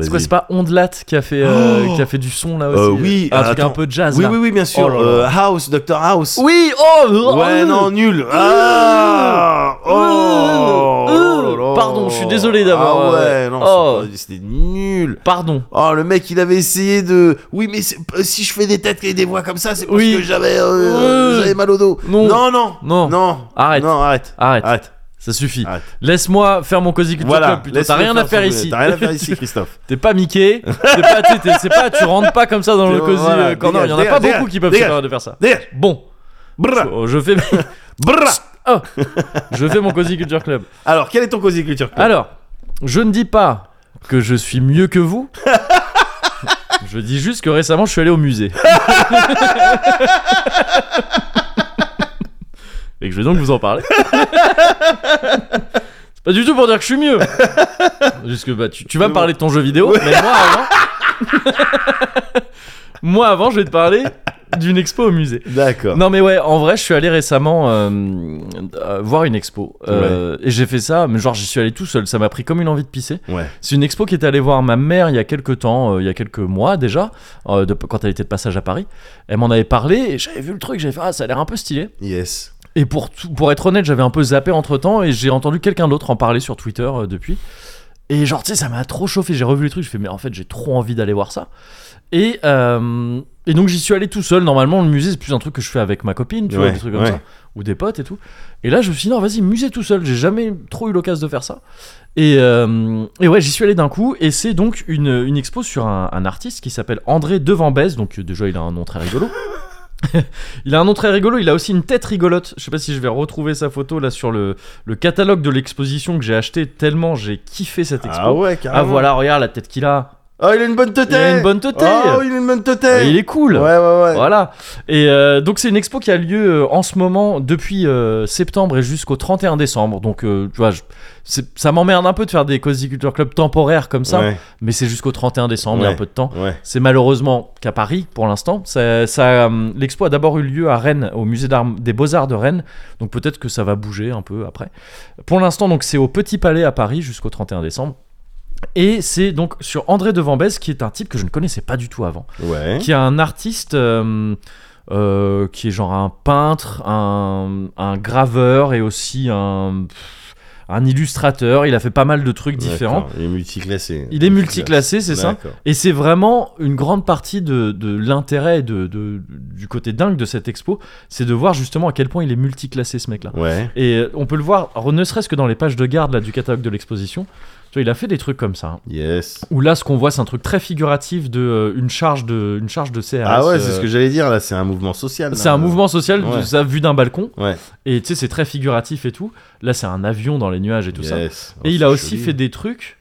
C'est quoi, Vas-y. c'est pas Ondelat qui a fait euh, Oh qui a fait du son là aussi. Euh, oui, un truc attends. un peu jazz. Oui, là. oui, oui, bien sûr. Oh là là. Euh, House, Dr. House. Oui, oh, oh, Ouais, oh, non, nul. Ah oh, Euh, Oh là là. pardon, je suis désolé d'avoir, Ah euh, ouais, non, oh. c'est pas- c'était nul. Pardon. Oh, le mec, il avait essayé de. Oui, mais c'est- euh, si je fais des têtes et des voix comme ça, c'est parce Oui. que j'avais euh, Ouais. j'avais mal au dos. Non. non, non, Non. non. Arrête. Non, arrête. Arrête, Arrête. ça suffit. arrête. Laisse-moi faire mon cosy culture Ah. Voilà. club. putain, laisse T'as le rien à son faire truc. ici. T'as rien à faire ici, Christophe. [LAUGHS] T'es pas Mickey. T'es pas, t'es- t'es- c'est pas, tu rentres pas comme ça dans le T'es- cosy voilà, euh, corner. Il y en a dégage, pas dégage, beaucoup qui peuvent se dégage. permettre de faire ça. Dégage. Bon, je, Brrr. je fais, [LAUGHS] Brrr. oh, je fais mon cosy culture club. Alors, quel est ton cosy culture club Alors, je ne dis pas que je suis mieux que [LAUGHS] vous. je dis juste que récemment, je suis allé au [LAUGHS] musée. Et que je vais donc vous en parler. C'est pas du tout pour dire que je suis mieux. Juste que bah, tu, tu vas me parler de ton jeu vidéo, mais moi avant. [LAUGHS] moi avant, je vais te parler d'une expo au musée. D'accord. Non mais ouais, en vrai, je suis allé récemment euh, euh, voir une expo Euh, et j'ai fait ça, mais genre j'y suis allé tout seul, ça m'a pris comme une envie de pisser. Ouais. C'est une expo qui était allée voir ma mère il y a quelques temps, euh, il y a quelques mois déjà, euh, de- quand elle était de passage à Paris. Elle m'en avait parlé et j'avais vu le truc, j'avais fait ah ça a l'air un peu stylé. Yes. Et pour tout- pour être honnête, j'avais un peu zappé entre temps et j'ai entendu quelqu'un d'autre en parler sur Twitter euh, depuis. Et genre tu sais ça m'a trop chauffé, j'ai revu les trucs, je fais mais en fait j'ai trop envie d'aller voir ça. Et, euh, et donc j'y suis allé tout seul. Normalement, le musée, c'est plus un truc que je fais avec ma copine, tu vois, Ouais, des trucs comme ouais. ça, ou des potes et tout. Et là, je me suis dit, non, vas-y, musée tout seul. J'ai jamais trop eu l'occasion de faire ça. Et, euh, et ouais, j'y suis allé d'un coup. Et c'est donc une, une expo sur un, un artiste qui s'appelle André Devanbez. Donc, euh, déjà, il a un nom très rigolo. [LAUGHS] il a un nom très rigolo. Il a aussi une tête rigolote. Je sais pas si je vais retrouver sa photo là sur le, le catalogue de l'exposition que j'ai acheté tellement j'ai kiffé cette expo. Ah ouais, Ah, carrément. voilà, regarde la tête qu'il a. Oh, il a une bonne tête. Il a une bonne tête. Oh, il a une bonne tête. Il est cool. Ouais, ouais, ouais. Voilà. Et euh, donc c'est une expo qui a lieu euh, en ce moment depuis euh, septembre et jusqu'au 31 décembre. Donc euh, tu vois, je- c'est- ça m'emmerde un peu de faire des Cozy Culture Club temporaires comme ça, Ouais, mais c'est jusqu'au 31 décembre, il y a un Ouais. peu de temps. ouais. C'est malheureusement qu'à Paris pour l'instant. Ça, ça, euh, L'expo a d'abord eu lieu à Rennes, au musée d'art- des Beaux-Arts de Rennes. Donc peut-être que ça va bouger un peu après. Pour l'instant, donc c'est au Petit Palais à Paris jusqu'au 31 décembre. Et c'est donc sur André Devanbez, qui est un type que je ne connaissais pas du tout avant Ouais. qui est un artiste euh, euh, qui est genre un peintre, un, un graveur et aussi un, pff, un illustrateur. Il a fait pas mal de trucs différents. D'accord, Il est multiclassé. Il est multiclassé, c'est ça D'accord. et c'est vraiment une grande partie de, de l'intérêt et de, de- du côté dingue de cette expo, c'est de voir justement à quel point il est multiclassé ce mec-là. Ouais. Et euh, on peut le voir, alors, ne serait-ce que dans les pages de garde là, du catalogue de l'exposition, tu vois, il a fait des trucs comme ça. hein. Yes. Où là, ce qu'on voit, c'est un truc très figuratif de euh, une charge de une charge de CRS. Ah ouais, c'est euh, ce que j'allais dire là, c'est un mouvement social. là. C'est un mouvement social, de Ouais. ça vu d'un balcon. Ouais. Et tu sais, c'est très figuratif et tout. Là, c'est un avion dans les nuages et tout ça. Yes. Oh, Et il c'est a aussi joli. fait des trucs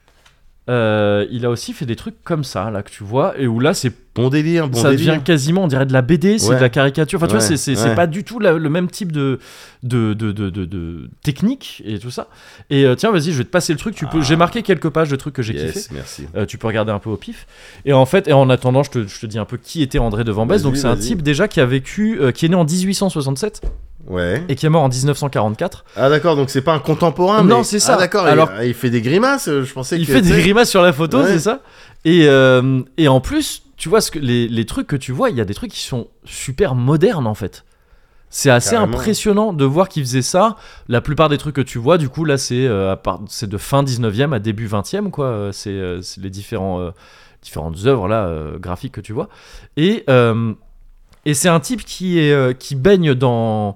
Euh, il a aussi fait des trucs comme ça, là, que tu vois, et où là, c'est Bon délire, bon ça délire. devient quasiment, on dirait de la BD, c'est Ouais. de la caricature. Enfin, tu vois, Ouais, c'est- c'est c'est ouais. pas du tout la- le même type de, de, de, de, de- de technique et tout ça. Et euh, tiens, vas-y, je vais te passer le truc. Tu peux, Ah. j'ai marqué quelques pages de trucs que j'ai Yes, kiffé. merci. Euh, tu peux regarder un peu au pif. Et en fait, et en attendant, je te, je te dis un peu qui était André de Vambès. Vas-y, Donc, c'est un vas-y. type déjà qui a vécu, euh, qui est né en 1867 Ouais. et qui est mort en 1944. Ah d'accord, donc c'est pas un contemporain. Non, mais- c'est ça. Ah d'accord. Alors- Alors il, fait des grimaces. euh, Je pensais Il que fait des tu sais, grimaces sur la photo, Ouais. c'est ça et, euh, et en plus, tu vois, ce que, les, les trucs que tu vois, il y a des trucs qui sont super modernes en fait. C'est assez Carrément. impressionnant de voir qu'il faisait ça. La plupart des trucs que tu vois, du coup, là, c'est euh, à part- c'est de fin 19e à début 20e, quoi. Euh, C'est euh, c'est les différents, euh, différentes œuvres là, euh, graphiques que tu vois. Et, euh, et c'est un type qui, est, euh, qui baigne dans,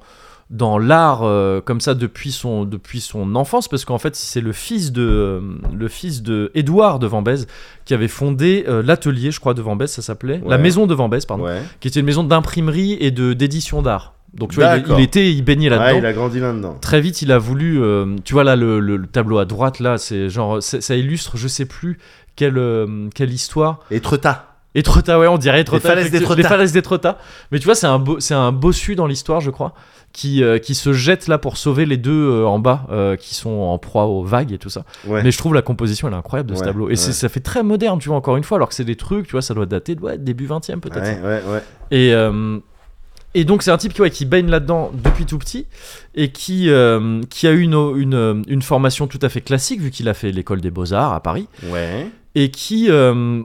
dans l'art euh, comme ça depuis son, depuis son enfance, parce qu'en fait, c'est le fils de, euh, le fils de Édouard de Vambèze qui avait fondé euh, l'atelier, je crois, de Vambèze, ça s'appelait. La Ouais. maison de Vambèze, pardon Ouais. qui était une maison d'imprimerie et de d'édition d'art. Donc tu vois, il, D'accord. il était, il baignait là-dedans. Ouais, il a grandi là-dedans. Très vite, il a voulu. euh, tu vois là, le, le- le tableau à droite là, c'est genre, c'est- ça illustre, je sais plus quelle euh, quelle histoire. Et Treta. Etretat, ouais, on dirait Etretat. Les falaises effectivement. d'Étretat. Les falaises d'Étretat. Mais tu vois, c'est un beau, c'est un bossu dans l'histoire, je crois, qui euh, qui se jette là pour sauver les deux euh, en bas, euh, qui sont en proie aux vagues et tout ça. Ouais. Mais je trouve la composition elle est incroyable de ce Ouais, tableau. Et c'est- ouais. ça fait très moderne, tu vois, encore une fois, alors que c'est des trucs, tu vois, ça doit dater de ouais, début 20 e peut-être. ouais, ouais, ouais. Et, euh, et donc c'est un type qui, ouais, qui baigne là-dedans depuis tout petit et qui, euh, qui a eu une, une, une formation tout à fait classique vu qu'il a fait l'école des beaux-arts à Paris Ouais. et qui... euh,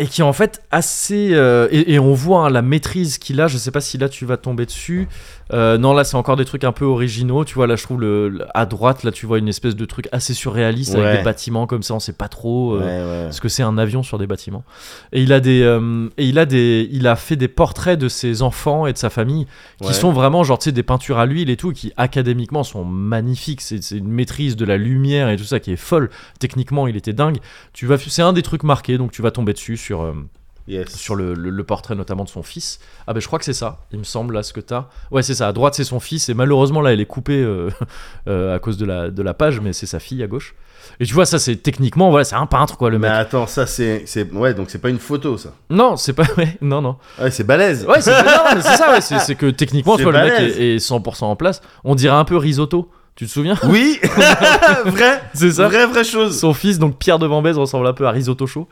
et qui en fait assez euh, et, et on voit hein, la maîtrise qu'il a je sais pas si là tu vas tomber dessus Euh, non là c'est encore des trucs un peu originaux tu vois là je trouve le, le- à droite là tu vois une espèce de truc assez surréaliste Ouais. avec des bâtiments comme ça on sait pas trop Ouais, euh, ouais. parce que c'est un avion sur des bâtiments. Et il a des, euh, et il a des, il a fait des portraits de ses enfants et de sa famille qui Ouais. sont vraiment genre tu sais des peintures à l'huile et tout qui académiquement sont magnifiques. C'est c'est une maîtrise de la lumière et tout ça qui est folle. Techniquement, il était dingue. Tu vas, c'est un des trucs marqués donc tu vas tomber dessus sur euh, Yes. sur le, le- le portrait notamment de son fils. Ah ben je crois que c'est ça, il me semble, là, ce que t'as. Ouais, c'est ça, à droite c'est son fils, et malheureusement là elle est coupée euh, [LAUGHS] euh, à cause de la, de la page, mais c'est sa fille à gauche. Et tu vois, ça c'est techniquement, voilà, c'est un peintre quoi le Mais mec. attends, ça c'est, c'est, ouais, donc c'est pas une photo ça. Non, c'est pas, [LAUGHS] ouais, non, non. Ouais, c'est balèze. [LAUGHS] Ouais, c'est non, mais c'est ça, ouais, c'est c'est que techniquement, tu C'est vois, le mec balèze. est, est 100% en place. On dirait un peu risotto, tu te souviens [LAUGHS] Oui. [LAUGHS] vrai. C'est ça Vraie vraie chose. Son fils, donc Pierre de Vambèze, ressemble un peu à risotto chaud.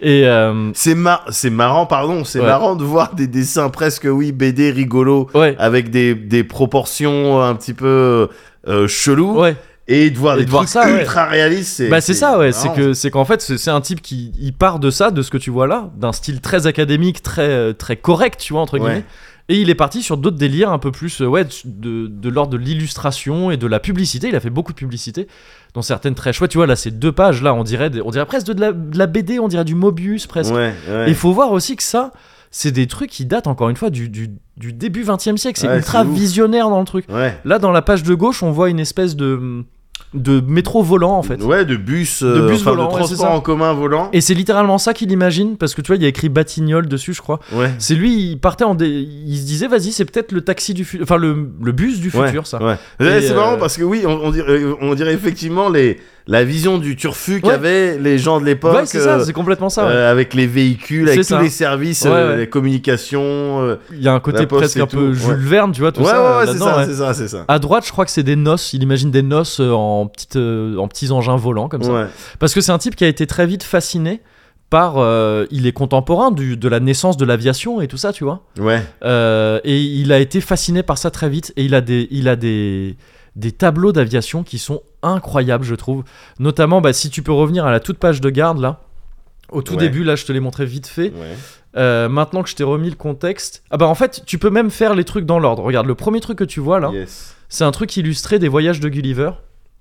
Et. euh, C'est mar- c'est marrant, pardon, c'est Ouais. marrant de voir des dessins presque, oui, BD rigolos, Ouais, avec des, des proportions un petit peu euh, chelou, ouais. et de voir Et des de voir trucs ça, ouais. ultra réalistes. C'est, Bah c'est ça ouais, c'est marrant. que c'est qu'en fait c'est c'est un type qui il part de ça, de ce que tu vois là, d'un style très académique, très euh, très correct, tu vois entre guillemets. Ouais. Et il est parti sur d'autres délires un peu plus euh, ouais de, de l'ordre de l'illustration et de la publicité. Il a fait beaucoup de publicité, dont certaines très chouettes. Tu vois là ces deux pages là, on dirait des- on dirait presque de la, de la BD, on dirait du Mobius presque. Ouais, ouais. Et il faut voir aussi que ça, c'est des trucs qui datent encore une fois du, du, du début 20 e siècle. C'est Ouais, ultra c'est ouf. visionnaire dans le truc. ouais. Là dans la page de gauche, on voit une espèce de de métro volant en fait. Ouais, de bus, De euh, bus enfin, volant, de ouais, c'est transport ça. en commun volant. Et c'est littéralement ça qu'il imagine, parce que tu vois, il y a écrit Batignolles dessus, je crois. Ouais. C'est lui, il partait en. dé- Il se disait, vas-y, c'est peut-être le taxi du futur. Enfin, le, le bus du Ouais, futur, ça. ouais. Et, Ouais, c'est euh, marrant parce que oui, on, on dirait, euh, on dirait effectivement les, la vision du turfu qu'avaient les gens de l'époque. Ouais, c'est ça, euh, c'est complètement ça. ouais. euh, avec les véhicules, C'est avec ça. tous les services, Ouais, euh, ouais. les communications. euh, Il y a un côté la poste presque et un tout, peu ouais. Jules Verne, tu vois, tout ouais, ça. euh, ouais, ouais, c'est là-dedans, ça, ouais. c'est ça, c'est ça. À droite, je crois que c'est des noces. Il imagine des noces euh, en, petites, euh, en petits engins volants, comme ça. Ouais. Parce que c'est un type qui a été très vite fasciné par. euh, il est contemporain du, de la naissance de l'aviation et tout ça, tu vois. Ouais. Euh, et il a été fasciné par ça très vite. Et il a des, il a des, des tableaux d'aviation qui sont incroyables, je trouve. Notamment, bah, si tu peux revenir à la toute page de garde, là. Au tout Ouais. début, là, je te l'ai montré vite fait. Ouais. Euh, maintenant que je t'ai remis le contexte. Ah bah, en fait, tu peux même faire les trucs dans l'ordre. Regarde, le premier truc que tu vois, là, Yes. c'est un truc illustré des voyages de Gulliver.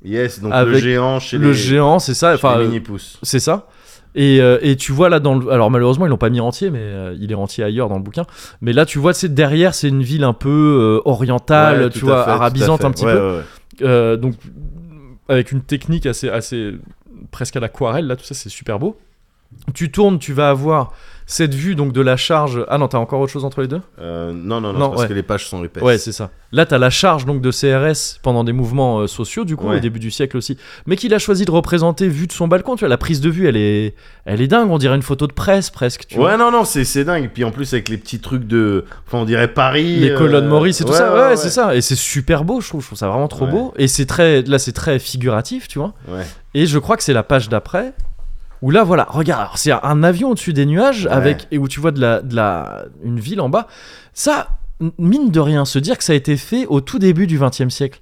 Yes, donc le Avec géant chez Le les, géant, c'est ça. chez Enfin, les euh, mini-pousses. c'est ça. Et, euh, et tu vois là dans le... Alors malheureusement ils l'ont pas mis entier mais euh, il est entier ailleurs dans le bouquin. Mais là tu vois c'est derrière c'est une ville un peu euh, orientale, Ouais, tu tout à vois, fait, arabisante tout un à fait. petit Ouais, peu. ouais, ouais. Euh, donc avec une technique assez, assez presque à l'aquarelle là tout ça c'est super beau. Tu tournes, tu vas avoir cette vue donc de la charge. Ah non, t'as encore autre chose entre les deux Euh, non, Non, non, non, c'est parce ouais. que les pages sont épaisses. Ouais, c'est ça. Là, t'as la charge donc de CRS pendant des mouvements euh, sociaux, du coup, Ouais. au début du siècle aussi. Mais qu'il a choisi de représenter vue de son balcon. Tu vois, la prise de vue, elle est, elle est dingue. On dirait une photo de presse presque. Tu vois. ouais, non, non, c'est c'est dingue. Puis en plus, avec les petits trucs de. Enfin, on dirait Paris. les euh, colonnes Maurice et tout ouais, ça. Ouais, ouais, ouais. c'est ça. Et c'est super beau, je trouve. Je trouve ça vraiment trop Ouais. beau. Et c'est très, là, c'est très figuratif, tu vois. Ouais. Et je crois que c'est la page d'après. Où là, voilà, regarde, alors, c'est un avion au-dessus des nuages Ouais. avec et où tu vois de la, de la, une ville en bas. Ça, n- mine de rien, se dire que ça a été fait au tout début du XXe siècle.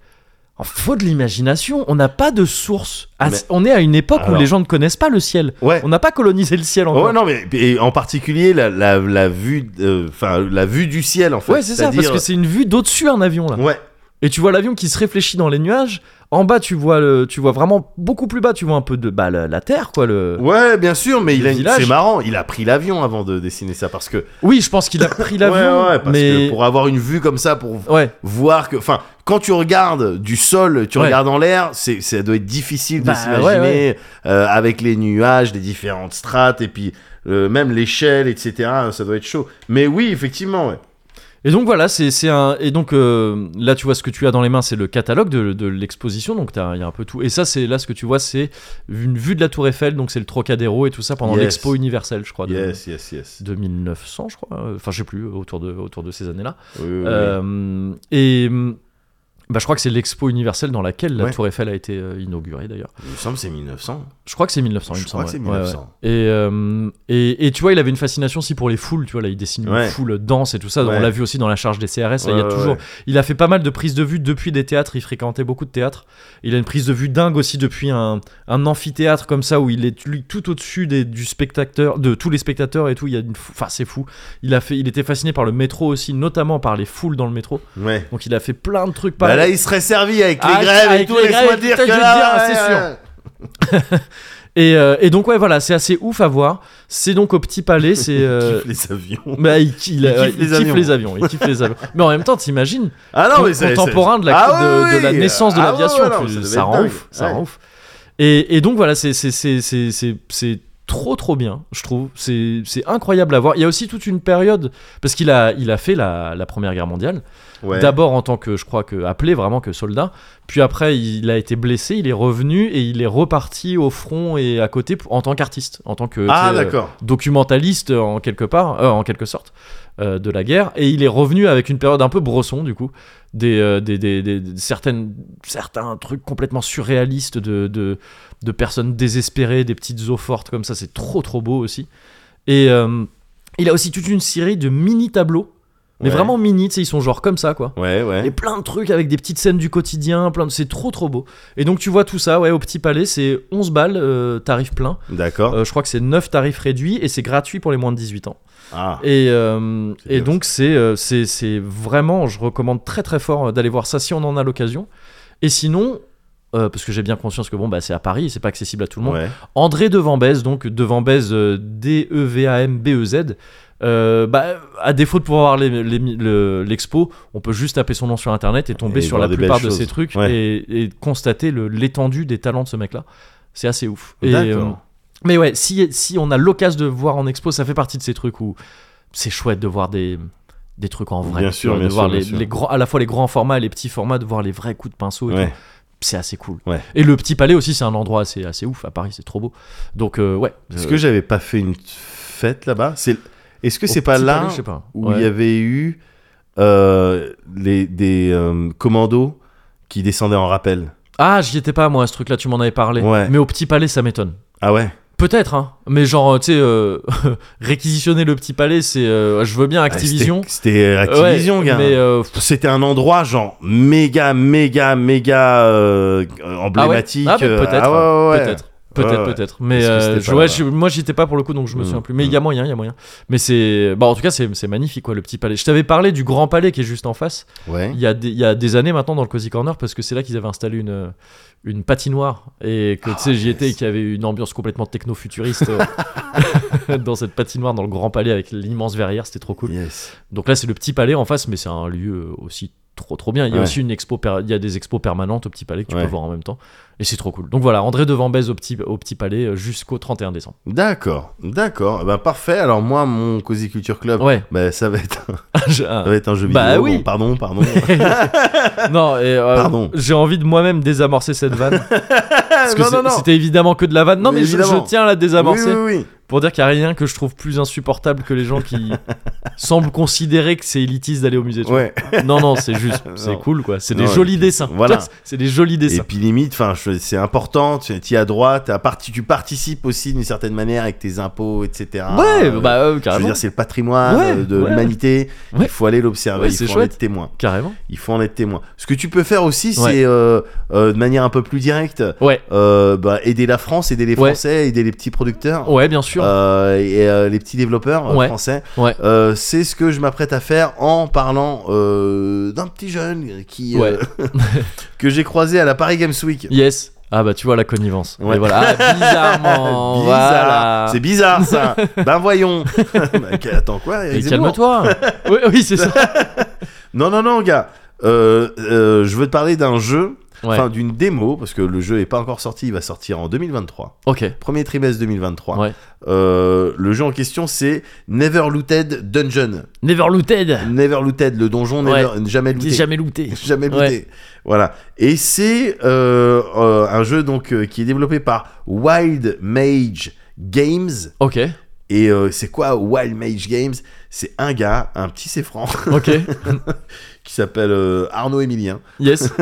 Alors, faut de l'imagination. On n'a pas de source. À- Mais- On est à une époque où Alors- les gens ne connaissent pas le ciel. Ouais. On n'a pas colonisé le ciel encore. Ouais, Oh, non, mais et en particulier la, la, la vue, euh, enfin la vue du ciel en fait. Ouais, c'est ça, parce C'est-à-dire- que c'est une vue d'au-dessus un avion là. Ouais, Et tu vois l'avion qui se réfléchit dans les nuages. En bas, tu vois, le, tu vois vraiment beaucoup plus bas. Tu vois un peu de bah, la, la terre, quoi. Le... ouais, bien sûr, mais Le il a une- village. c'est marrant, il a pris l'avion avant de dessiner ça parce que Oui, je pense qu'il a pris l'avion. ouais, ouais, parce mais que pour avoir une vue comme ça, pour ouais, voir que, enfin, quand tu regardes du sol, tu Ouais. regardes en l'air, c'est ça doit être difficile Bah, de s'imaginer ouais, ouais. euh, avec les nuages, les différentes strates et puis euh, même l'échelle, etc. Ça doit être chaud. Mais oui, effectivement, ouais. Et donc voilà, c'est c'est un. Et donc euh, là, tu vois ce que tu as dans les mains, c'est le catalogue de, de l'exposition. Donc t'as- il y a un peu tout. Et ça, c'est là ce que tu vois, c'est une vue de la Tour Eiffel. Donc c'est le Trocadéro et tout ça pendant Yes. l'expo universelle, je crois. de- yes, yes, yes. De 1900, je crois. Enfin, je sais plus, autour de, autour de ces années-là. Oui, oui, oui. Euh, et hum, bah, je crois que c'est l'expo universelle dans laquelle la Ouais. Tour Eiffel a été euh, inaugurée, d'ailleurs. Il me semble que c'est 1900. Je crois que c'est 1900, il Je me crois semble. que c'est ouais. Ouais, ouais. 1900. Et, euh, et, et tu vois, il avait une fascination aussi pour les foules. Tu vois, là, il dessine une Ouais. foule dense et tout ça. Ouais. On l'a vu aussi dans la charge des CRS. là, il, y Ouais, a ouais, toujours, ouais. il a fait pas mal de prises de vue depuis des théâtres. Il fréquentait beaucoup de théâtres. Il a une prise de vue dingue aussi depuis un, un amphithéâtre comme ça où il est lui, tout au-dessus des- du spectateur, de tous les spectateurs et tout. Il y a une, fou- enfin, c'est fou. Il, a fait, il était fasciné par le métro aussi, notamment par les foules dans le métro. Ouais. Donc, il a fait plein de trucs. Bah pareils. là, il serait servi avec les Ah, grèves et avec tout, les laisse-moi grèves, dire que putain, je vais là, euh, te dire, ouais, c'est ouais. et, euh, et donc, ouais, voilà, c'est assez ouf à voir. C'est donc au Petit Palais. [LAUGHS] C'est. Il euh, kiffe les avions. Bah, il, il- kiffe ouais, les il avions. kiffe les avions. Il kiffe les [LAUGHS] avions. Mais en même temps, t'imagines, Ah con- contemporain de la, Ah de- oui, de oui, la oui. naissance de Ah l'aviation. ouais, ouais, non, tu- ça devait ça être rend dingue. ouf, ça Ouais. rend ouf. Et, et donc voilà, c'est c'est- c'est- c'est- c'est- c'est trop trop bien, je trouve. C'est c'est incroyable à voir. Il y a aussi toute une période, parce qu'il a, il a fait la, la Première Guerre mondiale. Ouais. D'abord en tant que, je crois, que appelé vraiment que soldat. Puis après, il a été blessé, il est revenu et il est reparti au front et à côté pour- en tant qu'artiste, en tant que Ah tu sais, euh, d'accord. documentaliste euh, en quelque part, euh, en quelque sorte, euh, de la guerre. Et il est revenu avec une période un peu Bresson du coup, des, euh, des, des- des- des- certaines, certains trucs complètement surréalistes de, de, de personnes désespérées, des petites eaux fortes comme ça. C'est trop trop beau aussi. Et euh, il a aussi toute une série de mini tableaux, mais Ouais. vraiment mini. Tu sais, ils sont genre comme ça quoi. Ouais Et ouais. plein de trucs avec des petites scènes du quotidien, plein de... c'est trop trop beau. Et donc tu vois tout ça, ouais, au petit palais, c'est 11 balles, euh, tarif plein. D'accord. Euh, je crois que c'est 9 tarifs réduits et c'est gratuit pour les moins de 18 ans. Ah. Et, euh, C'est et bien, donc c'est euh, c'est c'est vraiment, je recommande très très fort euh, d'aller voir ça si on en a l'occasion. Et sinon, euh, parce que j'ai bien conscience que bon, bah, c'est à Paris, c'est pas accessible à tout le monde. Ouais. André Devanbez, donc Devanbez, euh, D-E-V-A-M-B-E-Z, E euh, bah, à défaut de pouvoir voir les- les- le- l'expo, on peut juste taper son nom sur internet et tomber Et sur la voir des plupart belles de ces choses. trucs Ouais. et, et constater le- l'étendue des talents de ce mec-là. C'est assez ouf. Et, D'accord. euh, mais ouais, si, si on a l'occasion de voir en expo, ça fait partie de ces trucs où c'est chouette de voir des, des trucs en vrai. Bien tu sûr, vois, de bien voir sûr, bien les, sûr. les grands, à la fois les grands formats et les petits formats, de voir les vrais coups de pinceau. et Ouais. tout. C'est assez cool. Ouais. Et le Petit Palais aussi, c'est un endroit assez, assez ouf à Paris, c'est trop beau. Donc, euh, ouais. Est-ce Euh, que j'avais pas fait une fête là-bas C'est. Est-ce que au c'est pas Petit là Palais, je sais pas. où Ouais. il y avait eu euh, les des euh, commandos qui descendaient en rappel Ah, j'y étais pas, moi, à ce truc-là, tu m'en avais parlé. Ouais. Mais au Petit Palais, ça m'étonne. Ah ouais. Peut-être, hein. Mais genre, euh, tu sais, euh, [LAUGHS] réquisitionner le Petit Palais, c'est. euh, je veux bien Activision. Ah, c'était- C'était Activision, Ouais, gars. Mais euh, pff, C'était un endroit genre méga, méga, méga euh, euh, emblématique. Ah ouais, euh, ah, peut-être, ouais, ouais, ouais. peut-être. Peut-être, Ouais, ouais. peut-être. Mais Est-ce que euh, c'était je- pas ouais, là-bas je- moi, j'y étais pas pour le coup, donc je me Mm, souviens plus. Mais il y a moyen, il y a moyen. Mais c'est. Bah, en tout cas, c'est c'est magnifique, quoi, le petit palais. Je t'avais parlé du grand palais qui est juste en face. Ouais. Il y, a des, il y a des années maintenant dans le Cozy Corner, parce que c'est là qu'ils avaient installé une, une patinoire. Et que, tu Ah, sais, j'y étais et qu'il y avait une ambiance complètement techno-futuriste euh, [LAUGHS] dans cette patinoire, dans le grand palais, avec l'immense verrière. C'était trop cool. Yes. Donc là, c'est le petit palais en face, mais c'est un lieu euh, aussi trop trop bien. Il y a Ouais. aussi une expo, per- il y a des expos permanentes au Petit Palais que tu Ouais. peux voir en même temps, et c'est trop cool. Donc voilà, André de Vambèze au Petit, au Petit Palais euh, jusqu'au 31 décembre. D'accord, d'accord. Eh Ben parfait. Alors moi, mon Cozy Culture Club, Ouais. ben, ça va être, un- [LAUGHS] Je- ça va être un jeu vidéo. Bah oui. Bon, [LAUGHS] pardon, pardon. non, et, euh, Pardon. j'ai envie de moi-même désamorcer cette [LAUGHS] vanne. Parce que Non, c'est- non, non. c'était évidemment que de la vanne. Non, mais, Mais je, évidemment. je tiens à la oui, désamorcer oui, oui. pour dire qu'il n'y a rien que je trouve plus insupportable que les gens [LAUGHS] qui semblent considérer que c'est élitiste d'aller au musée. tu vois. Ouais. Non, non, c'est [LAUGHS] juste, c'est Non. cool quoi. C'est des Non, jolis dessins. voilà. Tu vois, C'est des jolis Et dessins. puis limite, enfin, je- c'est important. Tu es à droite, à parti- tu participes aussi d'une certaine manière avec tes impôts, etc. ouais, Euh, bah, euh, Je veux carrément. dire, c'est le patrimoine Ouais, euh, de ouais. l'humanité. Ouais. Il faut aller l'observer. Ouais, il c'est faut en chouette. être témoin. Carrément. Il faut en être témoin. Ce que tu peux faire aussi, Ouais. c'est euh, euh, de manière un peu plus directe, Ouais, euh, bah, aider la France, aider les Ouais. Français, aider les petits producteurs. ouais, bien sûr. euh, et euh, les petits développeurs euh, Ouais. français. Ouais. Euh, c'est ce que je m'apprête à faire en parlant euh, d'un petit jeune qui euh, [LAUGHS] que j'ai croisé à la Paris Games Week. Yes. Ah bah tu vois la connivence. Ouais. Et voilà. [LAUGHS] Ah, bizarrement. Bizarre. voilà. C'est [LAUGHS] bizarre ça. ben voyons. [LAUGHS] Bah, qu- Attends quoi Éric Et Zemmour calme-toi. [LAUGHS] oui, oui, c'est ça. Non non non gars. Euh, euh, je veux te parler d'un jeu, Ouais. enfin d'une démo, parce que le jeu est pas encore sorti, il va sortir en 2023, Ok. premier trimestre 2023. Ouais. Euh, le jeu en question c'est Never Looted Dungeon. Never looted. Never Looted, le donjon never- jamais looté. Jamais looté. [LAUGHS] Jamais looté. Ouais. Voilà. Et c'est euh, euh, un jeu donc euh, qui est développé par Wild Mage Games. Ok. Et euh, c'est quoi Wild Mage Games C'est un gars, un petit séfran, Ok. [LAUGHS] qui s'appelle euh, Arnaud Emilien, Yes.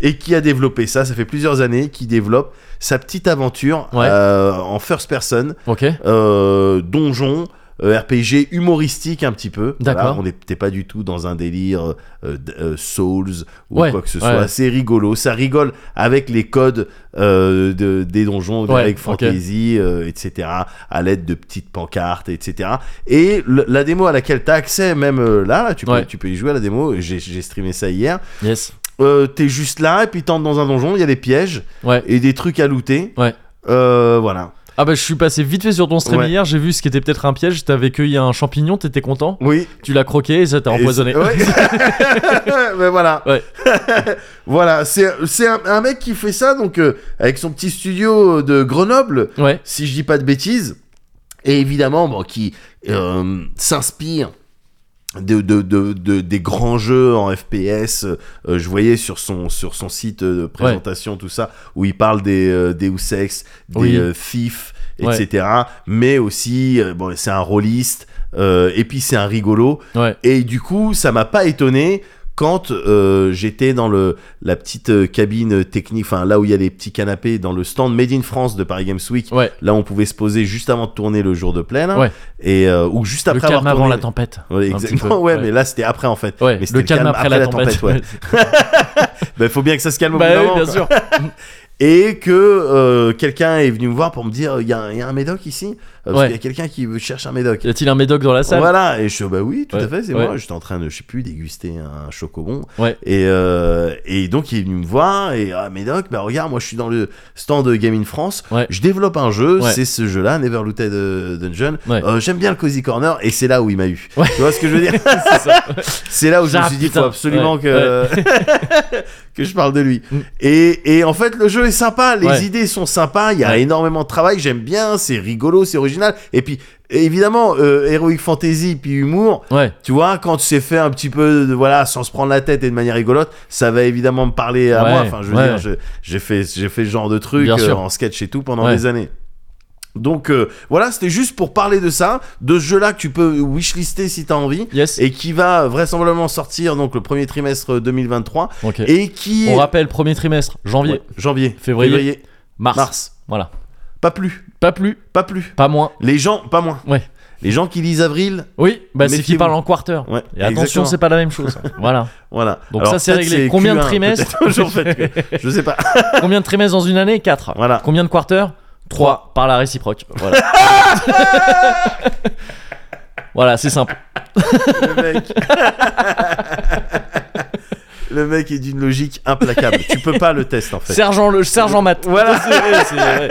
et qui a développé ça. Ça fait plusieurs années qu'il développe sa petite aventure Ouais. euh, en first person, Ok. euh, donjon. euh, RPG humoristique un petit peu. D'accord. Voilà, on n'était pas du tout dans un délire euh, d- euh, Souls ou Ouais, quoi que ce ouais. soit. C'est rigolo, ça rigole avec les codes euh, de- des donjons, Ouais, avec ok. fantasy, euh, etc. À l'aide de petites pancartes, etc. Et le- la démo à laquelle tu as accès, même euh, là, là, tu, peux, Ouais. tu peux y jouer à la démo. J'ai j'ai streamé ça hier. Yes. Euh, T'es juste là et puis t'entres dans un donjon. Il y a des pièges Ouais. et des trucs à looter. Ouais. Euh, voilà. Ah bah je suis passé vite fait sur ton stream Ouais. hier, j'ai vu ce qui était peut-être un piège, t'avais cueilli un champignon, t'étais content, Oui, tu l'as croqué et ça t'a Et empoisonné. c'est- [LAUGHS] ouais. Mais voilà. Ouais. [LAUGHS] voilà, c'est c'est un, un mec qui fait ça donc euh, avec son petit studio de Grenoble, Ouais, si je dis pas de bêtises, et évidemment bon, qui euh, s'inspire. De, de- de- de- des grands jeux en FPS, euh, je voyais sur son, sur son site euh, de présentation, tout ça, où il parle des euh, Deus Ex, des Oui. euh, Thief, Ouais. etc. Mais aussi, euh, bon, c'est un rôliste, euh, et puis c'est un rigolo, ouais, et du coup, ça m'a pas étonné quand euh, j'étais dans le la petite euh, cabine technique, enfin là où il y a les petits canapés dans le stand Made in France de Paris Games Week. ouais. Là, on pouvait se poser juste avant de tourner le jour de plein, là, Ouais. et euh, ou juste le après calme avoir avant tourné. la tempête. Ouais, un petit exactement. peu, [LAUGHS] ouais, ouais. mais là, c'était après en fait. Ouais, mais c'était le calme, après, la tempête. [LAUGHS] ouais. Ben, faut bien que ça se calme. au bout bah d'un oui, moment, bien quoi. sûr. Et que euh, quelqu'un est venu me voir pour me dire, il y, a un- y a un médoc ici. Euh, Parce Ouais. qu'il y a quelqu'un qui veut- cherche un médoc. Y a-t-il un médoc dans la salle Voilà, et je bah oui, tout Ouais, à fait, c'est ouais. moi. J'étais en train de, je sais plus, déguster un chocobon. Ouais. Et, euh, et donc, il est venu me voir, et ah, Médoc, bah regarde, moi je suis dans le stand de Game in France, Ouais. je développe un jeu, Ouais. c'est ce jeu-là, Never Looted euh, Dungeon. Ouais. Euh, J'aime bien le Cozy Corner, et c'est là où il m'a eu. Ouais. Tu vois ce que je veux dire [LAUGHS] C'est ça. C'est là où je Ah, me suis dit, putain. faut absolument Ouais, que. [LAUGHS] que je parle de lui. Mm. Et, et en fait, le jeu est sympa, les Ouais. idées sont sympas, il y a Ouais. énormément de travail, j'aime bien, c'est rigolo, c'est original. Et puis, évidemment, euh, Heroic Fantasy, puis humour, Ouais, tu vois, quand c'est fait un petit peu, de- voilà, sans se prendre la tête et de manière rigolote, ça va évidemment me parler à Ouais, moi. Enfin, je veux ouais. dire, je- j'ai fait, j'ai fait ce genre de truc euh, Bien sûr. en sketch et tout pendant Ouais. des années. Donc euh, voilà, c'était juste pour parler de ça, de ce jeu-là que tu peux wishlister si t'as envie, yes. et qui va vraisemblablement sortir donc le premier trimestre 2023, Ok. et qui On rappelle, premier trimestre, janvier, Ouais, janvier, Février. mars. mars. Voilà. pas plus, Pas plus, pas plus. pas moins. Les gens, pas moins. Ouais. Les gens qui lisent avril, Oui, bah c'est qui Méfiez-vous. parle en quarter. ouais. Et attention, exactement. c'est pas la même [LAUGHS] chose. voilà. voilà. Donc Alors, ça c'est peut-être réglé. Combien de Q1, trimestres peut-être, [LAUGHS] [LAUGHS] j'en fais- Je sais pas. Combien de trimestres dans une année 4. Voilà. Ah. Combien de quarters 3 par la réciproque. [LAUGHS] Voilà. voilà, c'est simple. Le mec. [LAUGHS] le mec est d'une logique implacable. tu peux pas le test en fait. Sergent le sergent Matt. Voilà. C'est vrai, c'est vrai.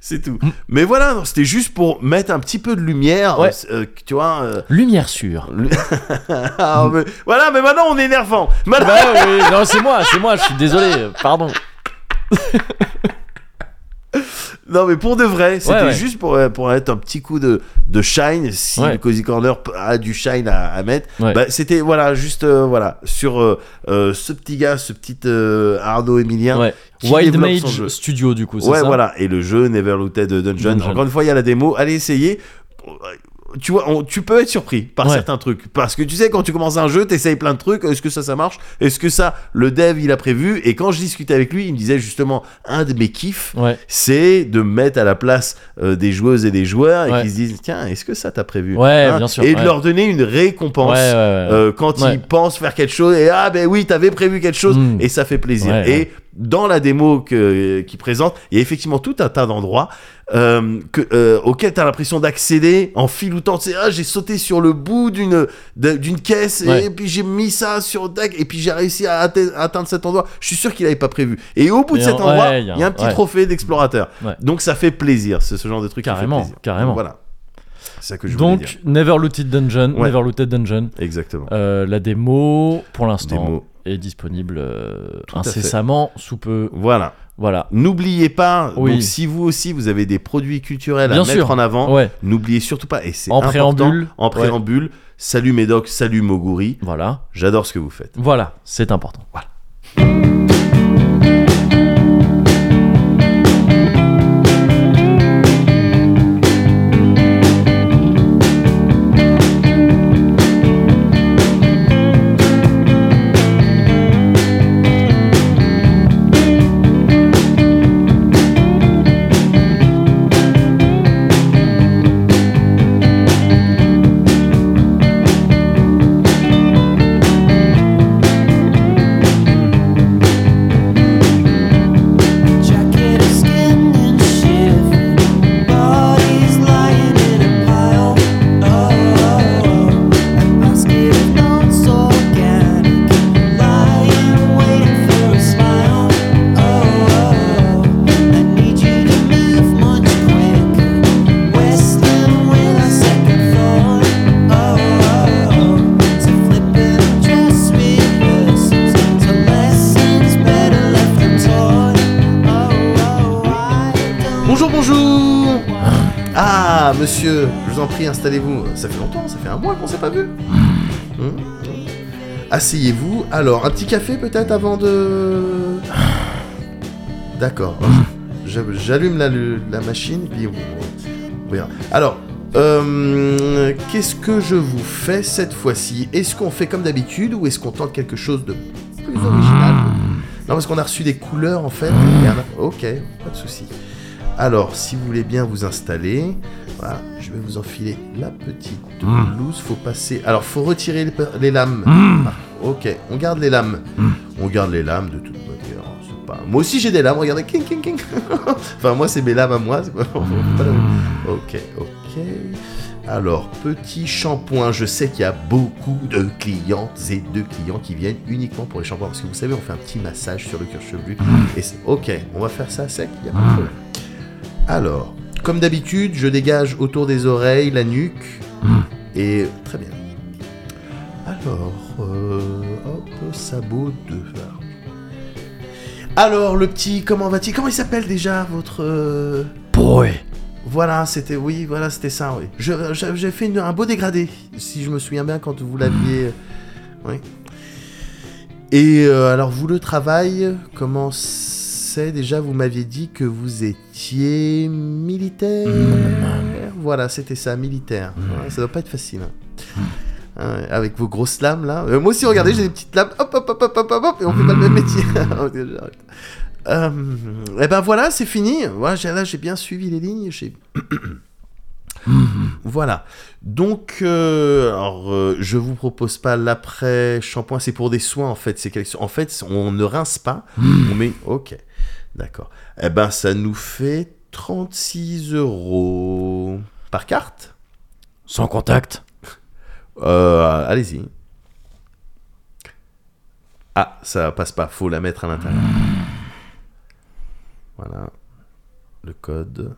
C'est tout. Mm. Mais voilà, non, c'était juste pour mettre un petit peu de lumière. Ouais. euh, que tu vois. [LAUGHS] euh, Lumière sûre. lu- Ah, mais- voilà, mais maintenant on est énervant. Maintenant- Bah oui, non, c'est moi, c'est moi, je suis désolé, euh, pardon. Non, mais pour de vrai, c'était ouais. juste pour, euh, pour mettre un petit coup de, de shine. Si Ouais. le Cozy Corner p- a du shine à, à mettre, Ouais. bah, c'était voilà, juste euh, voilà, sur euh, euh, ce petit gars, ce petit euh, Arnaud Emilien. Ouais. qui Wild développe son Mage jeu. Studio, du coup, c'est Ouais, ça voilà. Et le jeu Never Looted Dungeon. Dungeon. Encore une fois, il y a la démo. Allez essayer. Tu vois, on- tu peux être surpris par Ouais. certains trucs. Parce que tu sais, quand tu commences un jeu, t'essayes plein de trucs. Est-ce que ça, ça marche Est-ce que ça, le dev, il a prévu Et quand je discutais avec lui, il me disait justement, un de mes kiffs, Ouais, c'est de mettre à la place euh, des joueuses et des joueurs et Ouais. qui se disent, tiens, est-ce que ça t'a prévu hein Ouais, bien sûr, Et de ouais. leur donner une ouais, ouais. récompense. ouais. Euh, quand Ouais. ils pensent faire quelque chose et ah ben oui t'avais prévu quelque chose Mm. et ça fait plaisir Ouais, et ouais. dans la démo que qui présente il y a effectivement tout un tas d'endroits euh, que euh, auxquels t'as l'impression d'accéder en filoutant tu sais ah j'ai sauté sur le bout d'une de- d'une caisse et, Ouais. puis j'ai mis ça sur dac et puis j'ai réussi à atte- à atteindre cet endroit je suis sûr qu'il avait pas prévu et au bout de Et cet en- endroit ouais, il y a un petit ouais. trophée d'explorateur Ouais. donc ça fait plaisir c'est ce genre de truc qui fait Carrément, plaisir. carrément. voilà c'est ça que je voulais dire Donc, [LAUGHS] Never Looted Dungeon, Ouais. Never Looted Dungeon. exactement Euh, la démo, pour l'instant, Démo. est disponible euh, Tout à fait. incessamment, sous peu. voilà Voilà. N'oubliez pas, Oui. donc si vous aussi vous avez des produits culturels à Bien mettre sûr. en avant, Ouais, n'oubliez surtout pas, et c'est En important, préambule. en préambule, salut Médoc, salut Moguri, voilà. j'adore ce que vous faites. Voilà, c'est important. Jacket of skin and shivering bodies lying in a pile. Oh, a basket of notes organic, lying waiting for a smile. Oh, I need you to move much quicker. Wrestling with a second thought. Oh, so flipping dress rehearsals to lessons better left untaught. Bonjour, bonjour Ah, monsieur, je vous en prie, installez-vous. Ça fait longtemps, ça fait un mois qu'on s'est pas vu. Hum, hum. Asseyez-vous. Alors, un petit café peut-être avant de... D'accord. Je- J'allume la, la machine, puis on- on verra. Alors, euh, qu'est-ce que je vous fais cette fois-ci Est-ce qu'on fait comme d'habitude ou est-ce qu'on tente quelque chose de plus original Non, parce qu'on a reçu des couleurs en fait. Il y en a- Ok, pas de souci. Alors, si vous voulez bien vous installer, voilà, je vais vous enfiler la petite blouse. Faut passer. Alors, faut retirer les, pe- les lames. Ah, ok, on garde les lames. On garde les lames de toute manière. hein, c'est Pas... Moi aussi j'ai des lames, regardez. King, king, king. [LAUGHS] enfin, moi c'est mes lames à moi. c'est pas- faut pas la- Ok, ok. Alors, petit shampoing, je sais qu'il y a beaucoup de clientes et de clients qui viennent uniquement pour les shampoings. Parce que vous savez, on fait un petit massage sur le cuir chevelu. Et c'est- ok, on va faire ça à sec, il y a pas de problème. Alors, comme d'habitude, je dégage autour des oreilles, la nuque. Et très bien. Alors, euh, hop, sabot de. alors. Alors, le petit, comment va-t-il Comment il s'appelle déjà votre. euh, Boy. voilà, c'était oui, voilà, c'était ça, oui. Je- je- J'ai fait une- un beau dégradé, si je me souviens bien, quand vous l'aviez. Oui. Et euh, alors, vous, le travail, comment c'est Déjà, vous m'aviez dit que vous étiez militaire. Voilà, c'était ça, militaire. Ouais, ça doit pas être facile. hein. Hein, avec vos grosses lames, là. Euh, moi aussi, regardez, j'ai des petites lames. Hop, hop, hop, hop, hop, hop, hop, et on fait pas le même métier. [LAUGHS] J'arrête. Euh, et ben voilà, c'est fini. Voilà, j'ai- là, j'ai bien suivi les lignes. J'ai... voilà. Donc, euh, alors, euh, je vous propose pas l'après shampoing. C'est pour des soins en fait. C'est quelque... En fait, on ne rince pas. on met. Ok. D'accord. Eh ben, ça nous fait 36 euros par carte. Sans contact. Euh, allez-y. Ah, ça passe pas, faut la mettre à l'intérieur. Voilà. Le code.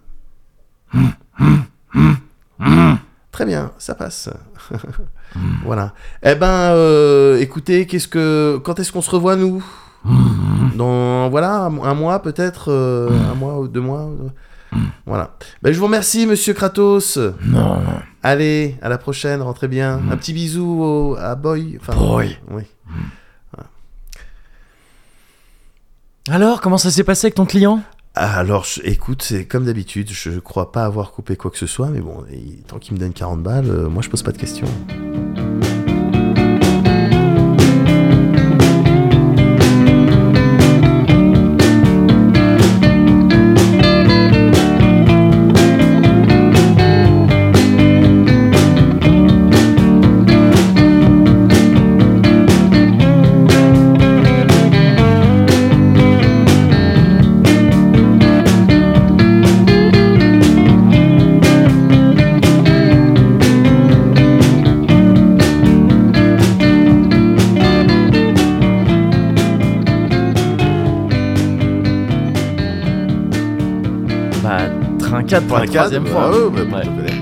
Très bien, ça passe. [LAUGHS] voilà. Eh ben, euh, écoutez, qu'est-ce que, quand est-ce qu'on se revoit nous Dans voilà un, un mois peut-être, euh, un mois ou deux mois. euh, Voilà. Ben, je vous remercie, Monsieur Kratos. Non, Allez, à la prochaine, rentrez bien. Un petit bisou au- à Mhm. Boy. Enfin, Boy. Oui. Alors, comment ça s'est passé avec ton client Alors, je- écoute, c'est comme d'habitude, je je crois pas avoir coupé quoi que ce soit, mais bon, il- tant qu'il me donne 40 balles, euh, moi je pose pas de questions. Bah, trincade pour la troisième bah, fois. ouais, bah, Ouais. plutôt que l'air.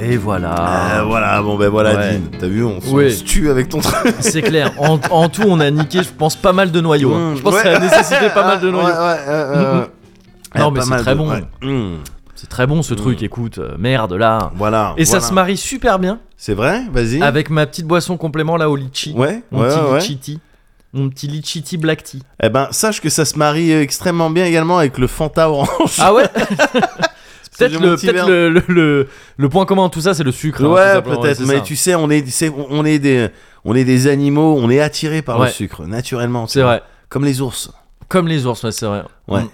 Et voilà. Ah, voilà, bon ben voilà, Ouais. Dean, t'as vu, on se Oui. on se tue avec ton truc. [LAUGHS] C'est clair. En, en tout, on a niqué, je pense, pas mal de noyaux. hein. Je pense que ça a nécessité pas mal de noms. noyaux. [LAUGHS] Eh, Non, mais c'est très bon. C'est très bon ce truc, Mm. écoute. euh, Merde, là. Hum, Voilà. Et voilà. ça se marie super bien C'est vrai Vas-y. avec ma petite boisson complément là au litchi. Ouais, Mon ouais, petit ouais. litchi tea. Mon petit litchi tea black [LAUGHS] tea. Eh ben, sache que ça se marie euh, extrêmement bien également avec le Fanta Orange. Ah ouais C'est Peut-être mon le, petit peut-être verre. le, le, le- le point commun de tout ça, c'est le sucre. hein, tout Ouais, simplement, peut-être, c'est mais ça. tu sais, on est, c'est- on est des, on est des animaux, on est attirés par Ouais. le sucre, naturellement. tu C'est vois. vrai. Comme [LAUGHS] les ours. Comme les ours, ouais, c'est vrai. Ouais. Mm.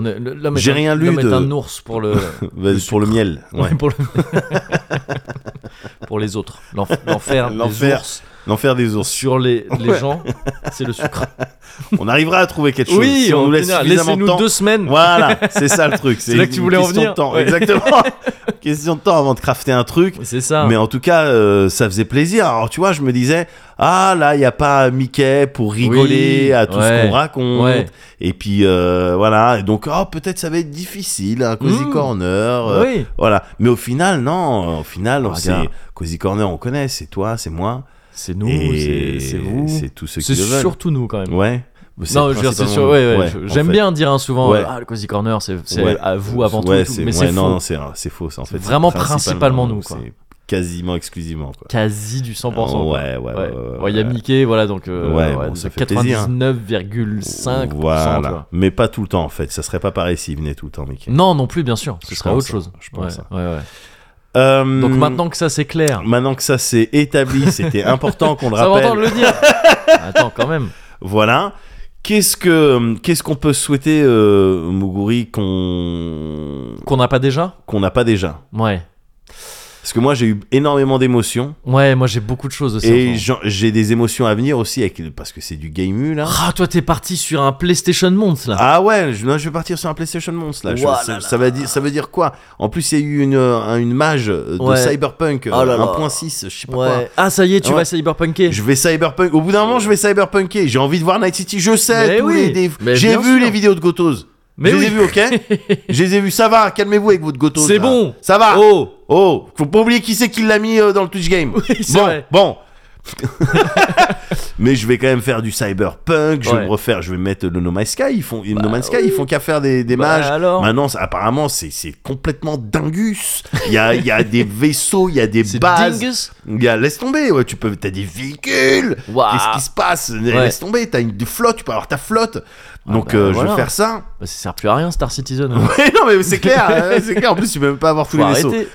On est- le- l'homme est J'ai un- rien lu L'homme est de- un ours pour le. [LAUGHS] Bah, pour le miel. [LAUGHS] Ouais. pour, le- [LAUGHS] pour les autres. L'enf- L'enfer des L'enfer. ours L'enfer des ours. sur [LAUGHS] les, les Ouais. gens, c'est le [LAUGHS] sucre. On arrivera à trouver quelque chose. Oui, si on nous laisse finira. suffisamment de laissez-nous temps. deux semaines. Voilà, [LAUGHS] c'est ça le truc. C'est là que tu une voulais en question venir. de temps, Ouais. [LAUGHS] Exactement. question de temps avant de crafter un truc. C'est ça. Mais en tout cas, euh, ça faisait plaisir. Alors, tu vois, je me disais, ah là, il n'y a pas Mickey pour rigoler Oui, à tout ouais, ce qu'on raconte. ouais. Et puis, euh, voilà. Et donc, oh, peut-être ça va être difficile, un Cozy Mmh. Corner. euh, oui, Voilà. Mais au final, non. Au final, on Ah, sait, gars. Cozy Corner, on connaît. C'est toi, c'est moi. c'est nous, et c'est- c'est vous. C'est tous ceux qui C'est le veulent. surtout nous quand même. Ouais. C'est Non, je veux dire, c'est principalement- sûr. ouais, ouais, ouais, je- en J'aime fait. bien dire hein, souvent Ouais. ah, le Cozy Corner, c'est c'est Ouais. à vous avant tout. Ouais, et tout. c'est- Mais ouais, c'est non, faux. non, c'est c'est faux. ça, En C'est fait, vraiment C'est principalement nous, quoi. C'est quasiment exclusivement, quoi. Quasi du 100%. quoi. Ah, Ouais, ouais, ouais, ouais, ouais, Bon, Il y a ouais. Mickey, voilà, donc euh, euh, Ouais, ouais, bon, donc ça fait plaisir. 99,5%. tu Voilà. vois. Mais pas tout le temps en fait, ça serait pas pareil s'il venait tout le temps, Mickey. Non, non plus, bien sûr. Ce Je serait pense, autre chose. hein, je pense, Ouais, ouais, ouais. Euh, Donc maintenant que ça c'est clair, maintenant que ça s'est [LAUGHS] établi, c'était important qu'on le ça va rappelle. entendre le [LAUGHS] dire. Attends, quand même. Voilà. Qu'est-ce que qu'est-ce qu'on peut souhaiter euh, Muguri qu'on Qu'on n'a pas déjà qu'on n'a pas déjà Ouais. Parce que moi j'ai eu énormément d'émotions Ouais, moi j'ai beaucoup de choses aussi. en ce et moment. j'en- j'ai des émotions à venir aussi avec parce que c'est du game là. Ah, toi t'es parti sur un PlayStation Month là. Ah ouais, je, non, je vais partir sur un PlayStation Monstre là. Je- Ouah ça, là ça va dire, ça veut dire quoi En plus, il y a eu une, euh, une mage de Ouais. Cyberpunk euh, Oh là là. 1.6, je sais pas quoi. ouais. Ah, ça y est, tu Ouais. vas cyberpunker. Je vais cyberpunk. Au bout d'un moment, je vais cyberpunker. J'ai envie de voir Night City. Je sais. Mais tous oui. les- des- Mais J'ai bien vu sûr. les vidéos de Gotos. Mais je oui. les [LAUGHS] ai vus, ok Je les ai vus. Ça va. Calmez-vous avec votre Gotos. C'est là. bon. Ça va. Oh. Oh faut pas oublier qui c'est qui l'a mis euh, dans le Twitch game. [LAUGHS] Oui, c'est bon, vrai. bon. [LAUGHS] Mais je vais quand même faire du cyberpunk. Je vais Ouais. me refaire. Je vais mettre le No Man's Sky. Ils font No Man's Sky. Ils font qu'à faire des, des Bah, mages. alors Maintenant, ça- apparemment, c'est c'est complètement dingus. Il y a, il y a des vaisseaux, il y a des C'est bases. dingus Il y a- laisse tomber, ouais, tu peux, t'as des véhicules. Waouh. Qu'est-ce qui se passe Laisse tomber, t'as une des flottes, tu peux avoir ta flotte. Donc bah, euh, je voilà. vais faire ça. Bah, ça sert plus à rien Star Citizen. hein. [LAUGHS] Ouais, non mais c'est [LAUGHS] clair, euh, c'est clair. En plus, tu peux même pas avoir tous Faut les vaisseaux. arrêter.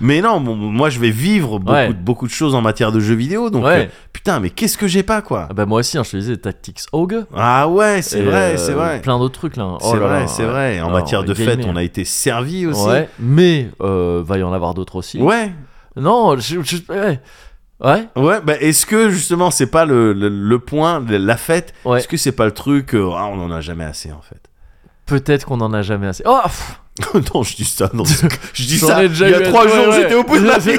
Mais non, bon, moi je vais vivre beaucoup, Ouais. de- beaucoup de choses en matière de jeux vidéo. Donc Ouais. euh, putain, mais qu'est-ce que j'ai pas quoi Ah bah moi aussi, hein, je te disais Tactics Hogue. Ah ouais, c'est Et, vrai, euh, c'est vrai. Plein d'autres trucs là. Oh c'est là vrai, là, c'est ouais. vrai. En Non, matière de gamer. fête, on a été servi aussi. Ouais, mais euh, va y en avoir d'autres aussi. ouais. Non, je, je- ouais. Ouais, Ouais, bah est-ce que justement c'est pas le, le, le point, le- la fête Ouais. Est-ce que c'est pas le truc euh, Ah, on en a jamais assez en fait. [LAUGHS] peut-être qu'on en a jamais assez. Oh, pff, non, je dis ça, non. [LAUGHS] Je dis J'en ça. ai déjà il y a eu un- [LAUGHS] trois [LAUGHS] ouais, jours, ouais. j'étais au bout de ma vie.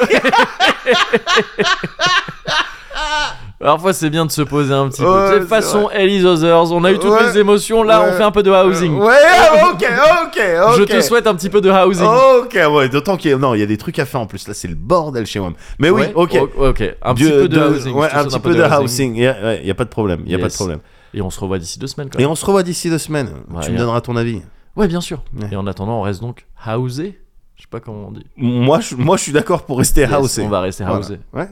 Parfois, c'est bien de se poser un petit Ouais, peu. De toute c'est façon, Ellie Others, on a eu toutes Ouais. les émotions. Là, Ouais. on fait un peu de housing. Ouais, ah, ok, ok, ok. Oh, Je te souhaite un petit peu de housing. Ok, ouais, d'autant qu'il y a- non, il y a des trucs à faire en plus. Là, c'est le bordel chez moi. Mais eh oui, Ouais, ok. o- ok. Un Dieu- petit peu de, housing. ouais, je te un souhaite petit peu de housing. Il n'y a pas de problème. Il y a pas de Yes. problème. Et on se revoit d'ici deux semaines. Quoi. Et on se revoit d'ici deux semaines. Ouais, tu me y a- donneras ton avis. Ouais, bien sûr. Ouais. Et en attendant, on reste donc housé. Je sais pas comment on dit. Moi, je, moi, je suis d'accord pour rester Yes, housé. On va rester Voilà. housé. Ouais.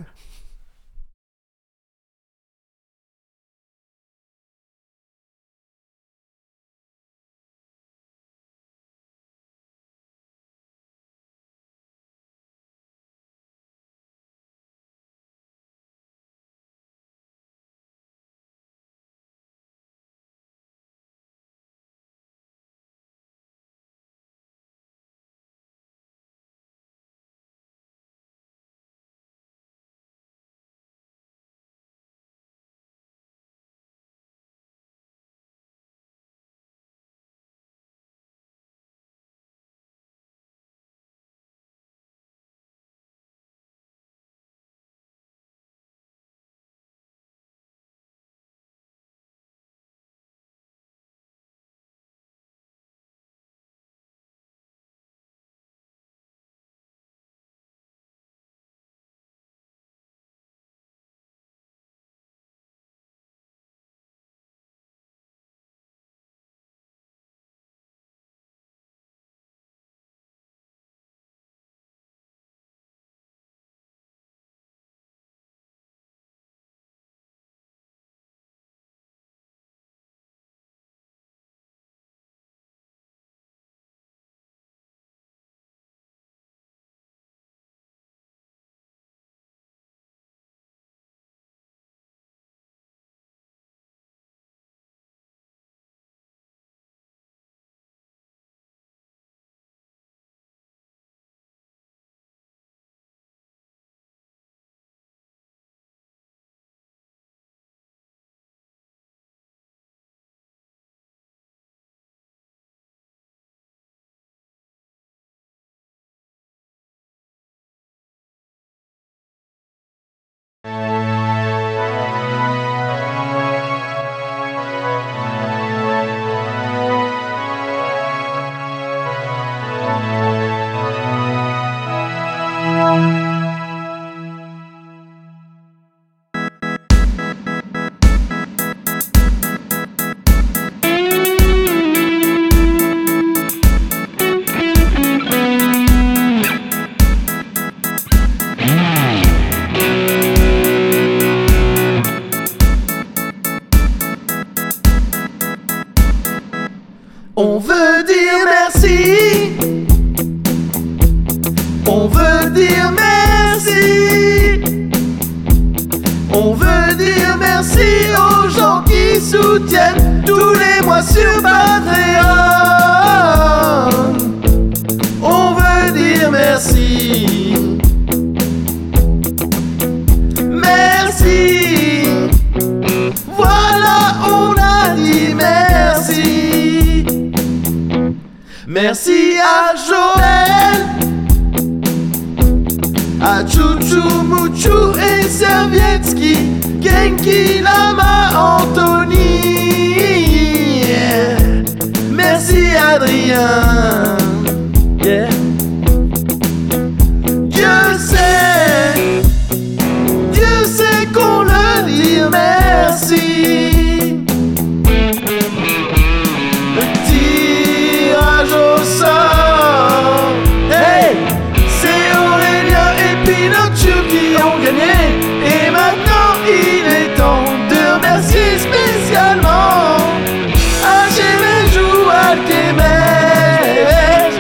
On veut dire merci. On veut dire merci. On veut dire merci aux gens qui soutiennent tous les mois sur Patreon. On veut dire merci. Merci. Voilà, on a dit merci. Merci à Joël, à Chouchou Mouchou et Servietski, Genki Lama, Anthony. Merci Adrien. Yeah. Dieu sait, Dieu sait qu'on le dit merci. Le tirage au sort. Hey, c'est Aurélien et Pinocchio qui ont gagné. Et maintenant, il est temps de remercier spécialement HMS Joual Québec.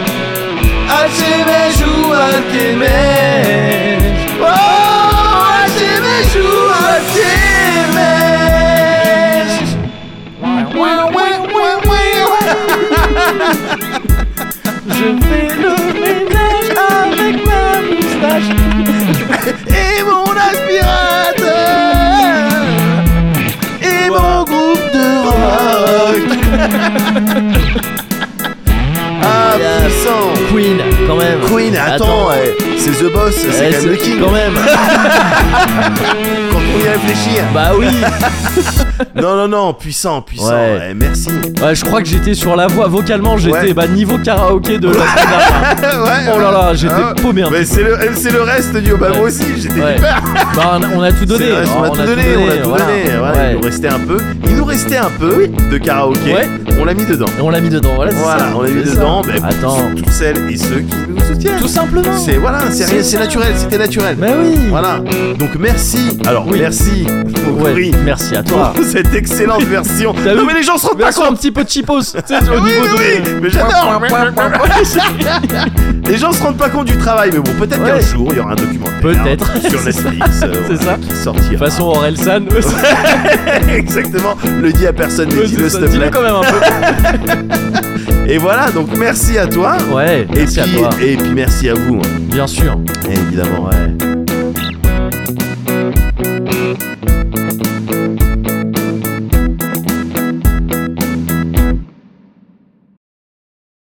HMS Joual Québec. Oh, HMS Joual Québec. oh. Je fais le ménage avec ma moustache et mon aspirateur et mon groupe de rock. Ah, puissant. Queen. quand même. Queen, attends, eh, c'est The Boss, Eh, c'est quand même le king. hein, quand même. Quand on y réfléchit. hein. bah oui. Non, non, non, puissant, puissant. Ouais. eh, merci. Ouais, je crois que j'étais sur la voix vocalement, j'étais Ouais. bah, niveau karaoké de [LAUGHS] la semaine dernière. Ouais, Oh là là, j'étais Ah ouais. paumé un Mais petit c'est le, c'est le reste du Obama Ouais. aussi, j'étais Ouais. hyper. peu. Bah, on a- on a tout donné. C'est le reste, on, a tout donné, on a tout voilà. donné. voilà, Ouais. Il nous restait un peu. Il nous restait un peu de karaoké. Ouais. On l'a mis dedans. Et on l'a mis dedans, voilà. c'est Voilà, ça, on l'a mis c'est ça. dedans. mais pour Attends. toutes celles et ceux qui nous soutiennent. Tout simplement. C'est voilà, c'est C'est rien, c'est ça. naturel, c'était naturel. Mais oui. Voilà. Donc merci. Alors Oui. merci au Ouais, jury Merci à toi. pour cette excellente version. T'as Non vu mais les gens se rendent pas Version compte. un petit peu [LAUGHS] cheapos, tu sais, au Oui, niveau oui, de. oui, mais j'adore. [LAUGHS] les gens se rendent pas compte du travail, mais bon, peut-être Ouais. qu'un jour il y aura un documentaire Peut-être. [LAUGHS] sur C'est ça. Netflix, euh, [LAUGHS] C'est ça. voilà, qui sortira. De toute façon, Aurel San, [LAUGHS] Exactement, le dis à personne, mais dis-le s'il te dis-le plaît. quand même un peu. Et voilà, donc merci à toi. Ouais, Et merci à puis, toi. et puis merci à vous, hein, Bien sûr. évidemment. Ouais.